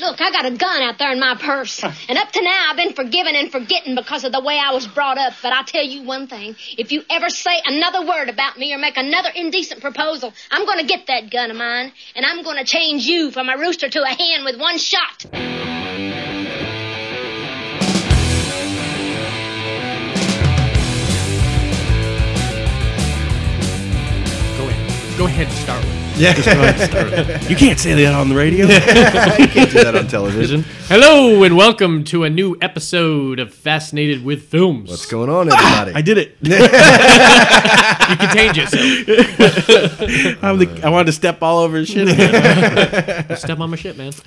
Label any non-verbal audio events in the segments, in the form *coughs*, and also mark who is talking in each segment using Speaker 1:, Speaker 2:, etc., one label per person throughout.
Speaker 1: Look, I got a gun out there in my purse. And up to now, I've been forgiving and forgetting because of the way I was brought up. But I tell you one thing. If you ever say another word about me or make another indecent proposal, I'm going to get that gun of mine. And I'm going to change you from a rooster to a hen with one shot.
Speaker 2: Go ahead. Go ahead and start with. it.
Speaker 3: *laughs* you can't say that on the radio.
Speaker 4: you can't do that on
Speaker 2: *laughs*
Speaker 4: television.
Speaker 2: Hello and welcome to a new episode of Fascinated with Films.
Speaker 4: What's going on, everybody?
Speaker 3: *laughs* I did it.
Speaker 2: You contained
Speaker 3: *laughs*
Speaker 2: yourself.
Speaker 3: I'm the, I wanted to step all over his shit. *laughs* Again.
Speaker 2: Step on my shit, man. *laughs* so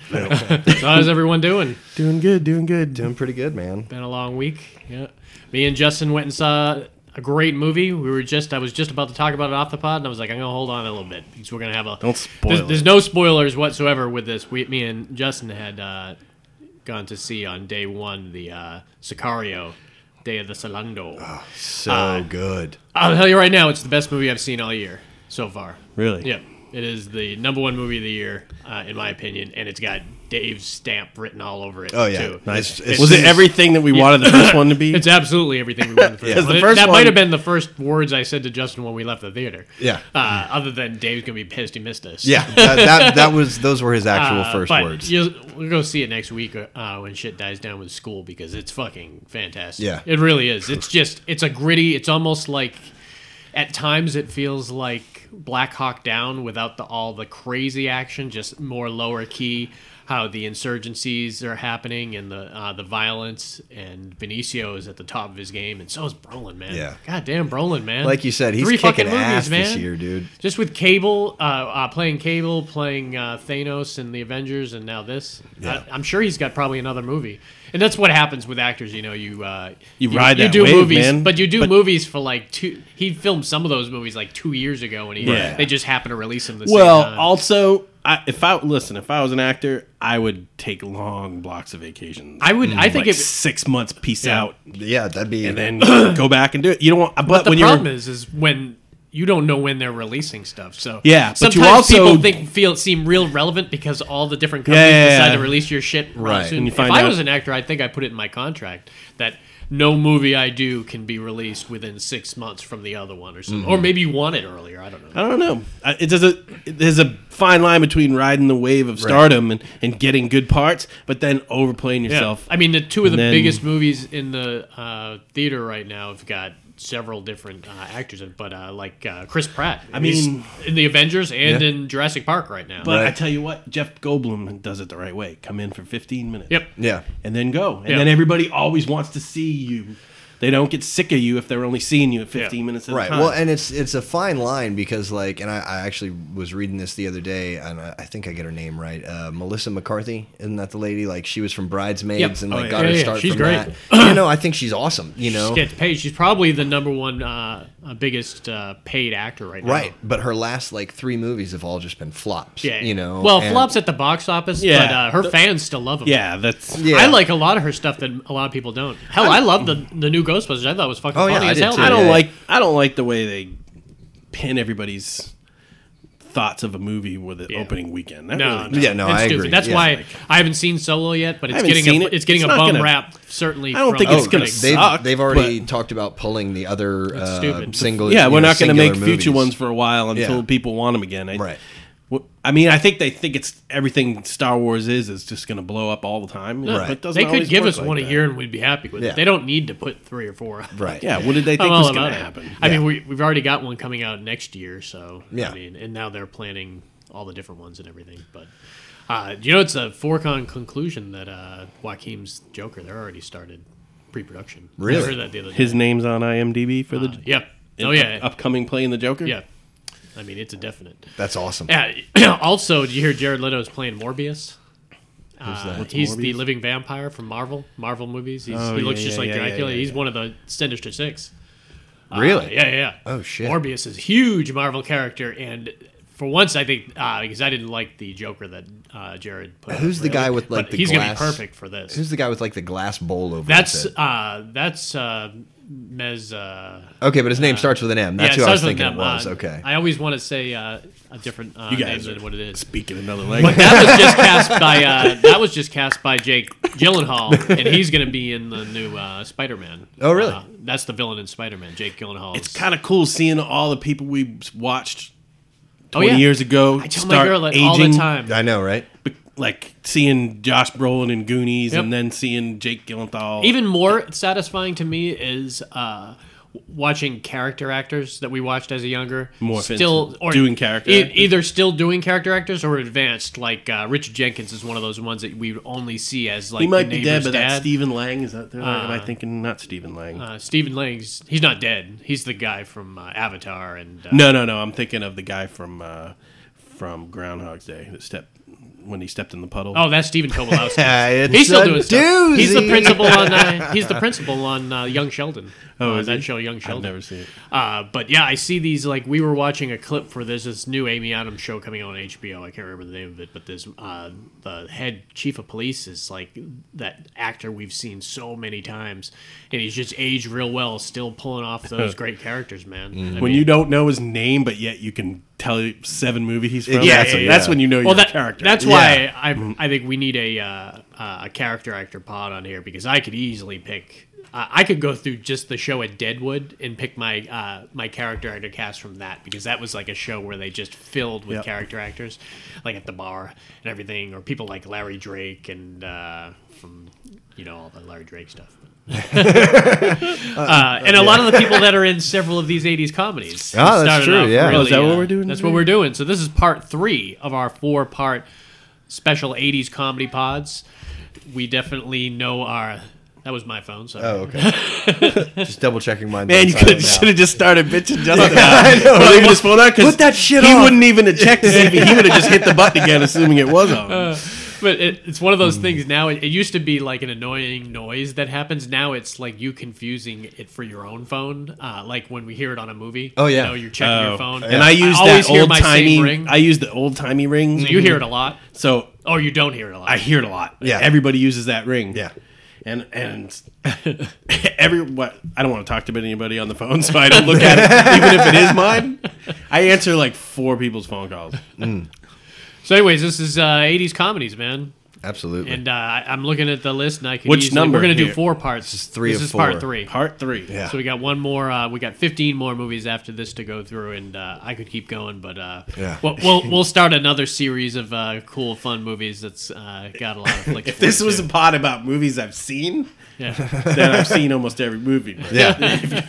Speaker 2: how's everyone doing?
Speaker 3: doing good, doing good.
Speaker 4: Doing pretty good, man.
Speaker 2: Been a long week. Yeah. Me and Justin went and saw a great movie. We were just I was just about to talk about it off the pod, and I was like, I'm gonna hold on a little bit because we're gonna have a
Speaker 3: Don't spoil
Speaker 2: There's,
Speaker 3: it.
Speaker 2: there's no spoilers whatsoever with this. We, me and Justin had uh, gone to see on day one the uh, Sicario, Day of the Salando.
Speaker 3: Ah,
Speaker 4: So
Speaker 2: Ah.
Speaker 4: good.
Speaker 2: I'll tell you right now, it's the best movie I've seen all year so far.
Speaker 3: Really?
Speaker 2: Yep. It is the number one movie of the year, uh, in my opinion, and it's got Dave's stamp written all over it.
Speaker 4: Oh, yeah.
Speaker 2: too.
Speaker 4: Nice.
Speaker 2: It's-
Speaker 3: Was it everything that we wanted the first one to be?
Speaker 2: *laughs* It's absolutely everything we wanted. for
Speaker 3: Yes,
Speaker 2: that.
Speaker 3: the
Speaker 2: It-
Speaker 3: first
Speaker 2: that
Speaker 3: one-
Speaker 2: might have been the first words I said to Justin when we left the theater.
Speaker 4: Yeah.
Speaker 2: Uh, other than Dave's gonna be pissed he missed us.
Speaker 4: Yeah, that, that, that was those were his actual
Speaker 2: Uh,
Speaker 4: first
Speaker 2: but
Speaker 4: words.
Speaker 2: you'll- We'll go see it next week uh, when shit dies down with school because it's fucking fantastic.
Speaker 4: Yeah.
Speaker 2: It really is. It's just, it's a gritty, it's almost like, at times it feels like Black Hawk Down without the, all the crazy action, just more lower key. How the insurgencies are happening and the uh, the violence and Benicio is at the top of his game and so is Brolin man.
Speaker 4: Yeah.
Speaker 2: God damn Brolin man.
Speaker 4: Like you said, he's
Speaker 2: Three fucking
Speaker 4: kicking
Speaker 2: movies,
Speaker 4: ass this
Speaker 2: man.
Speaker 4: year, dude.
Speaker 2: Just with Cable, uh, uh, playing Cable, playing uh, Thanos and the Avengers, and now this. I, I'm sure he's got probably another movie. And that's what happens with actors, you know. You uh,
Speaker 3: You ride that
Speaker 2: do
Speaker 3: wave,
Speaker 2: movies,
Speaker 3: man.
Speaker 2: but you do
Speaker 3: But-
Speaker 2: movies for like two. He filmed some of those movies like two years ago, and he
Speaker 3: Yeah.
Speaker 2: they just happen to release them. The
Speaker 3: well,
Speaker 2: same time.
Speaker 3: also, I, if I listen, if I was an actor, I would take long blocks of vacations.
Speaker 2: I would. I think
Speaker 3: Mm, like
Speaker 2: if
Speaker 3: six months, peace
Speaker 2: Yeah.
Speaker 3: out, *clears throat*
Speaker 4: Yeah, that'd be
Speaker 3: and then go back and do it. You don't want, but,
Speaker 2: the
Speaker 3: when
Speaker 2: problem
Speaker 3: you're
Speaker 2: is, is when. You don't know when they're releasing stuff, so
Speaker 3: Yeah, but you
Speaker 2: Sometimes
Speaker 3: also-
Speaker 2: people think feel seem real relevant because all the different companies
Speaker 3: Yeah, yeah,
Speaker 2: decide
Speaker 3: yeah.
Speaker 2: to release your shit real
Speaker 4: Right.
Speaker 2: soon.
Speaker 3: And you
Speaker 2: if
Speaker 3: find
Speaker 2: I
Speaker 3: out-
Speaker 2: was an actor, I think I put it in my contract that no movie I do can be released within six months from the other one, or something.
Speaker 3: Mm-hmm.
Speaker 2: Or maybe you want it earlier. I don't know.
Speaker 3: I don't know. I- It does a, there's a fine line between riding the wave of stardom and, and getting good parts, but then overplaying yourself.
Speaker 2: I mean, the two of the
Speaker 3: And then-
Speaker 2: biggest movies in the uh, theater right now have got several different uh, actors, in it, but uh, like uh, Chris Pratt. I
Speaker 3: mean-
Speaker 2: in the Avengers and in Jurassic Park right now.
Speaker 3: But I
Speaker 4: Right.
Speaker 3: tell you what, Jeff Goldblum does it the right way. Come in for 15 minutes.
Speaker 2: yep.
Speaker 4: *coughs* yeah,
Speaker 3: And then go. And
Speaker 2: Yeah.
Speaker 3: then everybody always wants to see you. They don't get sick of you if they're only seeing you at 15
Speaker 2: Yeah.
Speaker 3: minutes at a
Speaker 4: right.
Speaker 3: time.
Speaker 4: Well, and it's it's a fine line because like, and I, I actually was reading this the other day, and I, I think I get her name right. Uh, Melissa McCarthy, isn't that the lady? Like she was from Bridesmaids
Speaker 2: Yep.
Speaker 4: and
Speaker 3: Oh,
Speaker 4: like
Speaker 3: yeah.
Speaker 4: got
Speaker 2: Yeah,
Speaker 4: her
Speaker 2: yeah,
Speaker 4: start
Speaker 2: she's
Speaker 4: from
Speaker 2: great.
Speaker 4: that. you know, I think she's awesome. You know,
Speaker 2: Gets paid. She's probably the number one uh, uh, biggest uh, paid actor right now.
Speaker 4: right? But her last like three movies have all just been flops.
Speaker 2: Yeah.
Speaker 4: you know.
Speaker 2: Well,
Speaker 4: and-
Speaker 2: flops at the box office,
Speaker 3: Yeah.
Speaker 2: but uh, her fans still love him.
Speaker 3: yeah, that's.
Speaker 4: Yeah.
Speaker 2: I like a lot of her stuff that a lot of people don't. Hell, I, love the the new Ghostbusters. I thought it was fucking
Speaker 4: Oh, yeah,
Speaker 2: funny
Speaker 4: I
Speaker 2: as
Speaker 4: did
Speaker 2: hell.
Speaker 4: too.
Speaker 3: I don't
Speaker 4: Yeah.
Speaker 3: like I don't like the way they pin everybody's thoughts of a movie with the
Speaker 2: Yeah.
Speaker 3: opening weekend. That
Speaker 2: No,
Speaker 3: really
Speaker 2: no,
Speaker 4: Yeah, no,
Speaker 2: it's
Speaker 4: I
Speaker 2: stupid.
Speaker 4: agree.
Speaker 2: That's
Speaker 4: Yeah.
Speaker 2: why I haven't seen Solo yet, but it's
Speaker 3: haven't
Speaker 2: getting
Speaker 3: seen
Speaker 2: a
Speaker 3: it.
Speaker 2: it's getting
Speaker 3: It's
Speaker 2: a
Speaker 3: not
Speaker 2: bum
Speaker 3: gonna-
Speaker 2: rap. Certainly,
Speaker 3: I don't
Speaker 2: from
Speaker 3: think it's gonna
Speaker 2: critics.
Speaker 4: they've,
Speaker 3: suck,
Speaker 4: they've already
Speaker 3: but-
Speaker 4: talked about pulling the other uh,
Speaker 2: stupid.
Speaker 4: single.
Speaker 3: yeah,
Speaker 4: you
Speaker 3: we're
Speaker 4: know,
Speaker 3: not going to
Speaker 4: singular
Speaker 3: make future
Speaker 4: movies.
Speaker 3: ones for a while until
Speaker 4: Yeah.
Speaker 3: people want them again. I,
Speaker 4: Right.
Speaker 3: Wh- I mean, I think they think it's everything Star Wars is is just going to blow up all the time.
Speaker 2: No,
Speaker 3: but it doesn't
Speaker 2: They could
Speaker 3: always
Speaker 2: give
Speaker 3: work
Speaker 2: us
Speaker 3: like
Speaker 2: one a
Speaker 3: that.
Speaker 2: year and we'd be happy with
Speaker 4: Yeah.
Speaker 2: it. They don't need to put three or four. out.
Speaker 4: Right.
Speaker 3: Yeah, what did they
Speaker 2: I'm
Speaker 3: think
Speaker 2: all
Speaker 3: was
Speaker 2: about
Speaker 3: going
Speaker 2: it.
Speaker 3: to happen?
Speaker 2: Oh, I mean,
Speaker 4: Yeah.
Speaker 2: we, we've already got one coming out next year, so
Speaker 4: Yeah.
Speaker 2: I mean, and now they're planning all the different ones and everything. But uh, you know, it's a foregone conclusion that uh, Joaquin's Joker they're already started pre-production.
Speaker 4: Really?
Speaker 2: I heard that the other day.
Speaker 3: His name's on IMDb for the
Speaker 2: yeah.
Speaker 3: an
Speaker 2: Oh yeah.
Speaker 3: up- upcoming play in the Joker.
Speaker 2: Yeah. I mean, it's a definite.
Speaker 4: That's awesome.
Speaker 2: Yeah. *clears throat* also, did you hear Jared Leto's playing Morbius? Uh, he's the
Speaker 3: Morbius?
Speaker 2: living vampire from Marvel, Marvel movies. He's,
Speaker 3: Oh,
Speaker 2: he looks
Speaker 3: yeah,
Speaker 2: just
Speaker 3: yeah,
Speaker 2: like
Speaker 3: yeah, yeah,
Speaker 2: Dracula.
Speaker 3: yeah,
Speaker 2: he's
Speaker 3: yeah.
Speaker 2: one of the Sinister Six.
Speaker 4: Really?
Speaker 2: Uh, Yeah, yeah.
Speaker 4: Oh, shit.
Speaker 2: Morbius is a huge Marvel character, and for once, I think uh, because I didn't like the Joker that uh, Jared put.
Speaker 4: Who's
Speaker 2: up,
Speaker 4: the
Speaker 2: really.
Speaker 4: guy with, like,
Speaker 2: But
Speaker 4: the
Speaker 2: he's
Speaker 4: glass-
Speaker 2: gonna be perfect for this.
Speaker 4: Who's the guy with like the glass bowl over?
Speaker 2: that's
Speaker 4: his head?
Speaker 2: uh, that's uh, Mez. Uh,
Speaker 4: okay, but his name starts with an M. That's
Speaker 2: yeah, it
Speaker 4: who I was
Speaker 2: starts with
Speaker 4: thinking
Speaker 2: them,
Speaker 4: it was.
Speaker 2: uh,
Speaker 4: okay,
Speaker 2: I always want to say uh, a different uh, name than what it is. *laughs*
Speaker 3: Speaking another language.
Speaker 2: That was
Speaker 3: *laughs*
Speaker 2: just cast by uh, that was just cast by Jake Gyllenhaal, and he's going to be in the new uh, Spider-Man.
Speaker 4: Oh, really?
Speaker 2: Uh, that's the villain in Spider-Man, Jake Gyllenhaal.
Speaker 3: it's kind of cool seeing all the people we watched
Speaker 2: Oh,
Speaker 3: 20
Speaker 2: yeah.
Speaker 3: years ago
Speaker 2: I tell my
Speaker 3: start
Speaker 2: girl that
Speaker 3: aging.
Speaker 2: all the time.
Speaker 4: I know, right?
Speaker 3: Be- Like seeing Josh Brolin in Goonies
Speaker 2: Yep.
Speaker 3: and then seeing Jake Gyllenhaal.
Speaker 2: Even more satisfying to me is uh, w- watching character actors that we watched as a younger
Speaker 3: Morph
Speaker 2: still
Speaker 3: into doing character
Speaker 2: e-
Speaker 3: actors.
Speaker 2: either still doing character actors or advanced. Like uh, Richard Jenkins is one of those ones that we would only see as like
Speaker 3: he might
Speaker 2: the
Speaker 3: be dead,
Speaker 2: neighbor's
Speaker 3: but
Speaker 2: dad.
Speaker 3: that's Stephen Lang. Is that there? Am I thinking not Stephen Lang?
Speaker 2: Uh, Stephen Lang's he's not dead. He's the guy from uh, Avatar and uh,
Speaker 3: no, no, no. I'm thinking of the guy from uh, from Groundhog's Day that stepped when he stepped in the puddle.
Speaker 2: Oh, that's Stephen
Speaker 3: *laughs*
Speaker 2: Kobolowski.
Speaker 4: It's
Speaker 2: he's still
Speaker 4: a
Speaker 2: doing stuff. He's the
Speaker 4: doozy.
Speaker 2: principal on. Uh, he's the principal on uh, Young Sheldon.
Speaker 3: Oh,
Speaker 2: uh,
Speaker 3: is
Speaker 2: that
Speaker 3: he?
Speaker 2: show, Young Sheldon.
Speaker 3: I've never seen it.
Speaker 2: Uh, but yeah, I see these like we were watching a clip for there's this new Amy Adams show coming on HBO. I can't remember the name of it, but this uh, the head chief of police is like that actor we've seen so many times, and he's just aged real well, still pulling off those great characters, man. I
Speaker 3: when
Speaker 2: mean-
Speaker 3: you don't know his name, but yet you can tell seven movie he's from.
Speaker 4: Yeah,
Speaker 3: that's,
Speaker 4: yeah,
Speaker 3: that's
Speaker 4: yeah.
Speaker 3: when you know
Speaker 2: well,
Speaker 3: you're
Speaker 2: that,
Speaker 3: a character.
Speaker 2: That's
Speaker 3: Yeah.
Speaker 2: why I, I think we need a uh, uh, a character actor pod on here because I could easily pick. Uh, I could go through just the show at Deadwood and pick my uh, my character actor cast from that because that was like a show where they just filled with
Speaker 3: Yep.
Speaker 2: character actors, like at the bar and everything, or people like Larry Drake and uh, from you know all the Larry Drake stuff. uh, and a lot of the people that are in several of these 80s comedies.
Speaker 4: Ah, that's
Speaker 2: started
Speaker 4: true,
Speaker 2: off uh,
Speaker 4: yeah. Oh, is
Speaker 3: that what we're doing
Speaker 2: That's
Speaker 3: today?
Speaker 2: what we're doing. So this is part three of our four part special 80s comedy pods. We definitely know our. That was my phone, so.
Speaker 4: *laughs* Oh, okay. Just double checking mine.
Speaker 3: Man, you
Speaker 4: That's
Speaker 3: could
Speaker 4: how
Speaker 3: should
Speaker 4: I know.
Speaker 3: have just started bitching
Speaker 4: *laughs*
Speaker 3: Justin. I know. Leaving his phone out 'cause
Speaker 4: Put that shit
Speaker 3: He
Speaker 4: off.
Speaker 3: wouldn't even have checked to see if he would have just hit the button again, assuming it was
Speaker 2: *laughs*
Speaker 3: on.
Speaker 2: But it, it's one of
Speaker 3: Hmm.
Speaker 2: those things now. It, it used to be like an annoying noise that happens. Now it's like you confusing it for your own phone. Uh, like when we hear it on a movie.
Speaker 4: Oh, yeah.
Speaker 2: You know, you're checking
Speaker 3: Oh.
Speaker 2: your phone.
Speaker 3: And I use
Speaker 2: always
Speaker 3: that
Speaker 2: hear
Speaker 3: old
Speaker 2: my same
Speaker 3: timey.
Speaker 2: ring.
Speaker 3: I use the old timey ring.
Speaker 2: so you hear it a lot.
Speaker 3: So
Speaker 2: Oh, you don't hear it a lot.
Speaker 3: I hear it a lot.
Speaker 4: Yeah.
Speaker 3: everybody uses that ring.
Speaker 4: Yeah.
Speaker 3: And and *laughs* every what I don't want to talk to anybody on the phone, so I don't look at it, even if it is mine. I answer like four people's phone calls.
Speaker 2: so, anyways, this is uh, 80s comedies, man.
Speaker 4: Absolutely.
Speaker 2: And uh, I- I'm looking at the list, and I could
Speaker 3: Which
Speaker 2: easily-
Speaker 3: number
Speaker 2: We're going to do
Speaker 3: here?
Speaker 2: four parts. This is
Speaker 4: three
Speaker 2: This
Speaker 4: of
Speaker 2: is part
Speaker 4: four.
Speaker 2: three.
Speaker 3: Part three. Yeah.
Speaker 2: So we got one more. Uh, we got 15 more movies after this to go through, and uh, I could keep going, but uh,
Speaker 4: Yeah.
Speaker 2: we'll, we'll we'll start another series of uh, cool, fun movies that's uh, got a lot of. Flicks
Speaker 3: *laughs* If this
Speaker 2: for us,
Speaker 3: was a
Speaker 2: too.
Speaker 3: pod about movies I've seen,
Speaker 2: yeah.
Speaker 3: then I've seen almost every
Speaker 4: *laughs*
Speaker 3: movie.
Speaker 4: yeah.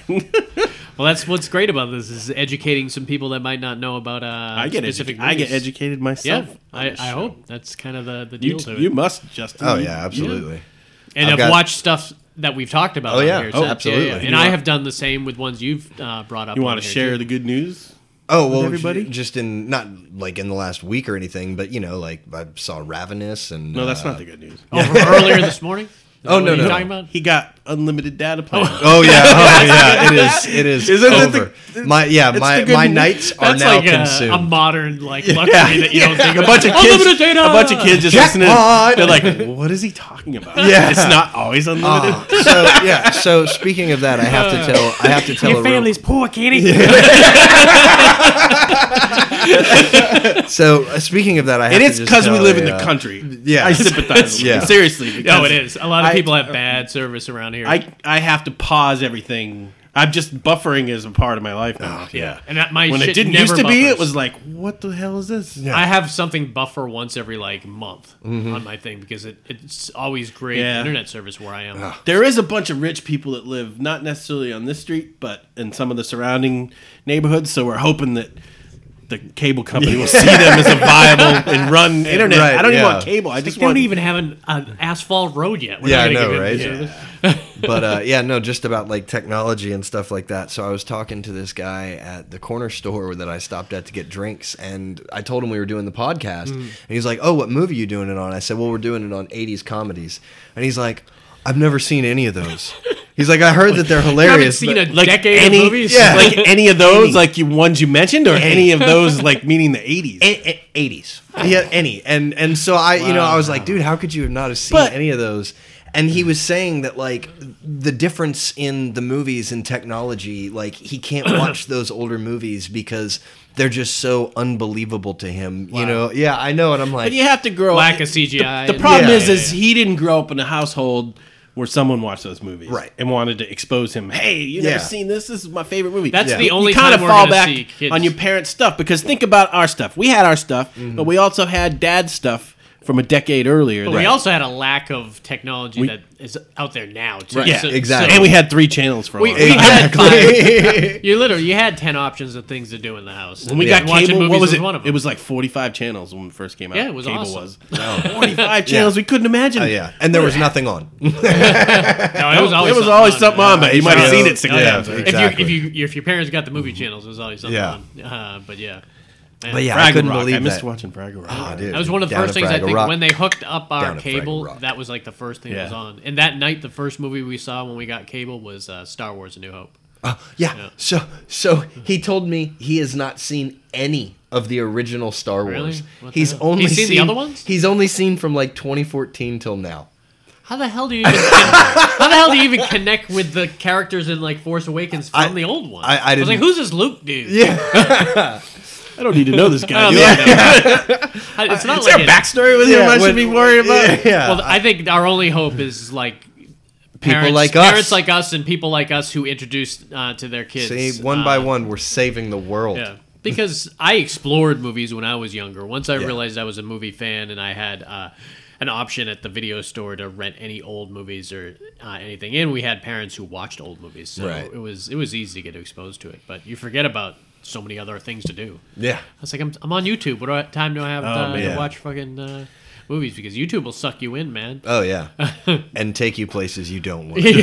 Speaker 2: Well, that's what's great about this is educating some people that might not know about. Uh,
Speaker 3: I get
Speaker 2: specific.
Speaker 3: educated. I get
Speaker 2: movies.
Speaker 3: educated myself.
Speaker 2: Yeah,
Speaker 3: on
Speaker 2: I,
Speaker 3: this
Speaker 2: I
Speaker 3: show.
Speaker 2: hope that's kind of the the deal
Speaker 3: you
Speaker 2: to it.
Speaker 3: you must Justin.
Speaker 4: Oh
Speaker 3: You-
Speaker 4: yeah, absolutely.
Speaker 2: and
Speaker 4: I've
Speaker 2: I've,
Speaker 4: got-
Speaker 2: watched stuff that we've talked about.
Speaker 4: Oh,
Speaker 2: on
Speaker 4: yeah.
Speaker 2: here,
Speaker 4: Oh,
Speaker 2: yeah, yeah,
Speaker 4: absolutely.
Speaker 2: yeah.
Speaker 4: You
Speaker 2: And I
Speaker 4: want-
Speaker 2: have done the same with ones you've uh, brought up.
Speaker 3: You
Speaker 2: on
Speaker 3: want to
Speaker 2: here,
Speaker 3: share
Speaker 2: too.
Speaker 3: the good news?
Speaker 4: Oh well,
Speaker 3: everybody?
Speaker 4: j- just in not like in the last week or anything, but you know, like I saw Ravenous and
Speaker 3: No, that's
Speaker 4: uh,
Speaker 3: not the good news. *laughs*
Speaker 2: Oh, from earlier this morning. Is that
Speaker 4: Oh,
Speaker 2: what
Speaker 4: no,
Speaker 2: you're
Speaker 4: no.
Speaker 2: Talking about?
Speaker 3: He got unlimited data plan. *laughs*
Speaker 4: Oh
Speaker 2: *laughs*
Speaker 4: yeah, oh yeah, it is. It is
Speaker 3: Isn't it
Speaker 4: over. my yeah, my
Speaker 3: the good
Speaker 4: my
Speaker 3: news.
Speaker 4: nights are
Speaker 2: That's
Speaker 4: now
Speaker 2: like a,
Speaker 4: consumed.
Speaker 2: a modern
Speaker 4: *laughs*
Speaker 2: like luxury that you don't think
Speaker 3: a
Speaker 2: about.
Speaker 3: bunch of kids,
Speaker 2: *laughs* Unlimited data!
Speaker 3: a
Speaker 2: *laughs*
Speaker 3: bunch of kids just listening.
Speaker 4: Jackpot!
Speaker 3: They're like, "What is he talking about?
Speaker 4: Yeah.
Speaker 3: it's not always unlimited."
Speaker 4: Uh, so yeah, so speaking of that, I have to tell I have to tell a
Speaker 2: Uh, Your
Speaker 4: real-
Speaker 2: family's poor,
Speaker 4: *laughs*
Speaker 2: Kenny.
Speaker 4: so uh, speaking of that, I have
Speaker 3: and
Speaker 4: to
Speaker 3: it's
Speaker 4: just
Speaker 3: because we
Speaker 4: tell
Speaker 3: live
Speaker 4: a,
Speaker 3: in the
Speaker 4: uh,
Speaker 3: country.
Speaker 4: yeah.
Speaker 3: I sympathize.
Speaker 4: Yeah.
Speaker 3: yeah, seriously.
Speaker 2: No,
Speaker 3: because
Speaker 2: it is. A lot of
Speaker 3: I-
Speaker 2: people have bad service around here.
Speaker 3: I I have to pause everything. I'm just buffering is a part of my life
Speaker 4: Oh,
Speaker 3: now.
Speaker 2: yeah, and that, my
Speaker 3: When it
Speaker 2: shit
Speaker 3: didn't
Speaker 2: never
Speaker 3: used to be, it
Speaker 2: buffers.
Speaker 3: was like, "What the hell is this?" Yeah.
Speaker 2: I have something buffer once every like month
Speaker 4: Mm-hmm.
Speaker 2: on my thing because it, it's always great
Speaker 3: Yeah.
Speaker 2: internet service where I am.
Speaker 3: There is a bunch of rich people that live not necessarily on this street, but in some of the surrounding neighborhoods. So we're hoping that the cable company will see them as a
Speaker 4: *laughs*
Speaker 3: viable and run internet.
Speaker 4: Right,
Speaker 3: I don't even
Speaker 4: yeah.
Speaker 3: want cable. I
Speaker 2: They
Speaker 3: just
Speaker 2: don't
Speaker 3: want
Speaker 2: even have an, an asphalt road yet. We're
Speaker 4: Yeah,
Speaker 2: not
Speaker 4: I
Speaker 2: gonna
Speaker 4: know,
Speaker 2: give
Speaker 4: right?
Speaker 2: it to service.
Speaker 4: but uh, yeah, no, just about like technology and stuff like that. So I was talking to this guy at the corner store that I stopped at to get drinks, and I told him we were doing the podcast,
Speaker 2: Mm.
Speaker 4: and he's like, "Oh, what movie you doing it on?" I said, "Well, we're doing it on '80s comedies," and he's like, "I've never seen any of those." He's like, I heard that they're
Speaker 2: You haven't
Speaker 4: hilarious.
Speaker 2: seen
Speaker 4: but-
Speaker 2: a decade of movies.
Speaker 4: yeah.
Speaker 3: like *laughs* any of those, like you ones you mentioned, or any *laughs* of those, like meaning the eighties.
Speaker 4: a- a- 80s. Yeah, any. And and so I, you know, I was like, dude, how could you have not have seen
Speaker 3: But-
Speaker 4: any of those? And he was saying that like the difference in the movies and technology, like he
Speaker 3: *coughs*
Speaker 4: can't watch those older movies because they're just so unbelievable to him. You know, yeah, I know, and I'm like,
Speaker 3: But you have to grow.
Speaker 2: Lack
Speaker 3: up.
Speaker 2: of CGI.
Speaker 3: The, the problem
Speaker 4: Yeah.
Speaker 3: is, is he didn't grow up in a household where someone watched those movies,
Speaker 4: Right.
Speaker 3: And wanted to expose him. Hey, you
Speaker 4: Yeah.
Speaker 3: never seen this? This is my favorite movie.
Speaker 2: That's
Speaker 4: Yeah.
Speaker 2: the
Speaker 4: You
Speaker 2: only
Speaker 3: you kind of
Speaker 2: time we're
Speaker 3: fall
Speaker 2: gonna
Speaker 3: back
Speaker 2: see kids.
Speaker 3: on your parents' stuff because think about our stuff. We had our stuff,
Speaker 4: Mm-hmm.
Speaker 3: but we also had dad's stuff from a decade earlier.
Speaker 2: But
Speaker 3: that-
Speaker 2: we also had a lack of technology that is out there now. Too.
Speaker 4: Right. Yeah, exactly.
Speaker 3: and we had three channels for. a
Speaker 2: We,
Speaker 3: long
Speaker 2: we
Speaker 3: time.
Speaker 4: *laughs*
Speaker 2: had five. You literally you had ten options of things to do in the house.
Speaker 3: When we
Speaker 2: Yeah.
Speaker 3: got
Speaker 2: Watching
Speaker 3: cable,
Speaker 2: movies
Speaker 3: what was it?
Speaker 2: One of them.
Speaker 3: It was like 45 channels when it first came out.
Speaker 2: Yeah, it was
Speaker 3: cable
Speaker 2: awesome. *laughs*
Speaker 3: was
Speaker 4: *laughs*
Speaker 3: 45 channels. We couldn't imagine.
Speaker 4: oh, yeah, and there was nothing on.
Speaker 2: no, it was always
Speaker 3: There was
Speaker 2: something
Speaker 3: always
Speaker 2: on.
Speaker 3: something on, but you might have
Speaker 4: Yeah.
Speaker 3: seen it six
Speaker 4: Oh, yeah.
Speaker 3: times.
Speaker 4: Yeah.
Speaker 2: If
Speaker 4: Exactly.
Speaker 2: you if you if your parents got the movie channels, it was always something
Speaker 4: Yeah.
Speaker 2: on. Uh, but yeah. Man.
Speaker 4: But yeah, I
Speaker 3: Fraggle
Speaker 4: couldn't
Speaker 3: Rock.
Speaker 4: believe
Speaker 3: I missed
Speaker 4: that.
Speaker 3: watching Fraggle Rock.
Speaker 4: Oh, dude.
Speaker 2: That was one of the
Speaker 4: Down
Speaker 2: first
Speaker 4: to
Speaker 2: things I
Speaker 4: Fraggle
Speaker 2: think
Speaker 4: Rock.
Speaker 2: when they hooked up our
Speaker 4: Down to Fraggle
Speaker 2: cable,
Speaker 4: Rock.
Speaker 2: that was like the first thing that was
Speaker 3: Yeah.
Speaker 2: on. And that night, the first movie we saw when we got cable was uh, Star Wars: A New Hope.
Speaker 4: Oh, Yeah. So so he told me he has not seen any of the original Star Wars.
Speaker 2: Really? What the
Speaker 4: He's
Speaker 2: hell?
Speaker 4: only
Speaker 2: He's seen the other ones?
Speaker 4: He's only seen from like 2014 till now.
Speaker 2: How the hell do you even *laughs* how the hell do you even connect with the characters in like Force Awakens from
Speaker 4: I-
Speaker 2: the old one?
Speaker 4: I- I
Speaker 2: was like,
Speaker 4: didn't-
Speaker 2: who's this Luke dude?
Speaker 3: I don't need to know this
Speaker 2: *laughs*
Speaker 3: guy.
Speaker 2: I don't
Speaker 3: Do I?
Speaker 2: know.
Speaker 4: uh,
Speaker 2: it's not
Speaker 3: Is
Speaker 2: like
Speaker 3: there a
Speaker 2: it-
Speaker 3: backstory with him I
Speaker 4: when-
Speaker 3: should be worried about?
Speaker 4: Yeah.
Speaker 2: Well, I think our only hope is like parents,
Speaker 4: like us.
Speaker 2: parents like us, and people like us who introduce uh, to their kids.
Speaker 4: See, one by
Speaker 2: uh,
Speaker 4: one, we're saving the world.
Speaker 2: Yeah. Because I explored movies when I was younger. Once I realized I was a movie fan and I had uh, an option at the video store to rent any old movies or uh, anything, and we had parents who watched old movies, so
Speaker 4: Right.
Speaker 2: it was it was easy to get exposed to it. But you forget about so many other things to do.
Speaker 4: Yeah.
Speaker 2: I was like, I'm, I'm on YouTube. What do I- time do I have uh, to
Speaker 3: man.
Speaker 2: watch fucking uh, movies? Because YouTube will suck you in, man. *laughs*
Speaker 4: Oh yeah. and take you places you don't want to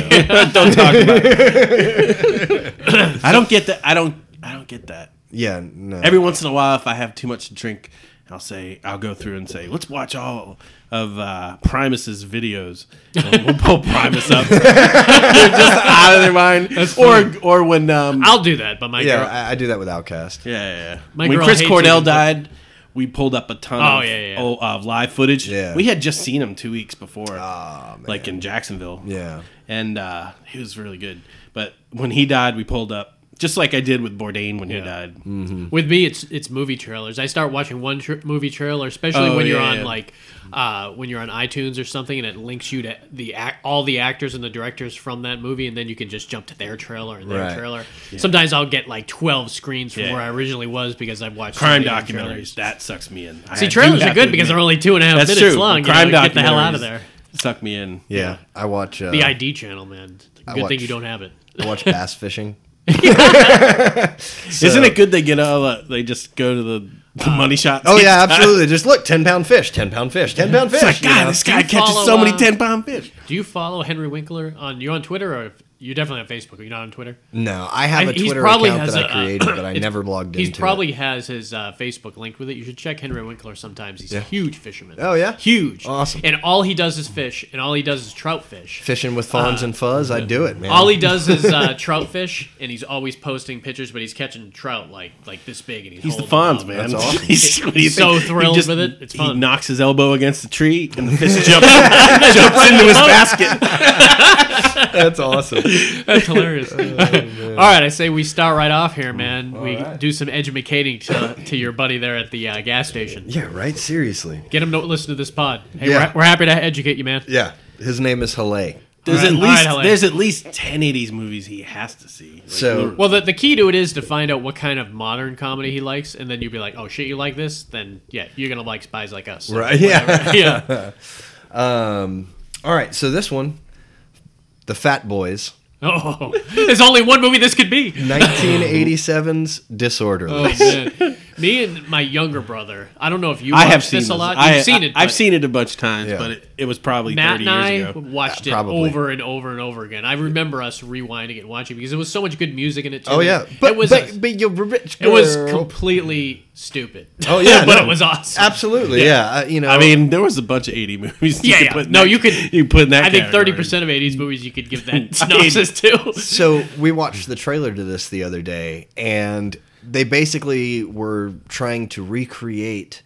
Speaker 3: *laughs*
Speaker 4: go.
Speaker 3: don't talk about it. I don't get that. I don't. I don't get that.
Speaker 4: Yeah. No.
Speaker 3: Every once in a while, if I have too much to drink, I'll say I'll go through and say, "Let's watch all of uh, Primus's videos." And we'll pull Primus up, *laughs* They're just out of their mind. or or when um,
Speaker 2: I'll do that, but my
Speaker 4: yeah,
Speaker 2: girl,
Speaker 4: I, I do that with Outcast.
Speaker 3: yeah, yeah, yeah.
Speaker 2: My
Speaker 3: when
Speaker 2: girl
Speaker 3: Chris
Speaker 2: hates
Speaker 3: Cordell
Speaker 2: it, but-
Speaker 3: died. We pulled up a ton
Speaker 2: Oh,
Speaker 3: of,
Speaker 2: yeah, yeah.
Speaker 3: oh, of live footage.
Speaker 4: Yeah. Ah,
Speaker 3: We had just seen him two weeks before, like in Jacksonville.
Speaker 4: Yeah.
Speaker 3: and uh, he was really good. But when he died, we pulled up just like I did with Bourdain when he
Speaker 2: Yeah.
Speaker 3: died.
Speaker 4: Mm.
Speaker 2: With me, it's it's movie trailers. I start watching one tr- movie trailer, especially
Speaker 3: Oh,
Speaker 2: when you're
Speaker 3: yeah,
Speaker 2: on
Speaker 3: yeah.
Speaker 2: like uh, when you're on iTunes or something, and it links you to the ac- all the actors and the directors from that movie, and then you can just jump to their trailer and their
Speaker 4: Right.
Speaker 2: trailer. Sometimes I'll get like twelve screens from
Speaker 3: Yeah.
Speaker 2: where I originally was because I've watched so many
Speaker 3: crime
Speaker 2: different
Speaker 3: documentaries.
Speaker 2: trailers.
Speaker 3: That sucks me in.
Speaker 2: See, trailers are good because they're only two and a half
Speaker 3: that's
Speaker 2: minutes
Speaker 3: true.
Speaker 2: long.
Speaker 3: crime
Speaker 2: you know, get the hell
Speaker 3: documentaries
Speaker 2: out of there.
Speaker 3: Suck me in.
Speaker 4: Yeah. I watch. Uh,
Speaker 2: The ID channel, man. Good
Speaker 4: watch-
Speaker 2: thing you don't have it.
Speaker 4: I watch bass fishing.
Speaker 3: Isn't it good they get all uh, they just go to the,
Speaker 2: Uh,
Speaker 3: the money shots?
Speaker 4: Oh yeah, absolutely. Just look, ten pound fish, ten pound fish, *laughs* ten pound fish.
Speaker 3: It's like
Speaker 4: you
Speaker 3: God,
Speaker 4: know?
Speaker 3: this guy
Speaker 2: Do you
Speaker 3: catches
Speaker 2: follow,
Speaker 3: so many
Speaker 2: uh,
Speaker 3: ten pound fish.
Speaker 2: Do you follow Henry Winkler on? You're on Twitter or you definitely on Facebook? Are you not on Twitter?
Speaker 4: No, I have
Speaker 2: I-
Speaker 4: a uh,
Speaker 2: he's
Speaker 4: Twitter
Speaker 2: probably
Speaker 4: account
Speaker 2: has
Speaker 4: that I
Speaker 2: a-
Speaker 4: created, but *clears throat* I never logged
Speaker 2: He's
Speaker 4: into.
Speaker 2: probably
Speaker 4: it.
Speaker 2: has his uh, Facebook linked with it. You should check Henry Winkler sometimes. He's a huge fisherman.
Speaker 4: Oh, yeah?
Speaker 2: Huge.
Speaker 4: Awesome.
Speaker 2: And all he does is fish, and all he does is trout fish.
Speaker 4: fishing with fawns and fuzz. I do it, man.
Speaker 2: All he does is uh, *laughs* trout fish, and he's always posting pictures, but he's catching trout like like this big, and he's
Speaker 3: He's the
Speaker 2: holding
Speaker 3: Fonz,
Speaker 2: them up.
Speaker 3: man.
Speaker 4: That's
Speaker 3: *laughs*
Speaker 4: awesome.
Speaker 3: He's what do you
Speaker 2: So
Speaker 3: think? He
Speaker 2: thrilled
Speaker 3: just-
Speaker 2: with it. It's
Speaker 3: He
Speaker 2: fun.
Speaker 3: knocks his elbow against the tree, and the *laughs* fish jumps, jumps into his
Speaker 2: *laughs*
Speaker 3: basket.
Speaker 4: *laughs* That's awesome.
Speaker 2: That's
Speaker 4: *laughs* Oh,
Speaker 2: hilarious. *laughs* all right, I say we start right off here, man. we
Speaker 4: right.
Speaker 2: do some educating to, to your buddy there at the uh, gas station.
Speaker 4: yeah, right. Seriously.
Speaker 2: Get him to listen to this pod. Hey,
Speaker 4: Yeah.
Speaker 2: we're, we're happy to educate you, man.
Speaker 4: Yeah, his name is Hale.
Speaker 3: *laughs* There's
Speaker 2: All
Speaker 3: at
Speaker 2: right, all right,
Speaker 3: least
Speaker 2: Helen.
Speaker 3: there's at least ten eighties movies he has to see. Like,
Speaker 4: So-
Speaker 3: literally.
Speaker 2: Well, the, the key to it is to find out what kind of modern comedy he likes, and then you'll be like, oh shit, you like this? Then yeah, you're gonna like Spies Like Us,
Speaker 4: Right.
Speaker 2: *laughs*
Speaker 4: Yeah.
Speaker 2: yeah.
Speaker 4: Um. All right. So this one, the Fat *laughs* Boys,
Speaker 2: Oh, there's only one movie this could be.
Speaker 3: *laughs*
Speaker 4: 1987's Disorderly.
Speaker 2: Oh, man. Me and my younger brother. I don't know if you.
Speaker 3: I
Speaker 2: Watched
Speaker 3: have seen
Speaker 2: this
Speaker 3: this.
Speaker 2: a lot.
Speaker 3: I,
Speaker 2: You've seen it.
Speaker 3: I, have
Speaker 2: but
Speaker 3: seen it a bunch of times,
Speaker 4: Yeah.
Speaker 3: but it, it was probably
Speaker 2: Matt
Speaker 3: thirty
Speaker 2: and I
Speaker 3: years ago.
Speaker 2: watched it
Speaker 4: probably.
Speaker 2: over and over and over again. I remember us rewinding it and watching it because there was so much good music in it too.
Speaker 4: Oh yeah,
Speaker 2: it was.
Speaker 4: but,
Speaker 2: a-
Speaker 4: but you're a rich.
Speaker 2: it was
Speaker 4: girl.
Speaker 2: completely stupid.
Speaker 3: *laughs*
Speaker 4: Oh, *laughs* yeah,
Speaker 2: but
Speaker 4: no.
Speaker 2: it was awesome.
Speaker 4: absolutely yeah. uh, you know,
Speaker 3: I mean, there was a bunch of eighty *laughs* movies.
Speaker 2: Yeah,
Speaker 3: could
Speaker 2: yeah.
Speaker 3: put in
Speaker 2: No,
Speaker 3: that-
Speaker 2: you could-
Speaker 3: You put in that.
Speaker 2: I think
Speaker 3: category.
Speaker 2: thirty percent of '80s movies you could give that *laughs* synopsis to.
Speaker 4: so we watched the trailer to this the other day, and they basically were trying to recreate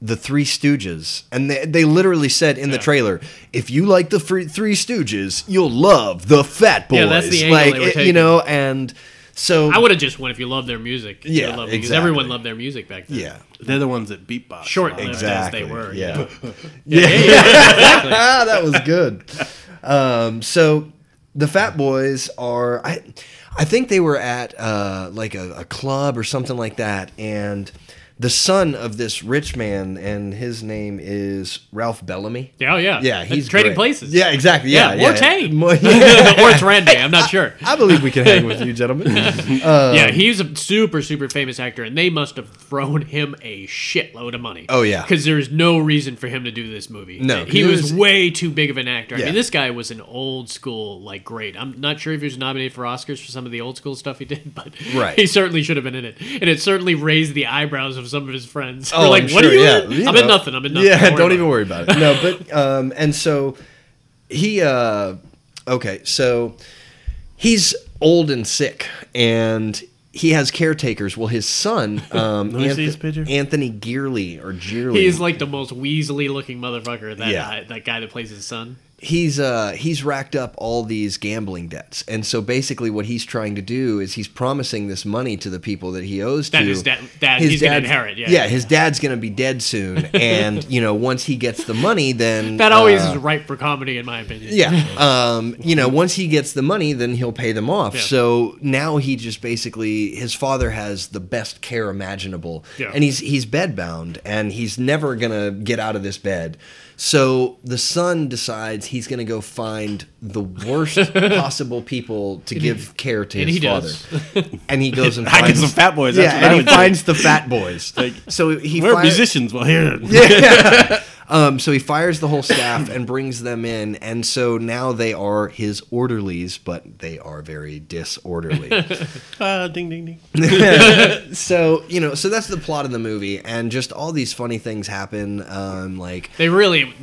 Speaker 4: the Three Stooges, and they they literally said in the trailer, "If you like the free, Three Stooges, you'll love the Fat Boys."
Speaker 2: Yeah, that's the angle
Speaker 4: like
Speaker 2: they were
Speaker 4: it- you
Speaker 2: taking.
Speaker 4: know, and so
Speaker 2: I would have just won if you loved their music. You
Speaker 4: Yeah,
Speaker 2: loved it, because
Speaker 4: exactly.
Speaker 2: everyone loved their music back then.
Speaker 4: yeah,
Speaker 3: They're the ones that beatbox.
Speaker 2: short lived
Speaker 4: exactly.
Speaker 2: as they were.
Speaker 4: yeah. *laughs*
Speaker 2: yeah, yeah, yeah. *laughs*
Speaker 4: ah, *laughs* that was good. Um, so the Fat Boys are, I, I think they were at uh, like a, a club or something like that, and the son of this rich man, and his name is Ralph Bellamy.
Speaker 2: Yeah, oh, yeah.
Speaker 4: Yeah,
Speaker 2: And
Speaker 4: he's
Speaker 2: trading
Speaker 4: great.
Speaker 2: places.
Speaker 4: Yeah, exactly. Yeah,
Speaker 2: yeah,
Speaker 4: yeah,
Speaker 2: or Tay,
Speaker 4: Mo-
Speaker 2: *laughs* or it's Randy. I'm not sure.
Speaker 4: I believe we can hang with you, gentlemen.
Speaker 2: yeah, he's a super, super famous actor, and they must have thrown him a shitload of money.
Speaker 4: Oh, yeah.
Speaker 2: because there's no reason for him to do this movie.
Speaker 4: No,
Speaker 2: he
Speaker 4: it
Speaker 2: was,
Speaker 4: was-
Speaker 2: way too big of an actor. I
Speaker 4: Yeah.
Speaker 2: mean, this guy was an old school like great. I'm not sure if he was nominated for Oscars for some of the old school stuff he did, *laughs* but
Speaker 4: Right.
Speaker 2: he certainly should have been in it, and it certainly raised the eyebrows of some of his friends. *laughs*
Speaker 4: Oh,
Speaker 2: They're like,
Speaker 4: I'm
Speaker 2: what
Speaker 4: sure,
Speaker 2: are you?
Speaker 4: yeah,
Speaker 2: in?
Speaker 4: you
Speaker 2: I'm in
Speaker 4: know.
Speaker 2: nothing. I'm in nothing.
Speaker 4: Yeah, don't,
Speaker 2: about
Speaker 4: even
Speaker 2: it."
Speaker 4: worry
Speaker 2: *laughs*
Speaker 4: about it. No, but um, and so he uh, okay, so he's old and sick, and he has caretakers. Well,
Speaker 2: *laughs*
Speaker 4: his son,
Speaker 3: Let
Speaker 4: um,
Speaker 3: me see
Speaker 4: Anth-
Speaker 3: his picture.
Speaker 4: Anthony Gearley or Gearley,
Speaker 2: He's like the most Weasley looking motherfucker. That
Speaker 4: Yeah.
Speaker 2: guy, that guy that plays his son.
Speaker 4: he's uh he's racked up all these gambling debts and so basically what he's trying to do is he's promising this money to the people that he owes
Speaker 2: That
Speaker 4: to
Speaker 2: his dad- dad- he's gonna
Speaker 4: dad's-
Speaker 2: inherit, yeah.
Speaker 4: his dad's gonna be dead soon
Speaker 2: *laughs*
Speaker 4: and you know once he gets the money then
Speaker 2: That always
Speaker 4: uh,
Speaker 2: is ripe for comedy, in my opinion.
Speaker 4: Yeah. Um, you know, once he gets the money, then he'll pay them off.
Speaker 2: Yeah.
Speaker 4: So now he just basically his father has the best care imaginable.
Speaker 2: Yeah.
Speaker 4: And he's he's bedbound and he's never gonna get out of this bed. So the son decides he's gonna go find the
Speaker 2: *laughs*
Speaker 4: worst possible people to give care to
Speaker 2: and
Speaker 4: his
Speaker 2: he
Speaker 4: father.
Speaker 2: does.
Speaker 4: and he goes
Speaker 3: *laughs*
Speaker 4: and
Speaker 3: I
Speaker 4: finds
Speaker 3: get some fat boys. That's
Speaker 4: yeah,
Speaker 3: what
Speaker 4: and
Speaker 3: I
Speaker 4: he
Speaker 3: would do.
Speaker 4: finds the fat boys.
Speaker 3: Like,
Speaker 4: so he
Speaker 3: We're
Speaker 4: fi-
Speaker 3: musicians. Well, here. *laughs*
Speaker 4: *laughs* yeah. um, so he fires the whole staff and brings them in, and so now they are his orderlies, but they are very disorderly.
Speaker 2: *laughs*
Speaker 3: Uh, ding, ding, ding.
Speaker 4: so you know, so that's the plot of the movie, and just all these funny things happen. Um, like
Speaker 2: They really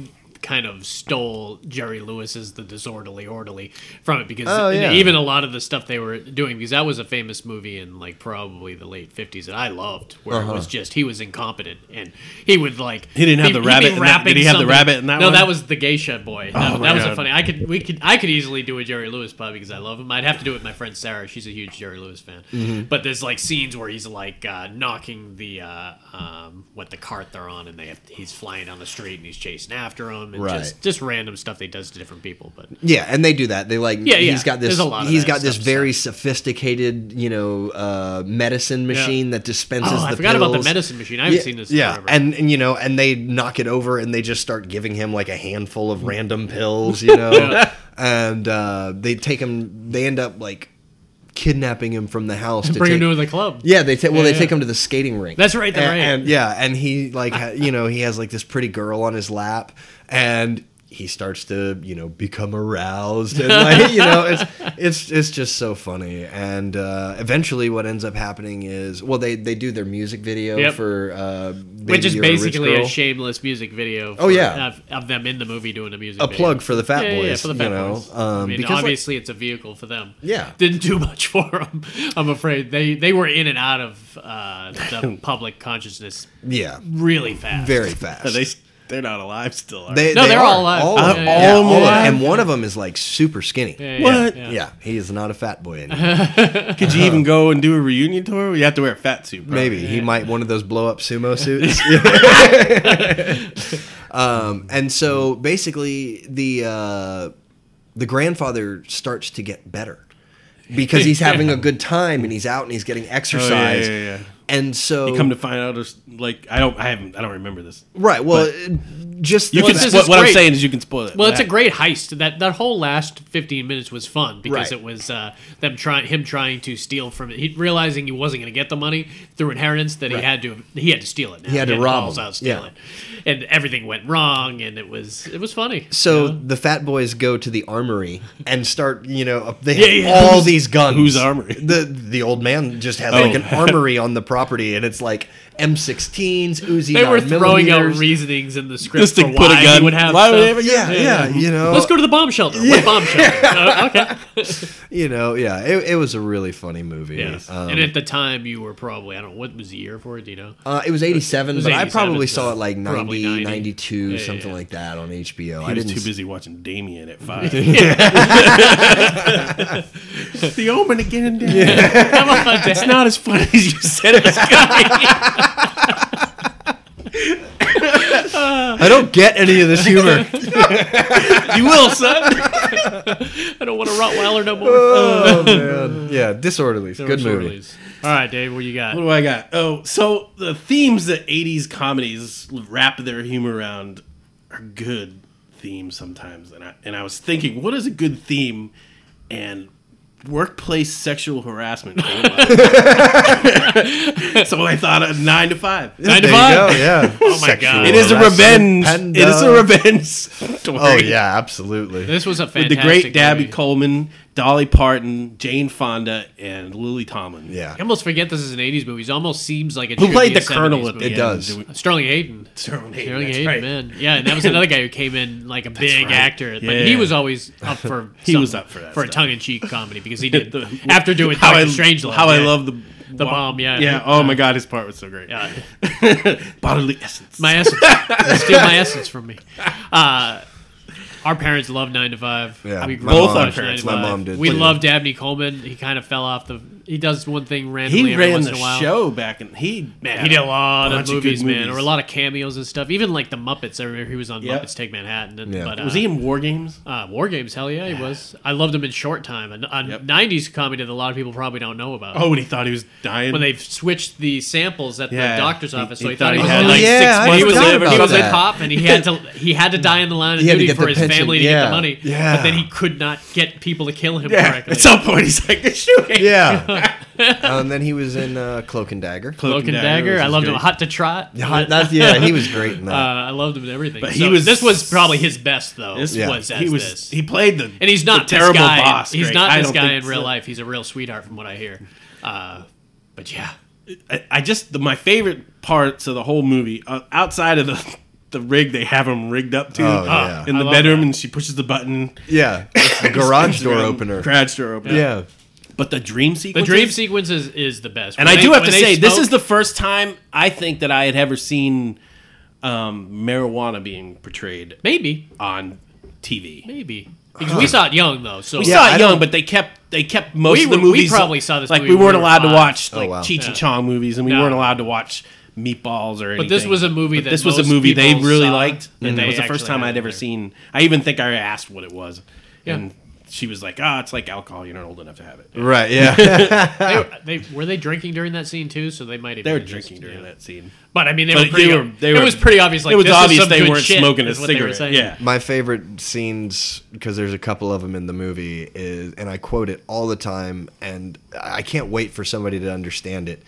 Speaker 2: kind of stole Jerry Lewis's The Disorderly Orderly from it because
Speaker 4: Oh, yeah.
Speaker 2: even a lot of the stuff they were doing because that was a famous movie in like probably the late 50s that I loved where it was just he was incompetent and he would like
Speaker 3: Uh-huh. He didn't have the
Speaker 2: he'd be
Speaker 3: rabbit in that-
Speaker 2: rapping
Speaker 3: did he have the
Speaker 2: something.
Speaker 3: rabbit in that
Speaker 2: No,
Speaker 3: one?
Speaker 2: that was the geisha boy. That,
Speaker 3: Oh, my
Speaker 2: that was a
Speaker 3: God.
Speaker 2: funny. I could we could I could easily do a Jerry Lewis probably because I love him. I'd have to do it with my friend Sarah. She's a huge Jerry Lewis fan.
Speaker 4: Mm-hmm.
Speaker 2: But there's like scenes where he's like uh, knocking the uh, um, what the cart they're on, and they have, he's flying down the street and he's chasing after him, and
Speaker 4: Right.
Speaker 2: just just random stuff they does to different people. But
Speaker 4: Yeah, and they do that. They like
Speaker 2: Yeah, yeah.
Speaker 4: he's got this
Speaker 2: There's a lot of
Speaker 4: he's
Speaker 2: that
Speaker 4: got this
Speaker 2: stuff,
Speaker 4: very sophisticated, you know, uh, medicine machine that dispenses
Speaker 2: Oh,
Speaker 4: the
Speaker 2: I forgot about the
Speaker 4: pills.
Speaker 2: medicine machine. I haven't
Speaker 4: yeah,
Speaker 2: seen this in
Speaker 4: Yeah,
Speaker 2: forever.
Speaker 4: and, and you know, and they knock it over and they just start giving him like a handful
Speaker 2: *laughs*
Speaker 4: of random pills, you know, and uh, they take him. They end up like kidnapping him from the house to
Speaker 2: bring
Speaker 4: take,
Speaker 2: him to the club.
Speaker 4: yeah, they take well,
Speaker 2: Yeah,
Speaker 4: they
Speaker 2: yeah.
Speaker 4: take him to the skating rink.
Speaker 2: That's right, that's
Speaker 4: and,
Speaker 2: right.
Speaker 4: and- yeah, and he like ha, you know he has like this pretty girl on his lap, and he starts to you know become aroused, and like *laughs* you know it's it's it's just so funny. And uh, eventually, what ends up happening is well they they do their music video
Speaker 2: Yep.
Speaker 4: for uh, Baby,
Speaker 2: Which is
Speaker 4: You're a Rich
Speaker 2: basically a
Speaker 4: Girl.
Speaker 2: shameless music video. For,
Speaker 4: Oh, yeah.
Speaker 2: of, of them in the movie doing a music.
Speaker 4: a
Speaker 2: video.
Speaker 4: plug for the Fat
Speaker 2: yeah,
Speaker 4: Boys,
Speaker 2: yeah, for the Fat
Speaker 4: you know,
Speaker 2: Boys.
Speaker 4: Um,
Speaker 2: I mean,
Speaker 4: because like,
Speaker 2: obviously it's a vehicle for them.
Speaker 4: Yeah.
Speaker 2: *laughs* didn't do much for them. I'm afraid they they were in and out of uh,
Speaker 4: *laughs*
Speaker 2: the public consciousness
Speaker 4: yeah,
Speaker 2: really fast. *laughs*
Speaker 4: very fast.
Speaker 3: They they're not alive still. Are
Speaker 4: they,
Speaker 2: No,
Speaker 4: they
Speaker 2: they're
Speaker 4: are.
Speaker 2: all alive.
Speaker 4: All of
Speaker 2: Yeah,
Speaker 4: them.
Speaker 2: yeah,
Speaker 4: Yeah,
Speaker 3: yeah.
Speaker 4: all of them.
Speaker 3: Alive.
Speaker 4: and one of them is like super skinny.
Speaker 2: Yeah,
Speaker 3: What?
Speaker 2: Yeah, yeah.
Speaker 4: Yeah, he is not a fat boy
Speaker 3: *laughs*
Speaker 4: anymore.
Speaker 3: they? Could you even go and do a reunion tour? You have to wear a fat suit. Probably.
Speaker 4: Maybe he might one of those blow
Speaker 3: *laughs*
Speaker 4: up sumo suits. *laughs* um, and so basically, the uh, the grandfather starts
Speaker 3: *laughs*
Speaker 4: to get better because he's having a good time and he's out and he's getting
Speaker 3: Oh, yeah, yeah,
Speaker 4: exercise.
Speaker 3: yeah, yeah.
Speaker 4: And so
Speaker 3: You come to find out, it's like I don't, I haven't, I don't remember this.
Speaker 4: right. Well, just
Speaker 3: You
Speaker 4: the
Speaker 3: can
Speaker 4: fact-
Speaker 2: this
Speaker 3: spoil,
Speaker 2: is
Speaker 3: what I'm
Speaker 2: great.
Speaker 3: saying is you can spoil it.
Speaker 2: Well, it's a
Speaker 3: That-
Speaker 2: great heist. That that whole last 15 minutes was fun because
Speaker 4: Right.
Speaker 2: it was uh, them trying him trying to steal from it. He realizing he wasn't going to get the money through inheritance that he had to he had to steal it. Now.
Speaker 4: He had to rob
Speaker 2: balls
Speaker 4: him.
Speaker 2: out steal
Speaker 4: Yeah.
Speaker 2: it. and everything went wrong. And it was it was funny.
Speaker 4: So the fat boys go to the armory and start, you know, they
Speaker 2: Yeah,
Speaker 4: have
Speaker 2: yeah.
Speaker 4: all
Speaker 2: Who's-
Speaker 4: these guns.
Speaker 3: whose armory?
Speaker 4: The the old man just has
Speaker 2: Oh.
Speaker 4: like an armory on the property, and it's like M16s, Uzi.
Speaker 2: they were
Speaker 4: 9
Speaker 2: throwing out
Speaker 4: millimeters.
Speaker 2: reasonings in the script
Speaker 3: Just
Speaker 2: for
Speaker 3: to
Speaker 2: why
Speaker 3: put a gun.
Speaker 2: he would have.
Speaker 3: why would
Speaker 2: stuff.
Speaker 3: he have a gun?
Speaker 4: Yeah, yeah, you know,
Speaker 2: Let's go to the bomb shelter. What bomb
Speaker 3: *laughs*
Speaker 2: shelter? Uh, okay.
Speaker 4: you know, yeah. It, it was a really funny movie.
Speaker 2: Yes.
Speaker 4: Um,
Speaker 2: and at the time, you were probably I don't know what was the year for it. Do you know?
Speaker 4: uh, it was 87,
Speaker 2: was
Speaker 4: but I
Speaker 2: 87,
Speaker 4: probably
Speaker 2: so
Speaker 4: saw it like 90,
Speaker 2: probably 90.
Speaker 4: 92,
Speaker 2: Yeah, yeah,
Speaker 4: something
Speaker 2: yeah.
Speaker 4: like that on HBO.
Speaker 3: He
Speaker 4: I
Speaker 3: was
Speaker 4: didn't
Speaker 3: too
Speaker 4: s-
Speaker 3: busy watching Damien
Speaker 2: *laughs*
Speaker 3: at five. the Omen again. Dad.
Speaker 2: Come on, Dad.
Speaker 3: Uh, It's not as funny as you said it was.
Speaker 4: I don't get any
Speaker 2: *laughs*
Speaker 4: of this humor.
Speaker 2: You will, son. *laughs* I don't want a Rottweiler no more.
Speaker 3: Uh,
Speaker 4: oh man, yeah, Disorderlies, good movie.
Speaker 2: Shorties. All right, Dave, what you got?
Speaker 3: What do I got? Oh, so the themes that 80s comedies wrap their humor around are good themes sometimes. And I, and I was thinking, what is a good theme? And workplace sexual harassment. *laughs* came up. so I thought of nine to five.
Speaker 4: *laughs*
Speaker 2: Nine to
Speaker 4: There you go.
Speaker 2: five.
Speaker 4: *laughs* Yeah.
Speaker 2: Oh my god.
Speaker 3: It is a
Speaker 4: harassment
Speaker 3: revenge.
Speaker 4: panda.
Speaker 3: It is a revenge *laughs* story.
Speaker 4: Oh yeah, absolutely.
Speaker 2: This was a
Speaker 3: With
Speaker 2: fantastic.
Speaker 3: the great Dabby
Speaker 2: movie.
Speaker 3: Coleman, Dolly Parton, Jane Fonda, and Lily Tomlin.
Speaker 4: Yeah.
Speaker 2: I almost forget this is an '80s movie. It almost seems like it.
Speaker 3: Who
Speaker 2: should
Speaker 3: played
Speaker 2: be a
Speaker 3: the Colonel
Speaker 2: 70s
Speaker 3: at the
Speaker 2: movie.
Speaker 3: end?
Speaker 4: It does.
Speaker 3: Do we-
Speaker 2: Sterling Hayden.
Speaker 3: Sterling Hayden,
Speaker 2: Sterling
Speaker 3: that's
Speaker 2: Hayden,
Speaker 3: right.
Speaker 2: man. Yeah, and that was another guy who came in like a big
Speaker 3: right.
Speaker 2: actor, but
Speaker 3: Yeah.
Speaker 2: he was always up
Speaker 3: *laughs*
Speaker 2: for.
Speaker 3: He
Speaker 2: some-
Speaker 3: was up for that
Speaker 2: for a
Speaker 3: stuff.
Speaker 2: tongue-in-cheek comedy because he did
Speaker 3: *laughs* The-
Speaker 2: after doing
Speaker 3: how I
Speaker 2: Strange
Speaker 3: how I love the
Speaker 2: The bomb, yeah.
Speaker 3: yeah. Oh my god, his part was so great.
Speaker 2: Yeah.
Speaker 3: Bodily essence.
Speaker 2: my essence. Steal
Speaker 3: *laughs*
Speaker 2: my essence from me. Uh, our parents loved Nine to Five.
Speaker 4: Yeah,
Speaker 2: we grew
Speaker 4: my
Speaker 2: up
Speaker 3: mom-
Speaker 2: watching
Speaker 3: both our parents,
Speaker 2: 9 to
Speaker 4: my
Speaker 2: 5.
Speaker 4: mom did
Speaker 2: We
Speaker 4: too.
Speaker 2: loved Dabney Coleman. He kind of fell off the. He does one thing randomly.
Speaker 3: he
Speaker 2: every
Speaker 3: ran
Speaker 2: once
Speaker 3: the
Speaker 2: in a while.
Speaker 3: show back and he
Speaker 2: Man, he did a lot of
Speaker 3: bunch of good
Speaker 2: movies, man,
Speaker 3: movies.
Speaker 2: or a lot of cameos and stuff. Even like the Muppets. I remember he was on
Speaker 3: Yep.
Speaker 2: Muppets Take Manhattan. And,
Speaker 4: Yeah.
Speaker 2: but, uh,
Speaker 3: Was he in War Games?
Speaker 2: uh, War Games? Hell yeah, he was. I loved him in Short Time, a, a
Speaker 3: Yep.
Speaker 2: '90s comedy that a lot of people probably don't know about.
Speaker 3: Oh, when he thought he was dying.
Speaker 2: When they've switched the samples at
Speaker 3: Yeah.
Speaker 2: the doctor's
Speaker 3: He-
Speaker 2: office,
Speaker 3: he
Speaker 2: so he thought he was
Speaker 3: had,
Speaker 2: like
Speaker 3: like,
Speaker 4: Yeah,
Speaker 2: six
Speaker 4: I
Speaker 2: months. He was,
Speaker 4: forgot
Speaker 2: a,
Speaker 4: about
Speaker 2: he was a
Speaker 4: that.
Speaker 2: cop, and he had to he had to die in the line of
Speaker 4: He had to
Speaker 2: duty
Speaker 4: get
Speaker 2: for
Speaker 4: the
Speaker 2: his
Speaker 4: pension.
Speaker 2: family to get
Speaker 4: Yeah.
Speaker 2: the money.
Speaker 4: Yeah.
Speaker 2: But then he could not get people to kill him
Speaker 3: yeah.
Speaker 2: correctly.
Speaker 3: At some point, he's like, shoot.
Speaker 2: *laughs*
Speaker 4: Yeah. and then he was in uh, Cloak and Dagger.
Speaker 3: Cloak
Speaker 2: Cloak and
Speaker 3: Dagger
Speaker 2: Dagger.
Speaker 3: was
Speaker 2: I loved
Speaker 3: great.
Speaker 2: him. Hot to Trot. *laughs*
Speaker 4: Hot- that's- yeah, he was great in
Speaker 2: Uh,
Speaker 4: that.
Speaker 2: I loved him in everything.
Speaker 3: But
Speaker 2: he
Speaker 3: he was-
Speaker 2: was. This was probably his best though.
Speaker 3: This
Speaker 4: Yeah.
Speaker 2: was as
Speaker 3: he was
Speaker 2: this.
Speaker 3: he played the
Speaker 2: and he's not
Speaker 3: the
Speaker 2: this
Speaker 3: terrible
Speaker 2: guy.
Speaker 3: boss.
Speaker 2: He's
Speaker 3: great.
Speaker 2: not
Speaker 3: I
Speaker 2: this
Speaker 3: don't
Speaker 2: guy
Speaker 3: think
Speaker 2: in real
Speaker 3: so.
Speaker 2: life. He's a real sweetheart, from what I hear. Uh, but yeah,
Speaker 3: I, I just the, my favorite parts of the whole movie uh, outside of the the rig they have him rigged up to uh,
Speaker 4: Oh, yeah.
Speaker 3: in
Speaker 2: I
Speaker 3: the
Speaker 2: love
Speaker 3: bedroom and she pushes the button
Speaker 4: Yeah. The garage door opener.
Speaker 3: garage door opener
Speaker 4: Yeah.
Speaker 3: but the dream
Speaker 2: the
Speaker 3: sequence
Speaker 2: dream sequence is, is the best.
Speaker 3: and
Speaker 2: When
Speaker 3: I do
Speaker 2: they-
Speaker 3: have
Speaker 2: when
Speaker 3: to
Speaker 2: they
Speaker 3: say this
Speaker 2: smoke-
Speaker 3: is the first time I think that I had ever seen um, marijuana being portrayed
Speaker 2: maybe
Speaker 3: on TV
Speaker 2: Maybe because we saw it young though, so
Speaker 3: we
Speaker 4: Yeah,
Speaker 3: saw
Speaker 4: I
Speaker 3: it
Speaker 4: don't-
Speaker 3: young but they kept they kept most
Speaker 2: We
Speaker 3: of the
Speaker 2: were- we
Speaker 3: movies
Speaker 2: probably saw this
Speaker 3: like
Speaker 2: movie
Speaker 3: we
Speaker 2: when
Speaker 3: weren't
Speaker 2: we were
Speaker 3: allowed to
Speaker 2: five.
Speaker 3: watch
Speaker 4: Oh,
Speaker 3: like
Speaker 4: wow.
Speaker 3: Cheech and Chong movies and we
Speaker 2: No.
Speaker 3: weren't allowed to watch Meatballs or anything
Speaker 2: But this was a movie
Speaker 3: But
Speaker 2: that
Speaker 3: this was a
Speaker 2: most
Speaker 3: movie they
Speaker 2: people
Speaker 3: really
Speaker 2: saw,
Speaker 3: liked and
Speaker 2: and
Speaker 3: that
Speaker 2: they
Speaker 3: was the first
Speaker 2: actually
Speaker 3: time
Speaker 2: had
Speaker 3: I'd
Speaker 2: it
Speaker 3: ever
Speaker 2: there.
Speaker 3: seen I even think I asked what it was
Speaker 2: Yeah.
Speaker 3: and she was like ah it's like alcohol you're not old enough to have it
Speaker 2: *laughs*
Speaker 4: Right. Yeah.
Speaker 2: they, were- they were they drinking during that scene too, so they might have
Speaker 3: they were
Speaker 2: been just-
Speaker 3: drinking during
Speaker 2: yeah.
Speaker 3: that scene
Speaker 2: But I mean, they
Speaker 3: But
Speaker 2: were pretty.
Speaker 3: they were- they
Speaker 2: it
Speaker 3: were-
Speaker 2: was pretty obvious. Like
Speaker 3: it was
Speaker 2: this
Speaker 3: obvious
Speaker 2: is some
Speaker 3: they
Speaker 2: good
Speaker 3: weren't
Speaker 2: shit,
Speaker 3: smoking a
Speaker 2: is what they were
Speaker 3: cigarette
Speaker 2: saying.
Speaker 3: yeah
Speaker 4: My favorite scenes, because there's a couple of them in the movie, is, and I quote it all the time, and I can't wait for somebody to understand it.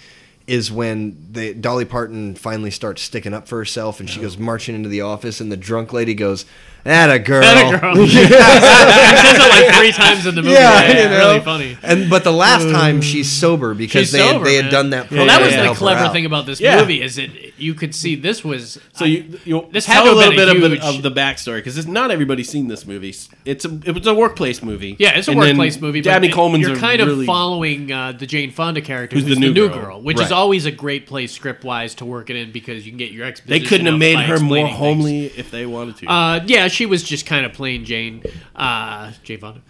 Speaker 4: Is when the Dolly Parton finally starts sticking up for herself, and she goes marching into the office, and the drunk lady goes, "That a girl."
Speaker 2: That a
Speaker 3: *laughs*
Speaker 2: girl. she says it like three times in the movie.
Speaker 4: *laughs* Yeah,
Speaker 2: It's
Speaker 4: you know?
Speaker 2: really funny.
Speaker 4: And but the last time she's sober because
Speaker 2: She's
Speaker 4: they
Speaker 2: sober,
Speaker 4: had, they had
Speaker 2: man.
Speaker 4: done that.
Speaker 2: Well, that was
Speaker 4: program to
Speaker 2: the
Speaker 4: help her
Speaker 2: clever
Speaker 4: out.
Speaker 2: thing about this
Speaker 3: Yeah.
Speaker 2: movie is that you could see this was
Speaker 3: So you, you
Speaker 2: This had
Speaker 3: tell
Speaker 2: to
Speaker 3: a
Speaker 2: have been
Speaker 3: little bit
Speaker 2: a
Speaker 3: of, the,
Speaker 2: huge-
Speaker 3: of the backstory because not everybody's seen this movie. It's a it was a workplace movie.
Speaker 2: Yeah, it's a
Speaker 3: And then
Speaker 2: workplace movie. but
Speaker 3: Dabney
Speaker 2: it-
Speaker 3: Coleman's
Speaker 2: you're
Speaker 3: a
Speaker 2: kind of
Speaker 3: really-
Speaker 2: following uh, the Jane Fonda character,
Speaker 3: Who's the new girl.
Speaker 2: which
Speaker 4: Right.
Speaker 2: is always a great place script wise to work it in because you can get your
Speaker 3: They
Speaker 2: exposition.
Speaker 3: couldn't have
Speaker 2: up
Speaker 3: made
Speaker 2: by
Speaker 3: her more
Speaker 2: explaining things.
Speaker 3: homely if they wanted to.
Speaker 2: Uh, yeah, she was just kind of plain Jane, uh, Jane
Speaker 4: *laughs*
Speaker 2: Fonda.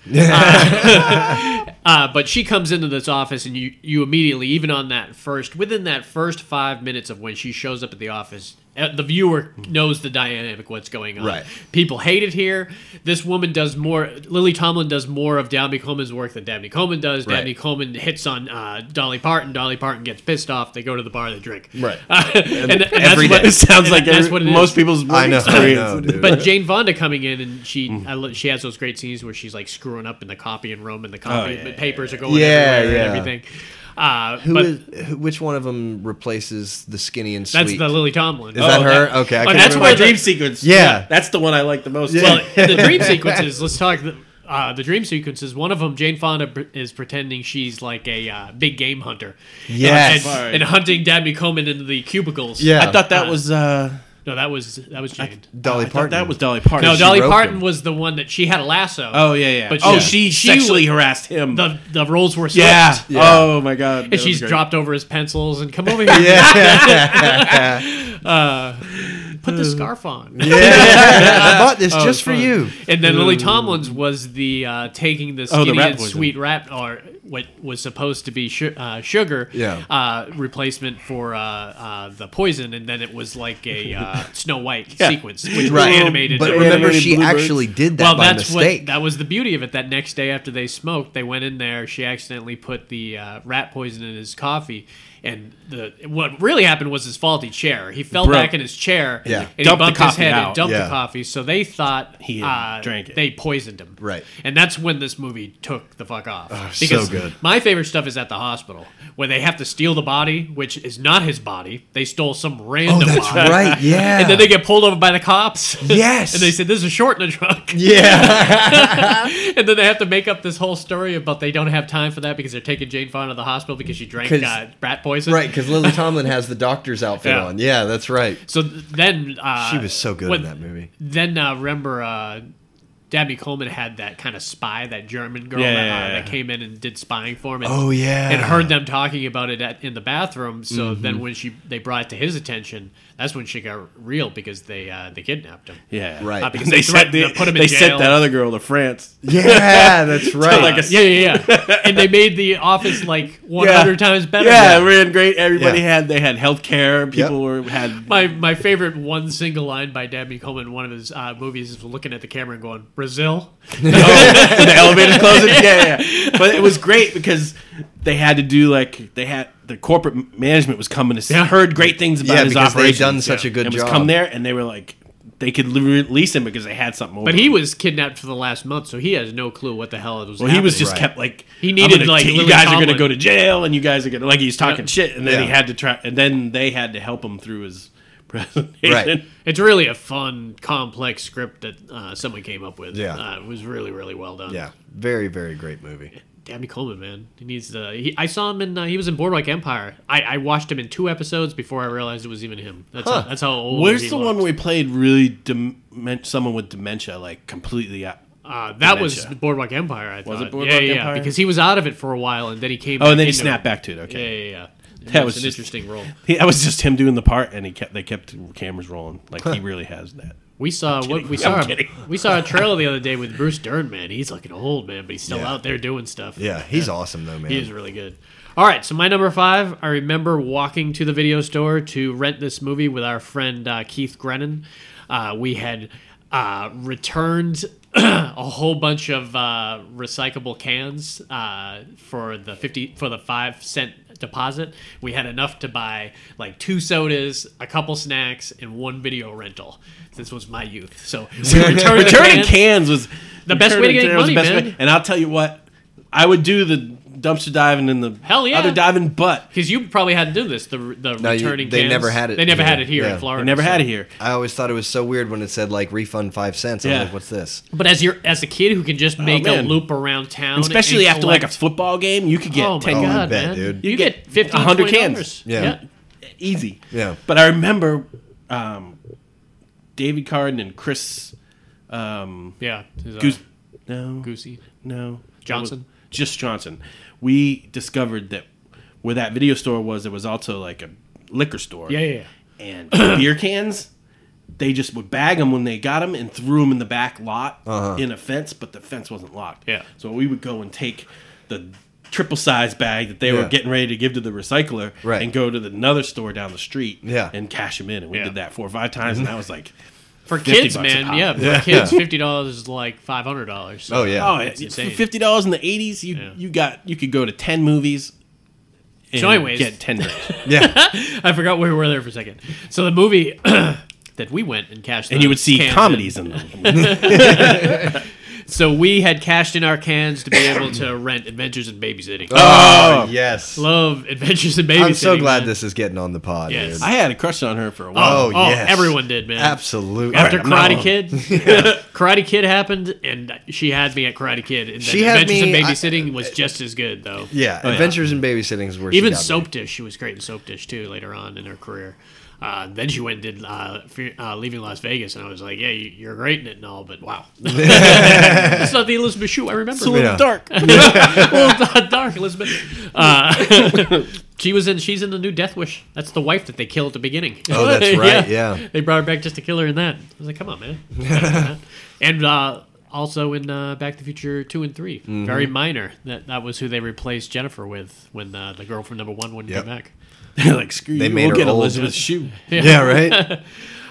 Speaker 2: Uh, *laughs* uh, but she comes into this office, and you you immediately, even on that first, within that first five minutes of when she shows up at the office, Uh, the viewer knows the dynamic, what's going on.
Speaker 4: Right.
Speaker 2: People hate it here. This woman does more. Lily Tomlin does more of Dabney Coleman's work than Dabney Coleman does.
Speaker 4: Right.
Speaker 2: Dabney Coleman hits on uh, Dolly Parton. Dolly Parton gets pissed off. They go to the bar. They drink.
Speaker 4: Right.
Speaker 2: *laughs* and, and
Speaker 4: every
Speaker 2: that's what,
Speaker 4: day.
Speaker 3: uh, It sounds like
Speaker 2: and that's
Speaker 3: every,
Speaker 2: what it
Speaker 3: most
Speaker 2: is.
Speaker 3: people's
Speaker 4: I know, I
Speaker 3: experience.
Speaker 4: *laughs* know, dude.
Speaker 2: But Jane Fonda coming in and she
Speaker 3: Mm-hmm.
Speaker 2: I lo- she has those great scenes where she's like screwing up in the copy and room and the copy
Speaker 3: Oh, yeah,
Speaker 2: the
Speaker 3: yeah,
Speaker 2: papers are going
Speaker 4: Yeah,
Speaker 2: everywhere
Speaker 4: yeah.
Speaker 2: and everything. Uh,
Speaker 4: Who
Speaker 2: but
Speaker 4: is who, which one of them replaces the skinny and
Speaker 2: that's
Speaker 4: sweet?
Speaker 2: the Lily Tomlin.
Speaker 4: Is that
Speaker 3: Oh,
Speaker 4: her?
Speaker 3: that-
Speaker 4: okay, I
Speaker 2: oh,
Speaker 4: can't
Speaker 2: that's
Speaker 4: remember.
Speaker 2: why
Speaker 3: my
Speaker 2: the-
Speaker 3: dream sequence.
Speaker 4: Yeah.
Speaker 3: that's the one I like the most.
Speaker 2: Oh, well, the
Speaker 3: *laughs*
Speaker 2: dream sequences. Let's talk. The, uh, the dream sequences. One of them, Jane Fonda pr- is pretending she's like a uh, big game hunter.
Speaker 4: Yes.
Speaker 2: and, and, and hunting Dabney Coleman into the cubicles.
Speaker 4: Yeah.
Speaker 3: I thought that was uh,
Speaker 2: no, that was that was Jane.
Speaker 4: Dolly
Speaker 3: I thought
Speaker 4: Parton.
Speaker 3: that was Dolly Parton.
Speaker 2: no,
Speaker 4: she
Speaker 2: Dolly
Speaker 4: roped
Speaker 2: Parton
Speaker 4: him.
Speaker 2: was the one that she had a lasso.
Speaker 3: Oh yeah, yeah.
Speaker 2: But
Speaker 3: oh,
Speaker 2: yeah.
Speaker 3: she
Speaker 2: She
Speaker 3: sexually
Speaker 2: was-
Speaker 3: harassed him.
Speaker 2: the the roles were switched.
Speaker 3: yeah.
Speaker 4: Yeah.
Speaker 3: Oh my god. that
Speaker 2: And she's
Speaker 3: was great.
Speaker 2: dropped over his pencils and
Speaker 3: *laughs*
Speaker 2: come over here.
Speaker 4: *laughs*
Speaker 2: uh, put the scarf on.
Speaker 4: I bought
Speaker 2: *laughs*
Speaker 4: this just for
Speaker 2: fun.
Speaker 4: you.
Speaker 2: And then Lily Tomlin's was the uh, taking the
Speaker 3: Oh,
Speaker 2: skinny
Speaker 3: the rat
Speaker 2: and
Speaker 3: poison.
Speaker 2: sweet rat, or what was supposed to be su- uh, sugar,
Speaker 4: Yeah.
Speaker 2: uh, replacement for uh, uh, the poison, and then it was like a
Speaker 4: *laughs*
Speaker 2: uh, Snow White
Speaker 3: Yeah.
Speaker 2: sequence, which was
Speaker 4: Right.
Speaker 2: animated.
Speaker 4: But
Speaker 3: Yeah,
Speaker 4: remember,
Speaker 3: animated
Speaker 4: she
Speaker 3: bluebirds.
Speaker 4: actually did that
Speaker 2: well,
Speaker 4: by
Speaker 2: that's
Speaker 4: mistake.
Speaker 2: what that was the beauty of it. That next day after they smoked, they went in there. She accidentally put the uh, rat poison in his coffee, and the what really happened was his faulty chair. He fell
Speaker 3: Broke.
Speaker 2: back in his chair,
Speaker 4: Yeah.
Speaker 2: and he
Speaker 3: Dumped the
Speaker 2: bumped his
Speaker 3: coffee
Speaker 2: head
Speaker 3: out.
Speaker 2: and dumped
Speaker 4: Yeah.
Speaker 2: the coffee. So they thought
Speaker 3: He
Speaker 2: uh,
Speaker 3: drank it.
Speaker 2: They poisoned him,
Speaker 4: Right. Oh,
Speaker 2: And that's when this movie took the fuck off.
Speaker 4: so
Speaker 2: because
Speaker 4: good.
Speaker 2: My favorite stuff is at the hospital where they have to steal the body, which is not his body. They stole some random.
Speaker 4: oh, that's
Speaker 2: body.
Speaker 4: *laughs* right. Yeah.
Speaker 2: And then they get pulled over by the cops. *laughs*
Speaker 4: Yes.
Speaker 2: and they said, "This is short and a
Speaker 4: *laughs*
Speaker 2: drunk."
Speaker 4: yeah.
Speaker 2: *laughs* and then they have to make up this whole story about they don't have time for that because they're taking Jane Fonda to the hospital because she drank
Speaker 4: 'Cause-
Speaker 2: uh, rat poison.
Speaker 4: right, because Lily Tomlin has the doctor's outfit
Speaker 2: Yeah.
Speaker 4: on. Yeah, that's right.
Speaker 2: So th- then uh,
Speaker 4: She was so good
Speaker 2: when-
Speaker 4: in that movie.
Speaker 2: Then uh, remember, uh, Dabney Coleman had that kind of spy, that German girl
Speaker 3: Yeah,
Speaker 2: that,
Speaker 3: yeah,
Speaker 2: uh,
Speaker 3: yeah.
Speaker 2: that came in and did spying for him. And,
Speaker 4: Oh, yeah.
Speaker 2: and heard them talking about it at, in the bathroom. So
Speaker 3: Mm-hmm.
Speaker 2: then when she they brought it to his attention, that's when she got real because they uh, they kidnapped him.
Speaker 3: Yeah.
Speaker 4: Right.
Speaker 2: Uh, because
Speaker 3: And they
Speaker 2: they
Speaker 3: sent
Speaker 2: threatened
Speaker 3: the,
Speaker 2: to put him in
Speaker 3: they
Speaker 2: jail.
Speaker 3: sent that other girl to France.
Speaker 4: Yeah,
Speaker 2: *laughs*
Speaker 4: that's right.
Speaker 3: like a-
Speaker 2: yeah, yeah,
Speaker 3: *laughs*
Speaker 2: yeah. and they made the office like 100 times better.
Speaker 3: Yeah,
Speaker 2: now.
Speaker 3: we're in great. Everybody
Speaker 4: Yeah.
Speaker 3: had they had health care. People were had.
Speaker 2: My my favorite one single line by Dabney Coleman in one of his uh, movies is looking at the camera and going Brazil. *laughs*
Speaker 3: the elevator closing. *laughs* Yeah, yeah. But it was great because they had to do like they had the corporate management was coming to see,
Speaker 2: Yeah.
Speaker 3: heard great things about
Speaker 4: Yeah,
Speaker 3: his
Speaker 4: because they'd
Speaker 3: operations.
Speaker 4: done such a
Speaker 3: Yeah.
Speaker 4: good
Speaker 3: and
Speaker 4: job.
Speaker 3: Was come there and they were like they could li- release him because they had something.
Speaker 2: But he was kidnapped for the last month, so he has no clue what the hell it was.
Speaker 3: Well, he was
Speaker 2: happening.
Speaker 3: just
Speaker 4: Right.
Speaker 3: kept like
Speaker 2: He
Speaker 3: "I'm
Speaker 2: needed,
Speaker 3: gonna
Speaker 2: like,
Speaker 3: ta- you
Speaker 2: Lily
Speaker 3: guys are gonna
Speaker 2: Tomlin.
Speaker 3: go to jail and you guys are gonna like he's talking shit and then he
Speaker 4: Yeah.
Speaker 3: had to try and then they had to help him through his *laughs* presentation.
Speaker 4: Right.
Speaker 2: It's really a fun, complex script that uh, someone came up with.
Speaker 4: Yeah.
Speaker 2: uh, it was really, really well done.
Speaker 4: yeah, very, very great movie.
Speaker 2: Dabney Coleman, man, he needs the. He, I saw him in. Uh, he was in Boardwalk Empire. I, I watched him in two episodes before I realized it was even him. That's how, that's how old.
Speaker 3: Where's
Speaker 2: he
Speaker 3: the
Speaker 2: looked.
Speaker 3: one we played really demen- someone with dementia like completely out?
Speaker 2: Uh, that was
Speaker 3: Dementia.
Speaker 2: Boardwalk Empire. I thought.
Speaker 3: Was it
Speaker 2: yeah,
Speaker 3: Boardwalk
Speaker 2: yeah,
Speaker 3: Empire?
Speaker 2: Because he was out of it for a while, and then he came.
Speaker 3: Oh, and then he
Speaker 2: into it.
Speaker 3: snapped back to it. Okay.
Speaker 2: Yeah, yeah, yeah.
Speaker 3: That
Speaker 2: That
Speaker 3: was
Speaker 2: was an
Speaker 3: just-
Speaker 2: interesting role.
Speaker 3: He, that was just him doing the part, and he kept they kept cameras rolling. Like he really has that.
Speaker 2: *laughs* We saw what
Speaker 3: kidding.
Speaker 2: we
Speaker 3: I'm
Speaker 2: saw.
Speaker 3: kidding.
Speaker 2: We saw a trailer the other day with Bruce Dern. Man, he's looking old, man, but he's still
Speaker 4: Yeah.
Speaker 2: out there doing stuff.
Speaker 4: Yeah, he's awesome though, man.
Speaker 2: He is really good. All right, so my number five, I remember walking to the video store to rent this movie with our friend uh, Keith Grennan. Uh, we had uh, returned *clears throat* a whole bunch of uh, recyclable cans uh, for the fifty for the five cent deposit. We had enough to buy like two sodas, a couple snacks, and one video rental. This was my youth,
Speaker 4: *laughs*
Speaker 2: so we returned the
Speaker 3: Returning
Speaker 2: cans.
Speaker 3: cans was
Speaker 2: *laughs* The best way to
Speaker 3: returning
Speaker 2: get
Speaker 3: was the
Speaker 2: money,
Speaker 3: best
Speaker 2: man.
Speaker 3: way- And I'll tell you what, I would do the dumpster diving and the
Speaker 2: Hell yeah.
Speaker 3: other diving, but
Speaker 2: Because you probably hadn't done this. The the
Speaker 4: No, you-
Speaker 2: returning
Speaker 4: they
Speaker 2: cans.
Speaker 4: never had it
Speaker 2: They never
Speaker 4: here.
Speaker 2: had it here
Speaker 4: Yeah.
Speaker 2: in Florida.
Speaker 3: I never
Speaker 2: so-
Speaker 3: had it here.
Speaker 4: I always thought it was so weird when it said like refund five cents. I was
Speaker 3: Yeah.
Speaker 4: like,
Speaker 2: *laughs*
Speaker 4: what's this?
Speaker 2: But as you're as a kid who can just make a
Speaker 3: man.
Speaker 2: loop around town,
Speaker 3: Especially
Speaker 2: and
Speaker 3: after like a
Speaker 2: collect-
Speaker 3: football game, you could get
Speaker 2: oh my
Speaker 3: 10
Speaker 2: god,
Speaker 4: bet,
Speaker 2: man.
Speaker 4: dude.
Speaker 2: you,
Speaker 3: You
Speaker 2: get
Speaker 3: get
Speaker 2: 50,
Speaker 3: 100
Speaker 2: $20.
Speaker 3: cans.
Speaker 4: Yeah.
Speaker 3: easy.
Speaker 4: Yeah.
Speaker 3: But I remember um, David Carden and Chris um,
Speaker 2: yeah. He's, uh,
Speaker 3: Goose. No,
Speaker 2: Goosey.
Speaker 3: no
Speaker 2: Johnson?
Speaker 3: That was- just Johnson. We discovered that where that video store was, there was also like a liquor store.
Speaker 2: Yeah, yeah, yeah.
Speaker 3: And *coughs* beer cans, they just would bag them when they got them and threw them in the
Speaker 4: Uh-huh.
Speaker 3: back lot in a fence, but the fence wasn't locked.
Speaker 2: Yeah.
Speaker 3: So we would go and take the triple size bag that they were
Speaker 4: Yeah.
Speaker 3: getting ready to give to the recycler
Speaker 4: Right.
Speaker 3: and go to the, another store down the street
Speaker 4: Yeah.
Speaker 3: and cash them in. And we
Speaker 2: Yeah.
Speaker 3: did that four or five times, and I
Speaker 2: *laughs*
Speaker 3: was like,
Speaker 2: For
Speaker 3: 50
Speaker 2: kids,
Speaker 3: bucks a
Speaker 2: man,
Speaker 3: pop.
Speaker 2: yeah, for
Speaker 4: Yeah.
Speaker 2: kids,
Speaker 4: Yeah.
Speaker 2: fifty dollars is like five hundred dollars.
Speaker 4: Oh yeah.
Speaker 3: oh,
Speaker 2: it's
Speaker 3: for
Speaker 2: insane.
Speaker 3: fifty dollars in the eighties, you
Speaker 2: Yeah.
Speaker 3: you got you could go to ten movies. And
Speaker 2: So anyways-
Speaker 3: get
Speaker 2: *laughs*
Speaker 3: ten. grand.
Speaker 4: yeah.
Speaker 2: I forgot where we were there for a second. So the movie *clears throat* that we went and cashed,
Speaker 3: and
Speaker 2: those
Speaker 3: you would see
Speaker 2: cans in-
Speaker 3: comedies in them.
Speaker 2: *laughs* So we had cashed in our cans to be able to rent Adventures in Babysitting.
Speaker 4: Oh yes.
Speaker 2: Love Adventures in Babysitting.
Speaker 4: I'm so glad
Speaker 2: man.
Speaker 4: this is getting on the pod.
Speaker 2: Yes.
Speaker 4: dude.
Speaker 3: I had a crush on her for a while.
Speaker 2: Oh,
Speaker 4: Oh,
Speaker 2: oh,
Speaker 4: yes.
Speaker 2: everyone did, man.
Speaker 4: Absolutely.
Speaker 2: After
Speaker 3: All right, I'm
Speaker 2: Karate
Speaker 3: not
Speaker 4: *laughs*
Speaker 2: Kid, *laughs* Karate Kid happened, and she had me at Karate Kid. And
Speaker 4: She
Speaker 2: she
Speaker 4: had
Speaker 2: Adventures
Speaker 4: me-
Speaker 2: in
Speaker 4: I-
Speaker 2: Babysitting was just as good, though.
Speaker 4: Yeah,
Speaker 3: yeah.
Speaker 4: Adventures in Babysitting is where she
Speaker 2: Oh, Even
Speaker 4: got me.
Speaker 2: Soap Dish, she was great in Soap Dish too. Later on in her career, uh, then she went and did uh, Fe- uh, Leaving Las Vegas, and I was like, "Yeah, you, you're great in it and all, but
Speaker 4: *laughs*
Speaker 2: wow, *laughs* it's not the Elizabeth Shue I remember. *laughs*
Speaker 3: It's a little
Speaker 4: Yeah.
Speaker 3: dark.
Speaker 2: Well, dark Elizabeth.
Speaker 4: *laughs*
Speaker 2: Uh, she was in. She's in the new Death Wish. That's the wife that they kill at the beginning. *laughs*
Speaker 4: Oh, that's right, yeah.
Speaker 2: they brought her back just to kill her in that. I was like, come on,
Speaker 4: *laughs*
Speaker 2: man. and uh, also in uh, Back to the Future two and 3
Speaker 4: Mm-hmm.
Speaker 2: very minor. That that was who they replaced Jennifer with when uh, the girl from number one wouldn't
Speaker 4: Yep.
Speaker 2: come back.
Speaker 3: *laughs* They're like screw
Speaker 4: They
Speaker 3: you.
Speaker 4: made
Speaker 3: we'll
Speaker 4: her
Speaker 3: get
Speaker 4: old.
Speaker 3: Elizabeth Shue.
Speaker 2: *laughs*
Speaker 4: Yeah, right.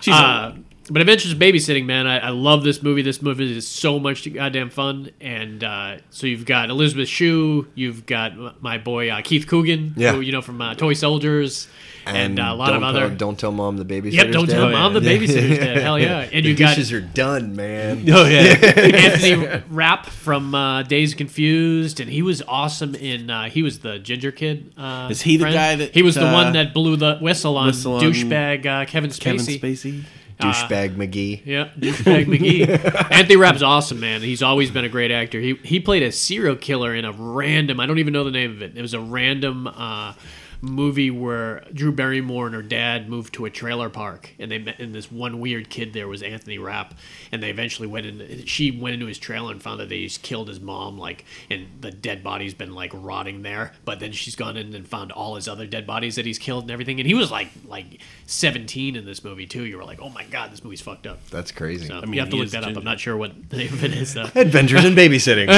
Speaker 3: She's
Speaker 2: Uh, but Adventures in Babysitting, man, I, I love this movie. This movie is so much goddamn fun. And uh, so you've got Elizabeth Shue, you've got m- my boy uh, Keith Coogan,
Speaker 4: Yeah.
Speaker 2: who you know from uh, Toy Soldiers, and, uh, a lot
Speaker 4: don't
Speaker 2: of
Speaker 4: tell-
Speaker 2: other.
Speaker 4: don't tell mom the babysitter's
Speaker 2: yep, don't tell
Speaker 4: dead.
Speaker 2: mom the babysitter's dead. Hell
Speaker 4: *laughs*
Speaker 2: yeah! And
Speaker 4: The
Speaker 2: you got
Speaker 4: dishes are done, man.
Speaker 3: oh yeah.
Speaker 2: Anthony Rapp from uh, Days Confused, and he was awesome in. Uh, he was the ginger kid. Uh,
Speaker 3: Is he the guy that,
Speaker 2: he was the
Speaker 3: uh,
Speaker 2: one that blew the whistle on
Speaker 3: whistle on
Speaker 2: douchebag uh, Kevin Spacey?
Speaker 3: Kevin Spacey.
Speaker 4: Douchebag McGee.
Speaker 2: Uh, Yeah, douchebag McGee. Anthony Rapp's awesome, man. He's always been a great actor. He he played a serial killer in a random. I don't even know the name of it. It was a random. Uh, Movie where Drew Barrymore and her dad moved to a trailer park, and they met. And this one weird kid there was Anthony Rapp, and they eventually went in. She went into his trailer and found that they just killed his mom, like, and the dead body's been like rotting there. But then she's gone in and found all his other dead bodies that he's killed and everything. And he was like like seventeen in this movie too. You were like, oh my god, this movie's fucked up.
Speaker 4: That's crazy.
Speaker 2: So,
Speaker 3: mean,
Speaker 2: you have to
Speaker 3: he
Speaker 2: look
Speaker 3: is
Speaker 2: that up.
Speaker 3: ginger.
Speaker 2: I'm not sure what the name of it
Speaker 3: *laughs*
Speaker 2: is. Though.
Speaker 4: Adventures
Speaker 2: *laughs*
Speaker 4: in babysitting.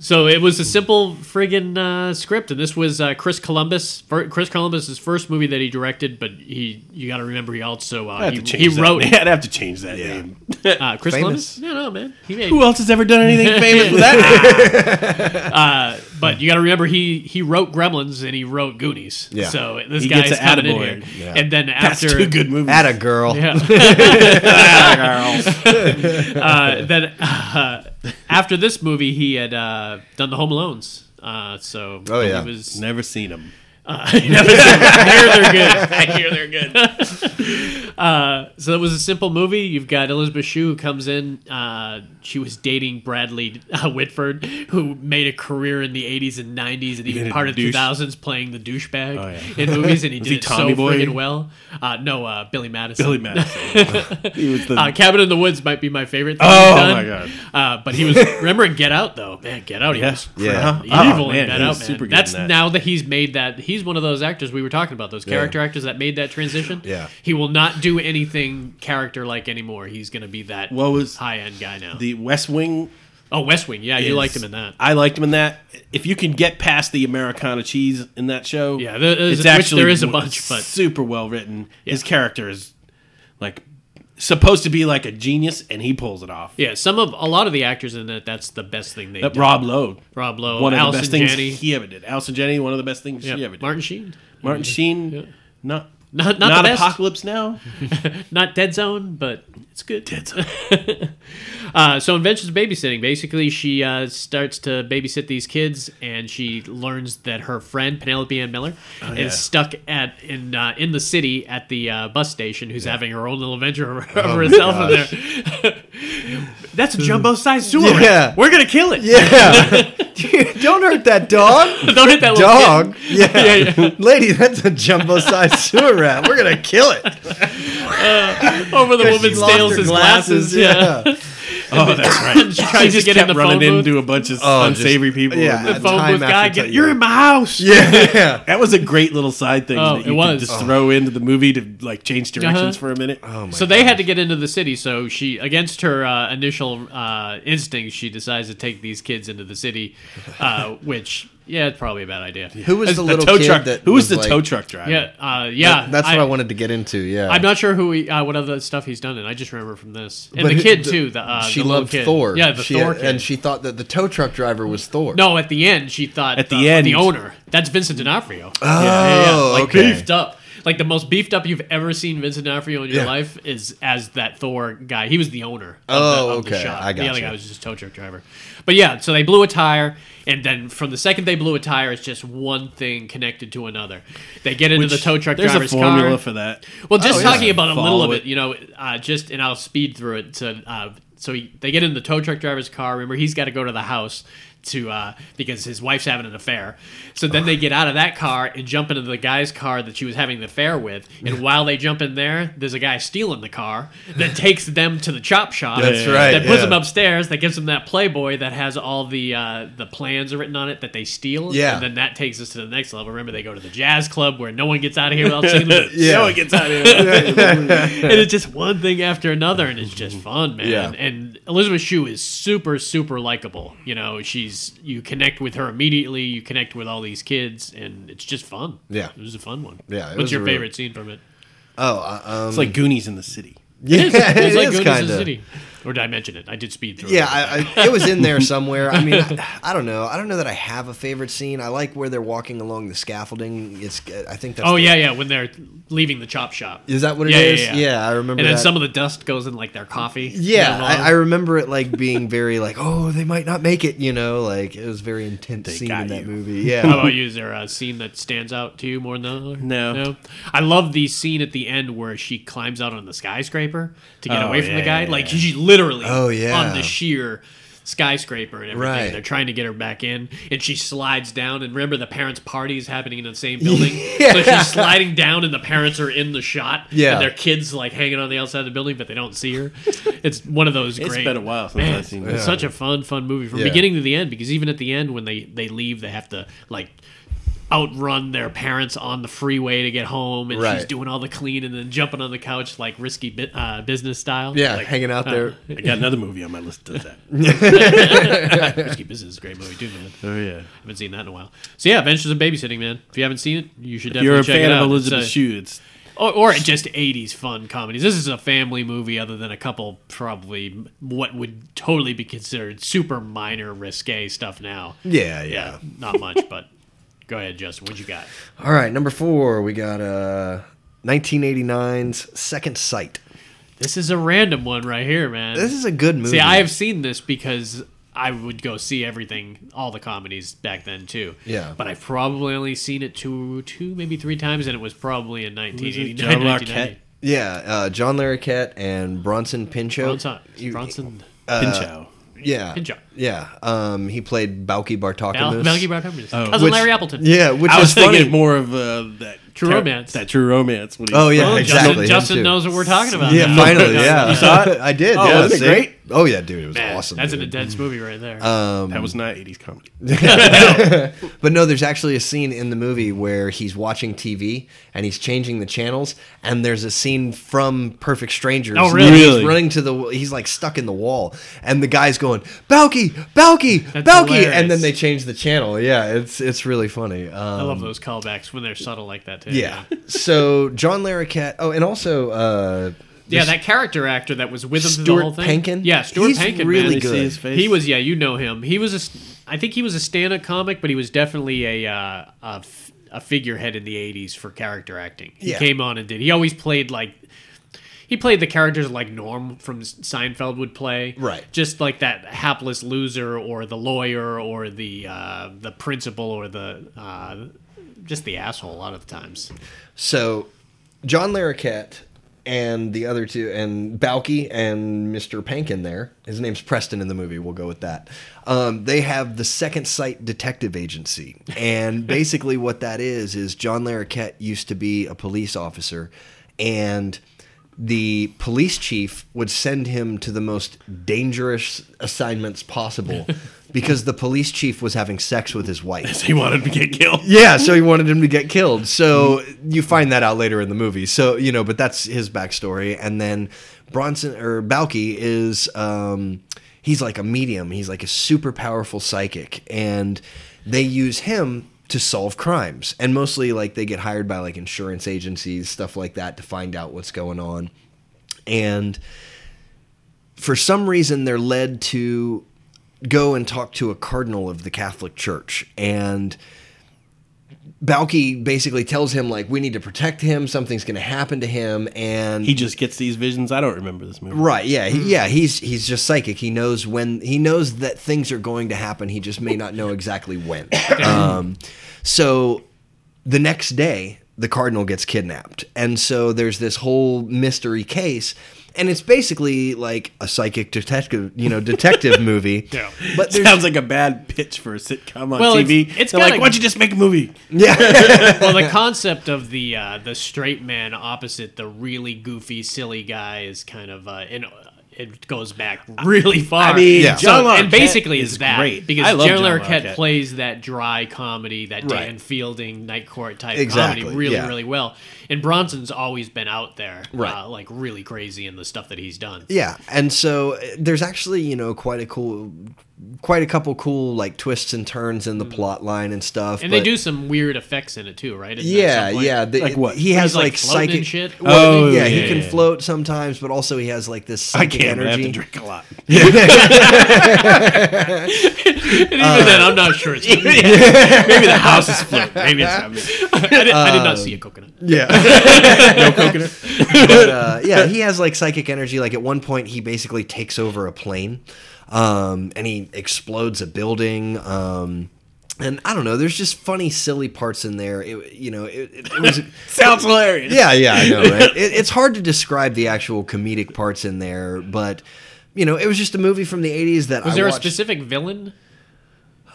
Speaker 2: So it was a simple friggin' uh, script, and this was uh, Chris Columbus. Fir- Chris Columbus's first movie that he directed, but he you got to remember he also
Speaker 3: I
Speaker 2: uh,
Speaker 3: have
Speaker 2: he,
Speaker 3: to change
Speaker 2: he
Speaker 3: that
Speaker 2: wrote
Speaker 3: name. I'd have to change that name.
Speaker 2: uh, Chris Columbus.
Speaker 4: Famous.
Speaker 2: No, no, man, he made.
Speaker 3: Who else has ever
Speaker 2: *laughs*
Speaker 3: done anything famous with that?
Speaker 2: But you got to remember he he wrote Gremlins and he wrote Goonies.
Speaker 4: Yeah.
Speaker 2: So this
Speaker 3: He
Speaker 2: guy's
Speaker 3: gets a
Speaker 2: coming in here,
Speaker 3: attaboy.
Speaker 4: Yeah.
Speaker 2: and then
Speaker 3: That's
Speaker 2: after
Speaker 3: two good movies.
Speaker 4: At a girl. *laughs*
Speaker 2: Yeah.
Speaker 3: Atta girl.
Speaker 2: uh, then *laughs* uh, after this movie, he had uh, done the Home Alones. Uh, so
Speaker 4: Oh, yeah.
Speaker 2: it was
Speaker 3: Never seen him.
Speaker 2: hear they're good. I hear they're
Speaker 3: *laughs*
Speaker 2: good. *laughs* uh, so it was a simple movie. You've got Elizabeth Shue who comes in. Uh, she was dating Bradley uh, Whitford, who made a career in the '80s and '90s and even
Speaker 3: a
Speaker 2: part of the
Speaker 3: douche.
Speaker 2: 2000s playing the douchebag
Speaker 3: Oh, yeah.
Speaker 2: in movies,
Speaker 3: *laughs*
Speaker 2: and he did
Speaker 3: he
Speaker 2: it
Speaker 3: Tommy
Speaker 2: so
Speaker 3: Boy?
Speaker 2: friggin' well. Uh, no, uh, Billy Madison. *laughs*
Speaker 3: Billy Madison. he was the.
Speaker 2: Uh, Cabin in the Woods might be my favorite. Thing he's
Speaker 3: Oh,
Speaker 2: done.
Speaker 3: my God.
Speaker 2: Uh, but he was remember in Get Out though, man. Get Out, he
Speaker 3: Yeah.
Speaker 2: was
Speaker 4: Yeah.
Speaker 3: Oh,
Speaker 2: evil
Speaker 3: man,
Speaker 2: in Get
Speaker 3: he
Speaker 2: Out, man.
Speaker 3: was super good
Speaker 2: That's
Speaker 3: in that.
Speaker 2: now that he's made that. He's one of those actors we were talking about, those character actors that made that transition.
Speaker 4: Yeah.
Speaker 2: he will not do anything character like anymore. He's going to be that
Speaker 3: What was-
Speaker 2: high end guy now.
Speaker 3: the West Wing
Speaker 2: oh, West Wing. Yeah, you
Speaker 3: is-
Speaker 2: liked him in that.
Speaker 3: I liked him in that. If you can get past the Americana cheese in that show,
Speaker 2: Yeah, there is- which there is a bunch, but-
Speaker 3: super well written. His character is like supposed to be like a genius, and he pulls it off.
Speaker 2: Yeah, some of a lot of the actors in that. That's the best thing they
Speaker 3: That
Speaker 2: did.
Speaker 3: Rob Lowe,
Speaker 2: Rob Lowe,
Speaker 3: one of
Speaker 2: Allison
Speaker 3: the best things
Speaker 2: Janney.
Speaker 3: he ever did. Allison Jenny, one of the best things
Speaker 2: Yeah,
Speaker 3: she ever did.
Speaker 2: Martin Sheen.
Speaker 3: Martin Sheen, not
Speaker 2: Not- not the best. *laughs*
Speaker 3: Apocalypse Now. *laughs*
Speaker 2: not Dead Zone, but it's good. *laughs* uh, so, Inventions of Babysitting. Basically, she uh, starts to babysit these kids, and she learns that her friend Penelope Ann Miller
Speaker 4: Oh,
Speaker 3: yeah.
Speaker 2: is stuck at in uh, in the city at the uh, bus station, who's having her own little adventure *laughs* of
Speaker 4: Oh,
Speaker 2: herself in there. *laughs* That's a jumbo-sized sewer.
Speaker 4: Yeah.
Speaker 2: We're gonna kill it.
Speaker 4: Yeah. *laughs* Dude, don't hurt that dog.
Speaker 2: Don't hit that little kid.
Speaker 4: Dog.
Speaker 2: *laughs*
Speaker 4: Yeah.
Speaker 2: Yeah, yeah.
Speaker 4: Lady, that's a jumbo sized sewer rat. We're going to kill it.
Speaker 2: Over the
Speaker 4: She *laughs*
Speaker 2: woman
Speaker 4: lost
Speaker 2: steals
Speaker 4: her
Speaker 2: his glasses. Yeah.
Speaker 3: Oh, that's right.
Speaker 2: She
Speaker 3: I
Speaker 2: tries
Speaker 3: just
Speaker 2: to get in
Speaker 3: kept
Speaker 2: the phone
Speaker 3: running
Speaker 2: booth.
Speaker 3: into a bunch of
Speaker 4: Oh, just-
Speaker 3: unsavory people.
Speaker 4: yeah.
Speaker 3: and *laughs*
Speaker 2: the phone
Speaker 4: time
Speaker 2: booth
Speaker 4: after
Speaker 2: guy. Get,
Speaker 4: time.
Speaker 2: You're in my house.
Speaker 4: *laughs* Yeah.
Speaker 3: That was a great little side thing
Speaker 2: Oh,
Speaker 3: that
Speaker 2: it
Speaker 3: you could
Speaker 2: was.
Speaker 3: just throw into the movie to like change directions
Speaker 2: Uh-huh.
Speaker 3: for a minute.
Speaker 4: Oh my
Speaker 2: so they had to get into the city. So she, against her uh, initial uh, instincts, she decides to take these kids into the city,
Speaker 4: *laughs*
Speaker 2: uh, which yeah, it's probably a bad idea.
Speaker 4: Who was the little
Speaker 3: tow
Speaker 4: kid
Speaker 3: truck.
Speaker 4: that
Speaker 3: who was,
Speaker 4: was
Speaker 3: the
Speaker 4: like-
Speaker 3: tow truck driver?
Speaker 2: Yeah, uh, yeah.
Speaker 4: That's what I, wanted to get into. Yeah.
Speaker 2: I'm not sure who he, uh, what other stuff he's done, and I just remember from this and
Speaker 4: But
Speaker 2: the
Speaker 4: who-
Speaker 2: kid too. The uh,
Speaker 4: she
Speaker 2: the little
Speaker 4: loved
Speaker 2: kid.
Speaker 4: Thor.
Speaker 2: Yeah, the
Speaker 4: she,
Speaker 2: Thor kid.
Speaker 4: and she thought that the tow truck driver was Thor.
Speaker 2: no, at the end she thought uh,
Speaker 3: At the end.
Speaker 2: the owner. That's Vincent D'Onofrio.
Speaker 4: Oh,
Speaker 2: like
Speaker 4: okay.
Speaker 2: beefed up. Like the most beefed up you've ever seen Vincent D'Onofrio in your
Speaker 4: Yeah.
Speaker 2: life is as that Thor guy. He was the owner. Of
Speaker 4: Oh,
Speaker 2: the, of The
Speaker 4: okay.
Speaker 2: shop.
Speaker 4: I
Speaker 2: The other
Speaker 4: gotcha.
Speaker 2: guy was just a tow truck driver. But yeah, so they blew a tire, and then from the second they blew a tire, it's just one thing connected to another. They get into
Speaker 3: Which-
Speaker 2: the tow truck
Speaker 3: There's
Speaker 2: driver's
Speaker 3: a formula
Speaker 2: car.
Speaker 3: for that.
Speaker 2: Well, just
Speaker 4: Oh, yeah.
Speaker 2: talking about a little of
Speaker 3: Follow
Speaker 2: it,
Speaker 3: it.
Speaker 2: you know, uh, just and I'll speed through it. So, uh, so he, they get in the tow truck driver's car. Remember, he's got to go to the house to uh, because his wife's having an affair. So then they get out of that car and jump into the guy's car that she was having the affair with. And while they jump in there, there's a guy stealing the car
Speaker 4: *laughs*
Speaker 2: that takes them to the chop shop.
Speaker 4: That's right,
Speaker 2: That puts
Speaker 4: yeah.
Speaker 2: them upstairs. That gives them that Playboy that has all the uh, the plans written on it that they steal.
Speaker 4: Yeah.
Speaker 2: And then that takes us to the next level. Remember, they go to the jazz club where no one gets out of here without
Speaker 4: *laughs*
Speaker 2: seeing the
Speaker 4: Yeah.
Speaker 3: No one gets
Speaker 2: *laughs*
Speaker 3: out of here.
Speaker 2: and it's just one thing after another, and it's just fun, man.
Speaker 4: Yeah.
Speaker 2: And Elizabeth Shue is super, super likable. You know, she's you connect with her immediately. You connect with all these kids, and it's just fun.
Speaker 4: Yeah.
Speaker 2: it was a fun one.
Speaker 4: Yeah, it
Speaker 2: what's
Speaker 4: was
Speaker 2: your
Speaker 4: a really-
Speaker 2: favorite scene from
Speaker 4: *laughs*
Speaker 2: it?
Speaker 4: Oh, uh, um,
Speaker 3: It's like Goonies in the city.
Speaker 4: yeah,
Speaker 2: It was like
Speaker 4: is
Speaker 2: Goonies in the
Speaker 4: kinda.
Speaker 2: City. Or did I mention it? I did speed through.
Speaker 4: Yeah,
Speaker 2: it.
Speaker 4: I, I, it was in
Speaker 2: *laughs*
Speaker 4: there somewhere. I mean, I, I don't know. I don't know that I have a favorite scene. I like where they're walking along the scaffolding. It's. uh, I think that's.
Speaker 2: Oh
Speaker 4: the-
Speaker 2: yeah, yeah. When they're leaving the chop shop,
Speaker 4: Is that what it
Speaker 2: yeah,
Speaker 4: is?
Speaker 2: Yeah,
Speaker 4: I remember.
Speaker 2: And then
Speaker 4: that.
Speaker 2: some of the dust goes in like their coffee.
Speaker 4: Yeah,
Speaker 2: Their
Speaker 4: I,
Speaker 2: lawn.
Speaker 4: I remember it like being very like, oh, they might not make it. You know, like it was a very intense scene
Speaker 3: got
Speaker 4: in that
Speaker 3: you.
Speaker 4: movie.
Speaker 2: *laughs* How
Speaker 4: Yeah.
Speaker 2: about you? Is there a scene that stands out to you more than another?
Speaker 3: No.
Speaker 2: I love the scene at the end where she climbs out on the skyscraper to get
Speaker 3: Oh,
Speaker 2: away from the
Speaker 3: yeah,
Speaker 2: guy.
Speaker 3: yeah,
Speaker 2: like
Speaker 3: yeah.
Speaker 2: she's literally
Speaker 4: Oh, yeah.
Speaker 2: on the sheer skyscraper and everything.
Speaker 4: Right.
Speaker 2: They're trying to get her back in and she slides down and remember the parents' party is happening in the same
Speaker 3: *laughs*
Speaker 2: building. So
Speaker 4: Yeah.
Speaker 2: she's sliding down and the parents are in the shot.
Speaker 4: Yeah.
Speaker 2: And their kids like hanging on the outside of the building, but they don't see her. It's one of those
Speaker 3: It's
Speaker 2: great
Speaker 3: been a while since
Speaker 2: Man,
Speaker 3: I've seen
Speaker 2: it's
Speaker 3: this.
Speaker 2: such a fun, fun movie from
Speaker 4: Yeah.
Speaker 2: beginning to the end because even at the end when they they leave, they have to like outrun their parents on the freeway to get home, and she's
Speaker 4: Right.
Speaker 2: doing all the clean and then jumping on the couch like risky bu- uh, business style.
Speaker 4: Yeah,
Speaker 2: Like, uh,
Speaker 4: hanging out there.
Speaker 3: I
Speaker 2: *laughs*
Speaker 3: got another movie on my list that does that.
Speaker 2: risky business is a great movie too, man.
Speaker 3: Oh yeah.
Speaker 2: Haven't seen that in a while. So yeah, Adventures in Babysitting, man. If you haven't seen it, you should
Speaker 3: If
Speaker 2: definitely
Speaker 3: you're a
Speaker 2: check
Speaker 3: fan
Speaker 2: it out.
Speaker 3: of
Speaker 2: It's
Speaker 3: Elizabeth
Speaker 2: a-
Speaker 3: Shue, it's
Speaker 2: or, or just 80s fun comedies. This is a family movie, other than a couple probably what would totally be considered super minor risque stuff now.
Speaker 4: Yeah, yeah.
Speaker 2: Yeah, not much, but go ahead, Justin. What you got?
Speaker 4: All right, number four, we got uh, 1989's Second Sight.
Speaker 2: This is a random one right here, man.
Speaker 4: This is a good movie.
Speaker 2: See, I have seen this because I would go see everything, all the comedies back then too.
Speaker 4: Yeah.
Speaker 2: But I've probably only seen it two, two maybe three times, and it was probably in 1989.
Speaker 3: John
Speaker 2: 1990.
Speaker 3: Larroquette?
Speaker 4: Yeah, uh, John Larroquette and Bronson Pinchot.
Speaker 2: Bronson.
Speaker 4: You-
Speaker 2: Bronson.
Speaker 4: Uh,
Speaker 3: Pinchot.
Speaker 4: Yeah.
Speaker 2: Pinchot.
Speaker 4: Yeah. Um, he played Balky
Speaker 2: Al-
Speaker 4: Bartokamus.
Speaker 2: Malky Brown- Cousin
Speaker 4: Oh. Which-
Speaker 2: Larry Appleton.
Speaker 4: Yeah, which
Speaker 3: I was
Speaker 4: is funny.
Speaker 3: thinking more of uh, that
Speaker 2: True Romance.
Speaker 3: That true romance. when he-
Speaker 4: Oh, yeah,
Speaker 2: Well,
Speaker 4: exactly.
Speaker 2: Justin,
Speaker 4: him
Speaker 2: Justin
Speaker 4: too.
Speaker 2: knows what we're talking about. *laughs*
Speaker 4: Yeah,
Speaker 2: now.
Speaker 3: *laughs*
Speaker 4: finally. Yeah. I saw it. *laughs* I did.
Speaker 3: Oh,
Speaker 4: yeah,
Speaker 3: wasn't it
Speaker 4: see?
Speaker 3: great?
Speaker 4: Oh, yeah, dude. It was
Speaker 2: Man,
Speaker 4: awesome.
Speaker 2: That's an
Speaker 4: dude.
Speaker 2: intense movie right there.
Speaker 3: that was not '80s comedy. *laughs*
Speaker 4: But no, there's actually a scene in the movie where he's watching TV and he's changing the channels, and there's a scene from Perfect Strangers.
Speaker 2: Oh,
Speaker 4: where
Speaker 3: really?
Speaker 4: He's running to the. He's like stuck in the wall, and the guy's going Balky, Balky,
Speaker 2: That's
Speaker 4: Balky,
Speaker 2: hilarious.
Speaker 4: and then they change the channel. Yeah, it's it's really funny. Um,
Speaker 2: I love those callbacks when they're subtle like that too.
Speaker 4: yeah. so John Larroquette. Oh, and also. Uh,
Speaker 2: yeah, that character actor that was with him through the
Speaker 4: Stuart
Speaker 2: whole thing.
Speaker 4: Pankin?
Speaker 2: Yeah, Stuart
Speaker 4: He's
Speaker 2: Pankin.
Speaker 4: really
Speaker 2: man.
Speaker 4: good.
Speaker 3: See his face.
Speaker 2: He was, yeah, you know him. He was a, s- I think he was a stand-up comic, but he was definitely a uh, a, f- a figurehead in the '80s for character acting. He
Speaker 4: Yeah.
Speaker 2: came on and did. He always played like. He played the characters like Norm from S- Seinfeld would play,
Speaker 4: Right.
Speaker 2: Just like that hapless loser, or the lawyer, or the uh, the principal, or the uh, just the asshole. A lot of the times,
Speaker 4: So, John Larroquette and the other two, and Balky and Mr. Pankin there, his name's Preston in the movie, we'll go with that. Um, they have the Second Sight Detective Agency. And basically, what that is, is John Larroquette used to be a police officer, and the police chief would send him to the most dangerous assignments possible because the police chief was having sex with his wife.
Speaker 3: He wanted to get killed.
Speaker 4: *laughs* Yeah, so he wanted him to get killed. So you find that out later in the movie. So, you know, but that's his backstory. And then Bronson or Balky is um he's like a medium. He's like a super powerful psychic. And they use him to solve crimes. And mostly like they get hired by like insurance agencies, stuff like that, to find out what's going on. And for some reason they're led to go and talk to a cardinal of the Catholic Church and Balky basically tells him like we need to protect him something's going to happen to him
Speaker 3: *laughs*
Speaker 4: and
Speaker 3: He just gets these visions. I don't remember this movie.
Speaker 4: right yeah
Speaker 2: Hmm.
Speaker 4: he, yeah he's he's just psychic he knows when he knows that things are going to happen he just may not know
Speaker 2: *coughs*
Speaker 4: exactly when um, so the next day the cardinal gets kidnapped and so there's this whole mystery case and it's basically like a psychic detective you know
Speaker 2: *laughs*
Speaker 4: detective movie
Speaker 2: Yeah.
Speaker 3: *laughs*
Speaker 4: but there's
Speaker 3: Sounds like a bad pitch for a sitcom on
Speaker 2: Well, it's-
Speaker 3: TV.
Speaker 2: it's
Speaker 3: They're like,
Speaker 2: gotta-
Speaker 3: why don't you just make a movie?
Speaker 2: well,
Speaker 4: *laughs*
Speaker 2: the concept of the uh, the straight man opposite the really goofy, silly guy is kind of uh, in, it goes back really far.
Speaker 3: I mean,
Speaker 4: Yeah.
Speaker 2: So-
Speaker 3: John
Speaker 2: and
Speaker 3: Larroquette
Speaker 2: basically
Speaker 3: is
Speaker 2: is that
Speaker 3: great. I
Speaker 2: because
Speaker 3: love
Speaker 2: John
Speaker 3: John
Speaker 2: Larroquette
Speaker 3: Larroquette.
Speaker 2: plays that dry comedy, that
Speaker 4: Right.
Speaker 2: Dan Fielding night court type
Speaker 4: Exactly,
Speaker 2: comedy, really,
Speaker 4: yeah.
Speaker 2: really well. And Bronson's always been out there,
Speaker 4: Right.
Speaker 2: uh, like really crazy in the stuff that he's done.
Speaker 4: Yeah, and so uh, there's actually you know quite a cool, quite a couple cool like twists and turns in the plot line and stuff.
Speaker 2: Hmm. And
Speaker 4: but-
Speaker 2: they do some weird effects in it too, right? Isn't there
Speaker 4: Yeah,
Speaker 2: some, like-
Speaker 4: yeah. the-
Speaker 3: Like what?
Speaker 4: He has
Speaker 2: He's, like,
Speaker 4: like,
Speaker 2: floating and
Speaker 4: psychic.
Speaker 2: shit?
Speaker 4: Well,
Speaker 3: Oh,
Speaker 4: yeah,
Speaker 3: yeah,
Speaker 4: he can
Speaker 3: yeah.
Speaker 4: float sometimes, but also he has like this
Speaker 3: I
Speaker 4: psychic
Speaker 3: can't. I have to
Speaker 4: energy.
Speaker 3: drink
Speaker 2: *laughs*
Speaker 3: a lot.
Speaker 4: *laughs*
Speaker 2: And even then, I'm not sure. It's
Speaker 4: *laughs*
Speaker 3: Maybe the house is flipped. Maybe it's not me.
Speaker 2: I, did, I did
Speaker 4: Um,
Speaker 2: not see a coconut.
Speaker 4: Yeah,
Speaker 3: No coconut.
Speaker 4: but, uh, yeah. He has like psychic energy. Like at one point, he basically takes over a plane, um, and he explodes a building. Um, and I don't know. There's just funny, silly parts in there. It, you know, it, it,
Speaker 2: *laughs*
Speaker 4: it was.
Speaker 3: Sounds hilarious.
Speaker 4: Yeah, yeah, I know. Right? it, it's hard to describe the actual comedic parts in there, but you know, it was just a movie from the '80s that
Speaker 2: Was
Speaker 4: I
Speaker 2: there
Speaker 4: watched.
Speaker 2: a specific villain?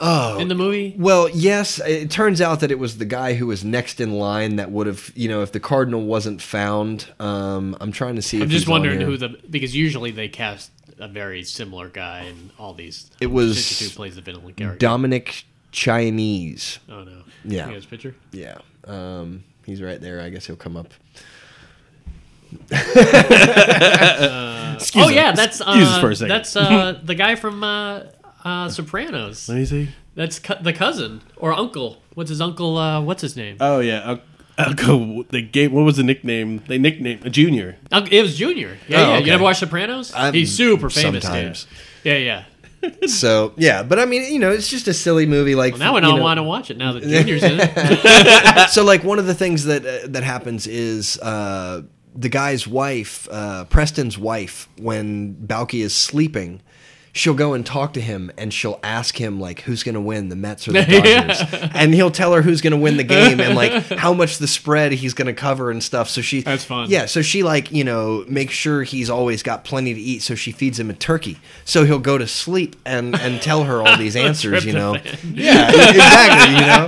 Speaker 2: Oh, in the movie.
Speaker 4: well, yes, it turns out that it was the guy who was next in line that would have, you know, if the cardinal wasn't found. Um, I'm trying to see.
Speaker 2: I'm just wondering who the because usually they cast a very similar guy in all these.
Speaker 4: It was
Speaker 2: who plays the villain character.
Speaker 4: Dominic Chinese.
Speaker 2: oh no!
Speaker 4: Yeah.
Speaker 2: You got his picture.
Speaker 4: Yeah, um, he's right there. I guess he'll
Speaker 2: *laughs*
Speaker 4: come up.
Speaker 3: Excuse
Speaker 2: oh
Speaker 3: me.
Speaker 2: yeah, that's
Speaker 3: Excuse us
Speaker 2: uh,
Speaker 3: for a second.
Speaker 2: that's
Speaker 4: *laughs*
Speaker 2: uh, the guy from uh, uh, Sopranos.
Speaker 3: Let me see.
Speaker 2: That's cu- the cousin or uncle. What's his uncle? Uh, what's his name?
Speaker 3: Oh yeah. I'll, I'll go. They gave. What was the nickname? They nicknamed a junior.
Speaker 2: Unc- it was Junior. Yeah,
Speaker 4: Oh,
Speaker 2: yeah.
Speaker 4: okay.
Speaker 2: You never watched Sopranos?
Speaker 4: I'm-
Speaker 2: He's super famous. dude.
Speaker 4: sometimes.
Speaker 2: Yeah, yeah.
Speaker 4: So yeah, but I mean, you know, it's just a silly movie. Like
Speaker 2: Now I
Speaker 4: you
Speaker 2: don't
Speaker 4: know-
Speaker 2: want to watch it. Now
Speaker 4: *laughs*
Speaker 2: that Junior's in it.
Speaker 4: so like one of the things that uh, that happens is uh, the guy's wife, uh, Preston's wife, when Balky is sleeping, she'll go and talk to him and she'll ask him like who's going to win, the
Speaker 2: *laughs*
Speaker 4: Mets or the
Speaker 2: Yeah.
Speaker 4: Dodgers, and he'll tell her who's going to
Speaker 2: *laughs*
Speaker 4: win the game and like how much the spread he's going to cover and stuff. So she
Speaker 2: That's fun.
Speaker 4: Yeah, so she like you know makes sure he's always got plenty to eat. So she feeds him a turkey, so he'll go to sleep and and tell her
Speaker 2: *laughs*
Speaker 4: all these answers. You know, yeah, e-, exactly. You know,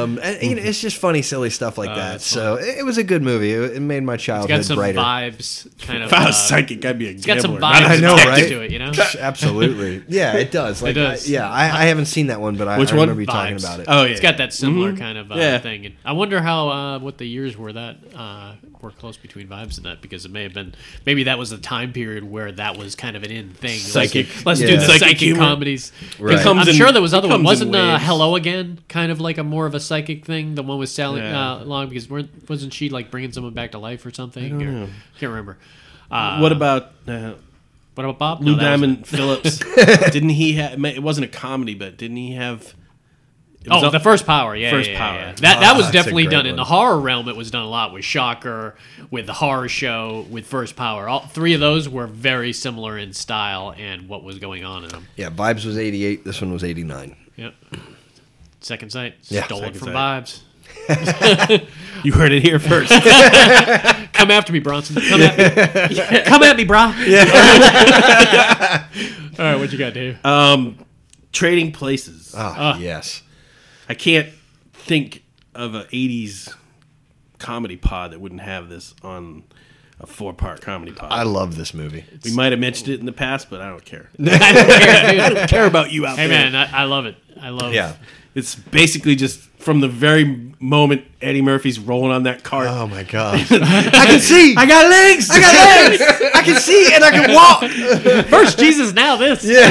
Speaker 2: *laughs*
Speaker 4: um, and, you know, it's just funny, silly stuff
Speaker 2: Oh,
Speaker 4: like that. So it, it was a good movie. It, it made my
Speaker 2: Got
Speaker 4: childhood
Speaker 2: some
Speaker 4: brighter.
Speaker 2: vibes, kind of.
Speaker 3: If I was
Speaker 2: uh,
Speaker 3: psychic, I'd be a
Speaker 2: got
Speaker 3: gambler.
Speaker 2: some
Speaker 3: not a
Speaker 2: vibes
Speaker 4: I know,
Speaker 2: attached
Speaker 4: right?
Speaker 2: to it, you
Speaker 4: *laughs*
Speaker 2: know? *laughs*
Speaker 4: Absolutely, yeah, it does. Like,
Speaker 2: does.
Speaker 4: I, yeah, I, I haven't seen that one, but I,
Speaker 3: Which
Speaker 4: I
Speaker 3: one?
Speaker 4: remember you talking
Speaker 2: Vibes.
Speaker 4: about it.
Speaker 3: Oh yeah.
Speaker 2: It's got that similar kind of uh,
Speaker 3: Yeah.
Speaker 2: thing. And I wonder how uh, what the years were that uh, were close between vibes and that because it may have been maybe that was the time period where that was kind of an in thing. Let's-
Speaker 3: Psychic.
Speaker 2: Let's,
Speaker 4: Yeah.
Speaker 2: do the
Speaker 3: Psychic
Speaker 2: psychic,
Speaker 3: humor.
Speaker 2: comedies.
Speaker 4: Right.
Speaker 2: Because
Speaker 3: Comes
Speaker 2: I'm
Speaker 3: in-
Speaker 2: sure there was
Speaker 3: it
Speaker 2: other one.
Speaker 3: comes in
Speaker 2: Wasn't uh,
Speaker 3: waves.
Speaker 2: Hello Again kind of like a more of a psychic thing? The one with Sally
Speaker 3: Yeah.
Speaker 2: uh, Long because weren't, wasn't she like bringing someone back to life or something? I or, Can't remember. Uh,
Speaker 3: What about uh,
Speaker 2: what about Bob?
Speaker 3: Lou
Speaker 2: No, that wasn't
Speaker 3: Diamond Phillips? *laughs* didn't he have? It wasn't a comedy, but didn't he have? it was
Speaker 2: Oh,
Speaker 3: a-
Speaker 2: the first power, yeah,
Speaker 3: First
Speaker 2: yeah, yeah,
Speaker 3: Power.
Speaker 2: yeah. That that
Speaker 4: Ah,
Speaker 2: was
Speaker 4: that's a
Speaker 2: definitely
Speaker 4: great
Speaker 2: done in
Speaker 4: one.
Speaker 2: the horror realm. It was done a lot with Shocker, with the horror show, with First Power. All three of those were very similar in style and what was going on in them.
Speaker 4: Yeah, Vibes was '88. This one was '89.
Speaker 2: Yep. Second sight,
Speaker 4: Yeah.
Speaker 2: stole
Speaker 3: Second
Speaker 2: it from
Speaker 3: Sight.
Speaker 2: vibes.
Speaker 3: You heard it here first. *laughs*
Speaker 2: Come after me, Bronson. Come at me, come at me, bro. *laughs* All right, what you got, Dave? *laughs*
Speaker 3: um, trading places.
Speaker 4: Ah, yes.
Speaker 3: I can't think of a '80s comedy pod that wouldn't have this on a four part comedy pod.
Speaker 4: I love this movie.
Speaker 3: we might have mentioned it in the past, but *laughs* I don't care. I *laughs* don't care about you out
Speaker 2: Hey
Speaker 3: there.
Speaker 2: man, I, I love it. I love
Speaker 4: Yeah.
Speaker 3: It's basically just from the very moment Eddie Murphy's rolling on that cart.
Speaker 2: *laughs*
Speaker 4: Oh my god. I can see. I
Speaker 3: got legs. I
Speaker 4: got legs. I can see and I can walk.
Speaker 2: First Jesus, now this. Yeah.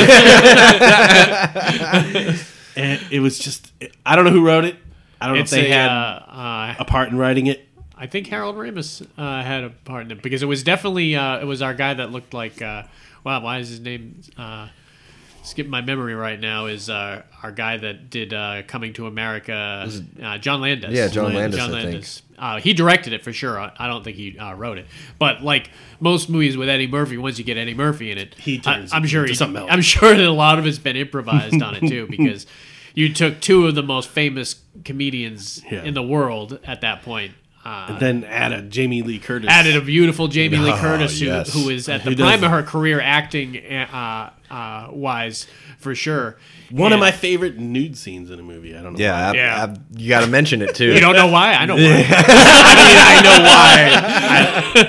Speaker 3: And it was just. I don't know who wrote it. I don't
Speaker 2: It's
Speaker 3: know if they
Speaker 2: a,
Speaker 3: had
Speaker 2: uh, uh,
Speaker 3: a part in writing it.
Speaker 2: I think Harold Ramis uh, had a part in it because it was definitely uh, it was our guy that looked like uh, wow why is his name uh, skip my memory right now is uh, our guy that did uh, Coming to America uh, John Landis
Speaker 4: Yeah, John Landis, I think.
Speaker 2: Uh, he directed it for sure I, I don't think he uh, wrote it but like most movies with Eddie Murphy once you get Eddie Murphy in it
Speaker 3: He turns
Speaker 2: I, am
Speaker 3: it
Speaker 2: sure
Speaker 3: into
Speaker 2: he,
Speaker 3: something else.
Speaker 2: I'm sure that a lot of it's been improvised on it
Speaker 4: *laughs*
Speaker 2: too because. You took two of the most famous comedians
Speaker 3: Yeah.
Speaker 2: in the world at that point. Uh,
Speaker 3: Then add a Jamie Lee Curtis.
Speaker 2: added a beautiful Jamie Lee
Speaker 4: Oh,
Speaker 2: Curtis, who,
Speaker 4: yes.
Speaker 2: who is at the
Speaker 3: Who
Speaker 2: prime
Speaker 3: does-
Speaker 2: of her career acting uh, uh, wise, for sure.
Speaker 3: one of
Speaker 2: And
Speaker 3: my favorite nude scenes in a movie. I don't know.
Speaker 4: *laughs* Yeah, I,
Speaker 2: Yeah.
Speaker 4: I, you got to mention it too.
Speaker 2: *laughs* You don't know why? I know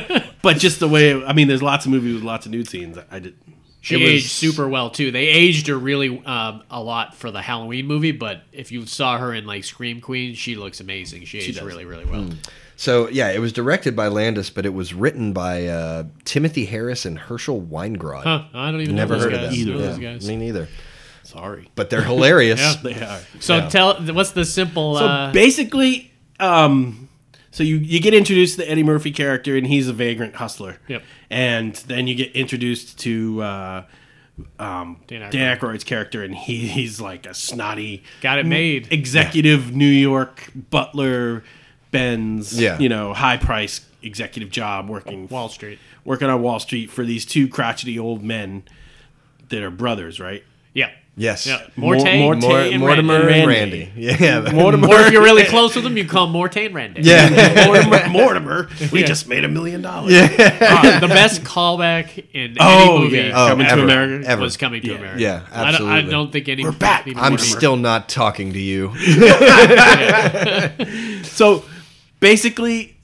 Speaker 2: why.
Speaker 3: *laughs* But just the way. I mean, there's lots of movies with lots of nude scenes. I did.
Speaker 2: She
Speaker 3: it was-
Speaker 2: aged super well too. They aged her really um, a lot for the Halloween movie, but if you saw her in like Scream Queen, she looks amazing. She aged
Speaker 3: does.
Speaker 2: really, really well.
Speaker 4: So yeah, it was directed by Landis, but it was written by uh, Timothy Harris and Herschel Weingrod.
Speaker 2: Huh, I don't even
Speaker 4: Never
Speaker 2: know those
Speaker 4: heard
Speaker 2: guys.
Speaker 4: of them
Speaker 2: None of
Speaker 4: Yeah,
Speaker 2: those guys.
Speaker 4: Me neither.
Speaker 3: Sorry. *laughs*
Speaker 4: But they're hilarious.
Speaker 2: Yeah.
Speaker 3: They are.
Speaker 2: So
Speaker 4: Yeah.
Speaker 2: tell what's the simple?
Speaker 3: So
Speaker 2: uh,
Speaker 3: basically, um, so you you get introduced to the Eddie Murphy character, and he's a vagrant hustler.
Speaker 2: Yep.
Speaker 3: And then you get introduced to uh, um,
Speaker 2: Dan
Speaker 3: Dan,
Speaker 2: Aykroyd.
Speaker 3: Aykroyd's character, and he, he's like a snotty,
Speaker 2: Got it made.
Speaker 3: executive New York butler, Benz,
Speaker 4: Yeah.
Speaker 3: you know, high price executive job working
Speaker 2: Wall Street.
Speaker 3: working on Wall Street for these two crotchety old men that are
Speaker 2: *laughs*
Speaker 3: brothers, right?
Speaker 2: Yeah.
Speaker 4: Yes.
Speaker 2: Yeah.
Speaker 3: Mor-
Speaker 2: Morte,
Speaker 3: Mor-
Speaker 2: and
Speaker 4: Mor-
Speaker 2: Rand-
Speaker 4: Mortimer
Speaker 3: Randy.
Speaker 4: and Randy. Yeah.
Speaker 3: Mortimer,
Speaker 2: Or if you're really close with them, you call them Morte and Randy.
Speaker 4: yeah.
Speaker 3: Mortimer, Mortimer, we
Speaker 2: Yeah.
Speaker 3: just made a million dollars.
Speaker 2: Uh, the best callback in
Speaker 3: Oh,
Speaker 2: any movie
Speaker 3: yeah. Oh,
Speaker 2: coming
Speaker 4: ever,
Speaker 2: to America
Speaker 4: ever.
Speaker 2: was coming to
Speaker 3: Yeah.
Speaker 2: America.
Speaker 4: Yeah,
Speaker 2: I don't- I don't,
Speaker 4: absolutely.
Speaker 2: think any.
Speaker 3: We're back.
Speaker 2: any
Speaker 4: *laughs* I'm
Speaker 2: movie-
Speaker 4: still not talking to you.
Speaker 3: So basically,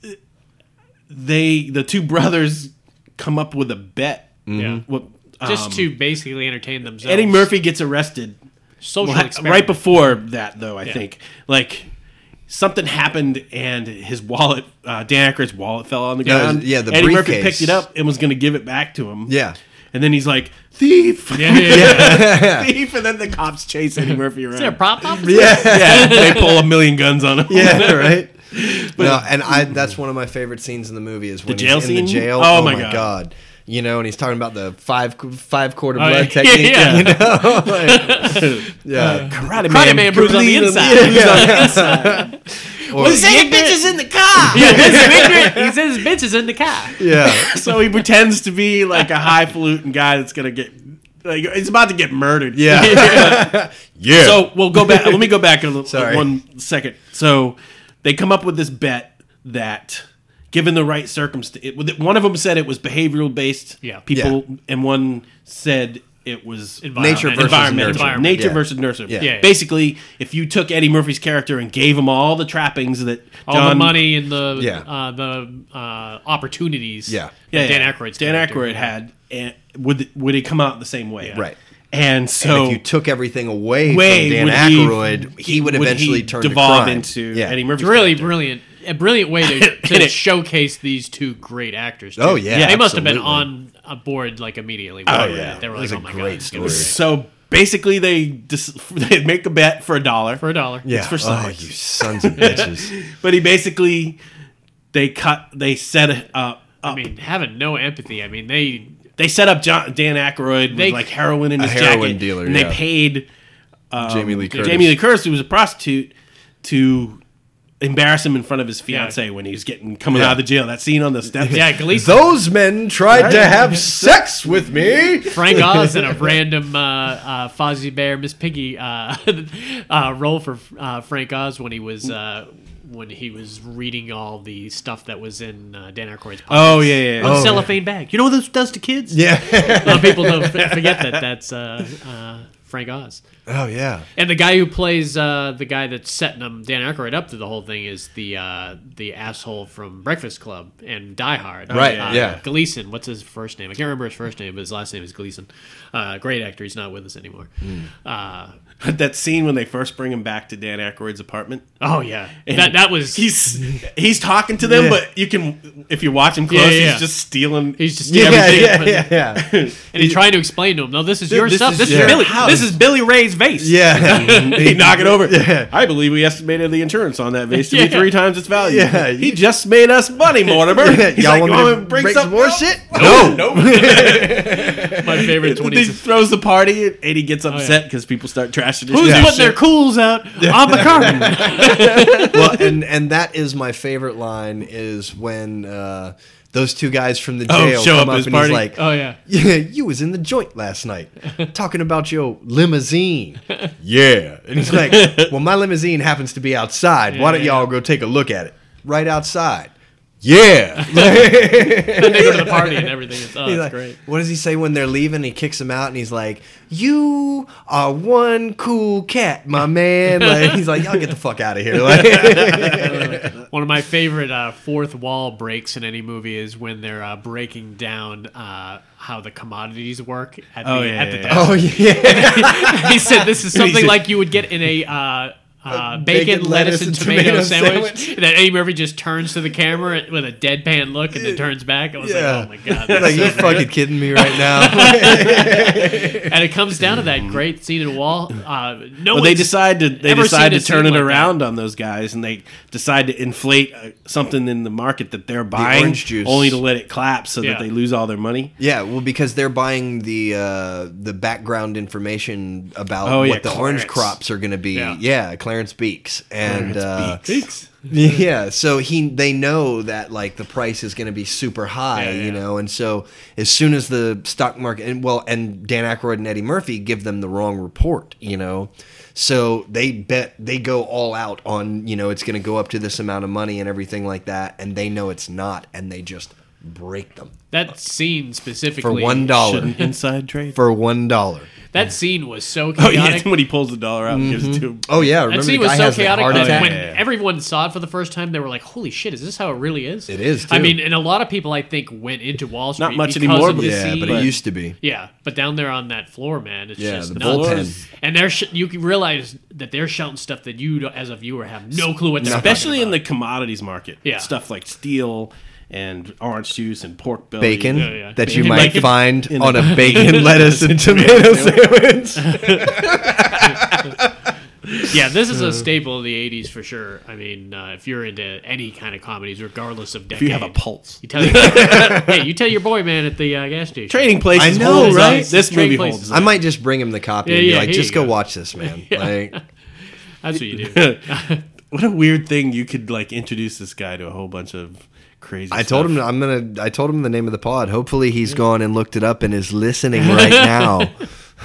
Speaker 3: they the two brothers come up with a bet.
Speaker 4: Mm.
Speaker 2: Yeah.
Speaker 3: What, um,
Speaker 2: Just to basically entertain themselves.
Speaker 3: Eddie Murphy gets arrested
Speaker 2: Social
Speaker 3: Well,
Speaker 2: experiment.
Speaker 3: right before that, though. I
Speaker 2: Yeah.
Speaker 3: think like something happened and his wallet, uh, Dan Aykroyd's wallet, fell on the
Speaker 4: Yeah, it was-
Speaker 3: ground.
Speaker 4: yeah, the
Speaker 3: Eddie Murphy
Speaker 4: briefcase.
Speaker 3: picked it up and was going to give it back to him.
Speaker 4: Yeah.
Speaker 3: And then he's like, thief, *laughs*
Speaker 2: Yeah, *laughs* yeah, yeah.
Speaker 3: thief. And then the cops chase Eddie Murphy around.
Speaker 2: Is there a prop office?
Speaker 4: Yeah.
Speaker 3: *laughs* yeah, they pull a million guns on him. *laughs*
Speaker 4: Yeah. *laughs* Right. no, and I that's one of my favorite scenes in the movie is when
Speaker 3: jail
Speaker 4: he's in
Speaker 3: scene?
Speaker 4: the jail.
Speaker 3: Oh, my God.
Speaker 4: You know, and he's talking about the five five quarter
Speaker 2: Oh,
Speaker 3: *laughs*
Speaker 4: blood
Speaker 2: yeah.
Speaker 4: technique.
Speaker 2: Yeah.
Speaker 4: You know, *laughs* Like, *laughs* yeah.
Speaker 3: Karate,
Speaker 2: Karate Man brews
Speaker 4: *laughs*
Speaker 2: on the
Speaker 3: completely-
Speaker 2: inside.
Speaker 3: *laughs*
Speaker 4: Or-
Speaker 3: bitches in the car.
Speaker 2: Yeah, this bitch- he says his bitch is in the car.
Speaker 4: *laughs*
Speaker 3: *laughs*
Speaker 4: yeah.
Speaker 3: so he pretends to be like a highfalutin guy that's gonna get like he's about to get murdered.
Speaker 4: Yeah. yeah.
Speaker 3: So we'll go back. Let me go back a little
Speaker 4: Sorry.
Speaker 3: one second. So they come up with this bet that, given the right circumstance, one of them said it was behavioral based.
Speaker 2: Yeah.
Speaker 3: People, and one said it was
Speaker 4: Nature versus
Speaker 3: environmental.
Speaker 4: nurture.
Speaker 2: Environment.
Speaker 3: Nature
Speaker 4: Yeah.
Speaker 3: versus nurture.
Speaker 4: Yeah. Yeah,
Speaker 2: yeah.
Speaker 3: Basically, if you took Eddie Murphy's character and gave him all the trappings that
Speaker 2: All the
Speaker 3: John-
Speaker 2: money and the
Speaker 4: Yeah.
Speaker 2: uh, the uh, opportunities.
Speaker 4: Yeah.
Speaker 2: that
Speaker 3: yeah,
Speaker 2: Dan
Speaker 3: yeah.
Speaker 2: Aykroyd's
Speaker 3: Dan
Speaker 2: character
Speaker 3: Aykroyd had, and would would it come out the same way?
Speaker 4: Right.
Speaker 3: And so
Speaker 4: And if you took everything away,
Speaker 3: way
Speaker 4: from Dan
Speaker 3: would
Speaker 4: Aykroyd, he, would
Speaker 3: he
Speaker 4: eventually turn
Speaker 3: devolve
Speaker 4: to crime.
Speaker 3: into
Speaker 4: yeah.
Speaker 3: Eddie
Speaker 2: It's
Speaker 3: Murphy's
Speaker 2: really
Speaker 3: character.
Speaker 2: brilliant. A brilliant way to,
Speaker 3: And
Speaker 2: to
Speaker 3: it-
Speaker 2: showcase these two great actors. too.
Speaker 4: Oh, yeah,
Speaker 2: they must have been on
Speaker 4: absolutely.
Speaker 2: a board like immediately.
Speaker 3: Oh,
Speaker 2: They were-
Speaker 3: yeah.
Speaker 2: they were
Speaker 4: It
Speaker 2: like,
Speaker 4: was
Speaker 2: "Oh
Speaker 4: a
Speaker 2: my
Speaker 4: great
Speaker 2: god, it's gonna be
Speaker 4: story.
Speaker 3: So basically, they dis- *laughs* they make a bet for a dollar,
Speaker 2: for a dollar."
Speaker 4: Yeah.
Speaker 3: It's for
Speaker 4: oh,
Speaker 3: science.
Speaker 4: you
Speaker 3: *laughs*
Speaker 4: sons of bitches.
Speaker 3: but he basically they cut they set it up.
Speaker 2: I mean, having no empathy. I mean, they
Speaker 3: They set up John, Dan Aykroyd with
Speaker 2: They-
Speaker 3: like heroin in his
Speaker 4: heroin
Speaker 3: jacket,
Speaker 4: dealer,
Speaker 3: and
Speaker 4: yeah.
Speaker 3: they paid
Speaker 4: Jamie Lee Curtis.
Speaker 3: Um, Jamie Lee Curtis, who was a prostitute, to embarrass him in front of his fiance
Speaker 2: Yeah.
Speaker 3: when he was getting coming
Speaker 4: Yeah.
Speaker 3: out of the jail. That scene on the steps,
Speaker 2: yeah, Gleason,
Speaker 4: Those men tried to have sex with me.
Speaker 2: Frank Oz, and a random uh, uh, Fozzie Bear, Miss Piggy uh, *laughs* uh, role for uh, Frank Oz when he was uh, when he was reading all the stuff that was in uh, Dan Aykroyd's pocket.
Speaker 3: Oh yeah, yeah, yeah.
Speaker 2: One cellophane bag. You know what this does to kids?
Speaker 4: Yeah.
Speaker 2: A lot of people don't f- forget that that's uh, uh, Frank Oz.
Speaker 4: *laughs* Oh yeah.
Speaker 2: And the guy who plays uh, the guy that's setting him Dan Aykroyd up to the whole thing is the uh, the asshole from Breakfast Club and Die Hard.
Speaker 4: Right,
Speaker 2: Uh,
Speaker 4: yeah.
Speaker 2: Gleason. What's his first name? I can't remember his first name, but his last name is Gleason. Uh, great actor. He's not with us anymore.
Speaker 4: Hmm.
Speaker 2: Uh,
Speaker 3: that scene when they first bring him back to Dan Aykroyd's apartment.
Speaker 2: oh yeah, that that was
Speaker 3: He's he's talking to them,
Speaker 4: Yeah.
Speaker 3: but you can if you watch him close,
Speaker 2: Yeah, yeah, yeah.
Speaker 3: he's just stealing.
Speaker 2: he's just
Speaker 4: Yeah, yeah,
Speaker 2: everything.
Speaker 4: yeah, yeah, yeah. *laughs*
Speaker 2: And he's trying to explain to him, no, this is your
Speaker 4: this
Speaker 2: stuff.
Speaker 4: is
Speaker 2: this
Speaker 4: your
Speaker 2: is Billy.
Speaker 4: house."
Speaker 2: This is Billy Ray's vase.
Speaker 3: *laughs* he knock it over.
Speaker 4: Yeah.
Speaker 3: I believe we estimated the insurance on that vase to
Speaker 2: Yeah.
Speaker 3: be three times its value.
Speaker 4: Yeah,
Speaker 3: he just made us money, Mortimer. *laughs*
Speaker 4: Yeah,
Speaker 3: He's
Speaker 4: *laughs* Y'all
Speaker 3: like,
Speaker 4: want
Speaker 3: "Oh,
Speaker 4: me to
Speaker 3: and bring
Speaker 4: break some
Speaker 3: some-
Speaker 4: more
Speaker 3: *laughs*
Speaker 4: *laughs* shit?
Speaker 3: No, no.
Speaker 2: My
Speaker 4: *laughs*
Speaker 2: favorite
Speaker 3: *laughs* he Oh,
Speaker 2: 20s.
Speaker 3: throws the party and he gets upset because people start trashing his
Speaker 2: Who's
Speaker 3: shit.
Speaker 2: putting their cools out on the
Speaker 4: *laughs*
Speaker 2: carpet?
Speaker 4: well, and and that is my favorite line is when uh, those two guys from the
Speaker 3: Oh,
Speaker 4: jail
Speaker 3: show
Speaker 4: come
Speaker 3: up
Speaker 4: up
Speaker 3: his
Speaker 4: and
Speaker 3: party?
Speaker 4: he's like,
Speaker 2: oh yeah.
Speaker 4: *laughs* "Yeah, you was in the joint last night talking about your limousine." *laughs* yeah, and he's like, "Well, my limousine happens to be outside. Why don't
Speaker 2: Yeah.
Speaker 4: y'all go take a look at it right outside?" *laughs* Yeah,
Speaker 2: *laughs* Then they go to the party and everything. It's, oh,
Speaker 4: *laughs* He's
Speaker 2: that's
Speaker 4: like,
Speaker 2: great.
Speaker 4: What does he say when they're leaving? He kicks him out and he's like, You are one cool cat, my man.
Speaker 2: *laughs*
Speaker 4: Like he's like, Y'all get the fuck out of here. Like *laughs*
Speaker 2: One of my favorite uh, fourth wall breaks in any movie is when they're uh, breaking down uh, how the commodities work at the,
Speaker 3: Oh, yeah,
Speaker 2: at the
Speaker 3: yeah,
Speaker 2: desk.
Speaker 4: Oh yeah.
Speaker 2: *laughs* he said this is
Speaker 3: He
Speaker 2: something
Speaker 3: said-
Speaker 2: like you would get in a. Uh, uh, bacon, lettuce, and tomato, sandwich, that Eddie Murphy just turns to the camera with a deadpan look and then turns back. I was like,
Speaker 4: Yeah.
Speaker 2: oh my
Speaker 4: *laughs*
Speaker 2: god!
Speaker 4: like
Speaker 2: that's
Speaker 4: you
Speaker 2: so great."
Speaker 4: fucking kidding me
Speaker 2: *laughs*
Speaker 4: right now.
Speaker 2: And it comes down to that great scene in Wall. Uh, no,
Speaker 3: Well, they
Speaker 2: one's-
Speaker 3: decide to they
Speaker 2: ever seen
Speaker 3: decide to
Speaker 2: a scene
Speaker 3: turn it
Speaker 2: like that.
Speaker 3: around on those guys, and they decide to inflate uh, something in the market that they're buying,
Speaker 4: orange juice.
Speaker 3: only to let it collapse so
Speaker 2: Yeah.
Speaker 3: that they lose all their money.
Speaker 4: yeah, well, because they're buying the uh, the background information about
Speaker 3: Oh, yeah,
Speaker 4: what the
Speaker 3: Clarence.
Speaker 4: orange crops are going to be.
Speaker 2: Yeah.
Speaker 4: Yeah. Clarence Beeks and uh,
Speaker 3: Beaks.
Speaker 4: *laughs* Yeah, so he they know that like the price is going to be super high,
Speaker 3: Yeah, yeah.
Speaker 4: you know, and so as soon as the stock market and well, and Dan Aykroyd and Eddie Murphy give them the wrong report, you know, so they bet they go all out on you know it's going to go up to this amount of money and everything like that, and they know it's not, and they just break them
Speaker 2: that scene
Speaker 4: for
Speaker 2: specifically
Speaker 4: one dollar.
Speaker 3: Shouldn't inside trade.
Speaker 4: For one dollar.
Speaker 2: That scene was so
Speaker 3: oh
Speaker 2: chaotic.
Speaker 3: yeah, it's *laughs* when he pulls the dollar out and gives it to him.
Speaker 4: Oh yeah, remember
Speaker 2: That
Speaker 4: the
Speaker 2: scene was
Speaker 4: guy
Speaker 2: so
Speaker 4: has the
Speaker 2: chaotic
Speaker 4: heart
Speaker 2: that
Speaker 4: attack?
Speaker 2: when
Speaker 3: yeah, yeah.
Speaker 2: everyone saw it for the first time, they were like, "Holy shit! Is this how it really is?"
Speaker 4: It is,
Speaker 2: I
Speaker 4: too.
Speaker 2: mean, and a lot of people I think went into Wall Street
Speaker 3: much
Speaker 2: because
Speaker 3: anymore,
Speaker 2: of
Speaker 3: but-
Speaker 2: this
Speaker 4: yeah,
Speaker 2: scene.
Speaker 4: but it used to be.
Speaker 2: yeah, but down there on that floor, man, it's
Speaker 4: Yeah,
Speaker 2: just
Speaker 4: the
Speaker 2: nuts.
Speaker 4: bullpen.
Speaker 2: And they're sh- you can realize that they're shouting stuff that you, don't- as a viewer, have no clue
Speaker 4: Oh,
Speaker 2: what they're
Speaker 3: especially in
Speaker 2: talking
Speaker 3: the commodities market.
Speaker 2: Yeah.
Speaker 3: stuff like steel and orange juice and pork belly.
Speaker 4: Bacon
Speaker 2: Yeah, yeah.
Speaker 4: that
Speaker 2: Bacon.
Speaker 4: you might
Speaker 2: Bacon.
Speaker 4: find on
Speaker 2: *laughs*
Speaker 4: a bacon, lettuce, and tomato sandwich.
Speaker 2: about. yeah, this is a staple of the '80s for sure. I mean, uh, if you're into any kind of comedies, regardless of decade,
Speaker 3: If you have a pulse.
Speaker 2: you tell
Speaker 4: *laughs*
Speaker 2: your, *laughs* yeah, you tell your boy man at the uh, gas station.
Speaker 3: Trading places.
Speaker 4: I know,
Speaker 3: holds up.
Speaker 4: right?
Speaker 3: This
Speaker 2: Trading
Speaker 3: movie
Speaker 2: places.
Speaker 3: holds.
Speaker 4: I
Speaker 3: up.
Speaker 4: might just bring him the copy
Speaker 2: Yeah,
Speaker 4: and be
Speaker 2: yeah,
Speaker 4: like,
Speaker 2: here
Speaker 4: just
Speaker 2: you
Speaker 4: go
Speaker 2: go."
Speaker 4: watch this,
Speaker 2: *laughs*
Speaker 4: man. Like,
Speaker 2: That's what you do.
Speaker 3: What a weird thing! You could like introduce this guy to a whole bunch of crazy.
Speaker 4: I told
Speaker 3: stuff.
Speaker 4: him I'm gonna. I told him the name of the pod. Hopefully, he's gone and looked it up and
Speaker 2: *laughs*
Speaker 4: is listening right now.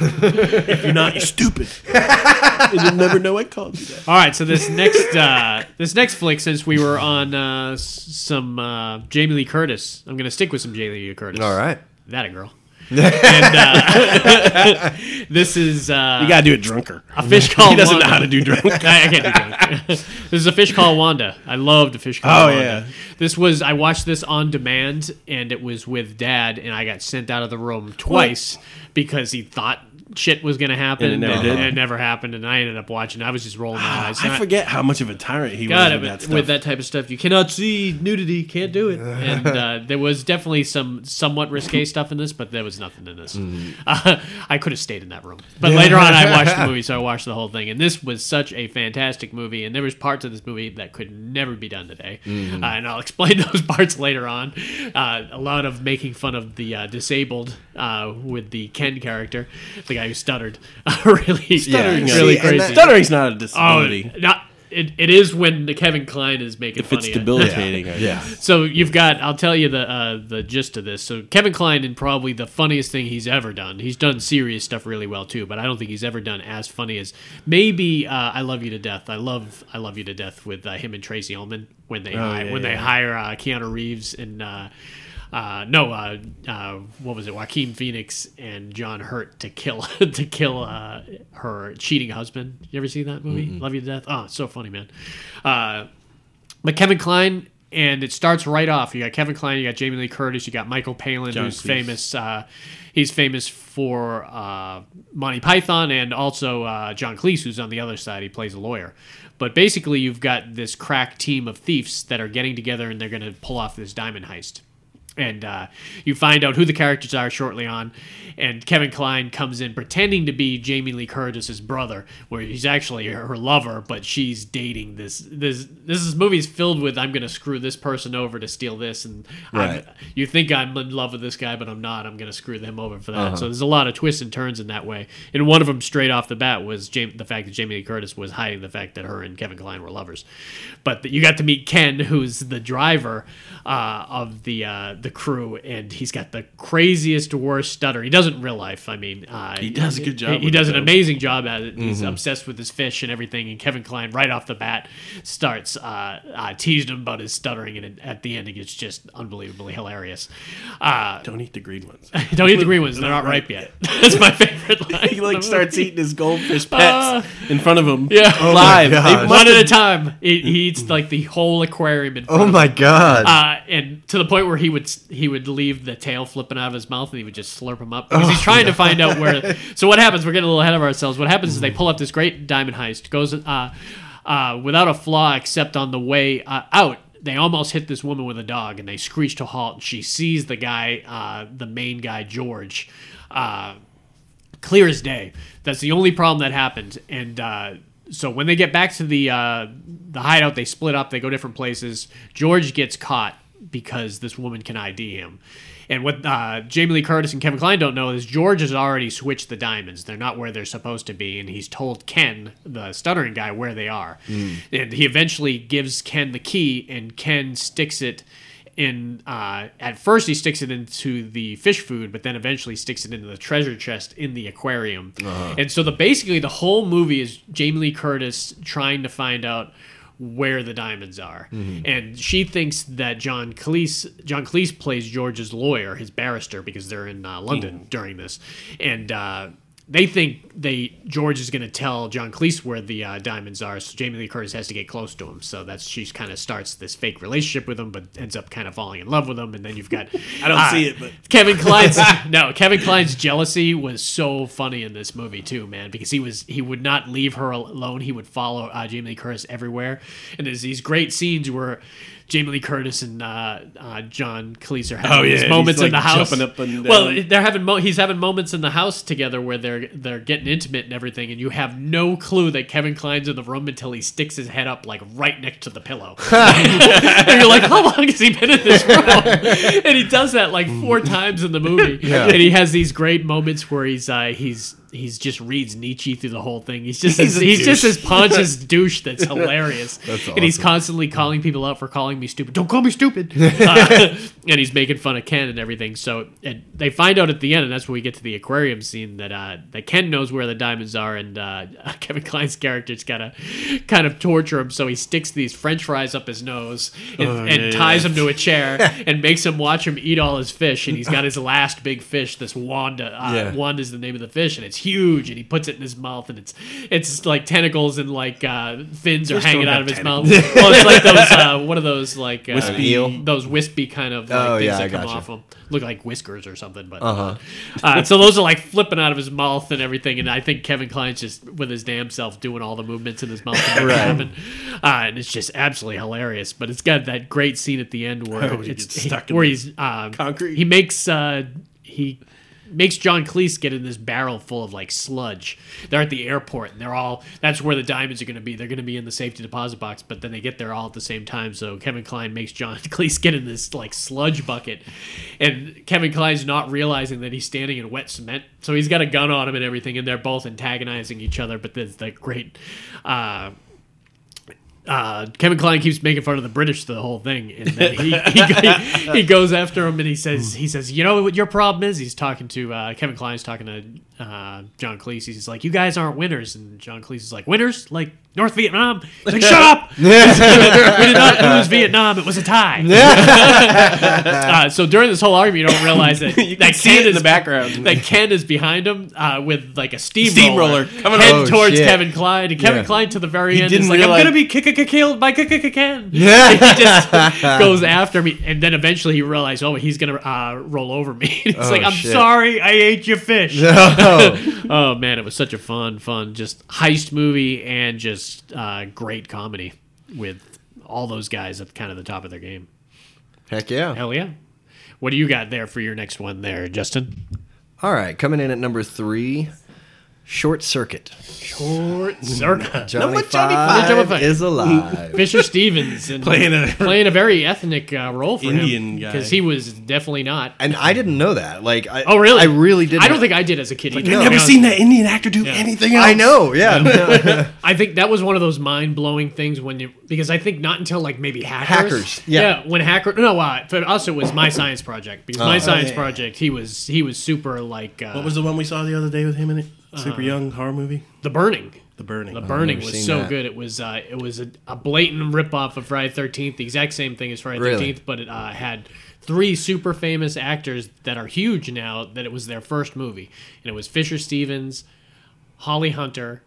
Speaker 3: You're not. You're *laughs* stupid. and you'll never know I called you that.
Speaker 2: All right, so this next uh, this next flick, since we were on uh, s- some uh, Jamie Lee Curtis, I'm gonna stick with some Jamie Lee Curtis.
Speaker 4: All right.
Speaker 2: that a girl. and uh, *laughs* this is uh,
Speaker 3: You gotta do it drunker.
Speaker 2: a fish called.
Speaker 3: *laughs* He doesn't
Speaker 2: Wanda.
Speaker 3: know how
Speaker 2: *laughs*
Speaker 3: to do drunk.
Speaker 2: I, I can't do that. *laughs* this is a fish called Wanda. I loved a fish called
Speaker 3: Oh,
Speaker 2: Wanda.
Speaker 3: yeah.
Speaker 2: This was I watched this on demand, and it was with Dad, and I got sent out of the room twice because he thought shit was gonna happen,
Speaker 3: And it never did.
Speaker 2: it never happened, and I ended up watching. I was just rolling my eyes. And
Speaker 3: Ah, I forget how much of a tyrant he
Speaker 2: God,
Speaker 3: was with
Speaker 2: but
Speaker 3: that stuff.
Speaker 2: with that type of stuff, you cannot see nudity, can't
Speaker 3: *laughs*
Speaker 2: do it. And uh, there was definitely some somewhat risque stuff in this, but there was nothing in this.
Speaker 3: Mm-hmm.
Speaker 2: Uh, *laughs* I could have stayed in that room, but later on, I watched the movie, so I watched the whole thing. And this was such a fantastic movie, and there was parts of this movie that could never be done today,
Speaker 3: Mm-hmm.
Speaker 2: uh, and I'll explain *laughs* those parts later on. Uh, a lot of making fun of the uh, disabled uh, with the Ken character, the guy who stuttered, *laughs* really,
Speaker 4: Stuttering,
Speaker 3: yeah.
Speaker 2: really
Speaker 4: See, and
Speaker 2: crazy.
Speaker 4: that-
Speaker 3: Stuttering's not a
Speaker 2: Oh,
Speaker 3: disability.
Speaker 2: not, it, it is when the Kevin Klein is making
Speaker 3: if
Speaker 2: fun
Speaker 3: it's
Speaker 2: of you.
Speaker 3: debilitating. I
Speaker 4: Yeah.
Speaker 2: So you've got, I'll tell you the uh, the gist of this. So Kevin Klein and probably the funniest thing he's ever done. He's done serious stuff really well too, but I don't think he's ever done as funny as maybe uh, I Love You to Death. I love I Love You to Death with uh, him and Tracy Ullman when they hi-
Speaker 3: Oh, yeah,
Speaker 2: when they
Speaker 3: yeah.
Speaker 2: hire uh, Keanu Reeves and. Uh, Uh, no, uh, uh, what was it? Joaquin Phoenix and John Hurt to kill *laughs* to kill uh, her cheating husband. You ever seen that movie? Love you to death. Oh, it's so funny, man. Uh, but Kevin Klein, and it starts right off. You got Kevin Klein, you got Jamie Lee Curtis, you got Michael Palin,
Speaker 3: John
Speaker 2: who's
Speaker 3: Cleese.
Speaker 2: famous. Uh, he's famous for uh, Monty Python, and also uh, John Cleese, who's on the other side. He plays a lawyer. But basically, you've got this crack team of thieves that are getting together, and they're going to pull off this diamond heist and uh, you find out who the characters are shortly on and kevin klein comes in pretending to be jamie lee curtis's brother where he's actually her, her lover but she's dating this this this is movie's filled with i'm gonna screw this person over to steal this and
Speaker 4: Right.
Speaker 2: I'm, you think i'm in love with this guy but i'm not i'm gonna screw them over for that
Speaker 3: Uh-huh.
Speaker 2: so there's a lot of twists and turns in that way and one of them straight off the bat was Jam- the fact that jamie lee curtis was hiding the fact that her and kevin klein were lovers but you got to meet ken who's the driver uh, of the uh, the crew, and he's got the craziest, worst stutter. He doesn't in real life. I mean, uh, he
Speaker 3: does a good job
Speaker 2: He, he
Speaker 3: with
Speaker 2: does
Speaker 3: it,
Speaker 2: an
Speaker 3: though.
Speaker 2: amazing job at it. He's obsessed with his fish and everything. And Kevin Klein, right off the bat, starts uh, uh, teased him about his stuttering, and it- at the ending, it's just unbelievably hilarious.
Speaker 3: *laughs*
Speaker 2: Uh,
Speaker 3: Don't eat the green ones.
Speaker 2: *laughs* don't eat the green ones; they're not ripe yet. *laughs* That's my favorite line.
Speaker 3: he like starts eating his goldfish pets
Speaker 2: Ah.
Speaker 3: in front of him.
Speaker 2: Yeah. Oh
Speaker 4: my
Speaker 3: live. They
Speaker 4: gosh.
Speaker 3: must
Speaker 2: one at
Speaker 3: have-
Speaker 2: a time. He, he eats like the whole aquarium in front
Speaker 4: Oh
Speaker 2: of
Speaker 4: my god.
Speaker 2: uh, and to the point where he would he would leave the tail flipping out of his mouth and he would just slurp him up because he's trying to find out where. So what happens? We're getting a little ahead of ourselves. What happens is they pull up this great diamond heist. Goes uh, uh, without a flaw, except on the way uh, out. They almost hit this woman with a dog, and they screech to halt. And she sees the guy, uh, the main guy, George, uh, clear as day. That's the only problem that happened. And uh, so when they get back to the uh, the hideout, they split up. They go different places. George gets caught because this woman can ID him. And what uh, Jamie Lee Curtis and Kevin Klein don't know is George has already switched the diamonds. They're not where they're supposed to be, and he's told Ken, the stuttering guy, where they are. And he eventually gives Ken the key, and Ken sticks it in uh, at first he sticks it into the fish food but then eventually sticks it into the treasure chest in the aquarium and so the basically the whole movie is jamie lee curtis trying to find out where the diamonds are and she thinks that john cleese john cleese plays george's lawyer his barrister because they're in uh, london during this and uh they think they George is going to tell John Cleese where the uh, diamonds are, so Jamie Lee Curtis has to get close to him. So that's she's kind of starts this fake relationship with him, but ends up kind of falling in love with him. And then you've got
Speaker 3: *laughs*
Speaker 2: Ah,
Speaker 3: I don't see it, but- *laughs*
Speaker 2: Kevin Klein's no Kevin Klein's jealousy was so funny in this movie too, man, because he was he would not leave her al- alone. He would follow uh, Jamie Lee Curtis everywhere, and there's these great scenes where. Jamie Lee Curtis and uh, uh, John Cleese are *laughs* having
Speaker 3: Oh, yeah,
Speaker 2: these
Speaker 3: he's,
Speaker 2: moments in
Speaker 3: like,
Speaker 2: the house.
Speaker 3: jumping up and
Speaker 2: Well,
Speaker 3: down.
Speaker 2: they're having mo- he's having moments in the house together where they're they're getting intimate and everything, and you have no clue that Kevin Klein's in the room until he sticks his head up like right next to the
Speaker 3: *laughs*
Speaker 2: pillow. *laughs* and you're like, how long has he been in this room? *laughs* and he does that like four
Speaker 3: Mm.
Speaker 2: times in the
Speaker 3: *laughs*
Speaker 2: movie. And he has these great moments where he's uh, he's he's just reads Nietzsche through the whole thing. He's just
Speaker 3: He's
Speaker 2: he's,
Speaker 3: a
Speaker 2: just
Speaker 3: douche.
Speaker 2: this pontius
Speaker 3: *laughs*
Speaker 2: douche that's hilarious. And he's
Speaker 4: awesome.
Speaker 2: constantly calling people out for calling me stupid. Don't call me stupid. Uh, *laughs* and he's making fun of Ken and everything. So and they find out at the end, and that's when we get to the aquarium scene that uh, that Ken knows where the diamonds are, and uh, *laughs* Kevin Klein's character's gotta kind of torture him. So he sticks these French fries up his nose and, and
Speaker 3: Oh, yeah,
Speaker 2: ties
Speaker 3: yeah.
Speaker 2: him to a chair
Speaker 3: *laughs*
Speaker 2: and makes him watch him eat all his fish. And he's got his last big fish, this Wanda. Uh,
Speaker 4: Yeah.
Speaker 2: Wanda's the name of the fish, and it's huge. And he puts it in his mouth, and it's it's like tentacles and like uh, fins are
Speaker 3: Fish
Speaker 2: hanging out
Speaker 3: don't have
Speaker 2: of his
Speaker 3: tentacles.
Speaker 2: mouth. well, it's like
Speaker 3: *laughs*
Speaker 2: those uh, one of those like uh, *laughs*
Speaker 4: Wispy eel?
Speaker 2: those wispy kind of like,
Speaker 4: Oh,
Speaker 2: things
Speaker 4: yeah,
Speaker 2: that
Speaker 4: I
Speaker 2: come
Speaker 4: gotcha. Uh-huh.
Speaker 2: off them. Look like whiskers or something, but uh so those are like flipping out of his mouth and everything. And I think Kevin Klein's just with his damn self doing all the movements in his mouth, to make it
Speaker 4: Right.
Speaker 2: happen. Uh, and it's just absolutely hilarious. But it's got that great scene at the end
Speaker 3: *laughs*
Speaker 2: where
Speaker 3: Oh, he
Speaker 2: it's
Speaker 3: gets stuck in
Speaker 2: where
Speaker 3: the
Speaker 2: he's uh,
Speaker 3: concrete.
Speaker 2: He makes uh, he makes John Cleese get in this barrel full of like sludge. They're at the airport and they're all that's where the diamonds are going to be. They're going to be in the safety deposit box, but then they get there all at the same time. So Kevin Klein makes John *laughs* Cleese get in this like sludge bucket, and Kevin Klein's not realizing that he's standing in wet cement. So he's got a gun on him and everything, and they're both antagonizing each other. But there's that great. Uh, uh, Kevin Klein keeps making fun of the British the whole thing, and then
Speaker 3: *laughs*
Speaker 2: he, he, he, he goes after him and he says he says you know what your problem is. He's talking to uh, Kevin Klein's talking to uh, John Cleese. He's like you guys aren't winners, and John Cleese is like winners like North Vietnam.
Speaker 3: *laughs*
Speaker 2: He's like, shut up. we did not lose Vietnam. It was a
Speaker 3: *laughs*
Speaker 2: tie. uh, so during this whole argument, you don't realize that
Speaker 3: *laughs* You
Speaker 2: that
Speaker 3: can see it in
Speaker 2: is-
Speaker 3: the background.
Speaker 2: That Ken is behind him uh, with like a steamroller,
Speaker 3: Steamroller. Coming
Speaker 2: head
Speaker 3: up.
Speaker 4: Oh,
Speaker 2: towards
Speaker 4: shit.
Speaker 2: Kevin Klein. And Kevin
Speaker 4: Yeah.
Speaker 2: Klein to the very end
Speaker 3: didn't
Speaker 2: is like,
Speaker 3: realize-
Speaker 2: "I'm gonna be kicked, killed by kicked, Ken."
Speaker 4: Yeah.
Speaker 2: he just goes after me, and then eventually he realized, oh, he's gonna uh, roll over me. *laughs* He's
Speaker 4: Oh,
Speaker 2: like, I'm
Speaker 4: shit.
Speaker 2: sorry, I ate your fish.
Speaker 4: *laughs* No.
Speaker 2: oh man, it was such a fun, fun, just heist movie and just uh, great comedy with all those guys at kind of the top of their game.
Speaker 4: Heck yeah.
Speaker 2: Hell yeah! What do you got there for your next one, there, Justin?
Speaker 4: All right, coming in at number three, Short Circuit.
Speaker 2: Short Circuit.
Speaker 4: Johnny,
Speaker 3: Number Johnny
Speaker 4: Five,
Speaker 2: Johnny Five.
Speaker 4: is alive.
Speaker 2: Fisher Stevens and
Speaker 3: Playing a- *laughs*
Speaker 2: playing a very ethnic uh, role for
Speaker 3: Indian guy.
Speaker 2: because he was definitely not.
Speaker 4: and I didn't know that. Like, I,
Speaker 2: Oh really?
Speaker 4: I really didn't.
Speaker 2: I don't think I did as a kid. either, to
Speaker 3: I've
Speaker 2: be
Speaker 3: never
Speaker 2: honest.
Speaker 3: seen that Indian actor do anything else.
Speaker 4: I know. Yeah.
Speaker 2: I think that was one of those mind blowing things when you because I think not until like maybe hackers.
Speaker 4: Hackers, yeah.
Speaker 2: when hacker. No, uh, for us it was my science project because
Speaker 4: Oh.
Speaker 2: my science
Speaker 3: yeah.
Speaker 2: project he was he was super like uh,
Speaker 3: What was the one we saw the other day with him in it? Super young horror movie.
Speaker 2: the burning.
Speaker 3: The Burning.
Speaker 2: Uh, The burning
Speaker 4: never
Speaker 2: was
Speaker 4: seen
Speaker 2: so
Speaker 4: that.
Speaker 2: good. It was uh, it was a, a blatant ripoff of Friday Thirteenth, the exact same thing as Friday
Speaker 4: Really?
Speaker 2: Thirteenth, but it uh, had three super famous actors that are huge now. That it was their first movie, and it was Fisher Stevens, Holly Hunter,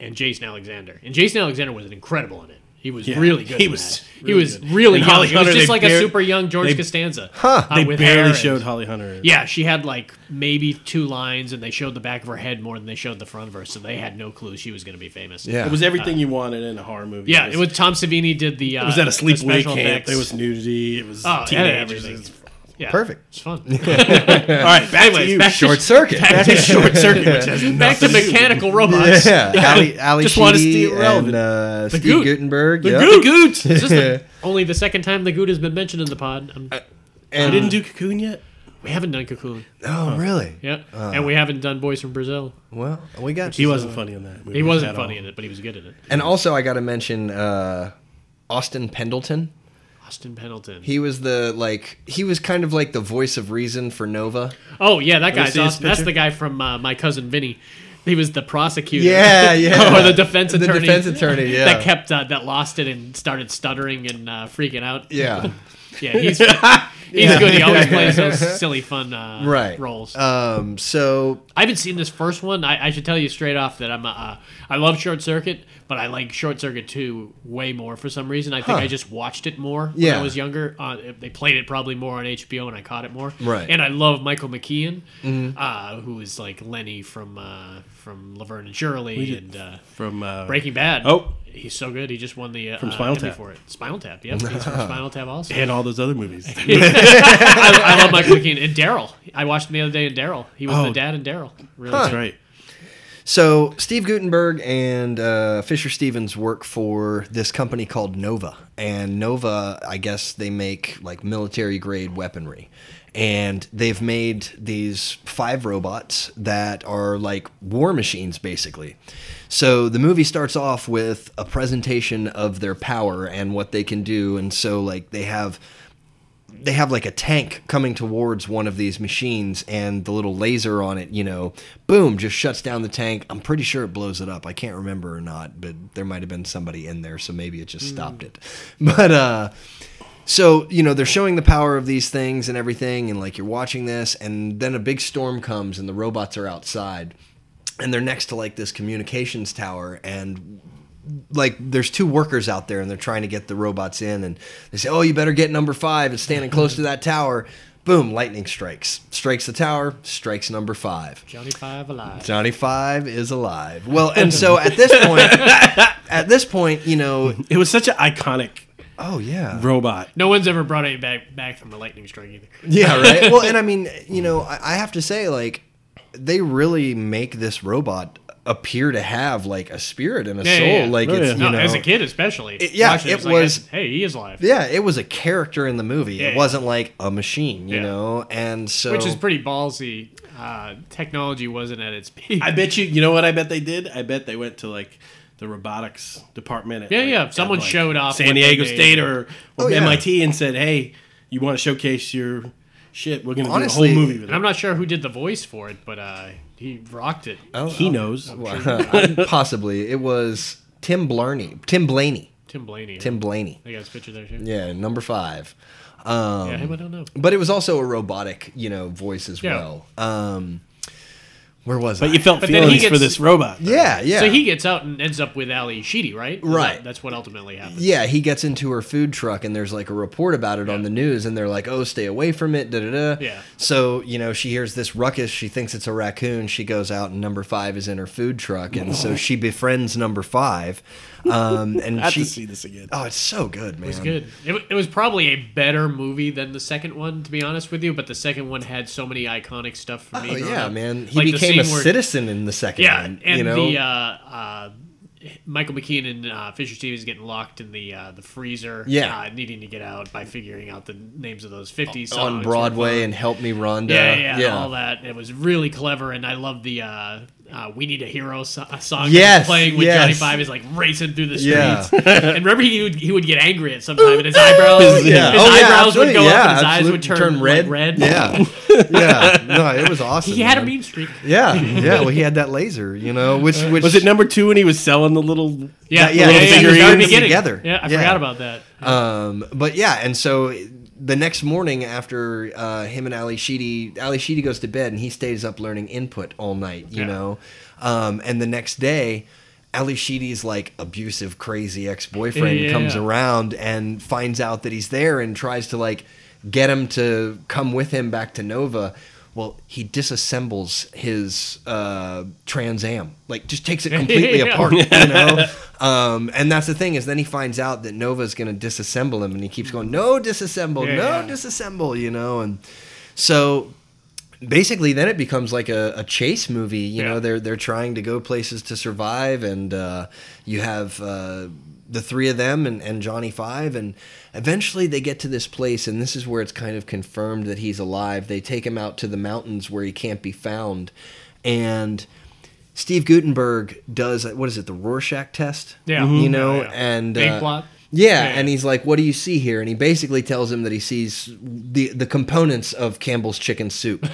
Speaker 2: and Jason Alexander. And Jason Alexander was incredible in it. He was
Speaker 3: Yeah,
Speaker 2: really good.
Speaker 3: he
Speaker 2: in
Speaker 3: was
Speaker 2: that. he
Speaker 3: really
Speaker 2: was
Speaker 3: good.
Speaker 2: really
Speaker 3: And
Speaker 2: young.
Speaker 3: Holly
Speaker 2: He was
Speaker 3: Hunter,
Speaker 2: just
Speaker 3: they
Speaker 2: like
Speaker 3: bar-
Speaker 2: a super young George
Speaker 3: they-
Speaker 2: Costanza. uh,
Speaker 3: They
Speaker 2: with hair
Speaker 3: barely
Speaker 2: and-
Speaker 3: showed Holly Hunter. in it.
Speaker 2: yeah, she had like maybe two lines, and they showed the back of her head more than they showed the front of her, so they had no clue she was going to be famous.
Speaker 4: *laughs* Yeah.
Speaker 3: It was everything you wanted in a horror movie.
Speaker 2: Uh, Yeah, it was Tom Savini did the. Uh,
Speaker 3: It was at
Speaker 2: the
Speaker 3: a sleepaway
Speaker 2: special
Speaker 3: camp.
Speaker 2: effects.
Speaker 3: There was nudity. It was
Speaker 2: Oh, yeah,
Speaker 3: teenagers.
Speaker 2: everything.
Speaker 3: It was-
Speaker 2: Yeah,
Speaker 4: *laughs* Perfect.
Speaker 2: It's
Speaker 3: *laughs*
Speaker 2: fun.
Speaker 3: All right, back to
Speaker 2: Anyways,
Speaker 3: you.
Speaker 2: back to,
Speaker 4: Short Circuit.
Speaker 3: Back
Speaker 4: *laughs*
Speaker 3: to short circuit, which has
Speaker 2: back to
Speaker 3: nothing do with
Speaker 2: mechanical robots.
Speaker 4: Yeah,
Speaker 2: *laughs*
Speaker 4: Ali, Ali
Speaker 3: Just wanna
Speaker 4: Sheedy
Speaker 3: stay relevant.
Speaker 4: and uh, Steve
Speaker 2: Goot.
Speaker 4: Gutenberg.
Speaker 2: The
Speaker 4: yep.
Speaker 2: Goot.
Speaker 4: *laughs*
Speaker 2: Is this the, only the second time the Goot has been mentioned in the pod. Um
Speaker 3: it.
Speaker 4: And,
Speaker 3: We didn't do Cocoon yet.
Speaker 2: we haven't done Cocoon.
Speaker 4: oh, really?
Speaker 2: Yeah, and we haven't done Boys from Brazil.
Speaker 4: Well, we got
Speaker 3: He wasn't funny in that. Movie
Speaker 2: He wasn't
Speaker 3: at
Speaker 2: funny
Speaker 3: all.
Speaker 2: in it, but he was good in it.
Speaker 4: And also, I got to mention uh, Austin Pendleton.
Speaker 2: Austin Pendleton.
Speaker 4: He was the like he was kind of like the voice of reason for Nova.
Speaker 2: oh yeah, that
Speaker 3: me
Speaker 2: guy's
Speaker 3: see his
Speaker 2: awesome. That's
Speaker 3: picture.
Speaker 2: the guy from uh, my cousin Vinny. He was the prosecutor. *laughs*
Speaker 4: Yeah, *laughs* yeah.
Speaker 2: or the defense
Speaker 4: The
Speaker 2: attorney.
Speaker 4: defense attorney, *laughs* yeah.
Speaker 2: *laughs* that kept uh, that lost it and started stuttering and uh, freaking out.
Speaker 4: Yeah.
Speaker 2: Yeah, he's he's good. He always plays those silly, fun uh,
Speaker 4: *laughs* Right.
Speaker 2: roles.
Speaker 4: Um. So
Speaker 2: I haven't seen this first one. I, I should tell you straight off that I'm uh, I love Short Circuit, but I like Short Circuit Two way more for some reason. I think I just watched it more when
Speaker 4: Yeah.
Speaker 2: I was younger. Uh, they played it probably more on HBO, and I caught it more.
Speaker 4: Right.
Speaker 2: And I love Michael McKean, uh, who is like Lenny from uh, from Laverne and Shirley and uh,
Speaker 3: From uh,
Speaker 2: Breaking Bad.
Speaker 3: Oh.
Speaker 2: He's so good. He just won the uh,
Speaker 3: From Spinal
Speaker 2: Emmy
Speaker 3: Tap.
Speaker 2: for it. Spinal Tap. Yep, he's from Spinal Tap also.
Speaker 3: and all those other *laughs* movies.
Speaker 2: I, I love Michael McKean and Daryl. I watched him the other day in Daryl. He was
Speaker 3: Oh.
Speaker 2: the dad in Daryl. Really,
Speaker 3: That's
Speaker 2: good.
Speaker 3: right.
Speaker 4: so Steve Gutenberg and uh, Fisher Stevens work for this company called Nova, and Nova, I guess they make like military grade weaponry, and they've made these five robots that are like war machines basically. So the movie starts off with a presentation of their power and what they can do, and so like they have they have like a tank coming towards one of these machines and the little laser on it you know boom just shuts down the tank i'm pretty sure it blows it up i can't remember or not but there might have been somebody in there so maybe it just stopped it *laughs* but uh so you know they're showing the power of these things and everything and like you're watching this and then a big storm comes and the robots are outside and they're next to like this communications tower and like there's two workers out there and they're trying to get the robots in and they say oh you better get number five it's standing close to that tower boom lightning strikes strikes the tower strikes number five
Speaker 2: Johnny Five alive.
Speaker 4: johnny five is alive well and so at this
Speaker 2: *laughs*
Speaker 4: point at this point you know
Speaker 3: It was such an iconic
Speaker 4: oh yeah
Speaker 3: robot.
Speaker 2: No one's ever brought any back back from a lightning strike either.
Speaker 4: yeah right well and i mean you know I, I have to say like they really make this robot appear to have like a spirit and a
Speaker 2: Yeah,
Speaker 4: soul
Speaker 2: yeah, yeah.
Speaker 4: like
Speaker 3: Oh,
Speaker 4: it's
Speaker 3: yeah.
Speaker 4: you
Speaker 2: No,
Speaker 4: know
Speaker 2: as a kid especially.
Speaker 4: yeah,
Speaker 2: Watching
Speaker 4: it
Speaker 2: like,
Speaker 4: was-
Speaker 2: hey, he is alive.
Speaker 4: Yeah, it was a character in the movie.
Speaker 2: Yeah,
Speaker 4: it
Speaker 2: yeah.
Speaker 4: wasn't like a machine, you
Speaker 2: Yeah.
Speaker 4: know. And so,
Speaker 2: Which is pretty ballsy. Uh, technology wasn't at its peak.
Speaker 3: I bet you. You know what? I bet they did. I bet they went to like the robotics department. At,
Speaker 2: Yeah,
Speaker 3: like,
Speaker 2: yeah.
Speaker 3: at,
Speaker 2: Someone
Speaker 3: like,
Speaker 2: showed off what
Speaker 3: San
Speaker 2: they
Speaker 3: Diego
Speaker 2: made.
Speaker 3: State or, or
Speaker 4: Oh, yeah.
Speaker 3: MIT and said, "Hey, you want to showcase your shit? We're going to do a whole
Speaker 4: Honestly-
Speaker 3: movie with
Speaker 2: and I'm
Speaker 3: it."
Speaker 2: not sure who did the voice for it, but uh, he rocked it.
Speaker 4: Oh, *laughs*
Speaker 3: He knows.
Speaker 4: oh, well, *laughs* possibly it was Tim Blarney. Tim Blaney.
Speaker 2: Tim Blaney.
Speaker 4: Tim Blaney.
Speaker 2: They got his picture there too. Yeah,
Speaker 4: Yeah, number five. Um,
Speaker 2: him, I don't know.
Speaker 4: but it was also a robotic, you know, voice as
Speaker 2: Yeah.
Speaker 4: well. Um, where was
Speaker 3: But
Speaker 4: I?
Speaker 3: you felt
Speaker 2: But then
Speaker 3: feelings
Speaker 2: he
Speaker 3: for
Speaker 2: gets-
Speaker 3: this robot. though.
Speaker 4: yeah, yeah.
Speaker 2: So he gets out and ends up with Ali Sheedy, right? Is
Speaker 4: Right.
Speaker 2: that- that's what ultimately happens.
Speaker 4: yeah, he gets into her food truck and there's like a report about it on the news and they're like, "Oh, stay away from it." Da da da.
Speaker 2: Yeah.
Speaker 4: So, you know, she hears this ruckus, she thinks it's a raccoon, she goes out and number 5 is in her food truck
Speaker 2: *laughs*
Speaker 4: and so she befriends number 5. Um and
Speaker 3: I have
Speaker 4: she
Speaker 3: to see this again.
Speaker 4: Oh, it's so good, man.
Speaker 2: It's good. It, wa- it was probably a better movie than the second one, to be honest with you. But the second one had so many iconic stuff for me.
Speaker 4: Oh,
Speaker 2: growing
Speaker 4: yeah,
Speaker 2: up.
Speaker 4: man. He
Speaker 2: uh, Like the
Speaker 4: became a
Speaker 2: scene where-
Speaker 4: citizen in the second
Speaker 2: Yeah,
Speaker 4: one,
Speaker 2: and
Speaker 4: you know.
Speaker 2: the uh, uh, Michael McKean and uh, Fisher Stevens getting locked in the uh, the freezer.
Speaker 4: Yeah.
Speaker 2: uh, needing to get out by figuring out the names of those fifties
Speaker 4: on Broadway and Help Me Rhonda.
Speaker 2: yeah, yeah, all that. It was really clever, and I love the. Uh, uh, we need a hero so- a song that
Speaker 4: Yes,
Speaker 2: was playing with
Speaker 4: yes.
Speaker 2: Johnny Five is like racing through the
Speaker 4: Yeah. *laughs*
Speaker 2: streets. and remember, he would, he would get angry at some time, and his eyebrows,
Speaker 4: Yeah.
Speaker 2: his
Speaker 4: *laughs* Oh, yeah,
Speaker 2: eyebrows
Speaker 4: absolutely.
Speaker 2: would go
Speaker 4: Yeah,
Speaker 2: up, and his eyes
Speaker 4: absolutely.
Speaker 2: would turn,
Speaker 4: Turn
Speaker 2: red.
Speaker 4: red.
Speaker 2: red. *laughs*
Speaker 4: Yeah. yeah. No, it was awesome.
Speaker 2: he had a
Speaker 4: man.
Speaker 2: mean streak.
Speaker 4: Yeah, yeah. Well, he had that laser, you know, which
Speaker 2: Uh,
Speaker 4: which
Speaker 3: Was it number two when he was selling the little?
Speaker 2: Yeah, yeah, yeah,
Speaker 4: Yeah, yeah, yeah, yeah,
Speaker 2: yeah,
Speaker 4: figurines
Speaker 2: beginning.
Speaker 4: together.
Speaker 2: Yeah, I
Speaker 4: Yeah.
Speaker 2: forgot about that.
Speaker 4: Um, but yeah, and so the next morning after uh, him and Ali Sheedy, Ali Sheedy goes to bed and he stays up learning input all night, you
Speaker 2: Yeah.
Speaker 4: know. Um, and the next day, Ali Sheedy's like abusive, crazy ex boyfriend
Speaker 2: Yeah.
Speaker 4: comes around and finds out that he's there and tries to like get him to come with him back to Nova. Well, he disassembles his uh, Trans Am, like just takes it
Speaker 2: *laughs*
Speaker 4: completely
Speaker 2: Yeah.
Speaker 4: apart, *laughs* you know. Um, and that's the thing is, then he finds out that Nova's going to disassemble him, and he keeps going, "No, disassemble,
Speaker 2: Yeah,
Speaker 4: no,
Speaker 2: yeah.
Speaker 4: disassemble," you know. And so basically, then it becomes like a, a chase movie. You
Speaker 2: Yeah.
Speaker 4: know, they're they're trying to go places to survive, and uh, you have. Uh, the three of them and, and Johnny Five, and eventually they get to this place, and this is where it's kind of confirmed that he's alive. They take him out to the mountains where he can't be found, and Steve Gutenberg does what is it, the Rorschach test?
Speaker 2: Yeah.
Speaker 4: you
Speaker 2: Mhm.
Speaker 4: know,
Speaker 2: Yeah, yeah.
Speaker 4: and
Speaker 2: Big
Speaker 4: uh,
Speaker 2: plot.
Speaker 4: Yeah,
Speaker 2: Yeah.
Speaker 4: and he's like, "What do you see here?" And he basically tells him that he sees the the components of Campbell's
Speaker 2: *laughs*
Speaker 4: chicken soup,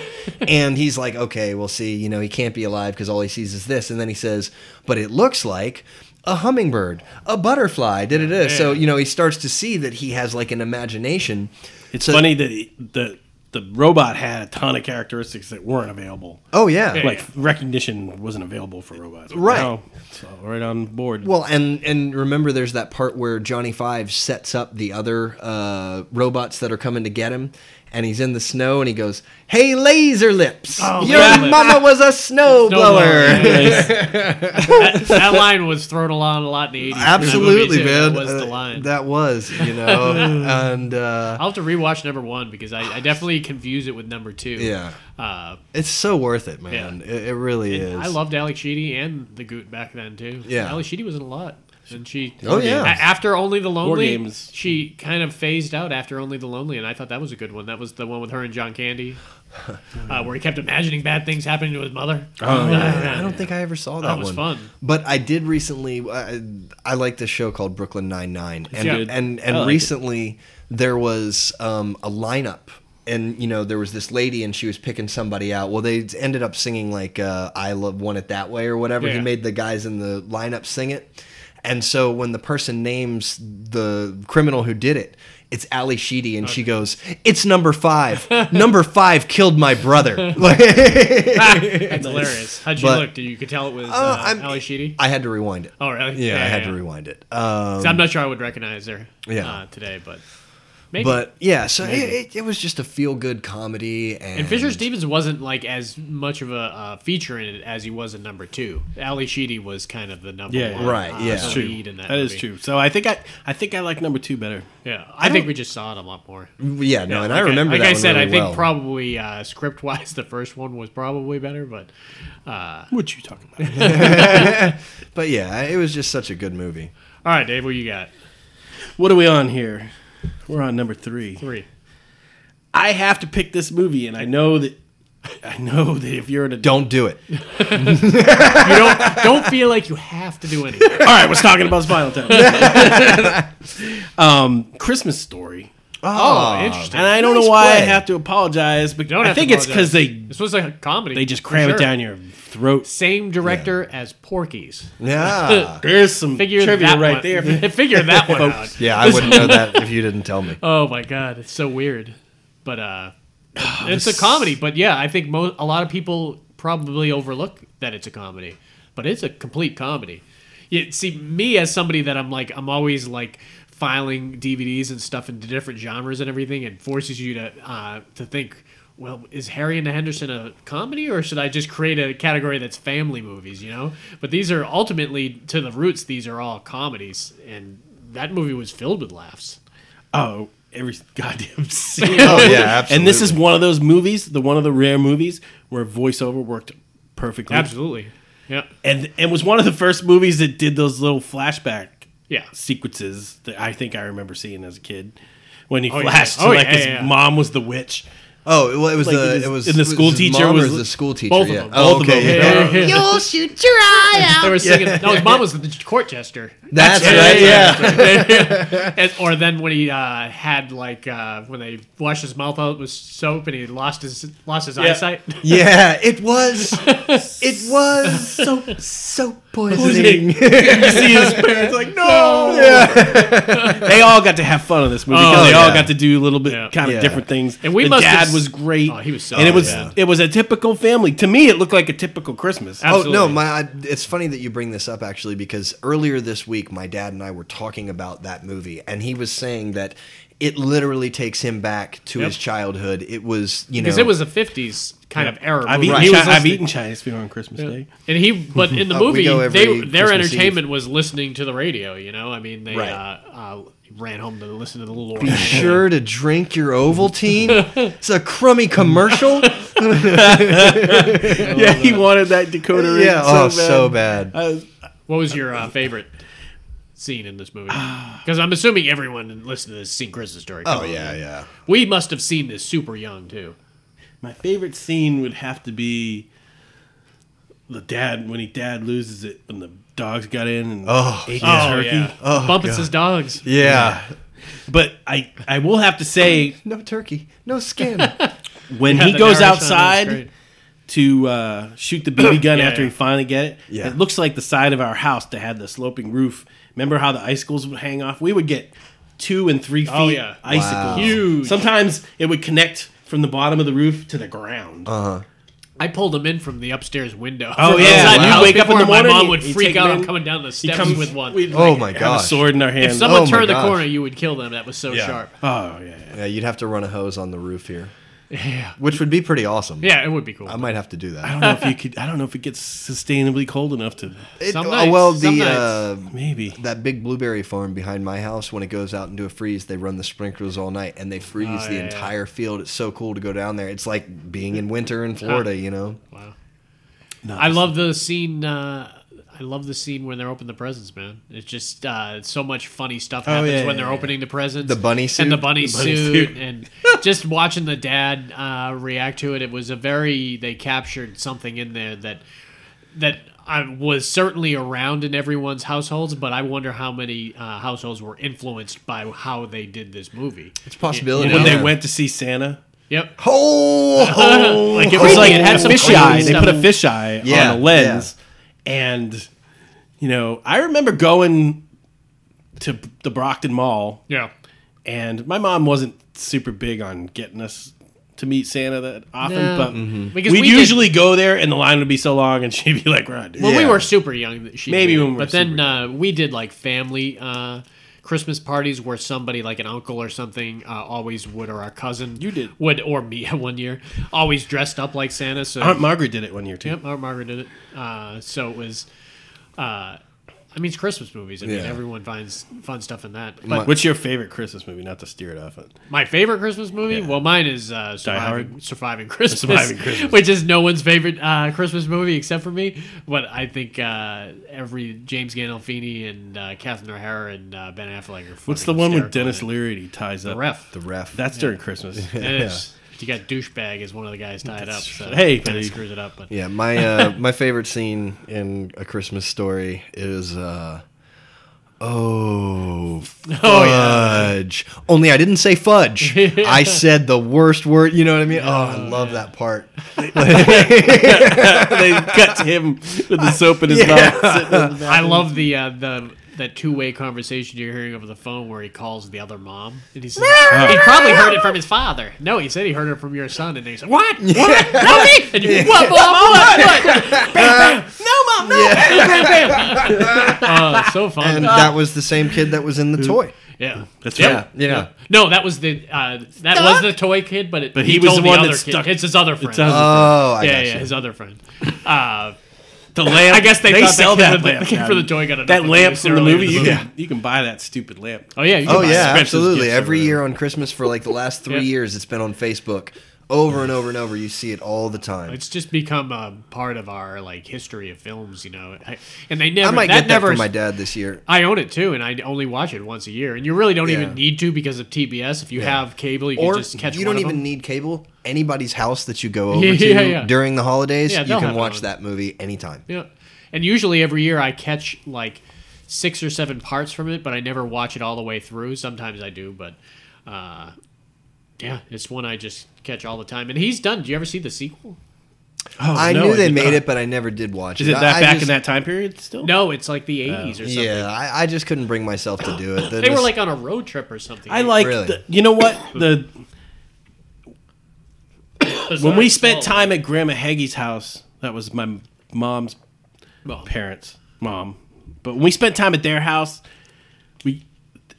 Speaker 4: and he's like, "Okay, we'll see." You know, he can't be alive because all he sees is this, and then he says, "But it looks like." A hummingbird, a butterfly, da da da. So
Speaker 2: Yeah.
Speaker 4: you know he starts to see that he has like an imagination.
Speaker 3: It's
Speaker 4: So-
Speaker 3: funny that he- the the robot had a ton of characteristics that weren't available.
Speaker 4: Oh yeah,
Speaker 2: Yeah.
Speaker 3: Like recognition wasn't available for robots.
Speaker 4: Right.
Speaker 3: Now, it's all right on board. *laughs*
Speaker 4: Well, and and remember, there's that part where Johnny Five sets up the other uh, robots that are coming to get him, and he's in the snow, and he goes, "Hey, Laser Lips,
Speaker 2: Oh,
Speaker 4: your
Speaker 2: Laser Lips.
Speaker 4: mama was a snowblower."
Speaker 2: Snowblower, yeah. *laughs*
Speaker 3: Anyways,
Speaker 2: that, that line was thrown along a lot in the eighties.
Speaker 4: *laughs* Absolutely, man.
Speaker 2: That was the
Speaker 4: Uh,
Speaker 2: line.
Speaker 4: that was,
Speaker 2: *laughs*
Speaker 4: you know, and uh,
Speaker 2: I'll have to rewatch number one because I, I definitely confuse it with number two.
Speaker 4: yeah,
Speaker 2: Uh,
Speaker 4: it's so worth it, man. It, it really is.
Speaker 2: I loved Alex Sheedy and the Goot back then too.
Speaker 4: Yeah.
Speaker 2: Alex Sheedy was in a lot, and she.
Speaker 4: Oh, yeah.
Speaker 2: A- After Only the Lonely,
Speaker 3: Games.
Speaker 2: she kind of phased out after Only the Lonely, and I thought that was a good one. That was the one with her and John
Speaker 4: *laughs*
Speaker 2: Candy, uh, where he kept imagining bad things happening to his
Speaker 4: *laughs*
Speaker 2: mother.
Speaker 3: Oh,
Speaker 4: I don't think I ever saw that,
Speaker 2: That was
Speaker 4: one.
Speaker 2: fun.
Speaker 4: But I did recently. I, I like this show called Brooklyn Nine Nine, and
Speaker 2: Yeah.
Speaker 4: and and,
Speaker 3: I like it.
Speaker 4: recently there was um, a lineup. And you know there was this lady, and she was picking somebody out. Well, they ended up singing like uh, "I Love Want It That Way" or whatever. He
Speaker 2: Yeah.
Speaker 4: made the guys in the lineup sing it, and so when the person names the criminal who did it, it's Ali Sheedy, and she goes, "It's number five. number five killed my brother." *laughs* Like-
Speaker 2: That's hilarious. How'd she
Speaker 4: But-
Speaker 2: look? You could tell it was uh,
Speaker 4: Uh, I'm-
Speaker 2: Alex Sheedy.
Speaker 4: I had to rewind it.
Speaker 2: Oh really?
Speaker 4: Yeah, I had to rewind it.
Speaker 2: 'Cause
Speaker 4: Um,
Speaker 2: I'm not sure I would recognize her.
Speaker 4: Yeah.
Speaker 2: Uh, today, but maybe.
Speaker 4: but yeah, so it, it, it was just a feel good comedy, and,
Speaker 2: And Fisher Stevens wasn't like as much of a uh, feature in it as he was in number two. Ali Sheedy was kind of the number
Speaker 3: Yeah,
Speaker 2: one,
Speaker 4: right,
Speaker 2: uh,
Speaker 4: yeah. That's
Speaker 3: true.
Speaker 2: lead in that.
Speaker 3: that is
Speaker 2: movie.
Speaker 3: true. So I think I I think I like number two better.
Speaker 2: Yeah, I, think we just saw it a lot more.
Speaker 4: Yeah, no, and I
Speaker 2: Like
Speaker 4: remember
Speaker 2: Like
Speaker 4: that
Speaker 2: I
Speaker 4: one
Speaker 2: said,
Speaker 4: really
Speaker 2: I think
Speaker 4: well.
Speaker 2: probably uh, script wise, the first one was probably better, but uh,
Speaker 3: What you talking about? *laughs*
Speaker 4: But yeah, it was just such a good movie.
Speaker 2: all right, Dave, what you got?
Speaker 3: What are we on here? We're on number three.
Speaker 2: Three.
Speaker 4: *laughs*
Speaker 3: I have to pick this movie, and I know that I know *laughs* that if you're an adult,
Speaker 4: Don't do it.
Speaker 2: You don't don't feel like you have to do
Speaker 4: *laughs*
Speaker 2: anything. *laughs*
Speaker 3: all right, we're talking about Spinal Tap. um, Christmas Story.
Speaker 4: Ah.
Speaker 2: Oh, interesting.
Speaker 3: And I don't
Speaker 4: Nice
Speaker 3: know why I
Speaker 4: play.
Speaker 3: have to apologize, but
Speaker 2: Don't
Speaker 3: I
Speaker 2: have to
Speaker 3: think it's
Speaker 2: apologize.
Speaker 3: because they
Speaker 2: this was a comedy.
Speaker 3: they just
Speaker 2: for
Speaker 3: cram
Speaker 2: sure.
Speaker 3: it down your throat.
Speaker 2: Same director as Porky's.
Speaker 4: Yeah.
Speaker 3: There's some
Speaker 2: Figure
Speaker 3: trivia
Speaker 2: that
Speaker 3: right
Speaker 2: one.
Speaker 3: there.
Speaker 2: *laughs*
Speaker 3: If
Speaker 2: Figure
Speaker 4: *laughs*
Speaker 2: that one out.
Speaker 4: yeah, I wouldn't know that if you didn't tell me.
Speaker 2: *laughs* Oh my god, it's so weird. But uh it's a comedy, but yeah, I think mo- a lot of people probably overlook that it's a comedy, but it's a complete comedy. You see me as somebody that I'm like I'm always like filing DVDs and stuff into different genres and everything and forces you to uh to think well, is Harry and the Henderson a comedy, or should I just create a category that's family movies? You know, but these are ultimately to the roots. These are all comedies, and that movie was filled with laughs.
Speaker 3: *laughs* Oh, every
Speaker 2: *laughs*
Speaker 3: goddamn scene.
Speaker 4: Oh, yeah, *laughs* absolutely.
Speaker 3: And this is one of those movies, the one of the rare movies where voiceover worked perfectly.
Speaker 2: Absolutely. Yeah.
Speaker 3: And and was one of the first movies that did those little flashback
Speaker 2: Yeah.
Speaker 3: sequences that I think I remember seeing as a kid. When he
Speaker 2: Oh, yeah.
Speaker 3: flashed, to,
Speaker 2: Oh, yeah,
Speaker 3: like
Speaker 2: yeah,
Speaker 3: his
Speaker 2: yeah.
Speaker 3: mom was the witch.
Speaker 4: Oh, well, it was
Speaker 3: Like,
Speaker 4: the
Speaker 3: it is-
Speaker 4: it was
Speaker 3: and the
Speaker 4: it was
Speaker 3: school
Speaker 4: his
Speaker 3: teacher
Speaker 4: mom or
Speaker 3: was-
Speaker 4: the school teacher.
Speaker 2: both of
Speaker 4: yeah.
Speaker 2: them,
Speaker 4: Oh,
Speaker 3: both of
Speaker 4: okay.
Speaker 3: them.
Speaker 4: yeah.
Speaker 2: Yeah, yeah, yeah.
Speaker 1: You'll shoot your eye
Speaker 2: They
Speaker 1: out.
Speaker 2: were singing. No, his mom was the court
Speaker 4: *laughs*
Speaker 2: jester.
Speaker 4: *laughs* That's
Speaker 2: Yeah,
Speaker 4: right. Yeah.
Speaker 2: And- or then when he uh, had like uh, when they washed his mouth out with soap and he lost his lost his
Speaker 4: *laughs*
Speaker 2: eyesight.
Speaker 4: Yeah, it was. It was so so poisoning.
Speaker 3: you see his parents like, no. they all got to have fun in this movie because
Speaker 2: Oh,
Speaker 3: they all
Speaker 4: yeah.
Speaker 3: got to do a little bit
Speaker 2: Yeah.
Speaker 3: kind of
Speaker 4: Yeah.
Speaker 3: different things.
Speaker 2: And we
Speaker 3: the
Speaker 2: must
Speaker 3: dad
Speaker 2: have-
Speaker 3: was great.
Speaker 2: Oh, he was so-
Speaker 3: and it was
Speaker 2: yeah.
Speaker 3: it was a typical family. To me, it looked like a typical Christmas.
Speaker 2: Ab-
Speaker 4: Oh no,
Speaker 2: Absolutely.
Speaker 4: my I, it's funny that you bring this up actually because earlier this week my dad and I were talking about that movie and he was saying that it literally takes him back to
Speaker 2: Yep.
Speaker 4: his childhood. It was you know
Speaker 2: Because it was a '50s kind of era.
Speaker 3: I've,
Speaker 2: movie.
Speaker 3: eaten
Speaker 2: He
Speaker 3: chi-
Speaker 2: was
Speaker 3: I've
Speaker 2: listening-
Speaker 3: eaten Chinese food on Christmas Day.
Speaker 2: And he, but in the
Speaker 4: Uh, *laughs* we
Speaker 2: movie,
Speaker 4: go every
Speaker 2: they, their
Speaker 4: Christmas Eve.
Speaker 2: entertainment was listening to the radio. You know, I mean, they
Speaker 4: Right.
Speaker 2: uh, uh, ran home to listen to the
Speaker 4: *laughs*
Speaker 2: little.
Speaker 4: be
Speaker 2: Orphan.
Speaker 4: *laughs* sure to drink your Ovaltine.
Speaker 2: *laughs*
Speaker 4: it's a crummy commercial.
Speaker 3: Yeah, he wanted that Dakota. ring
Speaker 4: yeah, oh so bad.
Speaker 3: I was-
Speaker 2: What was your uh, favorite scene in this
Speaker 4: *sighs*
Speaker 2: movie? Because I'm assuming everyone listening to this has seen Christmas Story. Come
Speaker 4: Oh
Speaker 2: on.
Speaker 4: yeah, yeah.
Speaker 2: We must have seen this super young too.
Speaker 3: my favorite scene would have to be the dad when he dad loses it when the dogs got in and
Speaker 4: Oh,
Speaker 3: ate his
Speaker 2: Oh
Speaker 3: turkey.
Speaker 2: yeah, bumping his dogs.
Speaker 4: Yeah.
Speaker 3: But I I will have to say
Speaker 4: No turkey, no
Speaker 2: *laughs*
Speaker 4: skin.
Speaker 3: when
Speaker 2: Yeah,
Speaker 3: he
Speaker 2: the Irish on
Speaker 3: goes
Speaker 2: it was
Speaker 3: outside
Speaker 2: great.
Speaker 3: to uh, shoot
Speaker 2: *coughs*
Speaker 3: the BB gun
Speaker 2: Yeah,
Speaker 3: after
Speaker 2: yeah.
Speaker 3: he finally get it,
Speaker 4: Yeah.
Speaker 3: it looks like the side of our house that had the sloping roof. Remember how the icicles would hang off? We would get two and three feet
Speaker 2: Oh, yeah.
Speaker 3: icicles.
Speaker 4: Wow.
Speaker 2: Huge.
Speaker 3: Sometimes it would connect from the bottom of the roof to the ground.
Speaker 2: Uh-huh. I pulled him in from the upstairs window. *laughs*
Speaker 3: Oh,
Speaker 2: From
Speaker 3: yeah.
Speaker 2: outside the
Speaker 3: You'd
Speaker 2: house
Speaker 3: wake up in
Speaker 2: before
Speaker 3: the morning,
Speaker 2: My mom
Speaker 3: you-
Speaker 2: would
Speaker 3: you
Speaker 2: freak
Speaker 3: take
Speaker 2: out.
Speaker 3: him
Speaker 2: I'm
Speaker 3: in.
Speaker 2: coming down the
Speaker 3: He
Speaker 2: steps
Speaker 3: comes
Speaker 2: with one.
Speaker 3: we'd,
Speaker 4: Oh, my
Speaker 3: have a
Speaker 4: gosh.
Speaker 3: sword in our hand.
Speaker 2: if someone
Speaker 4: Oh, my
Speaker 2: turned the
Speaker 4: gosh.
Speaker 2: corner, you would kill them. That was so sharp.
Speaker 3: oh yeah, yeah.
Speaker 4: yeah, you'd have to run a hose on the roof here. Yeah. Which would be pretty awesome.
Speaker 2: Yeah, it would be cool.
Speaker 4: I might have to
Speaker 3: I
Speaker 4: do that.
Speaker 3: don't know if you could. I don't know if it gets sustainably cold enough to.
Speaker 4: It,
Speaker 2: Some
Speaker 4: oh,
Speaker 2: nights,
Speaker 4: well,
Speaker 2: some
Speaker 4: the
Speaker 2: nights.
Speaker 4: uh,
Speaker 3: Maybe.
Speaker 4: that big blueberry farm behind my house, when it goes out into a freeze, they run the sprinklers all night and they freeze
Speaker 2: Oh,
Speaker 4: the
Speaker 2: yeah, yeah.
Speaker 4: entire field. It's so cool to go down there. It's like being in winter in Florida, you know.
Speaker 2: wow.
Speaker 3: No,
Speaker 2: I love the scene. Uh, I love the scene when they're opening the presents, man. It's just uh, so much funny stuff happens
Speaker 3: Oh, yeah,
Speaker 2: when
Speaker 3: yeah,
Speaker 2: they're
Speaker 3: yeah.
Speaker 2: opening the presents.
Speaker 4: The bunny
Speaker 2: and the
Speaker 4: suit?
Speaker 2: bunny,
Speaker 3: The bunny
Speaker 2: suit, *laughs*
Speaker 3: suit.
Speaker 2: and just watching the dad uh, react to it. It was a very they captured something in there that that I was certainly around in everyone's households, but I wonder how many uh, households were influenced by how they did this movie.
Speaker 4: It's a possibility.
Speaker 3: when
Speaker 4: yeah.
Speaker 3: they went to see Santa.
Speaker 2: Yep.
Speaker 4: Oh,
Speaker 2: *laughs*
Speaker 3: like it was
Speaker 2: creepy.
Speaker 3: like
Speaker 2: It had
Speaker 3: a
Speaker 2: some
Speaker 3: fish
Speaker 2: cool
Speaker 3: eye. They
Speaker 2: stuff.
Speaker 3: put a fish eye
Speaker 4: Yeah,
Speaker 3: on a lens, and you know, I remember going to the Brockton Mall,
Speaker 2: Yeah.
Speaker 3: and my mom wasn't super big on getting us to meet Santa that often,
Speaker 2: No.
Speaker 3: but
Speaker 4: Mm-hmm.
Speaker 2: Because
Speaker 3: we'd
Speaker 2: we did-
Speaker 3: usually go there, and the line would be so long, and *laughs* she'd be like, "Right,
Speaker 2: When
Speaker 4: Yeah.
Speaker 2: we were super young, that she
Speaker 3: Maybe
Speaker 2: did it.
Speaker 3: when we were
Speaker 2: but then
Speaker 3: super
Speaker 2: uh, we did like family uh, Christmas parties where somebody like an uncle or something uh, always would, or our cousin
Speaker 3: You did.
Speaker 2: would, or me *laughs* one year always dressed up like Santa. So
Speaker 3: Aunt Margaret did it one year too."
Speaker 2: yep, Aunt Margaret did it. Uh, so it was. Uh, I mean, it's Christmas movies. I mean,
Speaker 4: Yeah.
Speaker 2: everyone finds fun stuff in that. But
Speaker 3: What's your favorite Christmas movie? Not to steer it off. on.
Speaker 2: my favorite Christmas movie? Well, mine is uh, surviving,
Speaker 3: Hard?
Speaker 2: surviving Christmas, *laughs*
Speaker 3: Surviving Christmas.
Speaker 2: which is no one's favorite uh, Christmas movie except for me. But I think uh, every James Gandolfini and uh, Catherine O'Hara and uh, Ben Affleck are.
Speaker 3: What's the
Speaker 2: fucking
Speaker 3: one with
Speaker 2: hysterical
Speaker 3: Dennis
Speaker 2: in it.
Speaker 3: Leary? He ties up
Speaker 2: The ref.
Speaker 4: the ref.
Speaker 3: That's during *laughs* Christmas.
Speaker 2: And it's- You got douchebag as one of the guys tied up. So
Speaker 3: Hey,
Speaker 2: kind
Speaker 3: buddy.
Speaker 2: of screws it up. But
Speaker 4: Yeah, my uh, my favorite scene in A Christmas Story is uh, Oh, fudge.
Speaker 2: Oh, yeah.
Speaker 4: Only I didn't say fudge. I said the worst word. You know what I mean? Oh, I love that part.
Speaker 3: they cut to him with the soap *laughs* in his mouth. sitting in the back.
Speaker 2: I love the uh, the that two way conversation you're hearing over the phone where he calls the other mom and he says
Speaker 4: *laughs*
Speaker 2: he probably heard it from his father. No, he said he heard it from your son, and then he said
Speaker 4: *laughs*
Speaker 2: what? What? Mommy? And you what? Mom? What? What? Bam, bam. No, mom. No. Bam, bam, bam. Oh, so fun.
Speaker 4: And that was the same kid that was in the toy.
Speaker 2: yeah.
Speaker 3: That's
Speaker 2: Yep.
Speaker 3: right.
Speaker 4: Yeah.
Speaker 2: No, that was the uh, that was the toy kid, but it,
Speaker 3: But
Speaker 2: he,
Speaker 3: he was
Speaker 2: told
Speaker 3: the one
Speaker 2: other
Speaker 3: that
Speaker 2: kid.
Speaker 3: stuck.
Speaker 2: It's his other friend.
Speaker 3: other-
Speaker 4: Oh, I
Speaker 2: yeah,
Speaker 4: got
Speaker 2: yeah,
Speaker 4: you.
Speaker 2: his other friend. Uh,
Speaker 3: The lamp.
Speaker 2: I guess they, thought
Speaker 3: sell
Speaker 2: the kid
Speaker 3: that
Speaker 2: for the-
Speaker 3: lamp.
Speaker 2: the kid
Speaker 3: now.
Speaker 2: for the toy got
Speaker 3: that
Speaker 2: enough
Speaker 3: lamp's
Speaker 2: abuse
Speaker 3: in the
Speaker 2: early
Speaker 3: movie. You can, you can buy that stupid lamp.
Speaker 2: Oh yeah. You
Speaker 4: Oh
Speaker 2: can buy
Speaker 4: yeah,
Speaker 2: it.
Speaker 3: special
Speaker 4: absolutely.
Speaker 3: gifts or
Speaker 4: Every
Speaker 3: whatever.
Speaker 4: year on Christmas for like the last three
Speaker 2: Yeah.
Speaker 4: years, it's been on Facebook over and over and over. You see it all the time.
Speaker 2: It's just become a part of our like history of films, you know. I- And they never
Speaker 4: I might
Speaker 2: that
Speaker 4: get that
Speaker 2: never
Speaker 4: for my dad this year.
Speaker 2: I own it too, and I only watch it once a year. And you really don't
Speaker 4: Yeah.
Speaker 2: even need to because of TBS. If you have cable, you
Speaker 4: Or
Speaker 2: can just catch.
Speaker 4: you
Speaker 2: one
Speaker 4: don't
Speaker 2: of
Speaker 4: even
Speaker 2: them.
Speaker 4: need cable. Anybody's house that you
Speaker 2: *laughs*
Speaker 4: go over
Speaker 2: Yeah,
Speaker 4: to
Speaker 2: yeah, yeah.
Speaker 4: during the holidays,
Speaker 2: Yeah,
Speaker 4: you
Speaker 2: they'll
Speaker 4: can
Speaker 2: have it
Speaker 4: watch
Speaker 2: on.
Speaker 4: that movie anytime.
Speaker 2: Yeah. And usually every year I catch like six or seven parts from it, but I never watch it all the way through. Sometimes I do, but uh, yeah, it's one I just catch all the time. And he's done. Do you ever see the sequel?
Speaker 3: Oh,
Speaker 4: I
Speaker 3: no,
Speaker 4: knew they
Speaker 3: did
Speaker 4: made
Speaker 3: not.
Speaker 4: it, but I never did watch
Speaker 3: Is
Speaker 4: it.
Speaker 3: it that
Speaker 4: I, I
Speaker 3: back in
Speaker 4: just-
Speaker 3: that time period still?
Speaker 2: No, it's like the 80s or something.
Speaker 4: Yeah, I, I just couldn't bring myself to do it.
Speaker 2: They were like on a road trip or something.
Speaker 3: I like.
Speaker 4: Really?
Speaker 3: The, you know what? The
Speaker 2: Bizarre
Speaker 3: when we spent
Speaker 2: small.
Speaker 3: time at Grandma Heggy's house, that was my mom's
Speaker 2: Well,
Speaker 3: parents, mom. But when we spent time at their house, we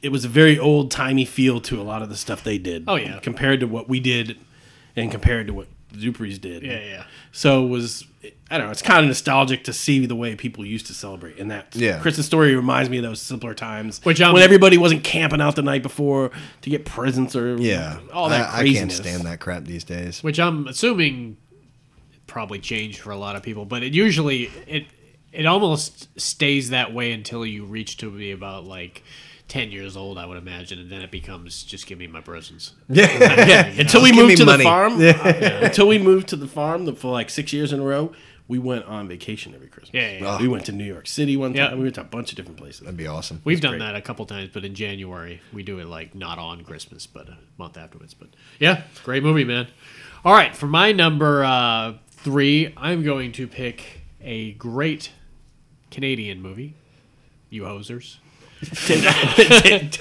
Speaker 3: it was a very old timey feel to a lot of the stuff they did.
Speaker 2: Oh, yeah.
Speaker 3: compared to what we did, and compared to what Zupris did.
Speaker 2: Yeah, yeah.
Speaker 3: So it was I don't know. It's kind of nostalgic to see the way people used to celebrate, and that
Speaker 4: Yeah.
Speaker 3: Christmas story reminds me of those simpler times,
Speaker 2: Which, um,
Speaker 3: when everybody wasn't camping out the night before to get presents or
Speaker 4: yeah,
Speaker 3: all that
Speaker 4: I, I can't
Speaker 3: craziness.
Speaker 4: stand that crap these days. *laughs*
Speaker 2: which I'm assuming probably changed for a lot of people, but it usually it it almost stays that way until you reach to be about like ten years old, I would imagine, and then it becomes just give me my presents.
Speaker 3: *laughs*
Speaker 4: Yeah,
Speaker 3: Yeah, until we
Speaker 4: Just give me
Speaker 3: moved to
Speaker 4: money.
Speaker 3: the farm. yeah, *laughs* Until we moved to the farm the- for like six years in a row, we went on vacation every Christmas.
Speaker 2: Yeah, yeah, yeah.
Speaker 3: we went to New York City one time.
Speaker 2: Yeah.
Speaker 3: We went to a bunch of different
Speaker 2: *laughs*
Speaker 3: places.
Speaker 4: that'd be awesome.
Speaker 2: We've done that a couple times, but in January we do it like not on Christmas, but a month afterwards. But yeah, great movie, man. All right, for my number uh, three, I'm going to pick a great Canadian movie. You hosers. and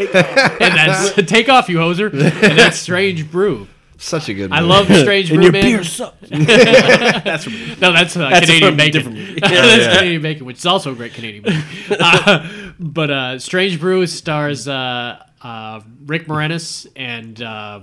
Speaker 2: that's take off, you hoser. And that's Strange Brew.
Speaker 4: Such a good.
Speaker 2: I
Speaker 4: movie.
Speaker 3: *laughs*
Speaker 2: love Strange
Speaker 3: and
Speaker 2: Brew,
Speaker 3: your
Speaker 2: man.
Speaker 3: beer sucks. That's from
Speaker 2: No, that's, uh,
Speaker 3: That's
Speaker 2: Canadian
Speaker 3: from a
Speaker 2: bacon. *laughs*
Speaker 3: different movie.
Speaker 2: that's Canadian bacon, which is also a great Canadian movie.
Speaker 3: *laughs*
Speaker 2: Uh, but uh, Strange Brew stars uh, uh, Rick Moranis and uh,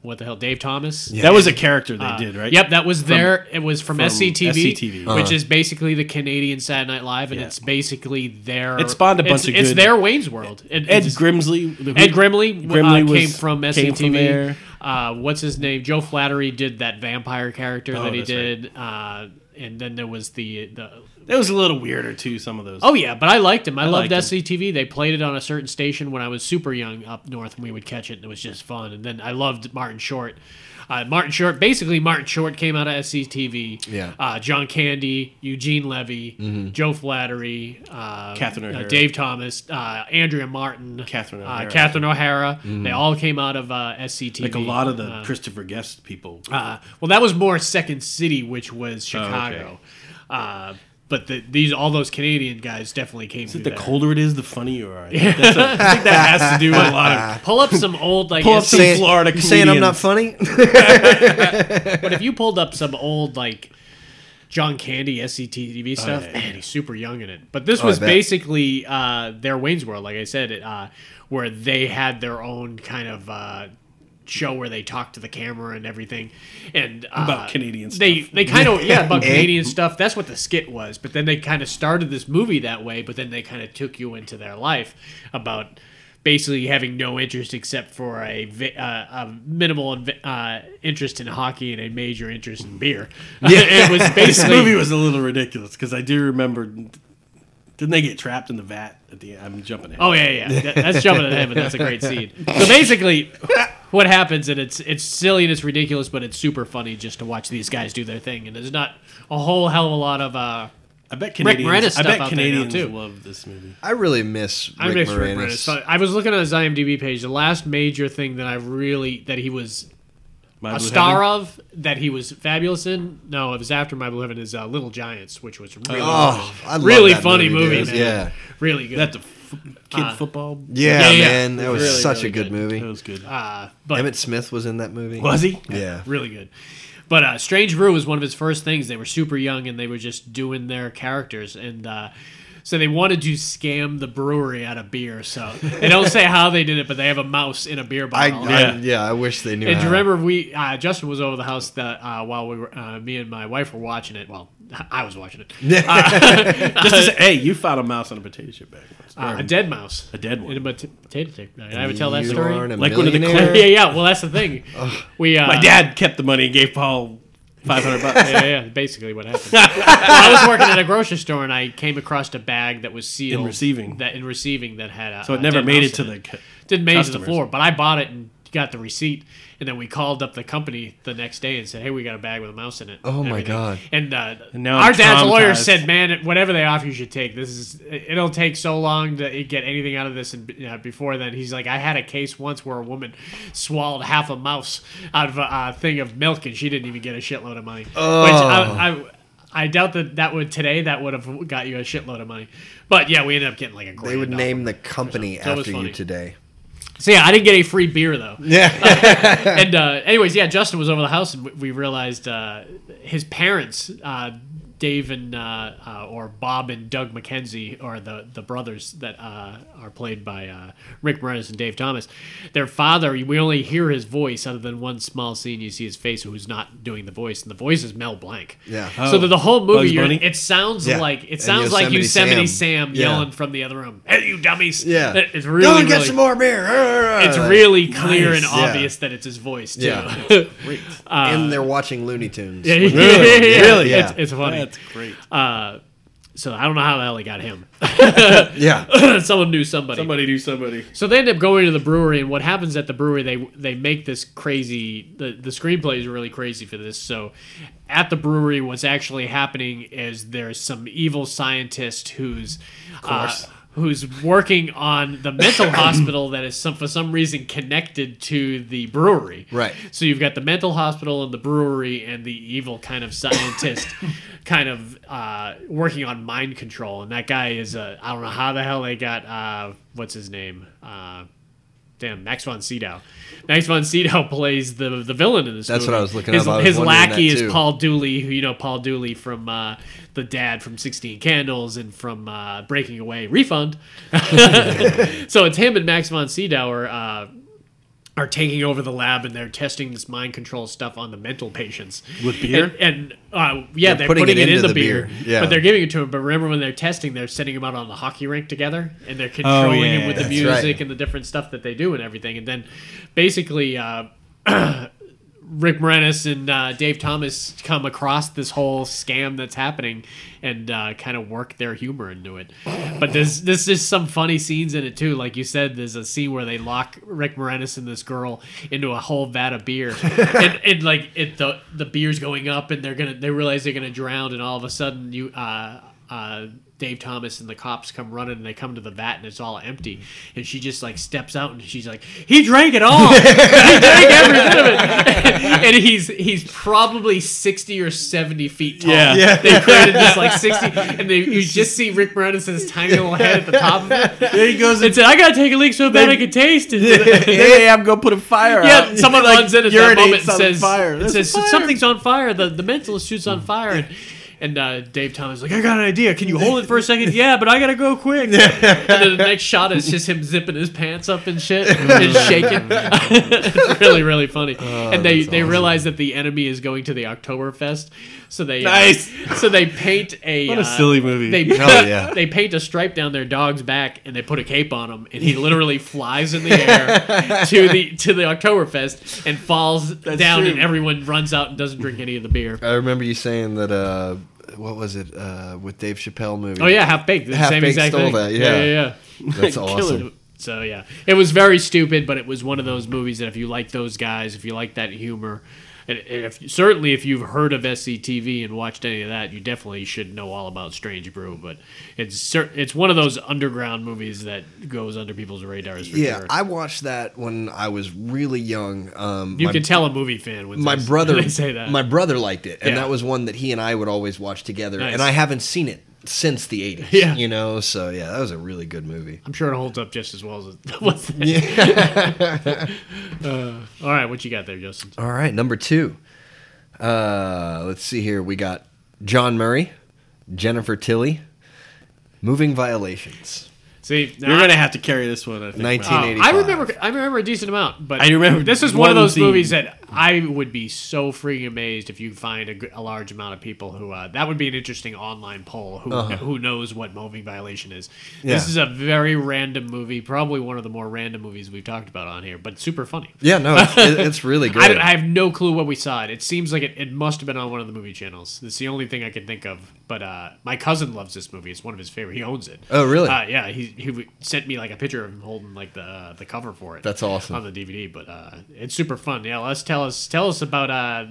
Speaker 2: what the hell, Dave Thomas.
Speaker 3: that was a character they did, right?
Speaker 2: Uh, Yep, that was their. It was from, SCTV,
Speaker 3: SCTV.
Speaker 2: which is basically the Canadian Saturday Night Live, and
Speaker 3: Uh-huh. Yeah.
Speaker 2: it's basically their.
Speaker 3: It spawned a bunch
Speaker 2: it's,
Speaker 3: of
Speaker 2: It's
Speaker 3: good-
Speaker 2: their Wayne's World. It-
Speaker 3: Ed
Speaker 2: it's-
Speaker 3: Grimsley. the-
Speaker 2: Ed Grimley,
Speaker 3: Grimley
Speaker 2: uh,
Speaker 3: was-
Speaker 2: came from SCTV.
Speaker 3: came from there.
Speaker 2: uh, what's his name? Joe Flattery did that vampire character
Speaker 3: Oh,
Speaker 2: that he
Speaker 3: that's
Speaker 2: did, uh, and then there was the the.
Speaker 3: It was a little weirder too. Some of those.
Speaker 2: Oh yeah, but I liked him. I, loved
Speaker 3: liked him.
Speaker 2: SCTV. They played it on a certain station when I was super young up north, and we would catch it, and it was just fun. And then I loved Martin Short. Uh, Martin Short, basically, Martin Short came out of SCTV.
Speaker 4: Yeah.
Speaker 2: Uh, John Candy, Eugene Levy, Joe Flattery, uh,
Speaker 3: Mm-hmm. Catherine
Speaker 2: uh,
Speaker 3: O'Hara.
Speaker 2: Dave Thomas, uh, Andrea Martin,
Speaker 3: Catherine
Speaker 2: uh,
Speaker 3: O'Hara. Mm-hmm.
Speaker 2: Catherine O'Hara. They all came out of uh, SCTV.
Speaker 3: like a lot of the
Speaker 2: Uh,
Speaker 3: Christopher Guest people.
Speaker 2: uh, well, that was more Second City, which was
Speaker 3: Oh,
Speaker 2: Chicago. uh, but the, these all those Canadian guys definitely came.
Speaker 3: I
Speaker 2: through
Speaker 3: think the
Speaker 2: there.
Speaker 3: colder it is, the funnier you are. I think, that's a, I think that has to do with a *laughs* lot of.
Speaker 2: Pull up some old like
Speaker 3: Pull up
Speaker 2: SC
Speaker 3: some- Florida
Speaker 4: you saying I'm
Speaker 3: comedians.
Speaker 4: not funny? *laughs*
Speaker 2: but if you pulled up some old like John Candy SCTV stuff,
Speaker 3: Oh, yeah, Oh,
Speaker 2: man, he's super young in it. But this
Speaker 4: I
Speaker 2: was
Speaker 4: bet.
Speaker 2: basically uh, their Wayne's World, like I said, uh, where they had their own kind of. Uh, Show where they talked to the camera and everything, and uh,
Speaker 3: About Canadian
Speaker 2: They
Speaker 3: stuff.
Speaker 2: they kind
Speaker 3: *laughs*
Speaker 2: of yeah about Canadian stuff. That's what the skit was. But then they kind of started this movie that way. But then they kind of took you into their life about basically having no interest except for a, vi- uh, a minimal inv- uh, interest in hockey and a major interest in beer. *laughs* it was
Speaker 3: *laughs* This
Speaker 2: basically
Speaker 3: movie was a little ridiculous because I do remember. Didn't they get trapped in the vat at the? I'm jumping ahead.
Speaker 2: Oh yeah, yeah. That- that's jumping at him, and that's a great scene. So basically, what happens, and it's it's silly and it's ridiculous, but it's super funny just to watch these guys do their thing. And there's not a whole hell of a lot of uh,
Speaker 3: I bet
Speaker 2: Rick
Speaker 3: Canadians.
Speaker 2: Moranis
Speaker 3: I
Speaker 2: stuff
Speaker 3: bet
Speaker 2: out there now,
Speaker 3: Canadians
Speaker 2: too.
Speaker 3: love this movie.
Speaker 4: I really miss Rick
Speaker 2: I miss
Speaker 4: Moranis.
Speaker 2: Rick Moranis. So I was looking at his IMDb page. The last major thing that I really that he was
Speaker 3: My
Speaker 2: a
Speaker 3: Blue
Speaker 2: star
Speaker 3: Heaven?
Speaker 2: of that he was fabulous in. No, it was after My Blue Heaven is uh, Little Giants, which was really
Speaker 4: Oh, I love
Speaker 2: really
Speaker 4: that
Speaker 2: funny movie,
Speaker 4: dude.
Speaker 2: man.
Speaker 4: Yeah.
Speaker 2: really good.
Speaker 3: That's a f- kid
Speaker 2: Uh,
Speaker 3: football.
Speaker 4: Yeah,
Speaker 2: Yeah, yeah.
Speaker 4: man, that was
Speaker 3: Really,
Speaker 4: such
Speaker 3: really
Speaker 4: a good,
Speaker 3: That
Speaker 4: movie.
Speaker 3: was good.
Speaker 2: uh, but
Speaker 4: Emmett Smith was in that movie.
Speaker 3: was he?
Speaker 4: Yeah.
Speaker 2: really good. But uh, Strange Brew was one of his first things. They were super young and they were just doing their characters, and uh, so they wanted to scam the brewery out of beer. So they
Speaker 4: *laughs*
Speaker 2: don't say how they did it, but they have a mouse in a beer
Speaker 4: I,
Speaker 2: bottle.
Speaker 4: yeah.
Speaker 3: Yeah.
Speaker 4: I, yeah, I wish they knew.
Speaker 2: Oh, And do
Speaker 4: how.
Speaker 2: you remember we uh, Justin was over the house that uh, while we were uh, me and my wife were watching it. Well, *laughs* I was watching it. *laughs*
Speaker 3: Just to say, hey, you found a mouse on a potato chip bag. once.
Speaker 2: Uh, a dead mouse.
Speaker 3: A dead one.
Speaker 2: In a pot- potato chip. bag. Did I ever tell that
Speaker 4: You
Speaker 2: story?
Speaker 4: aren't a
Speaker 3: Like one of the
Speaker 4: millionaire.
Speaker 2: *laughs* yeah, yeah. Well, that's the thing. We uh,
Speaker 3: My dad kept the money and gave Paul five hundred
Speaker 2: *laughs*
Speaker 3: bucks.
Speaker 2: yeah, yeah, basically what happened. well, I was working at a grocery store and I came across a bag that was sealed
Speaker 3: In receiving.
Speaker 2: that in receiving that had a
Speaker 3: So
Speaker 2: a
Speaker 3: it never
Speaker 2: dead
Speaker 3: made
Speaker 2: mouse
Speaker 3: it to
Speaker 2: in
Speaker 3: the. cu-
Speaker 2: didn't make it to the
Speaker 3: customers.
Speaker 2: floor, but I bought it and got the receipt, and then we called up the company the next day and said, "Hey, we got a bag with a mouse in it."
Speaker 4: Oh,
Speaker 2: and
Speaker 4: my
Speaker 2: everything.
Speaker 4: God.
Speaker 2: And, uh,
Speaker 3: And now
Speaker 2: our
Speaker 3: I'm
Speaker 2: dad's lawyer
Speaker 3: traumatized.
Speaker 2: said, "Man, whatever they offer, you should take. This is it'll take so long to get anything out of this." And you know, before then, he's like, "I had a case once where a woman swallowed half a mouse out of a uh, thing of milk, and she didn't even get a shitload of money." Which uh,
Speaker 4: Oh.
Speaker 2: I, I, I doubt that that would today that would have got you a shitload of money, but yeah, we ended up getting like a.
Speaker 4: They
Speaker 2: grand
Speaker 4: would
Speaker 2: off.
Speaker 4: name the company
Speaker 2: It's always
Speaker 4: after you
Speaker 2: funny.
Speaker 4: today.
Speaker 2: So yeah, I didn't get any free beer though.
Speaker 4: Yeah.
Speaker 2: and *laughs* uh, anyways, yeah, Justin was over the house, and we- we realized uh, his parents, uh, Dave and uh, uh, or Bob and Doug McKenzie, are the the brothers that uh, are played by uh, Rick Moranis and Dave Thomas. Their father, we only hear his voice, other than one small scene. You see his face, who's not doing the voice, and the voice is Mel Blanc.
Speaker 4: Yeah.
Speaker 2: So that the whole movie,
Speaker 3: Oh. Bugs
Speaker 2: you're,
Speaker 3: Bunny?
Speaker 2: it sounds
Speaker 4: Yeah.
Speaker 2: like it
Speaker 4: And
Speaker 2: sounds like
Speaker 4: Yosemite
Speaker 2: Yosemite
Speaker 4: Sam.
Speaker 2: Sam,
Speaker 4: Yeah.
Speaker 2: yelling from the other room, "Hey, you dummies!"
Speaker 4: Yeah.
Speaker 2: It- it's really
Speaker 4: Go and get
Speaker 2: really-
Speaker 4: some more beer.
Speaker 2: it's really clear
Speaker 3: Nice.
Speaker 2: and
Speaker 4: Yeah.
Speaker 2: obvious that it's his voice too. *laughs*
Speaker 4: Yeah.
Speaker 3: Great.
Speaker 4: and they're watching Looney Tunes.
Speaker 2: Uh, Yeah, yeah,
Speaker 3: Really?
Speaker 2: yeah,
Speaker 4: Really?
Speaker 2: It's,
Speaker 4: Yeah.
Speaker 2: it's funny. Uh,
Speaker 3: That's great.
Speaker 2: so I don't know how the hell they got him. *laughs*
Speaker 4: Yeah.
Speaker 2: Someone knew somebody.
Speaker 3: somebody do somebody.
Speaker 2: So they end up going to the brewery, and what happens at the brewery? They they make this crazy. The the screenplay is really crazy for this. So, at the brewery, what's actually happening is there's some evil scientist who's,
Speaker 3: course.
Speaker 2: uh, who's working on the
Speaker 4: *coughs*
Speaker 2: mental hospital that is some for some reason connected to the brewery.
Speaker 4: Right.
Speaker 2: So you've got the mental hospital and the brewery and the evil kind of
Speaker 4: *laughs*
Speaker 2: scientist kind of uh, working on mind control. And that guy is, uh, I don't know how the hell they got, uh, what's his name? Uh, damn, Max von Sydow. Max von Sydow *laughs* plays the the villain in this
Speaker 4: That's
Speaker 2: movie.
Speaker 4: what I was looking
Speaker 2: his,
Speaker 4: up. I was
Speaker 2: his
Speaker 4: wondering that
Speaker 2: lackey
Speaker 4: too.
Speaker 2: is Paul Dooley, who you know Paul Dooley from uh, the dad from 16 Candles and from uh, Breaking Away Refund. *laughs* so it's him and Max von Sydow are uh, are taking over the lab and they're testing this mind control stuff on the mental patients
Speaker 3: With beer?
Speaker 2: And, and, uh, yeah, they're, putting, it, into in the beer,
Speaker 4: Yeah.
Speaker 2: but they're giving it to him. But remember when they're testing, they're sending him out on the hockey rink together and they're controlling
Speaker 3: yeah,
Speaker 2: him with the
Speaker 3: that's
Speaker 2: music
Speaker 4: right.
Speaker 2: and the different stuff that they do and everything. And then basically. Uh, Rick Moranis and uh, Dave Thomas come across this whole scam that's happening and uh, kind of work their humor into it. But there's there's just some funny scenes in it too. Like you said, there's a scene where they lock Rick Moranis and this girl into a whole vat of beer, and, and like it the the beer's going up and they're gonna they realize they're gonna drown, and all of a sudden you. Uh, uh, Dave Thomas and the cops come running and they come to the vat and it's all empty. And she just like steps out and she's like, He drank it all. he drank every
Speaker 3: *laughs*
Speaker 2: bit of it. *laughs* and he's he's probably sixty or seventy feet tall.
Speaker 3: Yeah.
Speaker 4: Yeah.
Speaker 2: They created this
Speaker 3: *laughs*
Speaker 2: like sixty and they you just see Rick Moranis' tiny little head at the top of it.
Speaker 3: *laughs* There he goes.
Speaker 2: And said, I gotta take a leak so bad I can taste
Speaker 3: *laughs*
Speaker 2: it.
Speaker 3: hey, I'm gonna put a fire
Speaker 2: Yeah,
Speaker 3: *laughs*
Speaker 2: someone runs in at that
Speaker 3: urinates
Speaker 2: moment and
Speaker 3: on
Speaker 2: says,
Speaker 3: fire.
Speaker 2: and
Speaker 3: There's
Speaker 2: says
Speaker 3: a fire.
Speaker 2: something's on fire. The the mentalist shoots on fire, and, and uh, Dave Thomas is like, I got an idea. Can you hold it for a
Speaker 3: *laughs*
Speaker 2: second? yeah, but I gotta go quick. and then the next shot is just him zipping his pants up and
Speaker 3: *laughs*
Speaker 2: shit and shaking. *laughs* it's really really funny.
Speaker 3: Oh,
Speaker 2: and they they realize that the enemy is going to the Oktoberfest, so they uh,
Speaker 3: Nice.
Speaker 2: so they paint a
Speaker 3: What a
Speaker 2: uh,
Speaker 3: silly movie.
Speaker 2: They
Speaker 4: Hell Oh, yeah.
Speaker 2: they paint a stripe down their dog's back and they put a cape on him and he literally flies in the
Speaker 4: *laughs*
Speaker 2: air to the to the Oktoberfest and falls down
Speaker 3: true.
Speaker 2: and everyone runs out and doesn't drink any of the beer.
Speaker 4: I remember you saying that. Uh, what was it uh, with Dave Chappelle movie?
Speaker 2: Oh yeah, half baked. The
Speaker 4: Half
Speaker 2: same
Speaker 4: Baked
Speaker 2: exact
Speaker 4: stole
Speaker 2: thing.
Speaker 4: that, yeah.
Speaker 2: yeah, yeah. yeah. *laughs*
Speaker 4: that's
Speaker 2: It-
Speaker 4: awesome.
Speaker 2: So yeah, it was very stupid, but it was one of those movies that if you like those guys, if you like that humor, And if certainly if you've heard of SCTV and watched any of that, you definitely should know all about Strange Brew. But it's cer- it's one of those underground movies that goes under people's radars. For
Speaker 4: Yeah,
Speaker 2: sure.
Speaker 4: I watched that when I was really young. Um,
Speaker 2: you
Speaker 4: my,
Speaker 2: can tell a movie fan when
Speaker 4: my
Speaker 2: they-
Speaker 4: brother
Speaker 2: *laughs* they say that.
Speaker 4: my brother liked it, and
Speaker 2: Yeah.
Speaker 4: that was one that he and I would always watch together.
Speaker 2: Nice.
Speaker 4: And I haven't seen it since the eighties.
Speaker 2: *laughs* Yeah.
Speaker 4: you know, so yeah, that was a really good movie.
Speaker 2: I'm sure it holds up just as well as
Speaker 4: *laughs*
Speaker 2: it was. Then. *laughs* uh, all right, what you got there, Justin?
Speaker 4: All right, number two. Uh, let's see here. We got John Murray, Jennifer Tilly, Moving Violations.
Speaker 2: See, now
Speaker 3: You're
Speaker 2: I-
Speaker 3: gonna have to carry this one. I think.
Speaker 4: 19
Speaker 3: Rob.
Speaker 2: Oh, I remember. I remember a decent amount, but
Speaker 3: I remember
Speaker 2: this is one of
Speaker 3: one
Speaker 2: those
Speaker 3: scene.
Speaker 2: movies that I would be so freaking amazed if you find a, g- a large amount of people who uh, that would be an interesting online poll who
Speaker 3: Uh-huh.
Speaker 2: who knows what moving violation is. This
Speaker 4: Yeah.
Speaker 2: is a very random movie, probably one of the more random movies we've talked about on here, but super funny.
Speaker 4: Yeah, no, it's, it- it's
Speaker 2: *laughs*
Speaker 4: really
Speaker 2: I,
Speaker 4: great.
Speaker 2: don't- I have no clue what we saw it. It seems like it, it must have been on one of the movie channels. It's the only thing I can think of. But uh, my cousin loves this movie. It's one of his favorite. He owns it.
Speaker 4: Oh, really?
Speaker 2: Uh, yeah. He, he w- sent me like a picture of him holding like the uh, the cover for it.
Speaker 4: That's awesome.
Speaker 2: on the DVD. But uh, it's super fun. Yeah. Let's tell us tell us about uh,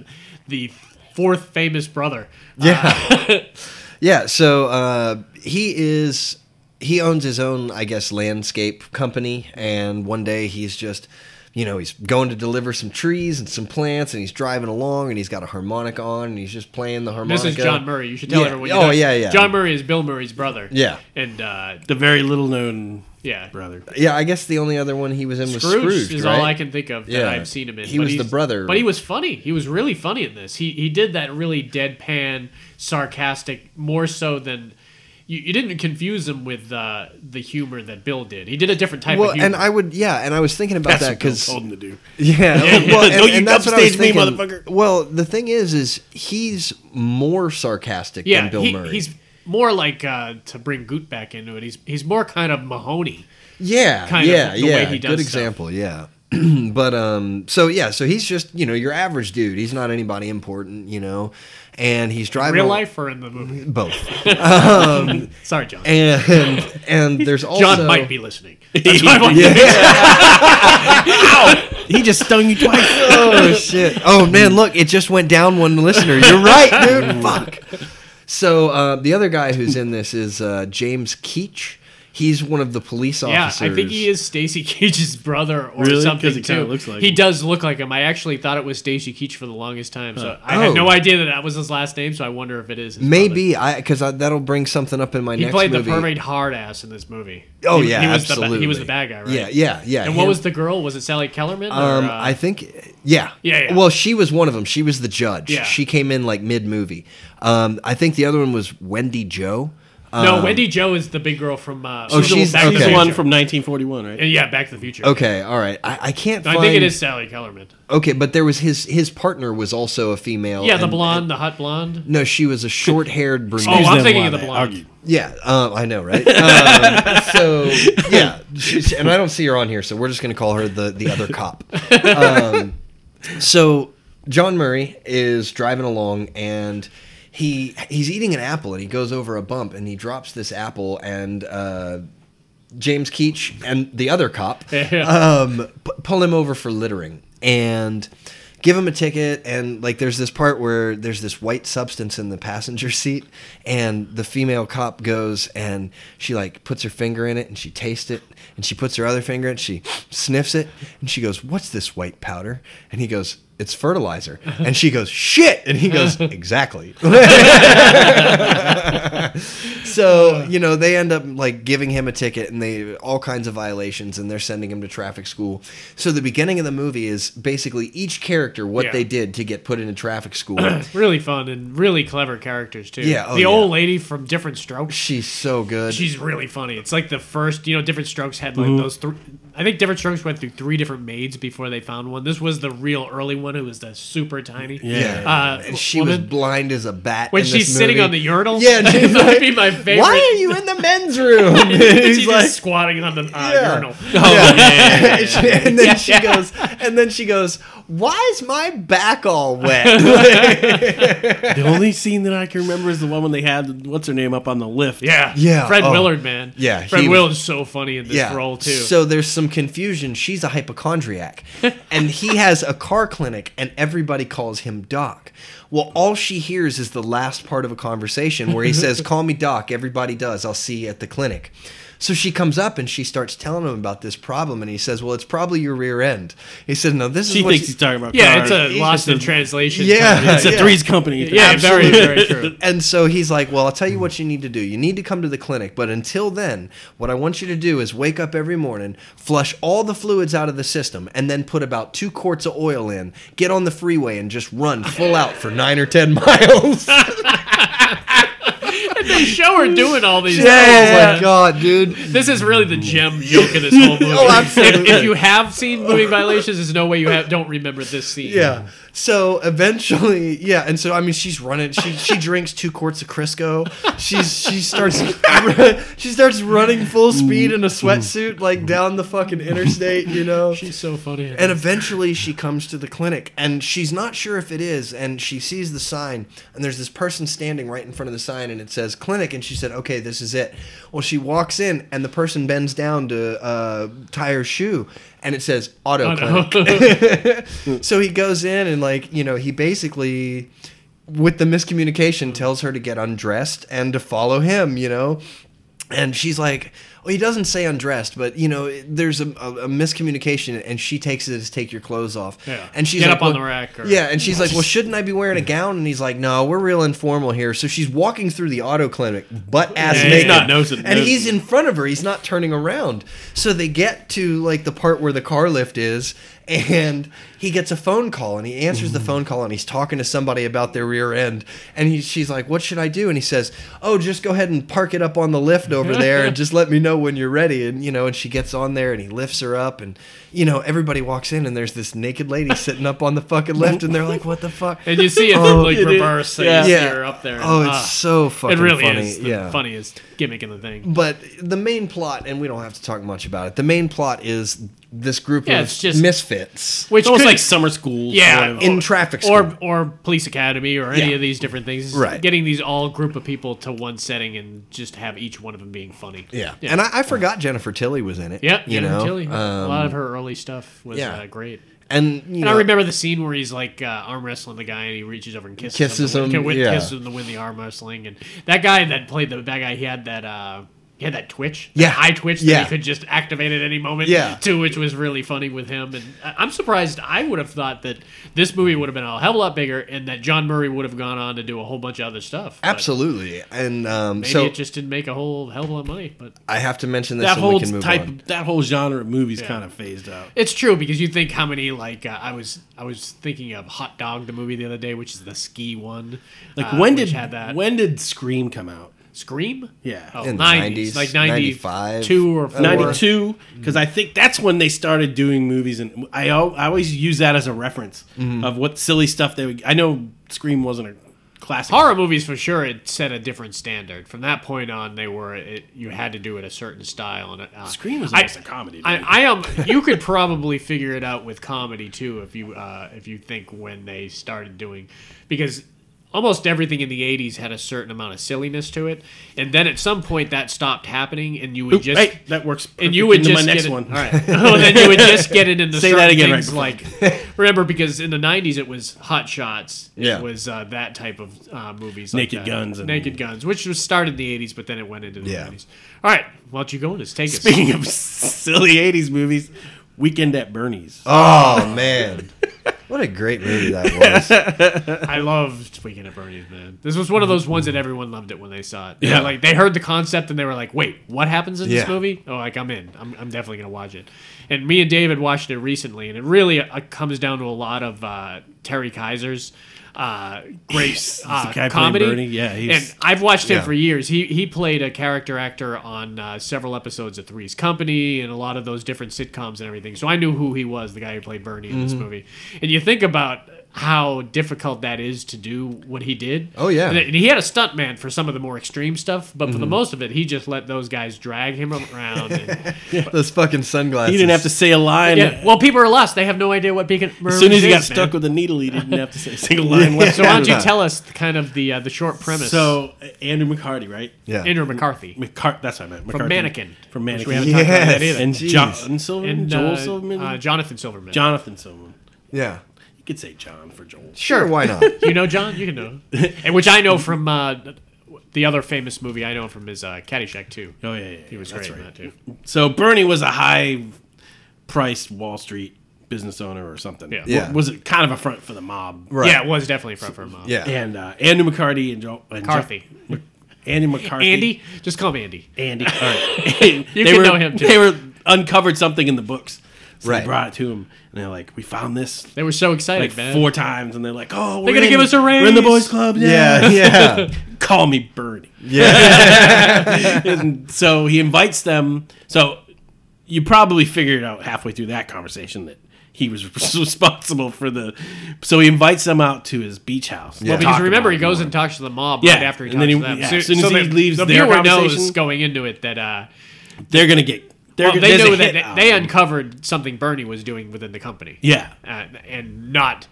Speaker 2: the fourth famous brother. Yeah.
Speaker 4: *laughs* Yeah, so uh, he is he owns his own, I guess, landscape company, and one day he's just, you know, he's going to deliver some trees and some plants, and he's driving along, and he's got a harmonica on, and he's just playing the harmonica.
Speaker 2: this is John Murray. You should tell
Speaker 4: Yeah.
Speaker 2: everyone. you
Speaker 4: Oh,
Speaker 2: know-
Speaker 4: yeah, yeah.
Speaker 2: John Murray is Bill Murray's brother.
Speaker 4: Yeah.
Speaker 2: And uh,
Speaker 3: the very little known
Speaker 2: yeah.
Speaker 3: brother.
Speaker 4: Yeah, I guess the only other one he was in was
Speaker 2: Scrooge,
Speaker 4: Scrooge,
Speaker 2: is
Speaker 4: right?
Speaker 2: all I can think of that
Speaker 4: Yeah.
Speaker 2: I've seen him in.
Speaker 4: He
Speaker 2: but
Speaker 4: was the
Speaker 2: he's-
Speaker 4: brother.
Speaker 2: but he was funny. He was really funny in this. He he did that really deadpan, sarcastic, more so than you, you didn't confuse him with uh, the humor that Bill did. He did a different type
Speaker 4: well,
Speaker 2: of humor.
Speaker 4: and I would, yeah, and I was thinking about
Speaker 3: That's
Speaker 4: that
Speaker 3: what Bill
Speaker 4: because
Speaker 3: told him to do.
Speaker 4: *laughs*
Speaker 2: *laughs*
Speaker 4: Yeah,
Speaker 3: yeah.
Speaker 4: well, and,
Speaker 3: Don't you
Speaker 4: and that's what I was
Speaker 3: upstage me,
Speaker 4: thinking.
Speaker 3: motherfucker.
Speaker 4: Well, the thing is, is he's more sarcastic
Speaker 2: yeah,
Speaker 4: than Bill
Speaker 2: he-
Speaker 4: Murray.
Speaker 2: he's more like uh, to bring Goot back into it. He's he's more kind of Mahoney.
Speaker 4: yeah
Speaker 2: kind of
Speaker 4: yeah
Speaker 2: the
Speaker 4: yeah
Speaker 2: way he does stuff.
Speaker 4: good example yeah *clears throat* but um so yeah so he's just you know your average dude he's not anybody important you know and he's driving
Speaker 2: Real
Speaker 4: al-
Speaker 2: life or in the movie?
Speaker 4: both
Speaker 2: Sorry, John.
Speaker 4: and and there's also
Speaker 2: *laughs* John might be
Speaker 4: *laughs*
Speaker 2: listening. That's why I wanted to- *laughs*
Speaker 3: He just stung you
Speaker 4: *laughs*
Speaker 3: twice.
Speaker 4: oh shit oh man look it just went down one listener you're
Speaker 2: *laughs*
Speaker 4: right dude fuck so uh, the other guy who's in this is uh, James Keach he's one of the police
Speaker 2: Yeah,
Speaker 4: officers
Speaker 2: I think he is Stacy *laughs* Keach's brother or
Speaker 3: Really?
Speaker 2: something
Speaker 3: 'Cause he
Speaker 2: too.
Speaker 3: kinda looks like
Speaker 2: he
Speaker 3: him.
Speaker 2: does look like him. I actually thought it was Stacy Keach for the longest time, so I
Speaker 4: Oh.
Speaker 2: had no idea that that was his last name. So I wonder if it is. his
Speaker 4: maybe I because that'll bring something up in my
Speaker 2: brother. he
Speaker 4: next
Speaker 2: played
Speaker 4: movie
Speaker 2: the pervade hard ass in this movie.
Speaker 4: Oh
Speaker 2: He-
Speaker 4: yeah,
Speaker 2: he was the ba-
Speaker 4: absolutely.
Speaker 2: he was the bad guy, right?
Speaker 4: Yeah, yeah, yeah.
Speaker 2: And what
Speaker 4: him.
Speaker 2: was the girl? Was it Sally Kellerman?
Speaker 4: Um,
Speaker 2: or, uh,
Speaker 4: I think, yeah.
Speaker 2: Yeah, yeah.
Speaker 4: Well, she was one of them. She was the judge.
Speaker 2: Yeah.
Speaker 4: She came in like mid movie. Um, I think the other one was Wendy Joe.
Speaker 2: no, Wendy Joe is the big girl from. Uh,
Speaker 4: um, Oh,
Speaker 2: she's the
Speaker 4: she's-
Speaker 2: Back to
Speaker 4: okay.
Speaker 3: He's
Speaker 2: the
Speaker 3: the one
Speaker 2: Future.
Speaker 3: from 1941, right?
Speaker 2: Yeah, Back to the Future.
Speaker 4: Okay, all right. I, I can't.
Speaker 2: I
Speaker 4: find,
Speaker 2: think it is Sally Kellerman.
Speaker 4: Okay, but there was his his partner was also a female.
Speaker 2: Yeah, the
Speaker 4: Oh, and-
Speaker 2: blonde, the hot blonde.
Speaker 4: No, she was a short haired
Speaker 2: *laughs*
Speaker 4: brunette.
Speaker 2: Oh, I'm
Speaker 3: Excuse them
Speaker 2: thinking
Speaker 3: while
Speaker 2: of the
Speaker 3: they
Speaker 2: blonde.
Speaker 3: argue.
Speaker 4: Yeah, uh, I know, right? um, so yeah, she's- and I don't see her on here, so we're just going to call her the the other cop. Um, so John Murray is driving along and. He, he's eating an apple and he goes over a bump and he drops this apple and uh, James Keach and the other cop um, p- pull him over for littering and give him a ticket. And like, there's this part where there's this white substance in the passenger seat, and the female cop goes and she like puts her finger in it and she tastes it, and she puts her other finger in, it, she sniffs it, and she goes, "What's this white powder?" And he goes. It's fertilizer, and she goes shit, and he goes exactly. So you know they end up like giving him a ticket and they all kinds of violations and they're sending him to traffic school. So the beginning of the movie is basically each character what
Speaker 2: Yeah.
Speaker 4: they did to get put into traffic school.
Speaker 2: *clears throat* Really fun and really clever characters too.
Speaker 4: Yeah, oh,
Speaker 2: the
Speaker 4: yeah.
Speaker 2: old lady from Different Strokes.
Speaker 4: She's so good.
Speaker 2: She's really funny. It's like the first, you know, different strokes had
Speaker 4: Mm-hmm.
Speaker 2: like those three. I think different strokes went through three different maids before they found one. This was the real early one who was the super tiny.
Speaker 3: Yeah.
Speaker 2: Uh,
Speaker 4: and she
Speaker 2: woman.
Speaker 4: was blind as a bat
Speaker 2: when
Speaker 4: in
Speaker 2: she's
Speaker 4: this
Speaker 2: sitting
Speaker 4: movie.
Speaker 2: on the urinal. *laughs*
Speaker 4: *laughs* Yeah, and
Speaker 2: that
Speaker 4: she's
Speaker 2: would
Speaker 4: like,
Speaker 2: be my favorite.
Speaker 4: Why
Speaker 2: *laughs*
Speaker 4: are you in the men's room? And
Speaker 2: she's
Speaker 4: he's
Speaker 2: just
Speaker 4: like,
Speaker 2: squatting on the uh,
Speaker 4: *laughs* Yeah.
Speaker 2: urinal.
Speaker 4: Yeah. and then she goes, and then she goes,
Speaker 5: why is my back all wet?
Speaker 2: *laughs*
Speaker 4: *laughs*
Speaker 3: The only scene that I can remember is the one when they had what's her name up on the lift. Yeah,
Speaker 5: Yeah,
Speaker 2: Fred
Speaker 5: oh.
Speaker 2: Willard, man.
Speaker 4: Yeah,
Speaker 2: Fred
Speaker 4: he-
Speaker 2: Willard's so funny in this role too.
Speaker 5: So
Speaker 4: So there's some confusion. She's
Speaker 3: *laughs*
Speaker 4: a hypochondriac, and he has a car clinic, and everybody calls him Doc. Well, all she hears is the last part of a conversation where
Speaker 3: *laughs*
Speaker 4: he says, "Call me Doc." Everybody does. I'll see you at the clinic. So she comes up and she starts telling him about this problem, and he says, "Well, it's probably your rear end." He said, "No, this
Speaker 3: she
Speaker 4: is what
Speaker 3: thinks
Speaker 4: you-
Speaker 3: he's talking about.
Speaker 2: yeah,
Speaker 3: cars.
Speaker 2: it's a lost
Speaker 3: just
Speaker 2: in translation.
Speaker 4: *laughs* Yeah.
Speaker 2: kind of-
Speaker 3: It's a
Speaker 4: Yeah.
Speaker 3: Three's Company. thing.
Speaker 2: yeah, very, very true.
Speaker 4: And so he's like, Well, I'll tell you what you need to do. You need to come to the clinic, but until then, what I want you to do is wake up every morning, flush all the fluids out of the system, and then put about two quarts of oil in, get on the freeway, and just run full out for nine or ten *laughs* miles.
Speaker 2: They show her doing all these.
Speaker 4: Oh my
Speaker 2: things.
Speaker 4: God, dude.
Speaker 2: This is really the gem joke in this whole
Speaker 4: *laughs*
Speaker 2: movie.
Speaker 4: Oh, absolutely.
Speaker 2: If, if you have seen movie violations, there's no way you have don't remember this scene.
Speaker 4: Yeah. So eventually, yeah, and so I mean, she's running. She she drinks two quarts of Crisco. She's she starts *laughs* she starts running full speed in a sweatsuit like down the fucking interstate, you know.
Speaker 2: she's so funny.
Speaker 4: And eventually she comes to the clinic and she's not sure if it is. And she sees the sign and there's this person standing right in front of the sign and it says clinic. And she said, okay, this is it. Well, she walks in and the person bends down to uh, tie her shoe and it says auto clinic. *laughs* So he goes in and like, you know, he basically with the miscommunication tells her to get undressed and to follow him, you know. And she's like, well, he doesn't say undressed, but you know, it- there's a, a, a miscommunication, and she takes it as take your clothes off.
Speaker 2: Yeah.
Speaker 4: And she's
Speaker 2: Get
Speaker 4: like,
Speaker 2: up on
Speaker 4: well-
Speaker 2: the rack or-
Speaker 4: yeah, and she's
Speaker 2: *laughs*
Speaker 4: like, well, shouldn't I be wearing a gown? And he's like, no, we're real informal here. So she's walking through the auto clinic, butt ass
Speaker 2: Yeah, he's
Speaker 4: naked,
Speaker 2: not
Speaker 3: noticing-
Speaker 4: and he's in front of her. He's not turning around. So they get to like the part where the car lift is, and he gets a phone call, and he answers
Speaker 2: Mm.
Speaker 4: the phone call, and he's talking to somebody about their rear end, and he, she's like, "What should I do?" And he says, "Oh, just go ahead and park it up on the lift over there, and just let me know when you're ready." And you know, and she gets on there, and he lifts her up, and you know, everybody walks in, and there's this
Speaker 2: *laughs*
Speaker 4: naked lady sitting up on the fucking lift, and they're like, "What the fuck?"
Speaker 2: And you see it
Speaker 4: Oh,
Speaker 2: from like
Speaker 3: it is.
Speaker 2: reverse, so yeah. you see
Speaker 4: Yeah.
Speaker 2: her up there.
Speaker 4: Oh, it's
Speaker 2: Ah,
Speaker 4: so fucking
Speaker 2: it really
Speaker 4: funny.
Speaker 2: is the
Speaker 4: yeah.
Speaker 2: funniest gimmick in the thing.
Speaker 4: But the main plot, and we don't have to talk much about it. The main plot is this group
Speaker 2: Yeah,
Speaker 4: of
Speaker 2: it's just-
Speaker 4: misfits
Speaker 2: Which
Speaker 3: It's almost
Speaker 2: could-
Speaker 3: like summer school.
Speaker 2: yeah,
Speaker 3: sort of.
Speaker 4: in traffic school.
Speaker 2: or or police academy or any
Speaker 4: Yeah.
Speaker 2: of these different things. It's
Speaker 4: Right.
Speaker 2: Getting these all group of people to one setting and just have each one of them being funny.
Speaker 4: yeah. and I, I forgot Jennifer Tilly was in it.
Speaker 2: Yep,
Speaker 4: you know,
Speaker 2: Tilly. a
Speaker 4: Um,
Speaker 2: lot of her early stuff was
Speaker 4: yeah.
Speaker 2: uh, great.
Speaker 4: and you
Speaker 2: And
Speaker 4: know,
Speaker 2: I remember the scene where he's like uh, arm wrestling the guy, and he reaches over and kisses,
Speaker 4: Kisses
Speaker 2: him, to
Speaker 4: him,
Speaker 2: win,
Speaker 4: yeah.
Speaker 2: kisses him to win the arm wrestling. And that guy that played the bad guy, he had that uh, he had that twitch, that
Speaker 4: Yeah.
Speaker 2: eye twitch
Speaker 4: Yeah.
Speaker 2: that he could just activate at any moment,
Speaker 4: Yeah.
Speaker 2: too, which was really funny with him. And I- I'm surprised. I would have thought that this movie would have been a hell of a lot bigger, and that John Murray would have gone on to do a whole bunch of other stuff. But
Speaker 4: absolutely. And um,
Speaker 2: Maybe
Speaker 4: so
Speaker 2: it just didn't make a whole hell of a lot of money, but
Speaker 4: I have to mention this,
Speaker 3: that
Speaker 4: and
Speaker 3: whole
Speaker 4: we can move
Speaker 3: type,
Speaker 4: on.
Speaker 3: that whole genre of movies kind of phased out.
Speaker 2: It's true because you think how many like uh, I was I was thinking of Hot Dog the movie the other day, which is the ski one.
Speaker 3: Like
Speaker 2: uh,
Speaker 3: when
Speaker 2: which
Speaker 3: did
Speaker 2: had that
Speaker 3: when did Scream come out?
Speaker 2: Scream?
Speaker 3: Yeah.
Speaker 2: oh,
Speaker 4: In the
Speaker 2: 90s,
Speaker 4: 90s,
Speaker 2: like
Speaker 4: 95,
Speaker 2: 92 or 4.
Speaker 3: 92 because i think that's when they started doing movies and i, al- I always use that as a reference
Speaker 4: Mm-hmm.
Speaker 3: of what silly stuff they would i know scream wasn't a classic
Speaker 2: Horror movies for sure it set a different standard. From that point on, they were it, you had to do it a certain style. And uh,
Speaker 3: Scream was
Speaker 2: I-
Speaker 3: almost a comedy,
Speaker 2: I,
Speaker 3: dude.
Speaker 2: I am. You could probably figure it out with comedy too if you uh, if you think when they started doing because almost everything in the 80s had a certain amount of silliness to it and then at some point that stopped happening and you would
Speaker 3: Oop,
Speaker 2: just
Speaker 3: right, that works
Speaker 2: and you
Speaker 3: perfect
Speaker 2: would
Speaker 3: into
Speaker 2: just
Speaker 3: my next
Speaker 2: get it-
Speaker 3: one.
Speaker 2: all right *laughs* well, then you would just get it in the
Speaker 3: *laughs* Say that again,
Speaker 2: things
Speaker 3: right
Speaker 2: like remember because in the 90s it was hot shots it
Speaker 4: Yeah.
Speaker 2: was uh, that type of uh, movies
Speaker 3: Naked
Speaker 2: like that.
Speaker 3: Guns and-
Speaker 2: naked guns which was started in the 80s but then it went into the
Speaker 4: Yeah.
Speaker 2: 90s all right why don't you go and just take us
Speaker 3: *laughs* speaking of silly 80s movies weekend at bernie's
Speaker 2: *laughs*
Speaker 4: Oh man, what a great movie that was.
Speaker 2: I loved Weekend at Bernie's, man. This was one of those ones that everyone loved it when they saw it. They yeah. Like they heard the concept and they were like, "Wait, what happens in this
Speaker 4: Yeah.
Speaker 2: movie?" Oh, like I'm in. I'm, I'm definitely gonna watch it. And me and David watched it recently, and it really uh, comes down to a lot of uh, Terry Kaiser's uh, great
Speaker 3: the
Speaker 2: uh,
Speaker 3: guy playing
Speaker 2: comedy.
Speaker 3: Bernie. Yeah, he's-
Speaker 2: and I've watched him
Speaker 4: Yeah.
Speaker 2: for years. He he played a character actor on uh, several episodes of Three's Company and a lot of
Speaker 3: Mm-hmm.
Speaker 2: those different sitcoms and everything. So I knew who he was, the guy who played Bernie in this movie. And you think about how difficult that is to do what he did.
Speaker 4: Oh, yeah.
Speaker 2: and, he had a stuntman for some of the more extreme stuff, but
Speaker 3: Mm-hmm.
Speaker 2: for the most of it, he just let those guys drag him
Speaker 3: *laughs*
Speaker 2: around. And,
Speaker 4: Those fucking sunglasses.
Speaker 3: He didn't have to say a line.
Speaker 2: yeah, well, people are lost; they have no idea what Beacon.
Speaker 3: As soon as he got stuck with a needle, he didn't have to say a
Speaker 4: *laughs*
Speaker 3: single line.
Speaker 2: so why don't you
Speaker 4: Yeah.
Speaker 2: tell us the, kind of the uh, the short premise?
Speaker 3: So uh, Andrew McCarty, right?
Speaker 4: Yeah.
Speaker 2: Andrew McCarthy.
Speaker 3: McCart. That's what I meant. McCarthy.
Speaker 2: Mannequin,
Speaker 3: From
Speaker 2: which
Speaker 3: Mannequin.
Speaker 2: we haven't talked about that Yes. either.
Speaker 3: And
Speaker 4: Jeez.
Speaker 3: John Silverman.
Speaker 2: And,
Speaker 3: Joel
Speaker 2: uh,
Speaker 3: Silverman.
Speaker 2: uh, Jonathan Silverman.
Speaker 3: Jonathan Silverman.
Speaker 4: yeah.
Speaker 3: You could say John for Joel.
Speaker 4: Sure,
Speaker 2: *laughs*
Speaker 4: why not?
Speaker 2: you know John? You can know.
Speaker 3: *laughs*
Speaker 2: him. And which I know from uh, the other famous movie I know him from is uh, Caddyshack too.
Speaker 3: Oh yeah, yeah, yeah
Speaker 2: He was
Speaker 3: that's
Speaker 2: great in
Speaker 3: right.
Speaker 2: that too.
Speaker 3: So Bernie was a high-priced Wall Street business owner or something.
Speaker 2: Yeah.
Speaker 4: Yeah.
Speaker 3: Wa- Was it kind of a front for the mob?
Speaker 4: Right.
Speaker 2: Yeah, it was definitely front for a mom.
Speaker 4: Yeah.
Speaker 3: And uh, Andrew McCarty and Joel and Jo-
Speaker 2: McCarthy.
Speaker 3: Mc- Andy McCarthy.
Speaker 2: Andy, just call him Andy. *laughs*
Speaker 3: Andy. All right. *laughs* you
Speaker 2: can know him, too.
Speaker 3: They were uncovered something in the books. So
Speaker 4: Right.
Speaker 3: they brought it to him, and they're like, "We found this
Speaker 2: They were so excited,
Speaker 3: like
Speaker 2: man.
Speaker 3: four times," and they're like, "Oh, we're
Speaker 2: gonna
Speaker 3: in-
Speaker 2: give us a
Speaker 3: We're in the
Speaker 2: raise."
Speaker 3: boys' club. Yeah,
Speaker 2: *laughs*
Speaker 4: Yeah, yeah.
Speaker 3: call me Bernie."
Speaker 4: Yeah.
Speaker 3: *laughs* and so he invites them. So you probably figured out halfway through that conversation that he was *laughs* responsible for the. So he invites them out to his beach house.
Speaker 4: Well,
Speaker 3: Talk
Speaker 2: because remember,
Speaker 3: about
Speaker 2: he
Speaker 3: it
Speaker 2: goes
Speaker 3: more.
Speaker 2: and talks to the mob
Speaker 3: Yeah,
Speaker 2: right after he
Speaker 3: and
Speaker 2: talks
Speaker 3: then he-
Speaker 2: to them.
Speaker 3: yeah, as soon as he
Speaker 2: the-
Speaker 3: leaves
Speaker 2: the
Speaker 3: their
Speaker 2: viewer knows
Speaker 3: conversation-
Speaker 2: going into it that uh,
Speaker 3: they're gonna get. They're, Oh.
Speaker 2: well,
Speaker 3: gonna-
Speaker 2: they
Speaker 3: there's a
Speaker 2: knew that
Speaker 3: hit
Speaker 2: they, they
Speaker 3: out.
Speaker 2: uncovered something Bernie was doing within the company.
Speaker 3: Yeah.
Speaker 2: uh, and not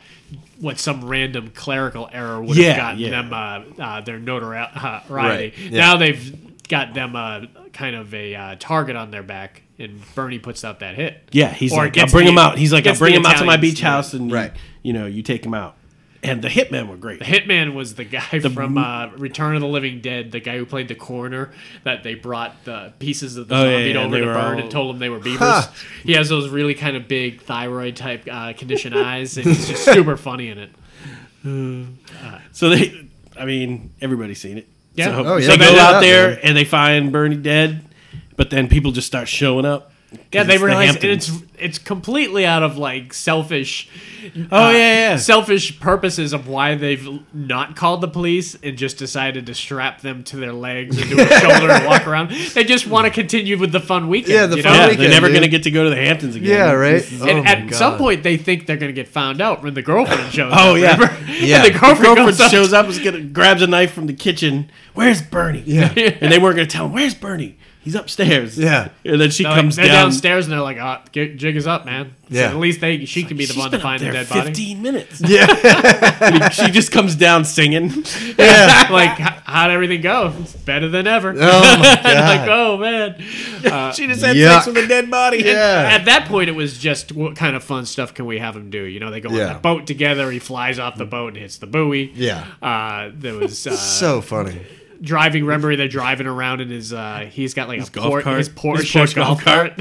Speaker 2: what some random clerical error would
Speaker 3: Yeah,
Speaker 2: have gotten
Speaker 3: yeah.
Speaker 2: them uh, uh, their notoriety.
Speaker 4: Right, yeah.
Speaker 2: Now they've got them uh, kind of a uh, target on their back, and Bernie puts out that hit.
Speaker 3: Yeah, he's
Speaker 2: Or
Speaker 3: like, I'll
Speaker 2: gets
Speaker 3: bring
Speaker 2: the-
Speaker 3: him out. He's like, I'll
Speaker 2: gets
Speaker 3: bring
Speaker 2: the
Speaker 3: him out to my
Speaker 2: Italians
Speaker 3: beach
Speaker 2: to do it.
Speaker 3: house, and you-
Speaker 4: Right.
Speaker 3: you, know, you take him out. And the hitmen were great.
Speaker 2: Hitman was the guy from uh, Return of the Living Dead, the guy who played the coroner that they brought the pieces of the
Speaker 3: Oh, yeah,
Speaker 2: zombie
Speaker 3: yeah,
Speaker 2: over
Speaker 3: they
Speaker 2: to
Speaker 3: were
Speaker 2: Burn
Speaker 3: all-
Speaker 2: and told him they were beavers.
Speaker 4: Huh.
Speaker 2: He has those really kind of big thyroid type uh, condition
Speaker 3: *laughs*
Speaker 2: eyes, and he's just super funny in it.
Speaker 3: So they, I mean, everybody's seen it.
Speaker 2: Yeah.
Speaker 3: So,
Speaker 2: Oh,
Speaker 4: yeah.
Speaker 3: they
Speaker 4: They
Speaker 3: go
Speaker 4: did
Speaker 3: out
Speaker 4: that,
Speaker 3: there
Speaker 4: man.
Speaker 3: and they find Bernie dead, but then people just start showing up.
Speaker 2: Yeah, they
Speaker 3: It's the
Speaker 2: realize and
Speaker 3: Hamptons.
Speaker 2: it's it's completely out of like selfish. uh,
Speaker 3: Oh, yeah, yeah.
Speaker 2: Selfish purposes of why they've not called the police and just decided to strap them to their legs and do
Speaker 3: *laughs*
Speaker 2: a shoulder and walk around. They just want to continue with the fun weekend.
Speaker 4: Yeah, the
Speaker 2: you
Speaker 4: fun
Speaker 2: know?
Speaker 3: yeah,
Speaker 4: weekend,
Speaker 3: they're never
Speaker 4: dude.
Speaker 3: gonna get to go to the Hamptons again.
Speaker 4: Yeah, right? Oh
Speaker 2: and
Speaker 4: my
Speaker 2: at some
Speaker 4: God.
Speaker 2: point, they think they're going to get found out when the girlfriend shows up.
Speaker 3: Oh *laughs* yeah,
Speaker 2: remember?
Speaker 4: Yeah.
Speaker 2: And the girlfriend,
Speaker 3: girlfriend
Speaker 2: goes up-
Speaker 3: shows up, is gonna grabs a knife from the kitchen. Where's Bernie? Yeah, *laughs* and they weren't gonna tell him. Where's Bernie? He's upstairs.
Speaker 4: Yeah.
Speaker 3: and then she
Speaker 2: They're like-
Speaker 3: comes
Speaker 2: they're
Speaker 3: down.
Speaker 2: downstairs and they're like, oh, get, "Jig is up, man." So
Speaker 4: Yeah.
Speaker 2: at least they she can be the
Speaker 3: She's
Speaker 2: one
Speaker 3: been
Speaker 2: to
Speaker 3: up
Speaker 2: find the
Speaker 3: there
Speaker 2: dead body.
Speaker 3: Fifteen minutes.
Speaker 4: yeah.
Speaker 3: *laughs* And she just comes down singing.
Speaker 2: *laughs* like, h- how'd everything go? Better than ever.
Speaker 4: Oh my
Speaker 2: *laughs* like,
Speaker 4: God.
Speaker 2: oh man.
Speaker 3: she just had
Speaker 4: Yuck.
Speaker 3: sex with a dead body.
Speaker 4: Yeah.
Speaker 2: *laughs* At that point, it was just what kind of fun stuff can we have him do? You know, they go
Speaker 4: Yeah.
Speaker 2: on the boat together. He flies off the boat and hits the buoy.
Speaker 4: Yeah.
Speaker 2: Uh, there was uh,
Speaker 4: So funny.
Speaker 2: driving. Remember, they're driving around in his. Uh, he's got like a
Speaker 3: golf
Speaker 2: port,
Speaker 3: cart.
Speaker 2: his Porsche,
Speaker 3: His Porsche
Speaker 2: golf
Speaker 3: golf
Speaker 2: cart.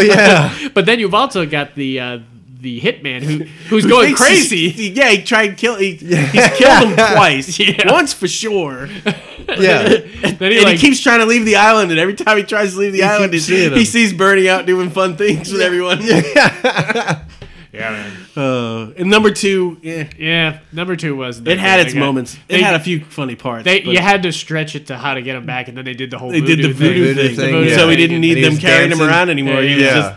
Speaker 2: *laughs*
Speaker 4: yeah.
Speaker 2: but then you've also got the uh, the hitman who who's going
Speaker 3: thinks he's-
Speaker 2: crazy.
Speaker 3: *laughs* he- yeah, he tried kill. He,
Speaker 4: *laughs*
Speaker 3: He's killed him twice.
Speaker 2: Yeah.
Speaker 3: Once for sure.
Speaker 4: Yeah.
Speaker 2: Then he
Speaker 3: and
Speaker 2: like
Speaker 3: he keeps trying to leave the island, and every time he tries to leave the island, he,
Speaker 4: keeps seeing him.
Speaker 3: he sees Bernie out doing fun things with everyone.
Speaker 2: yeah, man.
Speaker 3: *laughs* Uh, and number two, eh,
Speaker 2: yeah. Number two was
Speaker 3: it had its
Speaker 2: They got-
Speaker 3: moments. It
Speaker 2: they-
Speaker 3: had a few funny parts.
Speaker 2: They,
Speaker 3: but
Speaker 2: you had to stretch it to how to get him back, and then they did the whole.
Speaker 3: they did the voodoo,
Speaker 4: Voodoo
Speaker 3: thing,
Speaker 4: thing,
Speaker 2: The voodoo
Speaker 3: so
Speaker 2: thing,
Speaker 3: he didn't
Speaker 2: and-
Speaker 3: need
Speaker 4: he
Speaker 3: them
Speaker 4: was
Speaker 3: carrying him
Speaker 4: dancing.
Speaker 3: around anymore. He was
Speaker 4: Yeah.
Speaker 3: just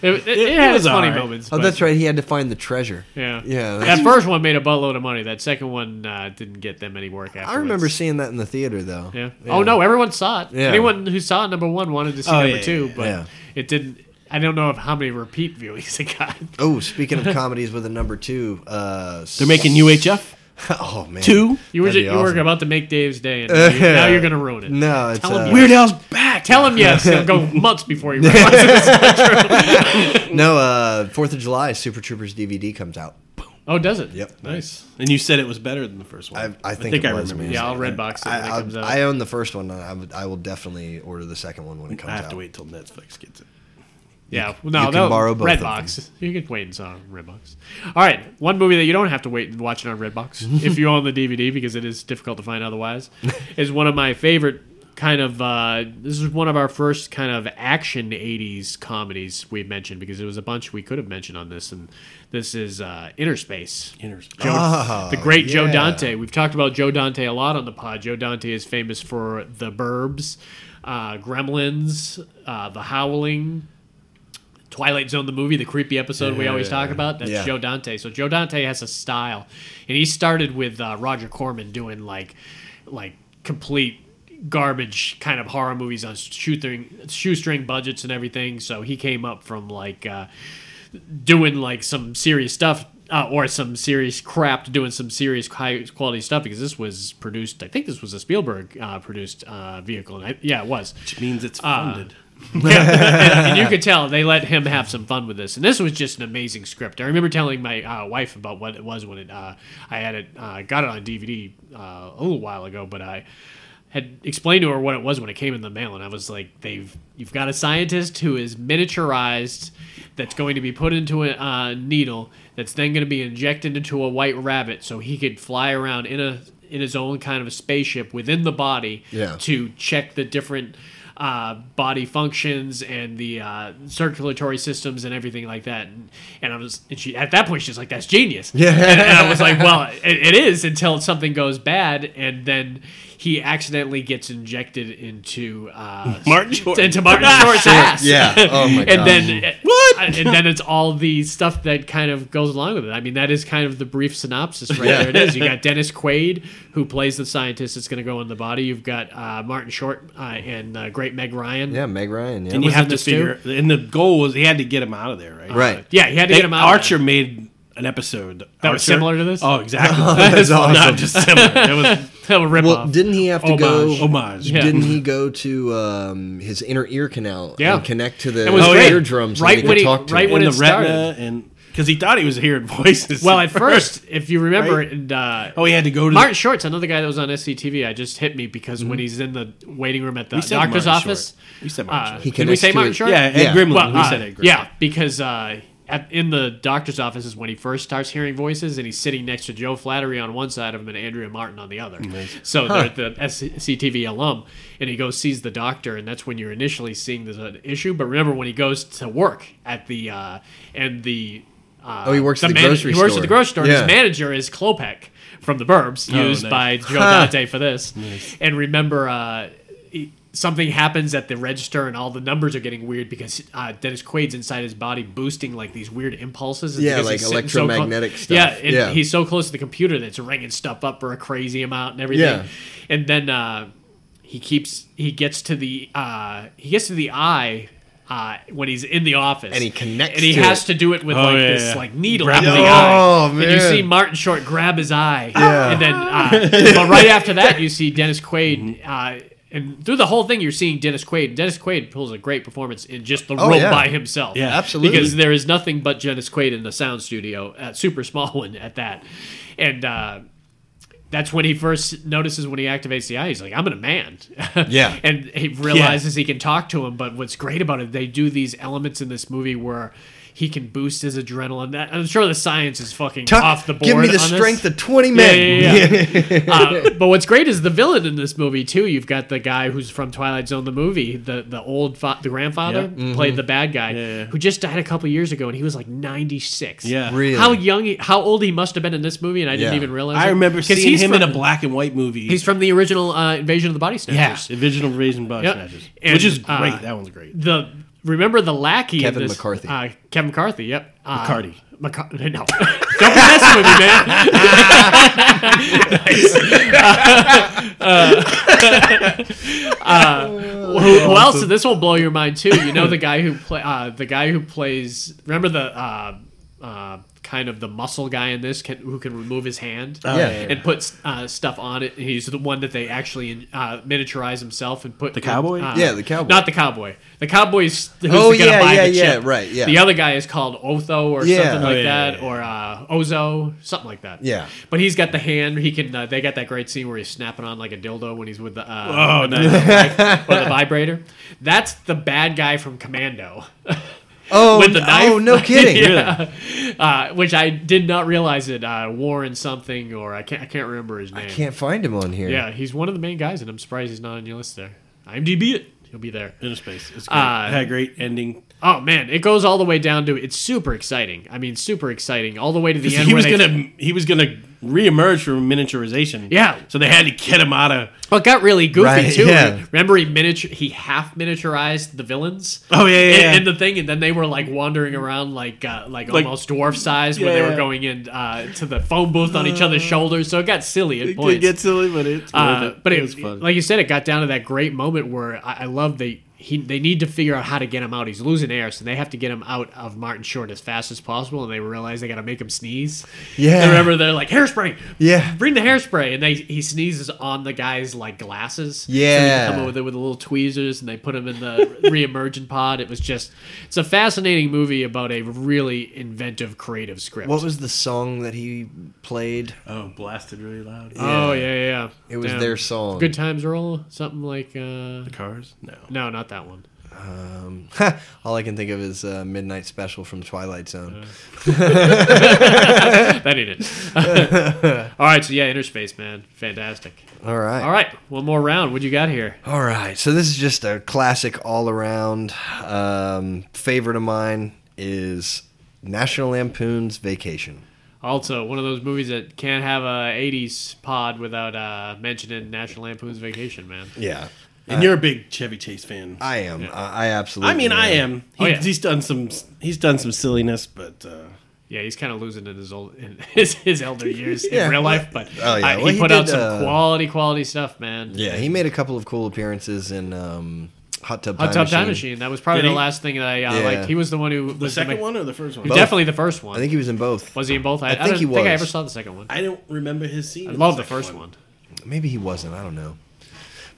Speaker 2: It, it, it had
Speaker 3: was
Speaker 2: its funny
Speaker 3: alright.
Speaker 2: moments.
Speaker 5: Oh,
Speaker 2: but-
Speaker 5: that's right. He had to find the treasure.
Speaker 2: Yeah.
Speaker 4: Yeah, that's-
Speaker 2: That first one made a buttload of money. That second one uh, didn't get them any work. Afterwards.
Speaker 4: I remember seeing that in the theater though.
Speaker 2: Yeah. Oh no, everyone saw it.
Speaker 4: Yeah.
Speaker 2: Anyone who saw number one wanted to see
Speaker 3: Oh,
Speaker 2: number
Speaker 3: yeah,
Speaker 2: two,
Speaker 3: yeah,
Speaker 2: but
Speaker 4: yeah.
Speaker 2: it didn't. I don't know of how many repeat viewings it got. *laughs*
Speaker 4: Oh, speaking of comedies with a number two, uh, s-
Speaker 3: they're making UHF
Speaker 4: *laughs* Oh man,
Speaker 3: two.
Speaker 2: You were
Speaker 4: That'd be
Speaker 2: you were
Speaker 4: awesome.
Speaker 2: about to make Dave's day, and now, you, now you're gonna ruin it.
Speaker 4: *laughs* No, it's
Speaker 2: Tell him
Speaker 4: uh,
Speaker 2: you-
Speaker 3: Weird Al's back.
Speaker 2: Tell him yes. He'll
Speaker 4: *laughs*
Speaker 2: go months before he realizes.
Speaker 4: no. Uh, Fourth of July, Super Troopers DVD comes out.
Speaker 2: Oh, does it?
Speaker 4: Yep.
Speaker 2: Nice.
Speaker 3: And you said it was better than the first one.
Speaker 4: I, I think, it was, man.
Speaker 2: Yeah, I'll red box it when
Speaker 4: I,
Speaker 2: it
Speaker 4: I'll-
Speaker 2: comes out.
Speaker 4: I own the first one. And I, would, I will definitely order the second one when it comes
Speaker 3: I
Speaker 4: out.
Speaker 3: have to wait till Netflix gets it.
Speaker 2: Yeah, well, no,
Speaker 4: you can
Speaker 2: that
Speaker 4: borrow both of
Speaker 2: Redbox. You can wait and saw Redbox. All right, one movie that you don't have to wait and watch it on
Speaker 4: *laughs*
Speaker 2: Redbox if you own the DVD because it is difficult to find otherwise. is one of my favorite kind of. Uh, this is one of our first kind of action '80s comedies we mentioned because there was a bunch we could have mentioned on this, and this is uh, Interspace.
Speaker 4: Ah.
Speaker 2: Joe, the great Joe
Speaker 4: Oh, yeah.
Speaker 2: Dante. We've talked about Joe Dante a lot on the pod. Joe Dante is famous for The Burbs, uh, Gremlins, uh, The Howling, Twilight Zone, the movie, the creepy episode we always talk about. That's
Speaker 4: Yeah.
Speaker 2: Joe Dante. So Joe Dante has a style, and he started with uh, Roger Corman doing like, like complete garbage kind of horror movies on shoestring shoestring budgets and everything. So he came up from like uh, doing like some serious stuff. Uh, or some serious crap to doing some serious high quality stuff because this was produced. I think this was a Spielberg uh, produced uh, vehicle, and I, yeah, it was.
Speaker 3: which means it's funded.
Speaker 2: and you could tell they let him have some fun with this. And this was just an amazing script. I remember telling my uh, wife about what it was when it uh, I had it uh, got it on DVD uh, a little while ago, but I had explained to her what it was when it came in the mail, and I was like, "They've you've got a scientist who is miniaturized, that's going to be put into a uh, needle, that's then going to be injected into a white rabbit, so he could fly around in a." In his own kind of a spaceship within the body
Speaker 4: Yeah.
Speaker 2: to check the different uh, body functions and the uh, circulatory systems and everything like that. And, and I was, and she at that point she's like, "That's genius." Yeah. And, and I was like, "Well, it, it is until something goes bad, and then he accidentally gets injected into uh,
Speaker 3: Martin Short.
Speaker 2: into Martin Short's ass."
Speaker 4: Yeah. Oh my
Speaker 2: *laughs*
Speaker 4: god.
Speaker 2: and then what? And then it's all the stuff that kind of goes along with it. I mean, that is kind of the brief synopsis right there. It is.
Speaker 4: *laughs*
Speaker 2: You got Dennis Quaid, who plays the scientist that's going to go in the body. You've got uh, Martin Short uh, and uh, great Meg Ryan.
Speaker 4: yeah, Meg Ryan. Yeah.
Speaker 3: And you
Speaker 2: was
Speaker 3: have
Speaker 2: in
Speaker 3: to
Speaker 2: this too?
Speaker 3: figure. And the goal was he had to get him out of there, right?
Speaker 4: right.
Speaker 2: yeah, he had to
Speaker 3: They-
Speaker 2: get him out. of *laughs*
Speaker 3: Archer
Speaker 2: there.
Speaker 3: made an episode
Speaker 2: That was
Speaker 3: Archer-
Speaker 2: similar to this?
Speaker 3: Oh, *laughs* exactly.
Speaker 4: that's awesome.
Speaker 3: Not just similar. That
Speaker 2: *laughs*
Speaker 3: was
Speaker 2: That would rip
Speaker 4: Well,
Speaker 2: off.
Speaker 4: didn't he have to
Speaker 2: Homage.
Speaker 4: go?
Speaker 3: homage.
Speaker 2: Yeah.
Speaker 4: Didn't he go to um, his inner ear canal
Speaker 2: Yeah.
Speaker 4: and connect to the
Speaker 2: It was
Speaker 3: great.
Speaker 4: eardrums
Speaker 2: Right
Speaker 4: so they
Speaker 2: when
Speaker 4: could
Speaker 2: he-
Speaker 4: talk to
Speaker 2: right
Speaker 4: him?
Speaker 2: when
Speaker 3: And the
Speaker 2: it started.
Speaker 3: retina, and because he thought he was hearing voices.
Speaker 2: well, at first, if you remember, and, uh,
Speaker 3: *laughs* oh, he had to go to
Speaker 2: Martin Short's another guy that was on SCTV. I just hit me because
Speaker 4: Mm-hmm.
Speaker 2: when he's in the waiting room at the
Speaker 3: We said
Speaker 2: doctor's
Speaker 3: Martin Short.
Speaker 2: office,
Speaker 3: We said Martin
Speaker 2: uh,
Speaker 3: Short.
Speaker 4: He
Speaker 2: did we say
Speaker 4: connects to
Speaker 2: Martin
Speaker 4: it.
Speaker 2: Short?
Speaker 3: Yeah, Ed
Speaker 4: yeah.
Speaker 3: Grimlin.
Speaker 2: Well,
Speaker 3: we
Speaker 2: uh,
Speaker 3: said Ed Grimlin.
Speaker 2: yeah, because uh, at, in the doctor's office is when he first starts hearing voices, and he's sitting next to Joe Flattery on one side of him and Andrea Martin on the other. So they're the SCTV alum, and he goes sees the doctor, and that's when you're initially seeing there's an issue. But remember when he goes to work at the uh, and the uh,
Speaker 4: Oh, he works at the grocery
Speaker 2: He works at
Speaker 4: store.
Speaker 2: the grocery store. and
Speaker 4: Yeah.
Speaker 2: His manager is Klopek from the Burbs, used
Speaker 3: Oh, nice.
Speaker 2: by Joe Dante for this. And remember, uh, he- something happens at the register, and all the numbers are getting weird because uh, Dennis Quaid's inside his body boosting like these weird impulses. It's
Speaker 4: Yeah,
Speaker 2: because
Speaker 4: like
Speaker 2: he's sitting so clo-
Speaker 4: electromagnetic stuff.
Speaker 2: Yeah, and
Speaker 4: Yeah.
Speaker 2: he's so close to the computer that it's ringing stuff up for a crazy amount and everything.
Speaker 4: Yeah.
Speaker 2: And then uh, he keeps he gets to the uh, he gets to the eye. Uh, when he's in the office,
Speaker 4: And he connects
Speaker 2: and he
Speaker 4: to
Speaker 2: has
Speaker 4: it.
Speaker 2: to do it with
Speaker 3: Oh,
Speaker 2: like
Speaker 3: yeah,
Speaker 2: this
Speaker 3: yeah.
Speaker 2: like needle
Speaker 3: Grab
Speaker 2: in
Speaker 3: it.
Speaker 2: the eye,
Speaker 4: Oh,
Speaker 2: and you
Speaker 4: man.
Speaker 2: see Martin Short grab his eye, and then
Speaker 4: *laughs*
Speaker 2: uh, but right after that you see Dennis Quaid,
Speaker 4: Mm-hmm.
Speaker 2: uh, and through the whole thing you're seeing Dennis Quaid. Dennis Quaid pulls a great performance in just the role
Speaker 4: Oh, yeah.
Speaker 2: by himself,
Speaker 3: Yeah,
Speaker 4: absolutely.
Speaker 2: because there is nothing but Dennis Quaid in the sound studio, uh, super small *laughs* one at that, and. Uh, that's when he first notices when he activates the eye. He's like, "I'm in a man." *laughs*
Speaker 4: Yeah.
Speaker 2: and he realizes he can talk to him. But what's great about it, they do these elements in this movie where he can boost his adrenaline. That- I'm sure the science is fucking
Speaker 4: Tuck,
Speaker 2: off the board.
Speaker 4: Give me the
Speaker 2: on this.
Speaker 4: strength of twenty
Speaker 2: Yeah,
Speaker 4: men.
Speaker 2: yeah, yeah, yeah. *laughs* Uh, but what's great is the villain in this movie too. You've got the guy who's from Twilight Zone, the movie, the the old fa- the grandfather played the bad guy
Speaker 3: Mm-hmm. yeah.
Speaker 2: who just died a couple years ago, and he was like 96.
Speaker 3: Yeah.
Speaker 4: Really?
Speaker 2: How young? he- How old he must have been in this movie, and I didn't
Speaker 4: Yeah.
Speaker 2: even realize.
Speaker 3: I
Speaker 2: it.
Speaker 3: remember
Speaker 2: 'Cause
Speaker 3: seeing
Speaker 2: he's
Speaker 3: him in a
Speaker 2: from-
Speaker 3: black and white movie.
Speaker 2: He's from the original uh, Invasion of the Body
Speaker 3: yeah,
Speaker 2: Snatchers.
Speaker 3: original Raisin Bug
Speaker 2: Yep.
Speaker 3: Snatchers,
Speaker 2: And,
Speaker 3: which is great.
Speaker 2: uh,
Speaker 3: that one's great.
Speaker 2: The remember the lackey in
Speaker 4: Kevin
Speaker 2: this-
Speaker 4: McCarthy.
Speaker 2: Uh, Kevin McCarthy. Yep. Uh,
Speaker 3: McCarty.
Speaker 2: McCar- *laughs* no, don't be messing with me, man. *laughs* Uh, who, who else? This will blow your mind too. You know the guy who play uh, the guy who plays. Remember the uh, uh, kind of the muscle guy in this can, who can remove his hand
Speaker 4: Oh, yeah, yeah.
Speaker 2: and put uh, stuff on it. He's the one that they actually uh, miniaturize himself and put the
Speaker 3: cowboy?
Speaker 2: Uh,
Speaker 4: Yeah, the cowboy.
Speaker 2: Not the cowboy. The cowboy's who's
Speaker 4: Oh,
Speaker 2: gonna
Speaker 4: yeah,
Speaker 2: buy
Speaker 4: yeah,
Speaker 2: the
Speaker 4: yeah,
Speaker 2: chip.
Speaker 4: right, yeah.
Speaker 2: The other guy is called Otho or
Speaker 4: Yeah.
Speaker 2: something
Speaker 4: Oh,
Speaker 2: like
Speaker 3: yeah,
Speaker 2: that,
Speaker 3: yeah, yeah.
Speaker 2: or uh, Ozo, something like that.
Speaker 4: Yeah.
Speaker 2: But he's got the hand. He can. Uh, they got that great scene where he's snapping on like a dildo when he's with the. Uh,
Speaker 3: Oh,
Speaker 2: with the- *laughs* or the vibrator. That's the bad guy from Commando. *laughs*
Speaker 4: Oh,
Speaker 2: With the knife?
Speaker 4: oh, no kidding.
Speaker 2: yeah. Uh, which I did not realize it. Uh, Warren something, or I can't. I can't remember his name.
Speaker 4: Can't find him on here.
Speaker 2: Yeah, he's one of the main guys, and I'm surprised he's not on your list there. IMDb it. He'll be there.
Speaker 3: Inner space. It's great.
Speaker 2: Uh,
Speaker 3: it had a great ending.
Speaker 2: Oh man, it goes all the way down to it's super exciting. I mean, super exciting all the way to the end.
Speaker 3: *laughs* he
Speaker 2: where
Speaker 3: was
Speaker 2: they-
Speaker 3: gonna he was gonna reemerge from miniaturization.
Speaker 2: Yeah.
Speaker 3: So they had to get him out of
Speaker 2: Well, it *laughs* got really goofy
Speaker 4: Right,
Speaker 2: too.
Speaker 4: yeah.
Speaker 2: Remember, he miniature he half miniaturized the villains.
Speaker 3: Oh, yeah, yeah,
Speaker 2: in,
Speaker 3: yeah.
Speaker 2: in the thing, and then they were like wandering around like uh, like,
Speaker 3: Like-
Speaker 2: almost dwarf size when they
Speaker 3: Yeah. Uh,
Speaker 2: were going in uh, to the phone booth on each other's shoulders. So it got silly at
Speaker 3: It
Speaker 2: points.
Speaker 3: did get silly, but it's
Speaker 2: Uh,
Speaker 3: worth it.
Speaker 2: But
Speaker 3: it,
Speaker 2: it,
Speaker 3: was fun.
Speaker 2: like you said, it got down to that great moment where I, I love they he they need to figure out how to get him out. He's losing air, so they have to get him out of Martin Short as fast as possible, and they realize they got to make him sneeze.
Speaker 4: Yeah.
Speaker 2: And remember they're like hairspray.
Speaker 4: Yeah.
Speaker 2: bring the hairspray, and they he sneezes on the guy's like glasses. So they
Speaker 4: Yeah.
Speaker 2: come over there with the little tweezers, and they put him in the *laughs* reemergent pod. It was just it's a fascinating movie about a really inventive, creative script.
Speaker 4: What was the song that he played?
Speaker 3: oh, blasted really loud.
Speaker 2: oh yeah, yeah, yeah.
Speaker 4: It was
Speaker 2: Damn.
Speaker 4: their song.
Speaker 2: Good times roll something like uh
Speaker 3: Cars? No.
Speaker 2: no, not that one.
Speaker 4: *laughs*
Speaker 2: *laughs*
Speaker 4: All I can think of is uh, Midnight Special from Twilight Zone.
Speaker 2: that ain't it.
Speaker 4: *laughs*
Speaker 2: *laughs* All right, so yeah, Interspace, man, fantastic.
Speaker 4: All right.
Speaker 2: All right, one more round. What you got here?
Speaker 4: All right, so this is just a classic all around. Um, favorite of mine is National Lampoon's Vacation.
Speaker 2: Also, one of those movies that can't have a '80s pod without uh, mentioning National Lampoon's Vacation, man.
Speaker 4: Yeah,
Speaker 3: And you're a big Chevy Chase fan. I,
Speaker 4: I am. I, I absolutely.
Speaker 3: mean, I am. He,
Speaker 2: Oh, yeah.
Speaker 3: He's done some. He's done some silliness, but uh,
Speaker 2: Yeah, he's kind of losing in his old, *laughs* in his, his elder years
Speaker 4: Yeah.
Speaker 2: in real life, but
Speaker 4: Oh, yeah.
Speaker 2: I-
Speaker 4: Well, he
Speaker 2: he put out
Speaker 4: did,
Speaker 2: some
Speaker 4: uh,
Speaker 2: quality, quality stuff, man.
Speaker 4: Yeah, he made a couple of cool appearances in um, Hot Tub
Speaker 2: Hot
Speaker 4: Time
Speaker 2: Tub Time
Speaker 4: Machine.
Speaker 2: Machine. That was probably
Speaker 3: Did
Speaker 2: the
Speaker 3: he?
Speaker 2: last thing that I uh,
Speaker 4: Yeah.
Speaker 2: like. He was the one who was
Speaker 3: the second
Speaker 2: ma-
Speaker 3: one or the first one?
Speaker 2: who definitely the first one.
Speaker 4: I think he was in both.
Speaker 2: was he in both? I, I,
Speaker 4: think
Speaker 2: don't
Speaker 4: he
Speaker 2: think I
Speaker 4: was.
Speaker 2: ever saw the second one. I,
Speaker 3: I don't remember his scene. in
Speaker 2: love the
Speaker 3: second
Speaker 2: first one.
Speaker 4: Maybe he wasn't. I don't know.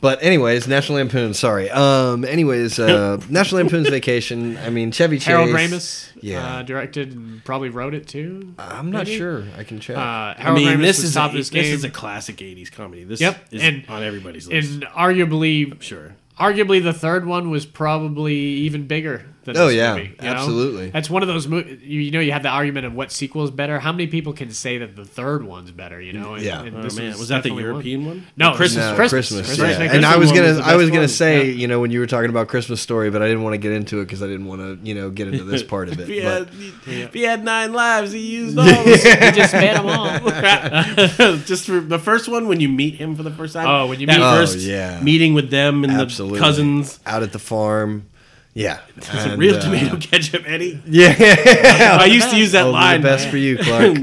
Speaker 4: But anyways, National Lampoon. Sorry. Um. Anyways, uh,
Speaker 2: *laughs*
Speaker 4: National Lampoon's Vacation. I mean, Chevy Chase.
Speaker 2: Harold Ramis
Speaker 4: Yeah.
Speaker 2: uh, directed and probably wrote it too.
Speaker 4: I'm not
Speaker 2: maybe?
Speaker 4: sure. I can check.
Speaker 2: Uh, Harold
Speaker 3: I mean,
Speaker 2: Ramis
Speaker 3: this
Speaker 2: was
Speaker 3: is
Speaker 2: top
Speaker 3: a,
Speaker 2: of his
Speaker 3: this
Speaker 2: game.
Speaker 3: is a classic '80s comedy. This
Speaker 2: Yep,
Speaker 3: is
Speaker 2: and-
Speaker 3: on everybody's list.
Speaker 2: and arguably,
Speaker 3: sure.
Speaker 2: arguably the third one was probably even bigger than
Speaker 4: Oh,
Speaker 2: this
Speaker 4: yeah,
Speaker 2: movie, you know?
Speaker 4: absolutely.
Speaker 2: That's one of those movies. You know, you have the argument of what sequel is better. How many people can say that the third one's better? You know, and,
Speaker 4: Yeah.
Speaker 2: and
Speaker 3: Oh,
Speaker 2: this
Speaker 3: man, was that the
Speaker 2: definitely one.
Speaker 3: European one?
Speaker 2: No,
Speaker 3: The Christmas
Speaker 4: No,
Speaker 2: Christmas,
Speaker 4: Christmas,
Speaker 2: Christmas,
Speaker 4: yeah.
Speaker 2: I think
Speaker 4: and I
Speaker 2: Christmas
Speaker 4: was
Speaker 2: one
Speaker 4: gonna,
Speaker 2: the
Speaker 4: I was
Speaker 2: best
Speaker 4: gonna
Speaker 2: one.
Speaker 4: say,
Speaker 2: Yeah.
Speaker 4: you know, when you were talking about Christmas story, but I didn't want to get into it because I didn't want to, you know, get into this part of it.
Speaker 3: If he,
Speaker 4: but-
Speaker 3: had, if he had nine lives, he used all. of them.
Speaker 4: *laughs*
Speaker 2: he just made them all.
Speaker 3: *laughs* just for the first one when you meet him for the first time.
Speaker 2: Oh, when you
Speaker 3: that
Speaker 2: meet-
Speaker 4: Oh,
Speaker 3: first
Speaker 4: yeah.
Speaker 3: meeting with them and
Speaker 4: absolutely,
Speaker 3: the cousins.
Speaker 4: out at the farm. Yeah,
Speaker 3: It's a
Speaker 4: And,
Speaker 3: real
Speaker 4: uh,
Speaker 3: tomato *laughs* ketchup, Eddie.
Speaker 4: *laughs* Yeah,
Speaker 3: I used to use that
Speaker 4: Only
Speaker 3: line.
Speaker 4: the best
Speaker 3: *laughs*
Speaker 4: for you, Clark.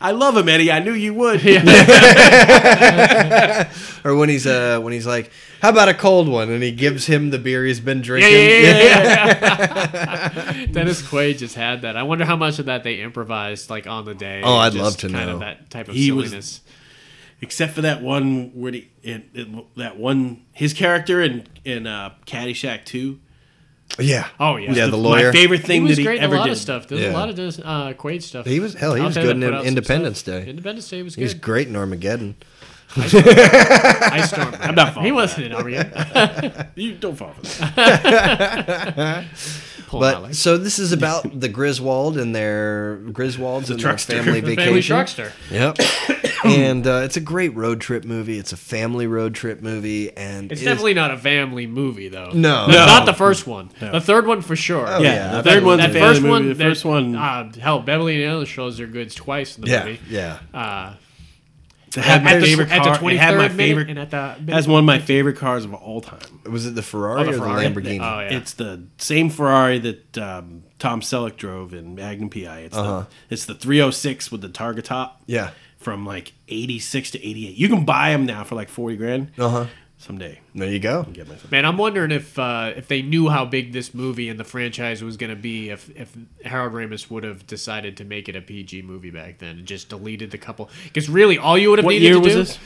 Speaker 3: I love him, Eddie. I knew you would.
Speaker 4: or when he's uh, when he's like, "How about a cold one?" and he gives him the beer he's been
Speaker 2: Yeah,
Speaker 4: drinking.
Speaker 2: yeah, yeah, yeah, yeah. *laughs* Dennis Quaid just had that. I wonder how much of that they improvised, like on the day.
Speaker 4: Oh, I'd
Speaker 2: Just
Speaker 4: love to
Speaker 2: kind
Speaker 4: know.
Speaker 2: of that type of
Speaker 3: He was-
Speaker 2: silliness.
Speaker 3: Except for that one where the, it, it, that one his character in in uh, Caddyshack Two.
Speaker 4: Yeah.
Speaker 2: Oh, yeah.
Speaker 4: yeah, the,
Speaker 2: The-
Speaker 4: lawyer.
Speaker 3: My favorite thing
Speaker 2: he was
Speaker 3: that he
Speaker 2: great in
Speaker 3: ever
Speaker 2: a lot
Speaker 3: did.
Speaker 2: of stuff. There's a
Speaker 4: Yeah.
Speaker 2: lot of Dennis, uh, Quaid stuff.
Speaker 4: He was hell. He
Speaker 2: I'll
Speaker 4: was
Speaker 2: tell you
Speaker 4: good
Speaker 2: that, put
Speaker 4: in
Speaker 2: out some
Speaker 4: Independence
Speaker 2: stuff.
Speaker 4: Day.
Speaker 2: Independence Day was
Speaker 4: He
Speaker 2: good.
Speaker 4: was *laughs* great in Armageddon.
Speaker 2: Ice Storm. I'm not
Speaker 3: falling
Speaker 2: He
Speaker 3: for
Speaker 2: wasn't in *laughs* Armageddon.
Speaker 3: You don't fall for that.
Speaker 2: Pull
Speaker 4: But
Speaker 2: my leg.
Speaker 4: so this is about the Griswold and their Griswolds and their
Speaker 3: truckster.
Speaker 4: family
Speaker 2: The Family
Speaker 4: vacation.
Speaker 2: Sharkster.
Speaker 4: Yep. and uh, it's a great road trip movie. It's a family road trip movie, and
Speaker 2: It's
Speaker 4: it is-
Speaker 2: definitely not a family movie, though.
Speaker 4: No.
Speaker 2: Not-
Speaker 4: No. Oh,
Speaker 2: Not the first one. The third one, for sure.
Speaker 4: yeah,
Speaker 3: yeah, the
Speaker 4: that
Speaker 3: third
Speaker 4: was-
Speaker 3: one's a
Speaker 2: That
Speaker 3: family
Speaker 2: first
Speaker 3: movie.
Speaker 2: one.
Speaker 3: the first
Speaker 2: that-
Speaker 3: one.
Speaker 2: Uh, hell, Beverly and Ellis shows their goods twice in the
Speaker 4: yeah,
Speaker 2: movie.
Speaker 4: yeah.
Speaker 2: Uh,
Speaker 3: it had my
Speaker 2: at the-
Speaker 3: favorite
Speaker 2: at the
Speaker 3: car. it had my
Speaker 2: 23rd minute
Speaker 3: favorite.
Speaker 2: and at the minute-
Speaker 3: has one of my favorite cars of all time.
Speaker 4: Was it the Ferrari
Speaker 2: the
Speaker 4: or
Speaker 2: Ferrari.
Speaker 4: the Lamborghini?
Speaker 2: Oh, yeah.
Speaker 3: It's the same Ferrari that um, Tom Selleck drove in Magnum PI. It's the it's the 306 with the target top.
Speaker 4: Uh-huh. Yeah.
Speaker 3: From like 86 to 88. You can buy them now for like 40 grand.
Speaker 4: Uh huh.
Speaker 3: Someday.
Speaker 4: There you go.
Speaker 3: Get myself.
Speaker 2: Man, I'm wondering if uh, if they knew how big this movie and the franchise was going to be, if if Harold Ramis would have decided to make it a PG movie back then and just deleted the couple. Because really, all you would have
Speaker 3: What
Speaker 2: needed
Speaker 3: year
Speaker 2: to
Speaker 3: was
Speaker 2: do
Speaker 3: this?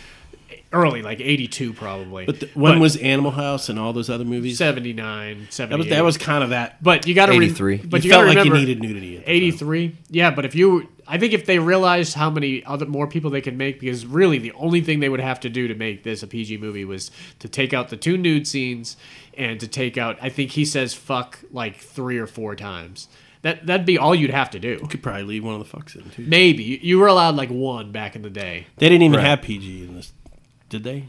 Speaker 2: early, like '82 probably.
Speaker 3: But the, when was Animal House and all those other movies?
Speaker 2: '79,
Speaker 3: That was
Speaker 2: '78?
Speaker 3: that was kind of that.
Speaker 2: But you got to
Speaker 4: 83.
Speaker 2: But
Speaker 3: you,
Speaker 2: you, gotta
Speaker 3: felt like you
Speaker 2: remember-
Speaker 3: needed nudity. at the time.
Speaker 2: 83 yeah but if you i think if they realized how many other more people they could make because really the only thing they would have to do to make this a pg movie was to take out the two nude scenes and to take out i think he says fuck like three or four times that that'd be all you'd have to do
Speaker 3: You could probably leave one of the fucks in too.
Speaker 2: maybe you, you were allowed like one back in the day
Speaker 3: They didn't even have PG in this, did they?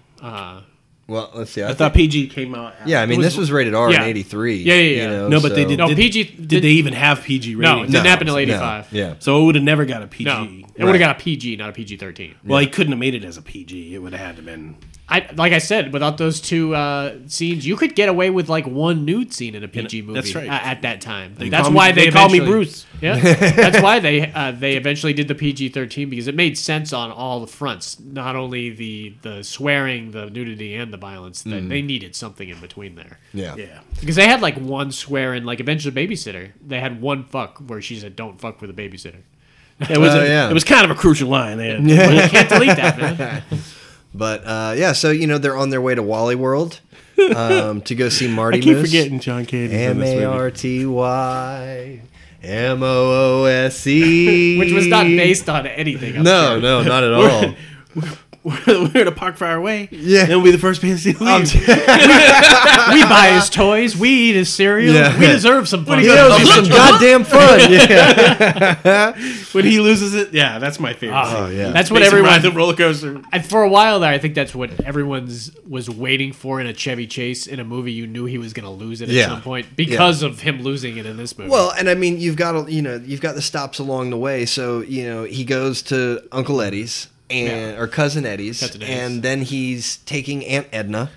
Speaker 4: Well, let's see. I,
Speaker 3: I
Speaker 4: thought.
Speaker 3: thought PG came out. after.
Speaker 4: Yeah, I mean,
Speaker 3: It
Speaker 4: this was rated R in
Speaker 2: yeah.
Speaker 4: '83.
Speaker 2: Yeah, yeah, yeah.
Speaker 4: You know,
Speaker 3: no, but they
Speaker 4: so-
Speaker 3: did.
Speaker 2: No,
Speaker 3: did-
Speaker 2: PG
Speaker 3: Did,
Speaker 2: did-
Speaker 3: they even have PG rating?
Speaker 2: no it didn't
Speaker 4: No,
Speaker 2: happen until
Speaker 4: no,
Speaker 2: 85
Speaker 4: yeah.
Speaker 3: So it would have never got a PG.
Speaker 2: no it would have got a pg not a pg-13
Speaker 3: Well, he couldn't have made it as a PG. It would have had to been.
Speaker 2: I like I said, without those two uh, scenes, you could get away with like one nude scene in a PG movie
Speaker 3: that's right.
Speaker 2: a- at that time.
Speaker 3: They
Speaker 2: that's
Speaker 3: call me-
Speaker 2: why they,
Speaker 3: they call me
Speaker 2: eventually-
Speaker 3: Bruce.
Speaker 2: *laughs* Yeah, that's why they uh, they eventually did the PG thirteen because it made sense on all the fronts, not only the the swearing, the nudity, and the violence.
Speaker 3: Mm.
Speaker 2: That they needed something in between there.
Speaker 6: Yeah.
Speaker 3: Yeah.
Speaker 2: Because they had like one swear in, like eventually babysitter. They had one fuck where she said, "Don't fuck with a babysitter."
Speaker 3: It was
Speaker 4: Oh,
Speaker 3: a-
Speaker 4: yeah.
Speaker 3: it was kind of a crucial line. They had.
Speaker 2: You can't delete that,
Speaker 3: *laughs*
Speaker 2: man.
Speaker 4: But uh, yeah, so you know they're on their way to Wally World um, to go see Marty.
Speaker 3: I keep
Speaker 4: Moose.
Speaker 3: forgetting John Candy's in
Speaker 4: M
Speaker 3: this
Speaker 4: A
Speaker 3: movie.
Speaker 4: R T Y M O O S E,
Speaker 2: *laughs* Which was not based on anything. I'm
Speaker 4: No,
Speaker 2: sure.
Speaker 4: no, not
Speaker 2: *laughs*
Speaker 4: at all.
Speaker 3: *laughs* we're in a park far away.
Speaker 4: Yeah.
Speaker 3: and we'll be the first band to leave.
Speaker 2: we buy his toys. We eat his cereal.
Speaker 4: Yeah.
Speaker 2: We deserve some fun.
Speaker 4: Yeah, it was some goddamn fun.
Speaker 2: *laughs*
Speaker 4: Yeah.
Speaker 3: when he loses it, yeah, that's my favorite.
Speaker 2: Ah,
Speaker 4: Oh, yeah.
Speaker 2: That's
Speaker 3: Makes
Speaker 2: what
Speaker 3: him
Speaker 2: everyone.
Speaker 3: ride the roller coaster.
Speaker 2: and for a while there, I think that's what everyone's was waiting for in a Chevy Chase in a movie. You knew he was going to lose it at
Speaker 4: Yeah.
Speaker 2: some point because of him losing it in this movie.
Speaker 4: Well, and I mean, you've got you know you've got the stops along the way. So you know he goes to Uncle Eddie's and or cousin Eddie's,
Speaker 2: Cousin Eddie's. Oh,
Speaker 4: and then he's taking Aunt Edna.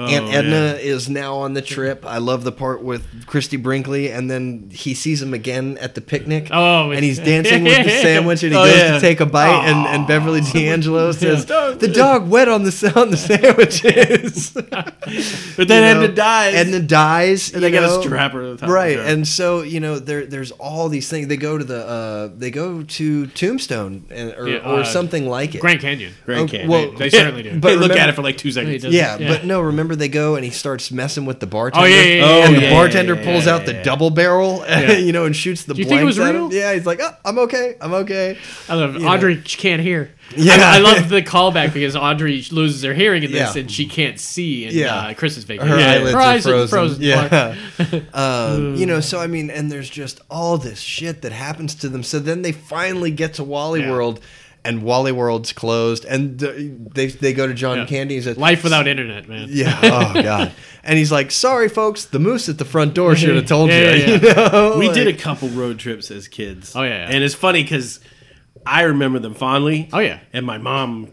Speaker 4: Aunt Edna is now on the trip. I love the part with Christy Brinkley, and then he sees him again at the picnic.
Speaker 2: Oh,
Speaker 4: and he's dancing
Speaker 2: *laughs*
Speaker 4: with the sandwich, and he
Speaker 3: Oh,
Speaker 4: goes
Speaker 3: yeah.
Speaker 4: to take a bite, and, and Beverly D'Angelo says, "The dog wet on the s-
Speaker 2: *laughs*
Speaker 4: on the sandwiches."
Speaker 3: But then
Speaker 4: you know,
Speaker 3: Edna dies.
Speaker 4: Edna dies. And
Speaker 3: they gotta strap her to the top of the
Speaker 4: Right.
Speaker 3: truck.
Speaker 4: And so, you know, there there's all these things. They go to the uh they go to Tombstone and, or,
Speaker 2: Yeah,
Speaker 4: or
Speaker 2: uh,
Speaker 4: something like it.
Speaker 2: Grand Canyon.
Speaker 3: Grand
Speaker 4: Oh,
Speaker 3: Canyon.
Speaker 4: well,
Speaker 2: They certainly do.
Speaker 4: But
Speaker 3: they *laughs* look at
Speaker 4: remember-
Speaker 3: it for like two seconds.
Speaker 2: does.
Speaker 4: yeah,
Speaker 2: Yeah.
Speaker 4: but no, remember they go and he starts messing with the bartender.
Speaker 2: Oh, yeah, yeah, yeah,
Speaker 3: Oh,
Speaker 4: and the
Speaker 3: yeah,
Speaker 4: bartender
Speaker 3: yeah,
Speaker 4: pulls
Speaker 3: yeah,
Speaker 4: out the
Speaker 3: yeah.
Speaker 4: double barrel, *laughs* you know, and shoots the
Speaker 2: Do you think it
Speaker 4: blanks
Speaker 2: was
Speaker 4: at
Speaker 2: real?
Speaker 4: him. Yeah, he's like, oh, I'm okay, I'm okay.
Speaker 2: I love
Speaker 4: You know.
Speaker 2: Audrey can't hear.
Speaker 4: Yeah.
Speaker 2: I, I
Speaker 4: *laughs*
Speaker 2: love the callback because Audrey loses her hearing in this
Speaker 4: Yeah.
Speaker 2: and she can't see in
Speaker 4: Yeah.
Speaker 2: uh, Chris's vacation.
Speaker 4: Her eyelids
Speaker 2: Her
Speaker 4: are
Speaker 2: eyes
Speaker 4: frozen.
Speaker 2: Mark. *laughs*
Speaker 4: Yeah. um, you
Speaker 2: Mm.
Speaker 4: know, so I mean, and there's just all this shit that happens to them. So then they finally get to Wally
Speaker 2: Yeah.
Speaker 4: World, and Wally World's closed, and uh, they they go to John
Speaker 2: Yeah.
Speaker 4: Candy and says,
Speaker 2: Life without internet, man.
Speaker 4: *laughs* Yeah. Oh God. and he's like, "Sorry, folks, the moose at the front door should have told
Speaker 2: Yeah,
Speaker 4: you."
Speaker 2: yeah,
Speaker 4: *laughs* you know?
Speaker 3: We did a
Speaker 4: Like,
Speaker 3: couple road trips as kids.
Speaker 2: Oh, yeah, yeah.
Speaker 3: and it's funny because I remember them fondly.
Speaker 2: Oh, yeah.
Speaker 3: and my mom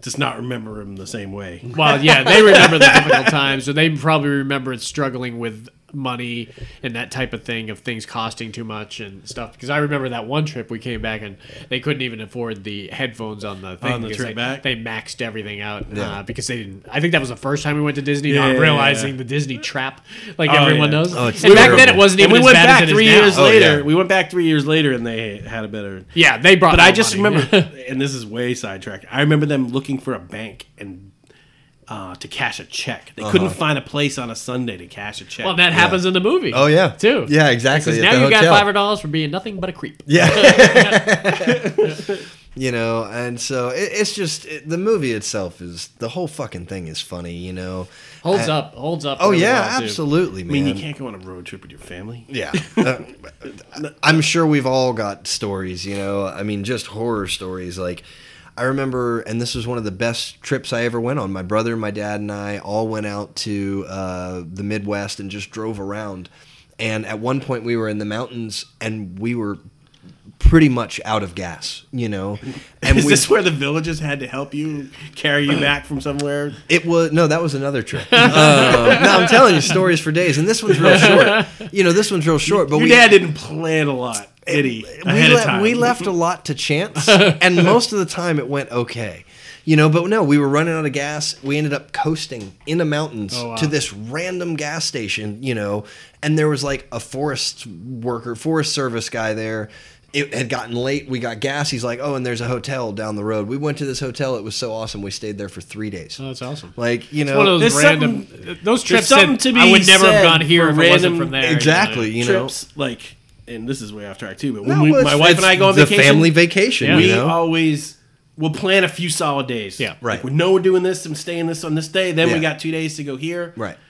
Speaker 3: does not remember them the same way.
Speaker 2: Well, yeah, they remember the difficult times, so they probably remember it struggling with money and that type of thing of things costing too much and stuff. Because I remember that one trip we came back and they couldn't even afford the headphones on the thing
Speaker 3: On the
Speaker 2: because
Speaker 3: trip
Speaker 2: they,
Speaker 3: back?
Speaker 2: they maxed everything out uh, because they didn't. I think that was the first time we went to Disney,
Speaker 3: Yeah, yeah,
Speaker 2: not realizing
Speaker 3: yeah.
Speaker 2: the Disney trap like
Speaker 3: Oh,
Speaker 2: everyone
Speaker 3: yeah.
Speaker 2: knows.
Speaker 4: Oh, it's
Speaker 2: and back
Speaker 4: terrible.
Speaker 2: then it wasn't
Speaker 3: And
Speaker 2: even
Speaker 3: we
Speaker 2: as
Speaker 3: went
Speaker 2: bad as
Speaker 3: back
Speaker 2: it is
Speaker 3: three
Speaker 2: now.
Speaker 3: years
Speaker 4: Oh,
Speaker 3: later.
Speaker 4: yeah.
Speaker 3: We went back three years later, and they had a better.
Speaker 2: Yeah, they brought.
Speaker 3: But
Speaker 2: more
Speaker 3: I just
Speaker 2: money.
Speaker 3: remember,
Speaker 2: *laughs*
Speaker 3: and this is way sidetracked. I remember them looking for a bank and uh, to cash a check.
Speaker 4: Uh-huh.
Speaker 3: They couldn't find a place on a Sunday to cash a check.
Speaker 2: well, that happens in the movie.
Speaker 4: Oh yeah.
Speaker 2: too.
Speaker 4: Yeah,
Speaker 2: Because
Speaker 4: exactly. at
Speaker 2: now
Speaker 4: the
Speaker 2: you got
Speaker 4: hotel.
Speaker 2: five hundred dollars for being nothing but a creep.
Speaker 4: Yeah. you know, and so it, it's just it, the movie itself is the whole fucking thing is funny. You know,
Speaker 2: Holds
Speaker 4: I-
Speaker 3: Uh,
Speaker 2: up, holds up.
Speaker 4: Oh
Speaker 2: really
Speaker 4: yeah,
Speaker 2: well, too.
Speaker 4: absolutely,
Speaker 3: I
Speaker 4: man.
Speaker 3: mean, you can't go on a road trip with your family. *laughs*
Speaker 4: Yeah, Uh, I'm sure we've all got stories. You know, I mean, just horror stories. Like, I remember, and this was one of the best trips I ever went on. My brother, my dad, and I all went out to uh, the Midwest and just drove around. And at one point, we were in the mountains, and we were pretty much out of gas.
Speaker 3: *laughs*
Speaker 4: You know, and
Speaker 3: Is
Speaker 4: we
Speaker 3: this where the villagers had to help you carry
Speaker 4: *clears throat*
Speaker 3: you back from somewhere?
Speaker 4: It was no, that was
Speaker 3: *laughs*
Speaker 4: another trip. um, no, I'm telling you, stories for days. And this one's
Speaker 3: *laughs*
Speaker 4: real short. You know, this one's real short. But
Speaker 3: Your
Speaker 4: we,
Speaker 3: dad didn't plan a lot, did he?
Speaker 4: we,
Speaker 3: ahead of
Speaker 4: le-
Speaker 3: time.
Speaker 4: we left a lot to
Speaker 3: *laughs*
Speaker 4: chance, and most of the time it went okay. You know, but no, we were running out of gas. We ended up coasting in the mountains
Speaker 3: Oh,
Speaker 2: wow.
Speaker 4: to this random gas station, you know, and there was like a forest worker, forest service guy there. It had gotten late. We got gas. He's like, oh, and there's a hotel down the road. We went to this hotel. It was so awesome. We stayed there for three days.
Speaker 2: Oh, that's awesome.
Speaker 4: Like, you know,
Speaker 2: one of
Speaker 3: There's
Speaker 2: those random
Speaker 3: something-
Speaker 2: those trips
Speaker 3: something
Speaker 2: that
Speaker 3: to be
Speaker 2: I would never have
Speaker 3: said
Speaker 2: gone here
Speaker 3: for
Speaker 2: if it wasn't
Speaker 3: random-
Speaker 2: from there. you know.
Speaker 4: exactly, you know.
Speaker 3: trips like, and this is way off track too. But when
Speaker 4: No,
Speaker 3: we,
Speaker 4: well,
Speaker 3: my
Speaker 4: it's-
Speaker 3: wife and
Speaker 4: it's
Speaker 3: I go on
Speaker 4: the
Speaker 3: vacation,
Speaker 4: family vacation.
Speaker 2: Yeah.
Speaker 3: we
Speaker 4: you know?
Speaker 3: always will plan a few solid days.
Speaker 2: Yeah.
Speaker 4: Right.
Speaker 3: Like, we know we're doing this. I'm staying this on this day. Then we
Speaker 4: Yeah.
Speaker 3: got two days to go here.
Speaker 4: right. *laughs*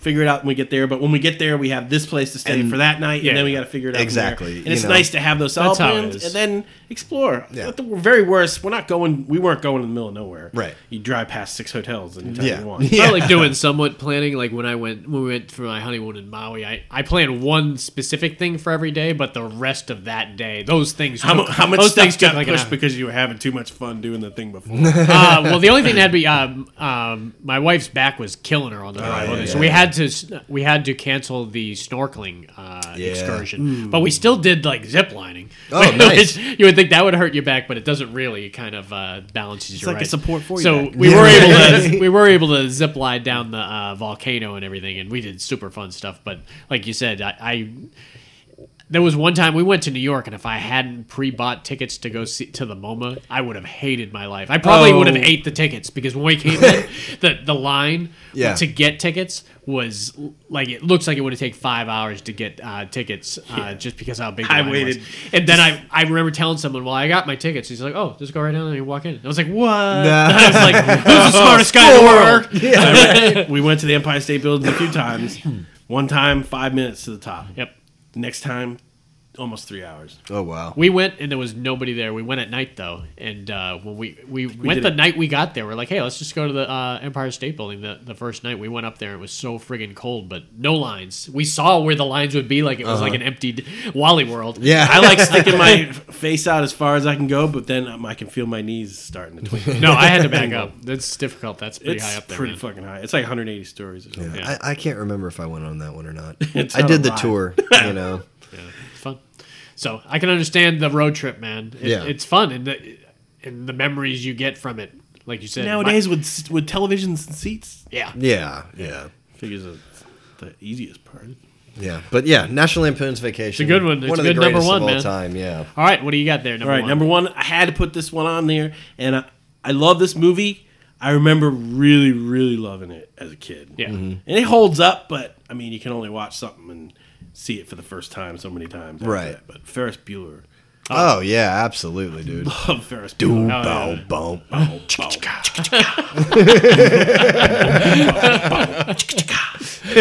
Speaker 3: figure it out when we get there. But when we get there, we have this place to stay
Speaker 4: And-
Speaker 3: for that night,
Speaker 2: Yeah.
Speaker 3: and then we got to figure it out. from
Speaker 4: Exactly,
Speaker 3: there. And
Speaker 4: you
Speaker 3: it's
Speaker 4: know.
Speaker 3: nice to have those solid
Speaker 2: That's how it
Speaker 3: plans
Speaker 2: is.
Speaker 3: and then explore.
Speaker 4: Yeah.
Speaker 3: At the very worst, we're not going. We weren't going in the middle of nowhere.
Speaker 4: Right.
Speaker 3: You drive past six hotels anytime
Speaker 4: Yeah.
Speaker 3: you *laughs*
Speaker 4: *laughs*
Speaker 3: want.
Speaker 2: I like doing somewhat planning. Like when I went when we went for my honeymoon in Maui, I, I planned one specific thing for every day, but the rest of that day, those things.
Speaker 3: How, mu-
Speaker 2: took,
Speaker 3: how much
Speaker 2: those
Speaker 3: stuff got
Speaker 2: like an
Speaker 3: pushed
Speaker 2: hour.
Speaker 3: because you were having too much fun doing the thing before?
Speaker 2: *laughs* uh, well, the only thing that'd be um, um, my wife's back was killing her on
Speaker 4: Oh,
Speaker 2: the drive, wasn't it? so we had to s- we had to cancel the snorkeling uh,
Speaker 4: Yeah.
Speaker 2: excursion,
Speaker 3: Hmm.
Speaker 2: but we still did like zip lining. *laughs*
Speaker 4: Oh, nice.
Speaker 2: you would think that would hurt your back, but it doesn't really. It kind of uh, balances your
Speaker 3: like a
Speaker 2: right.
Speaker 3: support for your
Speaker 2: So
Speaker 3: back.
Speaker 2: we were able to
Speaker 4: *laughs*
Speaker 2: we were able to zip line down the uh, volcano and everything, and we did super fun stuff. But like you said, I. I there was one time we went to New York, and if I hadn't pre-bought tickets to go see, to the MoMA, I would have hated my life. I probably
Speaker 3: Oh.
Speaker 2: would have ate the tickets because when we came
Speaker 3: *laughs*
Speaker 2: in, the the line
Speaker 4: Yeah.
Speaker 2: to get tickets was like it looks like it would have taken five hours to get uh, tickets uh, just because how big the
Speaker 3: I
Speaker 2: line was.
Speaker 3: waited.
Speaker 2: And then I I remember telling someone, "Well, I got my tickets." He's like, "Oh, just go right down and you walk in." I was like, "What?" *laughs* I was like, "Who's the smartest guy in the world?"
Speaker 3: I went- we went to the Empire State Building a few times. One time, five minutes to the top.
Speaker 2: *laughs* Yep.
Speaker 3: Next time, almost three hours.
Speaker 4: Oh wow.
Speaker 2: We went and there was nobody there. We went at night though, and uh, when we we, went
Speaker 3: did
Speaker 2: the
Speaker 3: it.
Speaker 2: night we got there, we're like, hey, let's just go to the uh, Empire State Building. The the first night we went up there, it was so friggin' cold, but no lines. We saw where the lines would be, like it was like an empty d- Wally World.
Speaker 4: Yeah.
Speaker 3: I like sticking my *laughs* face out as far as I can go, but then um, I can feel my knees starting to twinkle.
Speaker 2: No, I had to back up. That's difficult. That's pretty
Speaker 3: It's
Speaker 2: high up there.
Speaker 3: pretty
Speaker 2: man.
Speaker 3: fucking high. It's like 180 stories or something.
Speaker 2: Yeah.
Speaker 4: I, I can't remember if I went on that one
Speaker 2: *laughs*
Speaker 4: or not.
Speaker 3: It's
Speaker 4: I
Speaker 3: not
Speaker 4: did
Speaker 3: a
Speaker 4: the
Speaker 3: lot.
Speaker 4: tour, you know.
Speaker 2: It's fun. So I can understand the road trip, man. It-
Speaker 4: Yeah.
Speaker 2: It's fun and the and the memories you get from it, like you said. my-
Speaker 3: Nowadays, with s- with televisions and seats,
Speaker 2: yeah.
Speaker 4: Yeah, yeah,
Speaker 3: figures it's the easiest part.
Speaker 4: yeah. But yeah, National Lampoon's Vacation.
Speaker 2: It's a good one. It's
Speaker 4: one
Speaker 2: a
Speaker 4: of the
Speaker 2: good number
Speaker 4: greatest
Speaker 2: one,
Speaker 4: of all
Speaker 2: man.
Speaker 4: time. Yeah.
Speaker 2: All right, what do you got there? Number
Speaker 3: All right,
Speaker 2: one.
Speaker 3: number one, I had to put this one on there, and I, I love this movie. I remember really, really loving it as a kid.
Speaker 2: Yeah. Mhm.
Speaker 3: and it holds up, but I mean, you can only watch something and see it for the first time so many times. after
Speaker 4: Right.
Speaker 3: that. but Ferris Bueller, *laughs*
Speaker 4: Oh yeah, absolutely, dude. *laughs*
Speaker 3: love Ferris Bueller.
Speaker 4: Boom, boom, boom.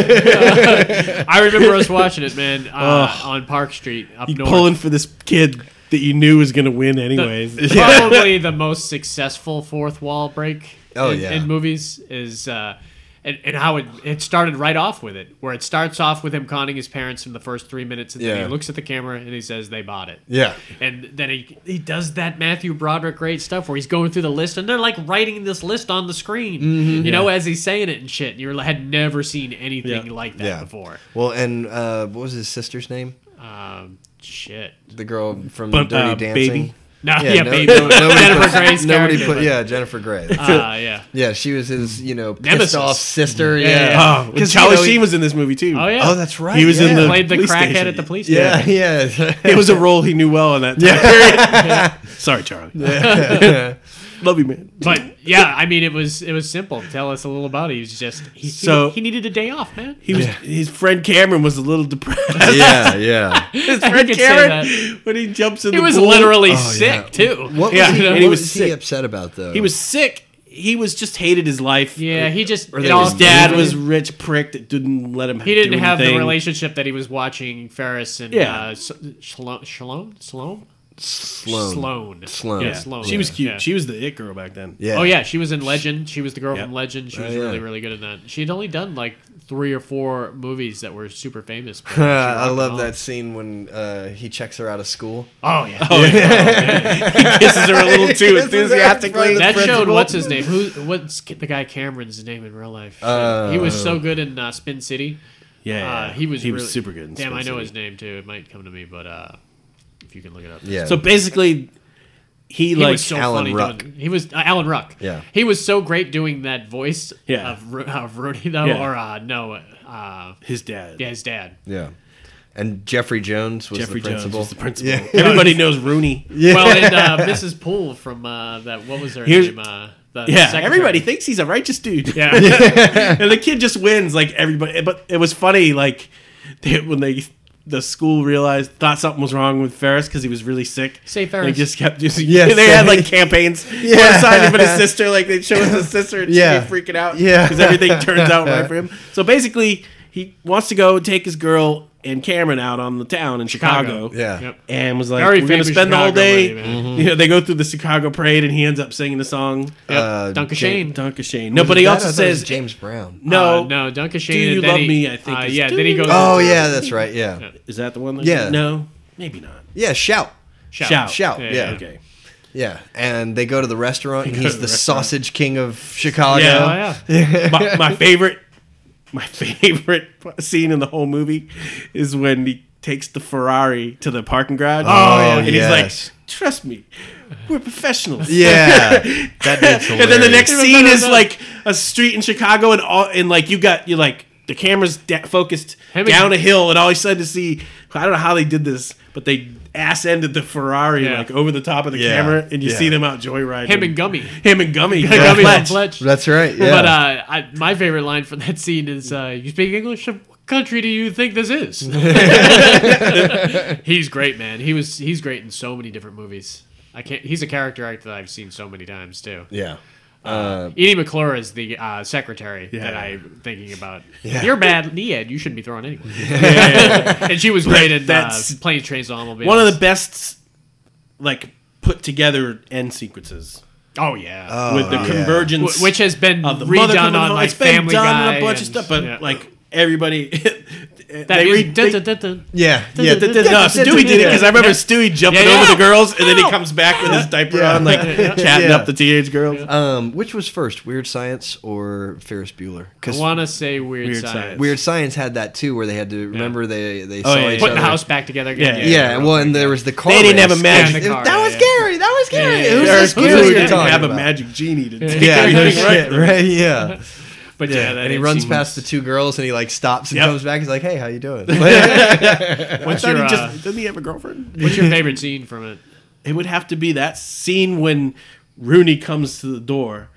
Speaker 2: I remember
Speaker 3: *laughs*
Speaker 2: us watching it, man, uh, on Park Street up
Speaker 3: You
Speaker 2: north. *laughs*
Speaker 3: pulling for this kid that you knew was going to win *laughs* anyways.
Speaker 2: Probably the most successful fourth wall break.
Speaker 4: Oh,
Speaker 2: in,
Speaker 4: yeah.
Speaker 2: in movies is. Uh, and, and how it, it started right off with it, where it starts off with him conning his parents in the first three minutes, and
Speaker 4: Yeah.
Speaker 2: then he looks at the camera and he says, "They bought it."
Speaker 4: Yeah.
Speaker 2: and then he he does that Matthew Broderick great stuff where he's going through the list and they're like writing this list on the screen,
Speaker 4: Mm-hmm.
Speaker 2: you know, as he's saying it and shit. And you were- had never seen anything
Speaker 3: Yeah.
Speaker 2: like that
Speaker 4: Yeah.
Speaker 2: before.
Speaker 4: Well, and uh, what was his sister's name?
Speaker 2: Um, shit.
Speaker 4: The girl from
Speaker 3: But,
Speaker 4: Dirty
Speaker 3: uh,
Speaker 4: Dancing.
Speaker 3: Baby?
Speaker 2: No, *laughs* yeah,
Speaker 4: Yeah, no-
Speaker 2: baby.
Speaker 4: no- nobody
Speaker 2: Jennifer
Speaker 4: puts-
Speaker 2: Gray's
Speaker 4: nobody
Speaker 2: character,
Speaker 4: put.
Speaker 2: but-
Speaker 4: yeah, Jennifer Grey.
Speaker 2: Uh, yeah.
Speaker 4: yeah, she was his, you know, pissed
Speaker 2: Nemesis.
Speaker 4: off sister. Yeah.
Speaker 2: yeah, yeah.
Speaker 3: Oh, because
Speaker 4: 'Cause, you
Speaker 3: Charlie
Speaker 4: know, he-
Speaker 3: Sheen was in this movie too.
Speaker 2: Oh yeah.
Speaker 4: Oh, that's right.
Speaker 3: He was in
Speaker 4: yeah.
Speaker 3: the-
Speaker 2: Played the
Speaker 3: police
Speaker 2: crackhead
Speaker 3: station.
Speaker 2: at the police *laughs*
Speaker 4: Yeah,
Speaker 2: station.
Speaker 4: yeah.
Speaker 3: It was a role he knew well in that. Time *laughs* period. Sorry, Charlie. Love you, man.
Speaker 2: But yeah, I mean, it was it was simple. Tell us a little about it. He was just he
Speaker 3: So-
Speaker 2: he, he needed a day off, man.
Speaker 3: He was his friend Cameron was a
Speaker 2: *laughs*
Speaker 3: little depressed.
Speaker 4: yeah, yeah.
Speaker 3: his
Speaker 2: I
Speaker 3: friend
Speaker 2: could say
Speaker 3: Cameron when he jumps in
Speaker 2: He
Speaker 3: the
Speaker 2: was
Speaker 3: pool,
Speaker 2: literally
Speaker 4: Oh, yeah.
Speaker 2: sick too.
Speaker 4: What
Speaker 3: Yeah,
Speaker 4: was he,
Speaker 3: and
Speaker 4: what
Speaker 3: he
Speaker 4: was
Speaker 3: was
Speaker 4: he
Speaker 3: sick.
Speaker 4: upset about though?
Speaker 3: he was sick. He was just hated his life.
Speaker 2: Yeah, he just
Speaker 4: they
Speaker 2: it all
Speaker 4: just
Speaker 3: his dad
Speaker 4: Yeah.
Speaker 3: was rich prick that didn't let him.
Speaker 2: He didn't
Speaker 3: do
Speaker 2: have the
Speaker 3: anything.
Speaker 2: relationship that he was watching Ferris and
Speaker 3: Yeah.
Speaker 2: uh, S- Shalom, Shalom, Sloan,
Speaker 4: Sloan.
Speaker 2: Sloan,
Speaker 4: Sloan.
Speaker 2: Yeah,
Speaker 3: Yeah.
Speaker 2: Sloan.
Speaker 3: She was cute.
Speaker 2: Yeah.
Speaker 3: She was the it girl back then.
Speaker 4: Yeah.
Speaker 2: Oh yeah, she was in Legend. She was the girl
Speaker 3: Yeah.
Speaker 2: from Legend. She was
Speaker 4: Oh, yeah.
Speaker 2: really, really good in that. She had only done like three or four movies that were super famous.
Speaker 3: *laughs*
Speaker 2: but she
Speaker 4: *laughs* I
Speaker 2: rocked
Speaker 4: love
Speaker 2: them
Speaker 4: that scene when uh, he checks her out of school.
Speaker 2: all. Oh
Speaker 3: *laughs*
Speaker 2: yeah, oh, yeah.
Speaker 3: *laughs* Kisses her a
Speaker 4: *laughs*
Speaker 3: little too
Speaker 4: Kisses her
Speaker 3: enthusiastically.
Speaker 4: in front
Speaker 2: that showed
Speaker 4: principal.
Speaker 2: what's his name? Who? What's the guy Cameron's name in real life? Shit. he was so good in uh, Spin City.
Speaker 3: Oh. Yeah,
Speaker 2: Uh, he was.
Speaker 3: he was
Speaker 2: really-
Speaker 3: super good. In
Speaker 2: Damn,
Speaker 3: Spin
Speaker 2: I know
Speaker 3: City.
Speaker 2: his name too. It might come to me, but uh, if you can look it up.
Speaker 4: Yeah.
Speaker 3: So basically, he,
Speaker 2: he
Speaker 3: like
Speaker 2: was so
Speaker 4: Alan
Speaker 2: funny
Speaker 4: Ruck.
Speaker 2: doing. He was uh, Alan Ruck.
Speaker 4: Yeah.
Speaker 2: he was so great doing that voice.
Speaker 3: Yeah.
Speaker 2: of, Ro- of Rudy though,
Speaker 3: Yeah.
Speaker 2: or uh, no, uh,
Speaker 3: his dad.
Speaker 2: yeah, his dad.
Speaker 4: yeah. And Jeffrey Jones was
Speaker 3: Jeffrey
Speaker 4: the
Speaker 3: Jones
Speaker 4: principal.
Speaker 3: was the principal.
Speaker 4: Yeah.
Speaker 3: Everybody knows Rooney.
Speaker 2: Well, and uh, Mrs. Poole from uh, that. What was her
Speaker 3: Here's-
Speaker 2: name? Uh, the
Speaker 3: Yeah,
Speaker 2: secretary.
Speaker 3: everybody thinks he's a righteous dude.
Speaker 4: *laughs*
Speaker 2: Yeah.
Speaker 3: and the kid just wins like everybody. But it was funny, like they, when they the school realized thought something was wrong with Ferris because he was really sick.
Speaker 2: Say
Speaker 3: And
Speaker 2: Ferris.
Speaker 3: They just kept using.
Speaker 4: Yes.
Speaker 3: they had like campaigns. Yeah. One side him and his sister, like they'd show us his sister, and
Speaker 4: Yeah.
Speaker 3: she'd be freaking out.
Speaker 4: Yeah.
Speaker 3: because everything turns out right for him. So basically, he wants to go take his girl and Cameron out on the town in Chicago.
Speaker 2: Chicago.
Speaker 4: Yeah.
Speaker 2: Yep.
Speaker 3: And was like,
Speaker 2: Very
Speaker 3: we're gonna
Speaker 2: famous
Speaker 3: spend the whole
Speaker 2: Chicago
Speaker 3: day.
Speaker 2: movie, man.
Speaker 3: You know, they go through the Chicago parade, and he ends up singing the song.
Speaker 2: Yep.
Speaker 4: Uh,
Speaker 2: Duncan Shane.
Speaker 3: Duncan Shane. No, but he
Speaker 4: That-
Speaker 3: also
Speaker 4: I thought it was
Speaker 3: says
Speaker 4: James Brown.
Speaker 3: no,
Speaker 2: Uh, no, Duncan Shane.
Speaker 3: Do
Speaker 2: and
Speaker 3: you
Speaker 2: then
Speaker 3: love
Speaker 2: he-
Speaker 3: me? I think.
Speaker 2: uh,
Speaker 3: is-
Speaker 2: yeah. Then he goes.
Speaker 4: Oh yeah, that's right. Yeah.
Speaker 3: Is that the one? that-
Speaker 4: Yeah.
Speaker 3: No, maybe not.
Speaker 4: Yeah. Shout.
Speaker 2: Shout.
Speaker 4: Shout.
Speaker 2: Yeah,
Speaker 4: Yeah.
Speaker 3: Okay.
Speaker 4: Yeah. And they go to the
Speaker 3: *laughs*
Speaker 4: restaurant, and he's
Speaker 3: to
Speaker 4: the,
Speaker 3: the restaurant.
Speaker 4: sausage king of Chicago.
Speaker 3: Yeah.
Speaker 2: Oh yeah.
Speaker 3: my, my favorite, my *laughs* favorite scene in the whole movie is when he takes the Ferrari to the parking garage.
Speaker 4: Oh, yeah.
Speaker 3: and
Speaker 4: yes.
Speaker 3: he's like, "Trust me, we're professionals." *laughs*
Speaker 4: Yeah. that dude's hilarious.
Speaker 3: And then the next scene
Speaker 4: *laughs*
Speaker 3: is like a street in Chicago, and all, and like you got you like the camera's da- focused
Speaker 2: Him and-
Speaker 3: down a hill, and all you sudden see I don't know how they did this, but they ass ended the Ferrari
Speaker 2: Yeah.
Speaker 3: like over the top of the
Speaker 4: Yeah.
Speaker 3: camera, and you
Speaker 4: Yeah.
Speaker 3: see them out joyriding.
Speaker 2: Him and Gummy.
Speaker 3: Him and Gummy.
Speaker 2: Gummy
Speaker 3: Fletch.
Speaker 2: from Fletch.
Speaker 4: That's right.
Speaker 2: *laughs*
Speaker 4: Yeah.
Speaker 2: But uh, I, my favorite line from that scene is, uh, "You speak English? What country do you think this
Speaker 4: *laughs*
Speaker 2: is?" he's great, man. He was he's great in so many different movies. I can't. He's a character actor that I've seen so many times too.
Speaker 4: yeah.
Speaker 2: Edie McClure is the uh, secretary that I'm thinking about. You're bad, Ed. You shouldn't be thrown anywhere. *laughs* and she was great in uh,
Speaker 3: That's-
Speaker 2: Planes, Trains, and Automobiles.
Speaker 3: One of the best, like put together end sequences
Speaker 2: oh yeah,
Speaker 3: with the convergence,
Speaker 2: Wh- which has been
Speaker 3: Uh, of the mother
Speaker 2: redone
Speaker 3: coming
Speaker 2: on
Speaker 3: home.
Speaker 2: like
Speaker 3: It's been
Speaker 2: Family
Speaker 3: done
Speaker 2: Guy
Speaker 3: on a bunch
Speaker 2: and-
Speaker 3: of stuff, but
Speaker 2: yeah.
Speaker 3: like everybody, *laughs*
Speaker 2: that
Speaker 3: they
Speaker 2: music- *laughs*
Speaker 3: read.
Speaker 2: dun,
Speaker 3: They,
Speaker 2: dun, dun, dun.
Speaker 4: Yeah.
Speaker 3: yeah, th- th- *laughs* no, Stewie did it because I remember Stewie jumping
Speaker 2: Yeah, yeah.
Speaker 3: over the girls, and then he comes back with his diaper
Speaker 4: Yeah.
Speaker 3: on, like chatting
Speaker 4: Yeah.
Speaker 3: up the teenage girls.
Speaker 4: Um, which was first, Weird Science or Ferris Bueller?
Speaker 2: I
Speaker 4: Because
Speaker 2: want to say Weird,
Speaker 3: Weird
Speaker 2: Science.
Speaker 3: Science.
Speaker 4: Weird Science had that too, where they had to remember they they
Speaker 3: Oh,
Speaker 4: saw
Speaker 3: yeah,
Speaker 4: each
Speaker 2: Putting the
Speaker 4: other.
Speaker 2: house back together again.
Speaker 3: Yeah,
Speaker 4: Yeah, well, and there was the car.
Speaker 3: They didn't have a
Speaker 4: race.
Speaker 3: magic-
Speaker 2: Yeah, the car,
Speaker 4: that was
Speaker 2: yeah.
Speaker 4: scary. That was scary.
Speaker 2: yeah, yeah.
Speaker 4: Who's
Speaker 2: Ferris
Speaker 4: this
Speaker 2: Bueller
Speaker 4: kid we were
Speaker 2: didn't
Speaker 3: didn't
Speaker 4: talking
Speaker 3: have a
Speaker 4: about?
Speaker 3: magic genie to take
Speaker 4: Yeah, no
Speaker 3: everything
Speaker 4: shit,
Speaker 3: right.
Speaker 4: right? Yeah.
Speaker 2: But yeah, that
Speaker 4: and he
Speaker 2: end
Speaker 4: runs
Speaker 2: scene
Speaker 4: past the
Speaker 2: was-
Speaker 4: two girls and he like stops and
Speaker 3: Yep.
Speaker 4: comes back. He's like, "Hey, how you doing?" *laughs*
Speaker 2: What's
Speaker 3: Thought
Speaker 2: your,
Speaker 3: he
Speaker 2: uh,
Speaker 3: just- Doesn't he have a girlfriend?
Speaker 2: what's your favorite scene from it?
Speaker 3: It would have to be that scene when Rooney comes to the door.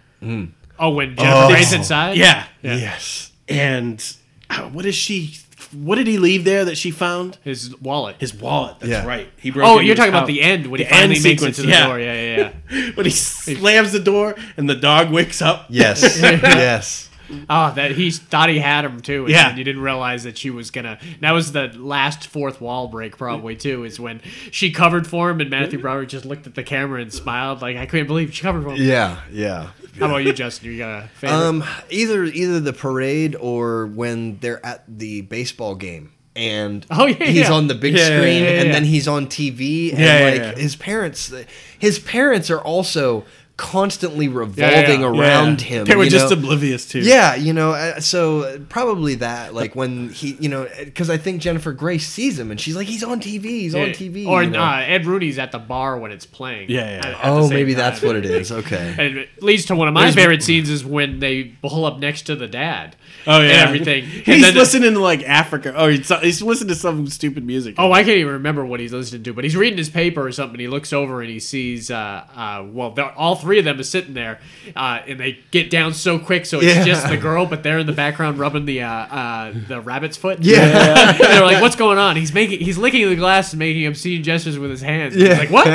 Speaker 2: Oh, when Jennifer Grey's inside.
Speaker 3: Yeah.
Speaker 4: yes.
Speaker 3: And uh, what is she? What did he leave there that she found?
Speaker 2: his wallet.
Speaker 3: His wallet. That's
Speaker 4: Yeah.
Speaker 3: right. He broke.
Speaker 2: oh,
Speaker 3: into
Speaker 2: you're
Speaker 3: his
Speaker 2: talking about
Speaker 3: house.
Speaker 2: the end when he
Speaker 3: The end
Speaker 2: finally makes it
Speaker 3: sequence,
Speaker 2: to the
Speaker 3: yeah.
Speaker 2: door. Yeah, yeah, yeah.
Speaker 3: *laughs* when he slams the door and the dog wakes up.
Speaker 4: Yes. yes.
Speaker 2: Oh, that he thought he had him too. And
Speaker 3: Yeah.
Speaker 2: then you didn't realize that she was gonna. That was the last fourth wall break, probably too. Is when she covered for him, and Matthew Broderick just looked at the camera and smiled, like I couldn't believe she covered for him.
Speaker 4: Yeah. Yeah.
Speaker 2: How about you, Justin? You
Speaker 4: *laughs*
Speaker 2: got a favorite?
Speaker 4: Um, either either the parade or when they're at the baseball game and
Speaker 2: *laughs* Oh, yeah,
Speaker 4: he's
Speaker 2: yeah.
Speaker 4: on the big
Speaker 3: Yeah, yeah,
Speaker 4: screen
Speaker 2: yeah, yeah,
Speaker 4: and
Speaker 2: yeah.
Speaker 4: then he's on TV and
Speaker 3: Yeah, yeah,
Speaker 4: like
Speaker 3: yeah.
Speaker 4: his parents his parents are also constantly
Speaker 2: yeah.
Speaker 4: revolving
Speaker 2: Yeah,
Speaker 4: around
Speaker 3: Yeah.
Speaker 4: him.
Speaker 3: They were
Speaker 4: you
Speaker 3: just
Speaker 4: know?
Speaker 3: oblivious to.
Speaker 4: Yeah, you know, uh, so uh, probably that, like when he, you know, because I think Jennifer Grace sees him and she's like, he's on TV, he's on
Speaker 2: Yeah.
Speaker 4: TV.
Speaker 2: Or
Speaker 4: you know?
Speaker 2: uh, Ed Rooney's at the bar when it's playing.
Speaker 3: Yeah, yeah.
Speaker 2: At- at the
Speaker 4: Oh,
Speaker 2: same
Speaker 4: maybe
Speaker 2: time.
Speaker 4: that's what it is.
Speaker 2: *laughs*
Speaker 4: Okay.
Speaker 2: And it leads to one of my favorite scenes is when they pull up next to the dad.
Speaker 3: Oh yeah.
Speaker 2: And everything.
Speaker 3: He's
Speaker 2: And then-
Speaker 3: listening to like Africa. Oh, he's, he's listening to some stupid music.
Speaker 2: Oh, I can't even remember what he's listening to, but he's reading his paper or something. He looks over and he sees, uh, uh, well, they're- all three of them are sitting there, uh, and they get down so quick, so it's
Speaker 4: Yeah.
Speaker 2: just the girl, but they're in the background rubbing the uh, uh, the rabbit's foot.
Speaker 4: Yeah.
Speaker 2: And *laughs* they're like, "What's going on?" He's making, he's licking the glass and making obscene gestures with his hands. Yeah. He's like,
Speaker 4: *laughs*
Speaker 2: "What?"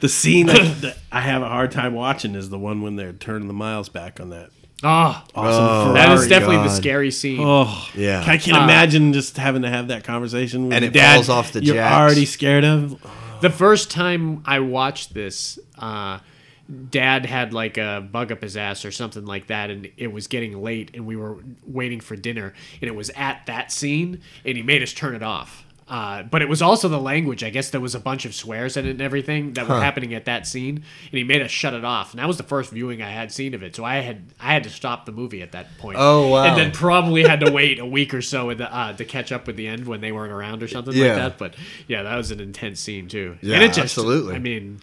Speaker 3: the scene
Speaker 2: *laughs*
Speaker 3: that, that I have a hard time watching is the one when they're turning the miles back on that
Speaker 2: Oh,
Speaker 3: awesome
Speaker 2: that
Speaker 3: Ferrari.
Speaker 2: is Ah. definitely the
Speaker 4: God.
Speaker 2: scary scene.
Speaker 3: Oh
Speaker 4: Yeah.
Speaker 3: I can't imagine just having to have that conversation with
Speaker 4: And
Speaker 3: your
Speaker 4: it
Speaker 3: dad
Speaker 4: falls off the
Speaker 3: You're
Speaker 4: jacks.
Speaker 3: already scared of.
Speaker 2: The first time I watched this, uh, Dad had like a bug up his ass or something like that, and it was getting late, and we were waiting for dinner, and it was at that scene, and he made us turn it off. Uh, but it was also the language. I guess there was a bunch of swears in it and everything that were happening at that scene, and he made us shut it off. And that was the first viewing I had seen of it, so I had I had to stop the movie at that point.
Speaker 4: Oh, wow.
Speaker 2: And then probably had to wait a week or so in the, uh, to catch up with the end when they weren't around or something
Speaker 4: Yeah.
Speaker 2: like that. But yeah, that was an intense scene too.
Speaker 4: Yeah,
Speaker 2: and it just,
Speaker 4: absolutely.
Speaker 2: I mean,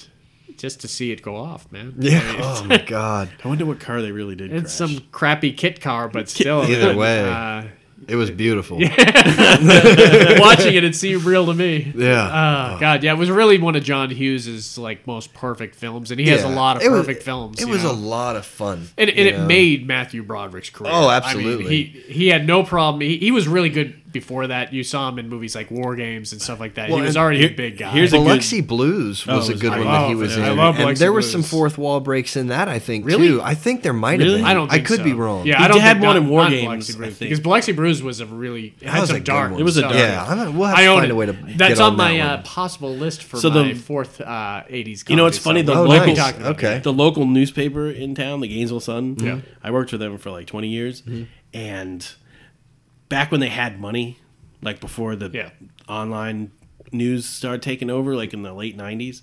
Speaker 2: just to see it go off, man.
Speaker 4: *laughs* Yeah. Oh my
Speaker 2: *laughs*
Speaker 4: God.
Speaker 3: I wonder what car they really did.
Speaker 2: It's
Speaker 3: crash.
Speaker 2: some crappy kit car, but still.
Speaker 4: Either way.
Speaker 2: Uh,
Speaker 4: It was beautiful.
Speaker 2: *laughs* watching it, it seemed real to me.
Speaker 4: Yeah.
Speaker 2: Uh, God, yeah, it was really one of John Hughes's like most perfect films, and he has a
Speaker 4: Yeah.
Speaker 2: lot of
Speaker 4: It was-
Speaker 2: perfect films.
Speaker 4: It
Speaker 2: you
Speaker 4: was
Speaker 2: know?
Speaker 4: a lot of fun.
Speaker 2: and, and
Speaker 4: you
Speaker 2: it
Speaker 4: know?
Speaker 2: made Matthew Broderick's career.
Speaker 4: Oh,
Speaker 2: I mean,
Speaker 4: absolutely.
Speaker 2: he he had no problem. He, he was really good before that, you saw him in movies like War Games and stuff like that.
Speaker 3: Well,
Speaker 2: he was
Speaker 3: and
Speaker 2: already
Speaker 3: here-
Speaker 2: a big guy.
Speaker 3: here's a good-
Speaker 4: Biloxi Blues was
Speaker 3: Oh,
Speaker 4: a good
Speaker 3: I
Speaker 4: one that he
Speaker 2: love
Speaker 4: was
Speaker 2: it.
Speaker 4: in.
Speaker 2: I love
Speaker 4: and
Speaker 2: Biloxi
Speaker 4: there was some
Speaker 2: Blues.
Speaker 4: fourth wall breaks in that, I think.
Speaker 2: Really?
Speaker 4: Too. I think there might have
Speaker 3: Really?
Speaker 4: been.
Speaker 2: I don't. Think
Speaker 4: I could
Speaker 2: so.
Speaker 4: be wrong.
Speaker 2: Yeah,
Speaker 3: He
Speaker 2: I don't
Speaker 3: had
Speaker 2: think
Speaker 3: one
Speaker 2: not-
Speaker 3: in War
Speaker 2: not
Speaker 3: Games,
Speaker 2: Biloxi
Speaker 3: I
Speaker 2: Bruise,
Speaker 3: think.
Speaker 2: because Biloxi Bruise was a really it
Speaker 4: That
Speaker 2: had
Speaker 4: was a
Speaker 2: some
Speaker 4: good
Speaker 2: dark.
Speaker 4: one. It was
Speaker 3: a
Speaker 2: stuff.
Speaker 3: dark-
Speaker 4: Yeah, I don't, we'll have
Speaker 2: I
Speaker 4: to
Speaker 2: own
Speaker 4: find
Speaker 2: it.
Speaker 4: a way to.
Speaker 2: That's
Speaker 4: get
Speaker 2: on,
Speaker 4: on
Speaker 2: my
Speaker 4: that
Speaker 2: uh,
Speaker 4: one.
Speaker 2: possible list for
Speaker 3: So the-
Speaker 2: my fourth uh, '80s.
Speaker 3: You know, it's funny.
Speaker 2: comedy
Speaker 3: The
Speaker 2: song.
Speaker 4: Oh,
Speaker 2: We'll be
Speaker 4: nice.
Speaker 2: talking about
Speaker 4: Okay.
Speaker 2: it.
Speaker 3: the local newspaper in town, the Gainesville Sun. Yeah, Mm-hmm. I worked with them for like twenty years, and back when they had money, like before the
Speaker 2: Yeah.
Speaker 3: online news started taking over, like in the late nineties,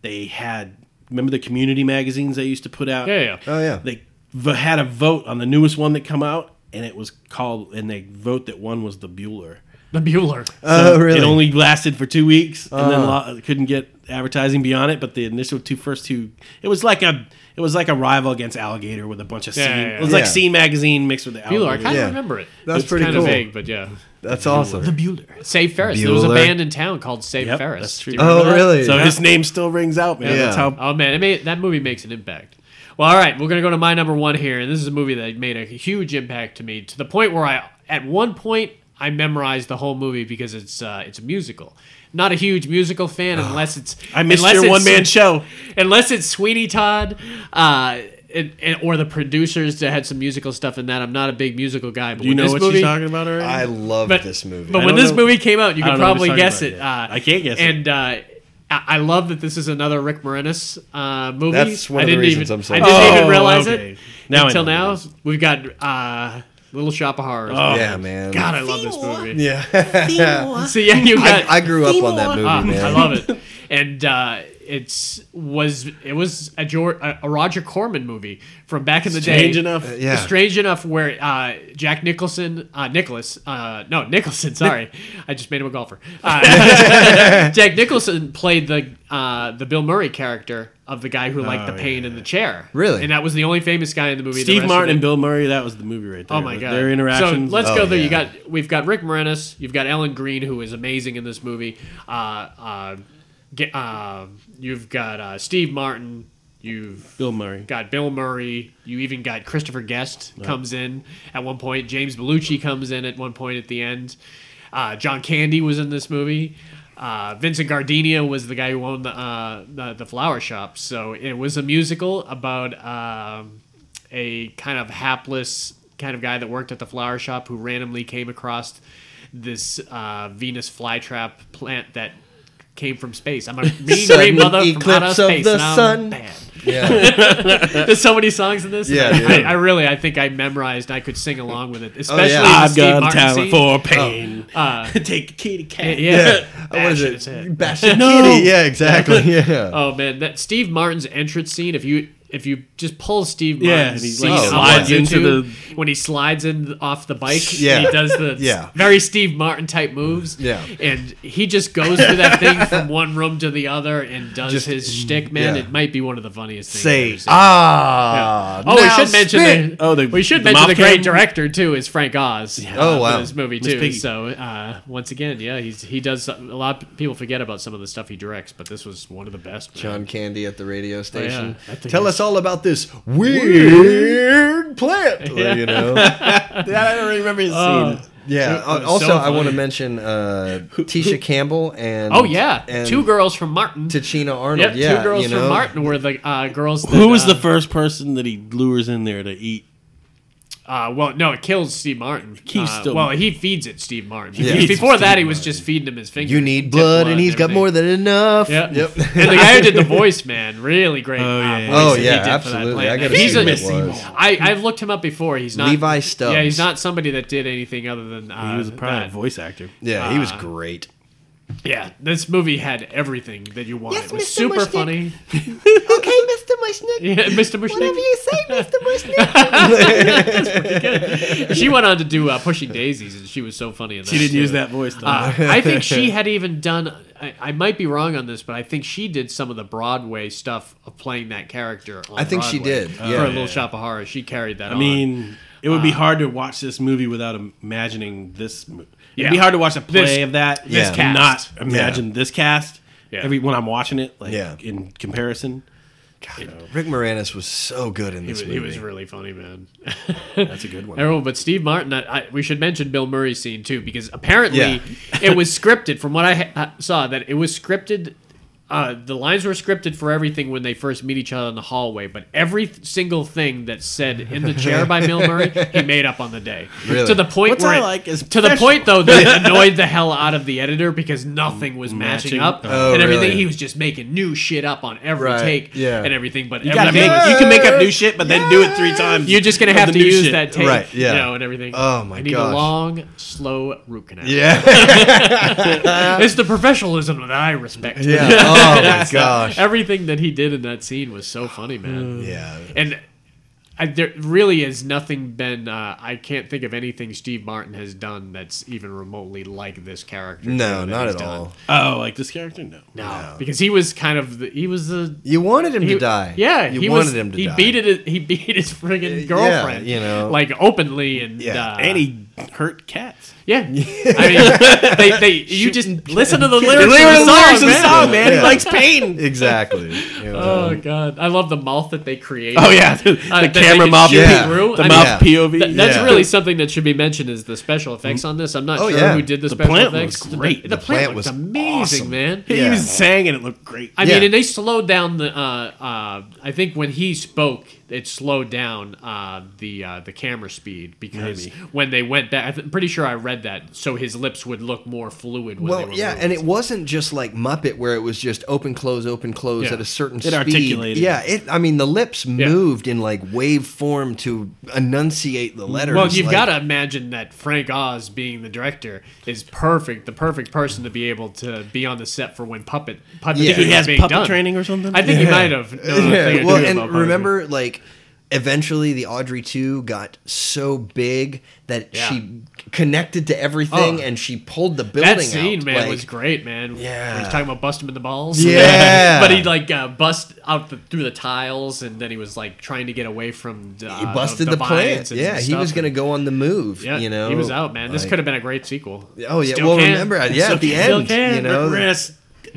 Speaker 3: they had remember the community magazines they used to put out.
Speaker 2: Yeah, yeah.
Speaker 4: Oh yeah.
Speaker 3: They v- had a vote on the newest one that come out, and it was called, and they vote that one was the Bueller.
Speaker 2: The Bueller.
Speaker 4: Oh really? Ah.
Speaker 3: It only lasted for two weeks, and then lo- couldn't get advertising beyond it. But the initial two first two, it was like a it was like a rival against Alligator with a bunch of scene.
Speaker 2: Yeah, yeah, yeah.
Speaker 3: It was like
Speaker 4: Yeah.
Speaker 3: Scene Magazine mixed with the
Speaker 2: Bueller. I
Speaker 3: Alligator.
Speaker 2: kind of
Speaker 4: Yeah.
Speaker 2: remember it.
Speaker 4: That's
Speaker 2: it's
Speaker 4: pretty
Speaker 2: kinda
Speaker 4: cool.
Speaker 2: vague, but yeah.
Speaker 4: That's awesome.
Speaker 2: Bueller. Save Ferris. There was a
Speaker 4: Bueller.
Speaker 2: band in town called Save
Speaker 3: Yep,
Speaker 2: Ferris.
Speaker 3: that's
Speaker 2: Do you
Speaker 3: true.
Speaker 2: remember
Speaker 4: Oh
Speaker 2: that?
Speaker 4: really?
Speaker 3: So his name still rings out, man.
Speaker 4: Yeah.
Speaker 3: That's how
Speaker 2: Oh man, it made, that movie makes an impact. Well, all right, we're gonna go to my number one here, and this is a movie that made a huge impact to me to the point where I, at one point, I memorized the whole movie because it's uh, it's a musical. Not a huge musical fan unless it's
Speaker 3: Ah, I missed
Speaker 2: unless
Speaker 3: your
Speaker 2: it's-
Speaker 3: one man show.
Speaker 2: unless it's Sweeney Todd, uh, and, and, or the producers that had some musical stuff in that. I'm not a big musical guy, but
Speaker 3: Do you
Speaker 2: when
Speaker 3: know
Speaker 2: this
Speaker 3: what
Speaker 2: movie,
Speaker 3: she's talking about already?
Speaker 4: I love
Speaker 2: But-
Speaker 4: this movie.
Speaker 2: But
Speaker 3: I
Speaker 2: when
Speaker 3: don't
Speaker 2: this
Speaker 3: know-
Speaker 2: movie came out, you
Speaker 3: I
Speaker 2: could
Speaker 3: don't know what
Speaker 2: probably
Speaker 3: he's talking
Speaker 2: guess
Speaker 3: about
Speaker 2: it. Uh,
Speaker 3: yet. I can't guess it.
Speaker 2: And uh, I I love that this is another Rick Moranis uh, movie.
Speaker 4: That's one
Speaker 2: I
Speaker 4: of the
Speaker 2: didn't
Speaker 4: reasons
Speaker 2: even,
Speaker 4: I'm saying
Speaker 2: I didn't
Speaker 3: that.
Speaker 2: even
Speaker 3: Oh,
Speaker 2: realize
Speaker 3: okay.
Speaker 2: it.
Speaker 3: Now I
Speaker 2: until
Speaker 3: know
Speaker 2: now,
Speaker 3: what it
Speaker 2: we've got uh, Little Shop of Horrors.
Speaker 4: yeah, man.
Speaker 2: God, I love this movie.
Speaker 4: Oh.
Speaker 2: *laughs*
Speaker 4: Yeah.
Speaker 2: So yeah, you got
Speaker 4: I grew up on that movie,
Speaker 2: Ah,
Speaker 4: man.
Speaker 2: I love it. And uh, it's was it was a, Geor a a Roger Corman movie from back in the day.
Speaker 3: Strange enough.
Speaker 4: Uh, yeah.
Speaker 2: Strange enough where uh, Jack Nicholson, uh, Nicholas, uh, no Nicholson, sorry, I just made him a golfer.
Speaker 4: *laughs*
Speaker 2: Uh, Jack Nicholson played the uh, the Bill Murray character of the guy who liked the pain in the chair.
Speaker 4: Oh, Really?
Speaker 2: and that was the only famous guy in the movie. The
Speaker 3: Steve
Speaker 2: rest of
Speaker 3: Martin
Speaker 2: it-
Speaker 3: and Bill Murray. That was the movie right there.
Speaker 2: Oh my god,
Speaker 3: Their interactions.
Speaker 2: So let's
Speaker 4: Oh,
Speaker 2: go there. You
Speaker 4: yeah.
Speaker 2: got we've got Rick Moranis. You've got Ellen Green, who is amazing in this movie. Uh, uh, ge- uh, you've got uh, Steve Martin. You've
Speaker 3: Bill Murray.
Speaker 2: got Bill Murray. You even got Christopher Guest comes in at one point. James Belushi comes in at one point at the end. Uh, John Candy was in this movie. Uh, Vincent Gardenia was the guy who owned the, uh, the the flower shop. So it was a musical about um, a kind of hapless kind of guy that worked at the flower shop who randomly came across this uh, Venus flytrap plant that came from space.
Speaker 4: *laughs*
Speaker 2: I'm a mean great
Speaker 4: Sudden
Speaker 2: mother from outer
Speaker 4: eclipse of
Speaker 2: space.
Speaker 4: the
Speaker 2: and I'm
Speaker 4: sun.
Speaker 2: bad.
Speaker 4: Yeah.
Speaker 2: There's so many songs in this.
Speaker 4: Yeah,
Speaker 2: I,
Speaker 4: yeah.
Speaker 2: I really, I think I memorized. I could sing along with it,
Speaker 4: yeah. Oh.
Speaker 2: especially the
Speaker 3: I've
Speaker 2: Steve
Speaker 3: got
Speaker 2: Martin
Speaker 3: talent
Speaker 2: scene. Uh,
Speaker 3: for pain. *laughs* Take a kitty
Speaker 2: Yeah,
Speaker 3: cat.
Speaker 2: yeah.
Speaker 4: What is
Speaker 2: Bash in
Speaker 4: it?
Speaker 2: his head.
Speaker 4: Bash the kitty. Yeah,
Speaker 2: *laughs*
Speaker 4: exactly. Yeah.
Speaker 2: Oh man, that Steve Martin's entrance scene. If you if you just pull Steve
Speaker 3: Yeah,
Speaker 2: Martin's
Speaker 3: and he,
Speaker 2: scene
Speaker 3: like,
Speaker 2: up
Speaker 3: slides
Speaker 2: on YouTube,
Speaker 3: into the-
Speaker 2: when he slides in off the bike,
Speaker 4: Yeah.
Speaker 2: and he does the
Speaker 4: Yeah.
Speaker 2: very Steve Martin type moves.
Speaker 4: Yeah.
Speaker 2: and he just goes through that thing from one room to the other and does
Speaker 4: Just-
Speaker 2: his shtick. Man,
Speaker 4: yeah.
Speaker 2: it might be one of the funniest things. I've
Speaker 4: Say
Speaker 2: ever seen.
Speaker 4: ah.
Speaker 2: Oh, we
Speaker 4: now
Speaker 2: should mention
Speaker 4: spit.
Speaker 2: the,
Speaker 3: Oh, the-
Speaker 2: we should
Speaker 3: the
Speaker 2: mention
Speaker 3: mop
Speaker 2: the great
Speaker 3: cam?
Speaker 2: director too is Frank Oz.
Speaker 4: Oh,
Speaker 2: for
Speaker 4: wow.
Speaker 2: this movie
Speaker 3: Miss
Speaker 2: too.
Speaker 3: Piggy.
Speaker 2: So uh, once again, yeah, he's he does a lot. Of people forget about some of the stuff he directs, but this was one of the best. man.
Speaker 4: John Candy at the radio station.
Speaker 2: Oh, I think
Speaker 4: Tell
Speaker 2: it's-
Speaker 4: us all about this weird plant. Well,
Speaker 2: *laughs*
Speaker 4: you know.
Speaker 3: I don't remember his
Speaker 2: Uh,
Speaker 3: scene.
Speaker 4: Yeah.
Speaker 2: was
Speaker 4: also,
Speaker 2: so
Speaker 4: I want to
Speaker 2: funny. *laughs*
Speaker 4: mention uh, Tisha Campbell and
Speaker 2: Oh yeah,
Speaker 4: and
Speaker 2: two girls from Martin.
Speaker 4: Tachina Arnold.
Speaker 2: Yep,
Speaker 4: yeah,
Speaker 2: two girls
Speaker 4: you know,
Speaker 2: from Martin were the uh, girls. That,
Speaker 3: Who was
Speaker 2: uh,
Speaker 3: the first person that he lures in there to eat?
Speaker 2: Uh, well, no, it kills Steve Martin.
Speaker 3: He's
Speaker 2: Uh,
Speaker 3: still-
Speaker 2: well, he feeds it Steve Martin.
Speaker 4: Yeah.
Speaker 2: Because
Speaker 4: Feeds
Speaker 2: Before
Speaker 3: Steve
Speaker 2: that, he was just feeding him his fingers.
Speaker 4: You
Speaker 2: Tip
Speaker 4: need blood, and
Speaker 2: he's
Speaker 4: he's got more than enough.
Speaker 2: Yeah. *laughs*
Speaker 4: *laughs* Yep.
Speaker 2: and the guy who did the voice, man, really great.
Speaker 3: Oh, yeah,
Speaker 2: uh,
Speaker 3: yeah.
Speaker 2: voice
Speaker 4: Oh,
Speaker 2: that he
Speaker 4: yeah,
Speaker 2: did for that
Speaker 4: absolutely.
Speaker 2: plant.
Speaker 4: I gotta
Speaker 2: He's
Speaker 4: see
Speaker 2: a-
Speaker 4: who it was.
Speaker 2: I, I've looked him up before. He's not
Speaker 4: Levi Stubbs.
Speaker 2: Yeah, he's not somebody that did anything other than uh,
Speaker 3: He was probably a
Speaker 2: that.
Speaker 3: voice actor.
Speaker 4: yeah, he was
Speaker 2: Ah.
Speaker 4: great.
Speaker 2: Yeah, this movie had everything that you wanted.
Speaker 5: Yes,
Speaker 2: it was
Speaker 5: Mr.
Speaker 2: super
Speaker 5: Mushnick.
Speaker 2: funny.
Speaker 4: *laughs*
Speaker 5: Okay, Mr. Mushnick.
Speaker 2: Yeah, Mr.
Speaker 5: Whatever
Speaker 2: Mushnick.
Speaker 5: you say,
Speaker 2: *laughs*
Speaker 5: Mr. Mushnick.
Speaker 2: She went on to do uh, Pushing Daisies, and she was so funny in that.
Speaker 3: He didn't
Speaker 2: too.
Speaker 3: use that voice though.
Speaker 2: Uh, I think she had even done. I, I might be wrong on this, but I think she did some of the Broadway stuff of playing that character. On
Speaker 4: I think she
Speaker 2: Broadway
Speaker 4: did,
Speaker 2: for
Speaker 4: yeah.
Speaker 2: a Little Shop of Horrors. She carried that.
Speaker 3: I mean, it would be
Speaker 2: uh,
Speaker 3: hard to watch this movie without imagining this. mo- It'd be
Speaker 2: Yeah.
Speaker 3: hard to watch a play
Speaker 2: This-
Speaker 3: of that.
Speaker 4: this
Speaker 3: and
Speaker 2: cast.
Speaker 3: Not imagine this cast.
Speaker 2: Yeah.
Speaker 3: Every when I'm watching it, like
Speaker 4: Yeah.
Speaker 3: in comparison.
Speaker 4: Rick Moranis was so good in
Speaker 2: He
Speaker 4: this
Speaker 2: was,
Speaker 4: movie.
Speaker 2: he was really funny, man.
Speaker 3: That's a good one.
Speaker 2: Everyone, but Steve Martin. I, I, we should mention Bill Murray's scene too, because apparently
Speaker 4: Yeah.
Speaker 2: *laughs* it was scripted. From what I ha- saw, that it was scripted. Uh, the lines were scripted for everything when they first meet each other in the hallway, but every th- single thing that's said in the chair by Bill Murray, he made up on the day.
Speaker 4: Really?
Speaker 2: To the point
Speaker 3: What
Speaker 2: where
Speaker 3: I
Speaker 2: it-
Speaker 3: like is
Speaker 2: to the
Speaker 3: professional.
Speaker 2: point though
Speaker 4: *laughs*
Speaker 2: that it annoyed the hell out of the editor because nothing was matching,
Speaker 3: Matching.
Speaker 2: up
Speaker 4: Oh,
Speaker 2: and everything.
Speaker 4: really?
Speaker 2: He was just making new shit up on every
Speaker 4: Right,
Speaker 2: take
Speaker 4: yeah.
Speaker 2: and everything. But
Speaker 3: You gotta
Speaker 2: everything
Speaker 3: make.
Speaker 2: was-
Speaker 3: You can make up new shit, but then do it three times.
Speaker 2: you're just gonna
Speaker 3: of
Speaker 2: have
Speaker 3: the
Speaker 2: to
Speaker 3: new
Speaker 2: use
Speaker 3: shit.
Speaker 2: that tape,
Speaker 4: Right, yeah.
Speaker 2: you know, and everything.
Speaker 4: Oh, my
Speaker 2: I need
Speaker 4: gosh.
Speaker 2: a long, slow root canal.
Speaker 4: yeah,
Speaker 2: it's the professionalism that I respect. *laughs*
Speaker 4: yeah. Oh my gosh. Mm.
Speaker 2: everything that he did in that scene was so funny, man.
Speaker 4: Yeah.
Speaker 2: and I, there really is nothing been. Uh, I can't think of anything Steve Martin has done that's even remotely like this character. too, that
Speaker 4: No, not
Speaker 2: he's
Speaker 4: at
Speaker 2: done.
Speaker 4: all.
Speaker 3: Oh, like this character? No.
Speaker 2: No, because he was kind of the, he was the
Speaker 4: You wanted him
Speaker 2: he-
Speaker 4: to die.
Speaker 2: Yeah,
Speaker 4: you
Speaker 2: he
Speaker 4: wanted
Speaker 2: was,
Speaker 4: him to
Speaker 2: he
Speaker 4: die.
Speaker 2: beat it. He *laughs* beat his friggin' girlfriend.
Speaker 4: you know.
Speaker 2: like openly and
Speaker 4: Yeah,
Speaker 2: uh,
Speaker 3: And he hurt cats.
Speaker 2: Yeah, I mean, they, they you just listen to the lyrics,
Speaker 3: They
Speaker 2: of
Speaker 3: were
Speaker 2: the song,
Speaker 3: lyrics of the
Speaker 2: man.
Speaker 3: song, man. He
Speaker 4: Yeah.
Speaker 3: likes pain.
Speaker 4: *laughs* Exactly. You know.
Speaker 2: Oh god, I love the mouth that they create.
Speaker 3: *laughs* Oh yeah, the,
Speaker 2: *laughs* Uh, that they
Speaker 3: camera
Speaker 2: can
Speaker 3: mouth,
Speaker 2: shoot
Speaker 4: Yeah.
Speaker 2: through.
Speaker 3: *laughs* the
Speaker 2: I mean,
Speaker 3: mouth
Speaker 4: yeah.
Speaker 3: POV.
Speaker 2: th- that's
Speaker 4: Yeah.
Speaker 2: really something that should be mentioned is the special effects on this. I'm not
Speaker 4: Oh,
Speaker 2: sure
Speaker 4: yeah.
Speaker 2: who did the,
Speaker 3: The
Speaker 2: special
Speaker 3: plant
Speaker 2: effects.
Speaker 3: looks great.
Speaker 2: The,
Speaker 3: The
Speaker 2: plant,
Speaker 4: plant
Speaker 2: was
Speaker 4: was
Speaker 2: amazing,
Speaker 4: awesome.
Speaker 2: man.
Speaker 3: he
Speaker 4: Yeah.
Speaker 3: was sang and it looked great.
Speaker 2: I
Speaker 4: Yeah.
Speaker 2: mean, and they slowed down the. Uh, uh, I think when he spoke, it slowed down uh, the uh, the camera speed because
Speaker 3: Maybe.
Speaker 2: when they went back, I th- I'm pretty sure I read that, so his lips would look more fluid. When they
Speaker 4: Well,
Speaker 2: were
Speaker 4: yeah,
Speaker 2: moved.
Speaker 4: and it wasn't just like Muppet where it was just open close, open close
Speaker 2: Yeah.
Speaker 4: at a certain
Speaker 3: It
Speaker 4: speed.
Speaker 3: articulated.
Speaker 4: Yeah, it. I mean, the lips moved in like wave form to enunciate the letters.
Speaker 2: Well, you've
Speaker 4: like- *laughs*
Speaker 2: got to imagine that Frank Oz, being the director, is perfect—the perfect person to be able to be on the set for when puppet puppet.
Speaker 4: Yeah.
Speaker 2: Yeah.
Speaker 4: Think he
Speaker 3: has puppet training or something?
Speaker 2: I think he
Speaker 4: Yeah.
Speaker 2: might have. known a thing or
Speaker 4: Yeah,
Speaker 2: two
Speaker 4: well,
Speaker 2: about
Speaker 4: and
Speaker 2: puppetry.
Speaker 4: remember, like, eventually the Audrey 2 got so big that
Speaker 2: Yeah.
Speaker 4: she connected to everything
Speaker 2: Oh.
Speaker 4: and she pulled the building
Speaker 2: that scene,
Speaker 4: out.
Speaker 2: man,
Speaker 4: like-
Speaker 2: was great, man.
Speaker 4: Yeah.
Speaker 2: when he's talking about busting him in the balls. *laughs*
Speaker 4: Yeah.
Speaker 2: but he like uh, bust out the, through the tiles, and then he was like trying to get away from. Uh,
Speaker 4: He busted
Speaker 2: the,
Speaker 4: the,
Speaker 2: vines
Speaker 4: plants.
Speaker 2: and
Speaker 4: Yeah, he
Speaker 2: stuff,
Speaker 4: was going to
Speaker 2: and-
Speaker 4: go on the move.
Speaker 2: Yeah,
Speaker 4: you know,
Speaker 2: he was out, man. This
Speaker 4: like-
Speaker 2: could have been a great sequel.
Speaker 4: Oh yeah,
Speaker 2: Still
Speaker 4: well
Speaker 2: can.
Speaker 4: remember, yeah, at the
Speaker 2: Still
Speaker 4: end,
Speaker 2: can.
Speaker 4: you know,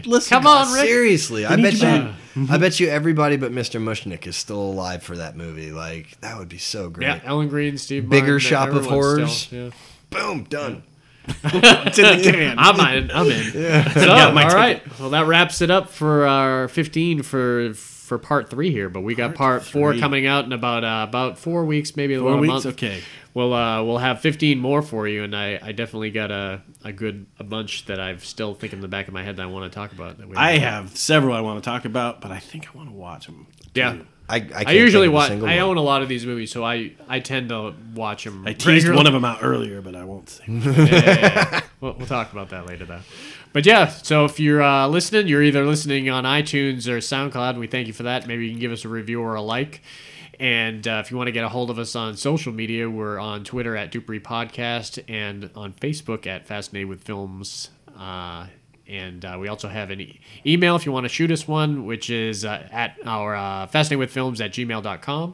Speaker 3: Listen,
Speaker 2: Come on, Rick.
Speaker 4: seriously, I
Speaker 3: need
Speaker 4: bet
Speaker 3: you
Speaker 4: you,
Speaker 3: back.
Speaker 4: I bet you everybody but Mr. Mushnick is still alive for that movie. Like that would be so great.
Speaker 2: Yeah, Ellen Green, Steve.
Speaker 4: Bigger
Speaker 2: Martin,
Speaker 4: Shop of
Speaker 2: everyone's still-
Speaker 4: Horrors.
Speaker 2: yeah.
Speaker 4: Boom, done.
Speaker 3: it's in
Speaker 2: *laughs*
Speaker 3: the can.
Speaker 2: I'm in. I'm
Speaker 4: *laughs*
Speaker 2: in. So,
Speaker 3: Got my
Speaker 2: all
Speaker 3: ticket.
Speaker 2: right. Well, that wraps it up for our 15 for for part three here. But we got part, four
Speaker 3: three.
Speaker 2: coming out in about uh, about four weeks, maybe a
Speaker 3: Four
Speaker 2: little
Speaker 3: weeks,
Speaker 2: month.
Speaker 3: okay.
Speaker 2: We'll uh, we'll have 15 more for you, and I, I definitely got a, a good a bunch that I've still think in the back of my head that I want to talk about. That we
Speaker 3: I have several I want to talk about, but I think I want to watch them.
Speaker 2: Yeah.
Speaker 4: I, I, can't
Speaker 2: I usually
Speaker 4: think of a
Speaker 2: watch.
Speaker 4: single
Speaker 2: I
Speaker 4: one.
Speaker 2: own a lot of these movies, so I, I tend to watch them.
Speaker 3: I teased one of them out earlier, but I won't say.
Speaker 2: we'll, we'll talk about that later though but yeah so if you're uh, listening you're either listening on itunes or soundcloud we thank you for that maybe you can give us a review or a like and uh, if you want to get a hold of us on social media we're on twitter at dupree podcast and on facebook at fascinated with films uh, and uh, we also have an e- email if you want to shoot us one which is uh, at our uh, fascinated with films at gmail.com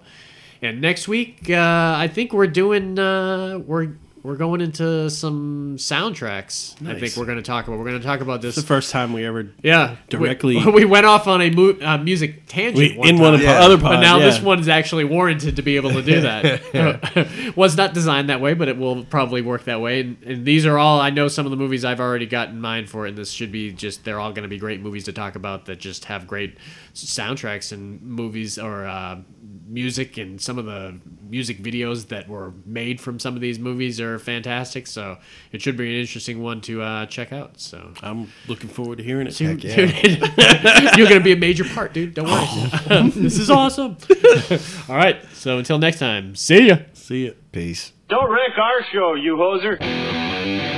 Speaker 2: and next week, uh, I think we're doing uh, we're we're going into some soundtracks. I think
Speaker 3: Nice.
Speaker 2: we're going to talk about. We're going to talk about this.
Speaker 3: It's the first time we ever
Speaker 2: yeah,
Speaker 3: Directly-
Speaker 2: *laughs* We, we went off on a mu- uh, music tangent
Speaker 3: we,
Speaker 2: one
Speaker 3: in one
Speaker 2: time,
Speaker 3: of
Speaker 4: Yeah.
Speaker 3: our other
Speaker 2: but
Speaker 3: pods,
Speaker 2: now
Speaker 3: yeah.
Speaker 2: this one's actually warranted to be able to do
Speaker 3: *laughs*
Speaker 2: that. *laughs* Was not designed that way, but it will probably work that way. And, and these are all I know. Some of the movies I've already got in mind for, it, and this should be just they're all going to be great movies to talk about that just have great soundtracks and movies or. Uh, music and some of the music videos that were made from some of these movies are fantastic. So it should be an interesting one to uh, check out. So
Speaker 3: I'm looking forward to hearing it.
Speaker 2: Dude, dude, *laughs* you're going to be a major part, dude. Don't worry. *laughs* this is awesome. Oh. All right. So until next time, see ya.
Speaker 3: See it.
Speaker 4: Peace.
Speaker 6: Don't wreck our show, you hoser.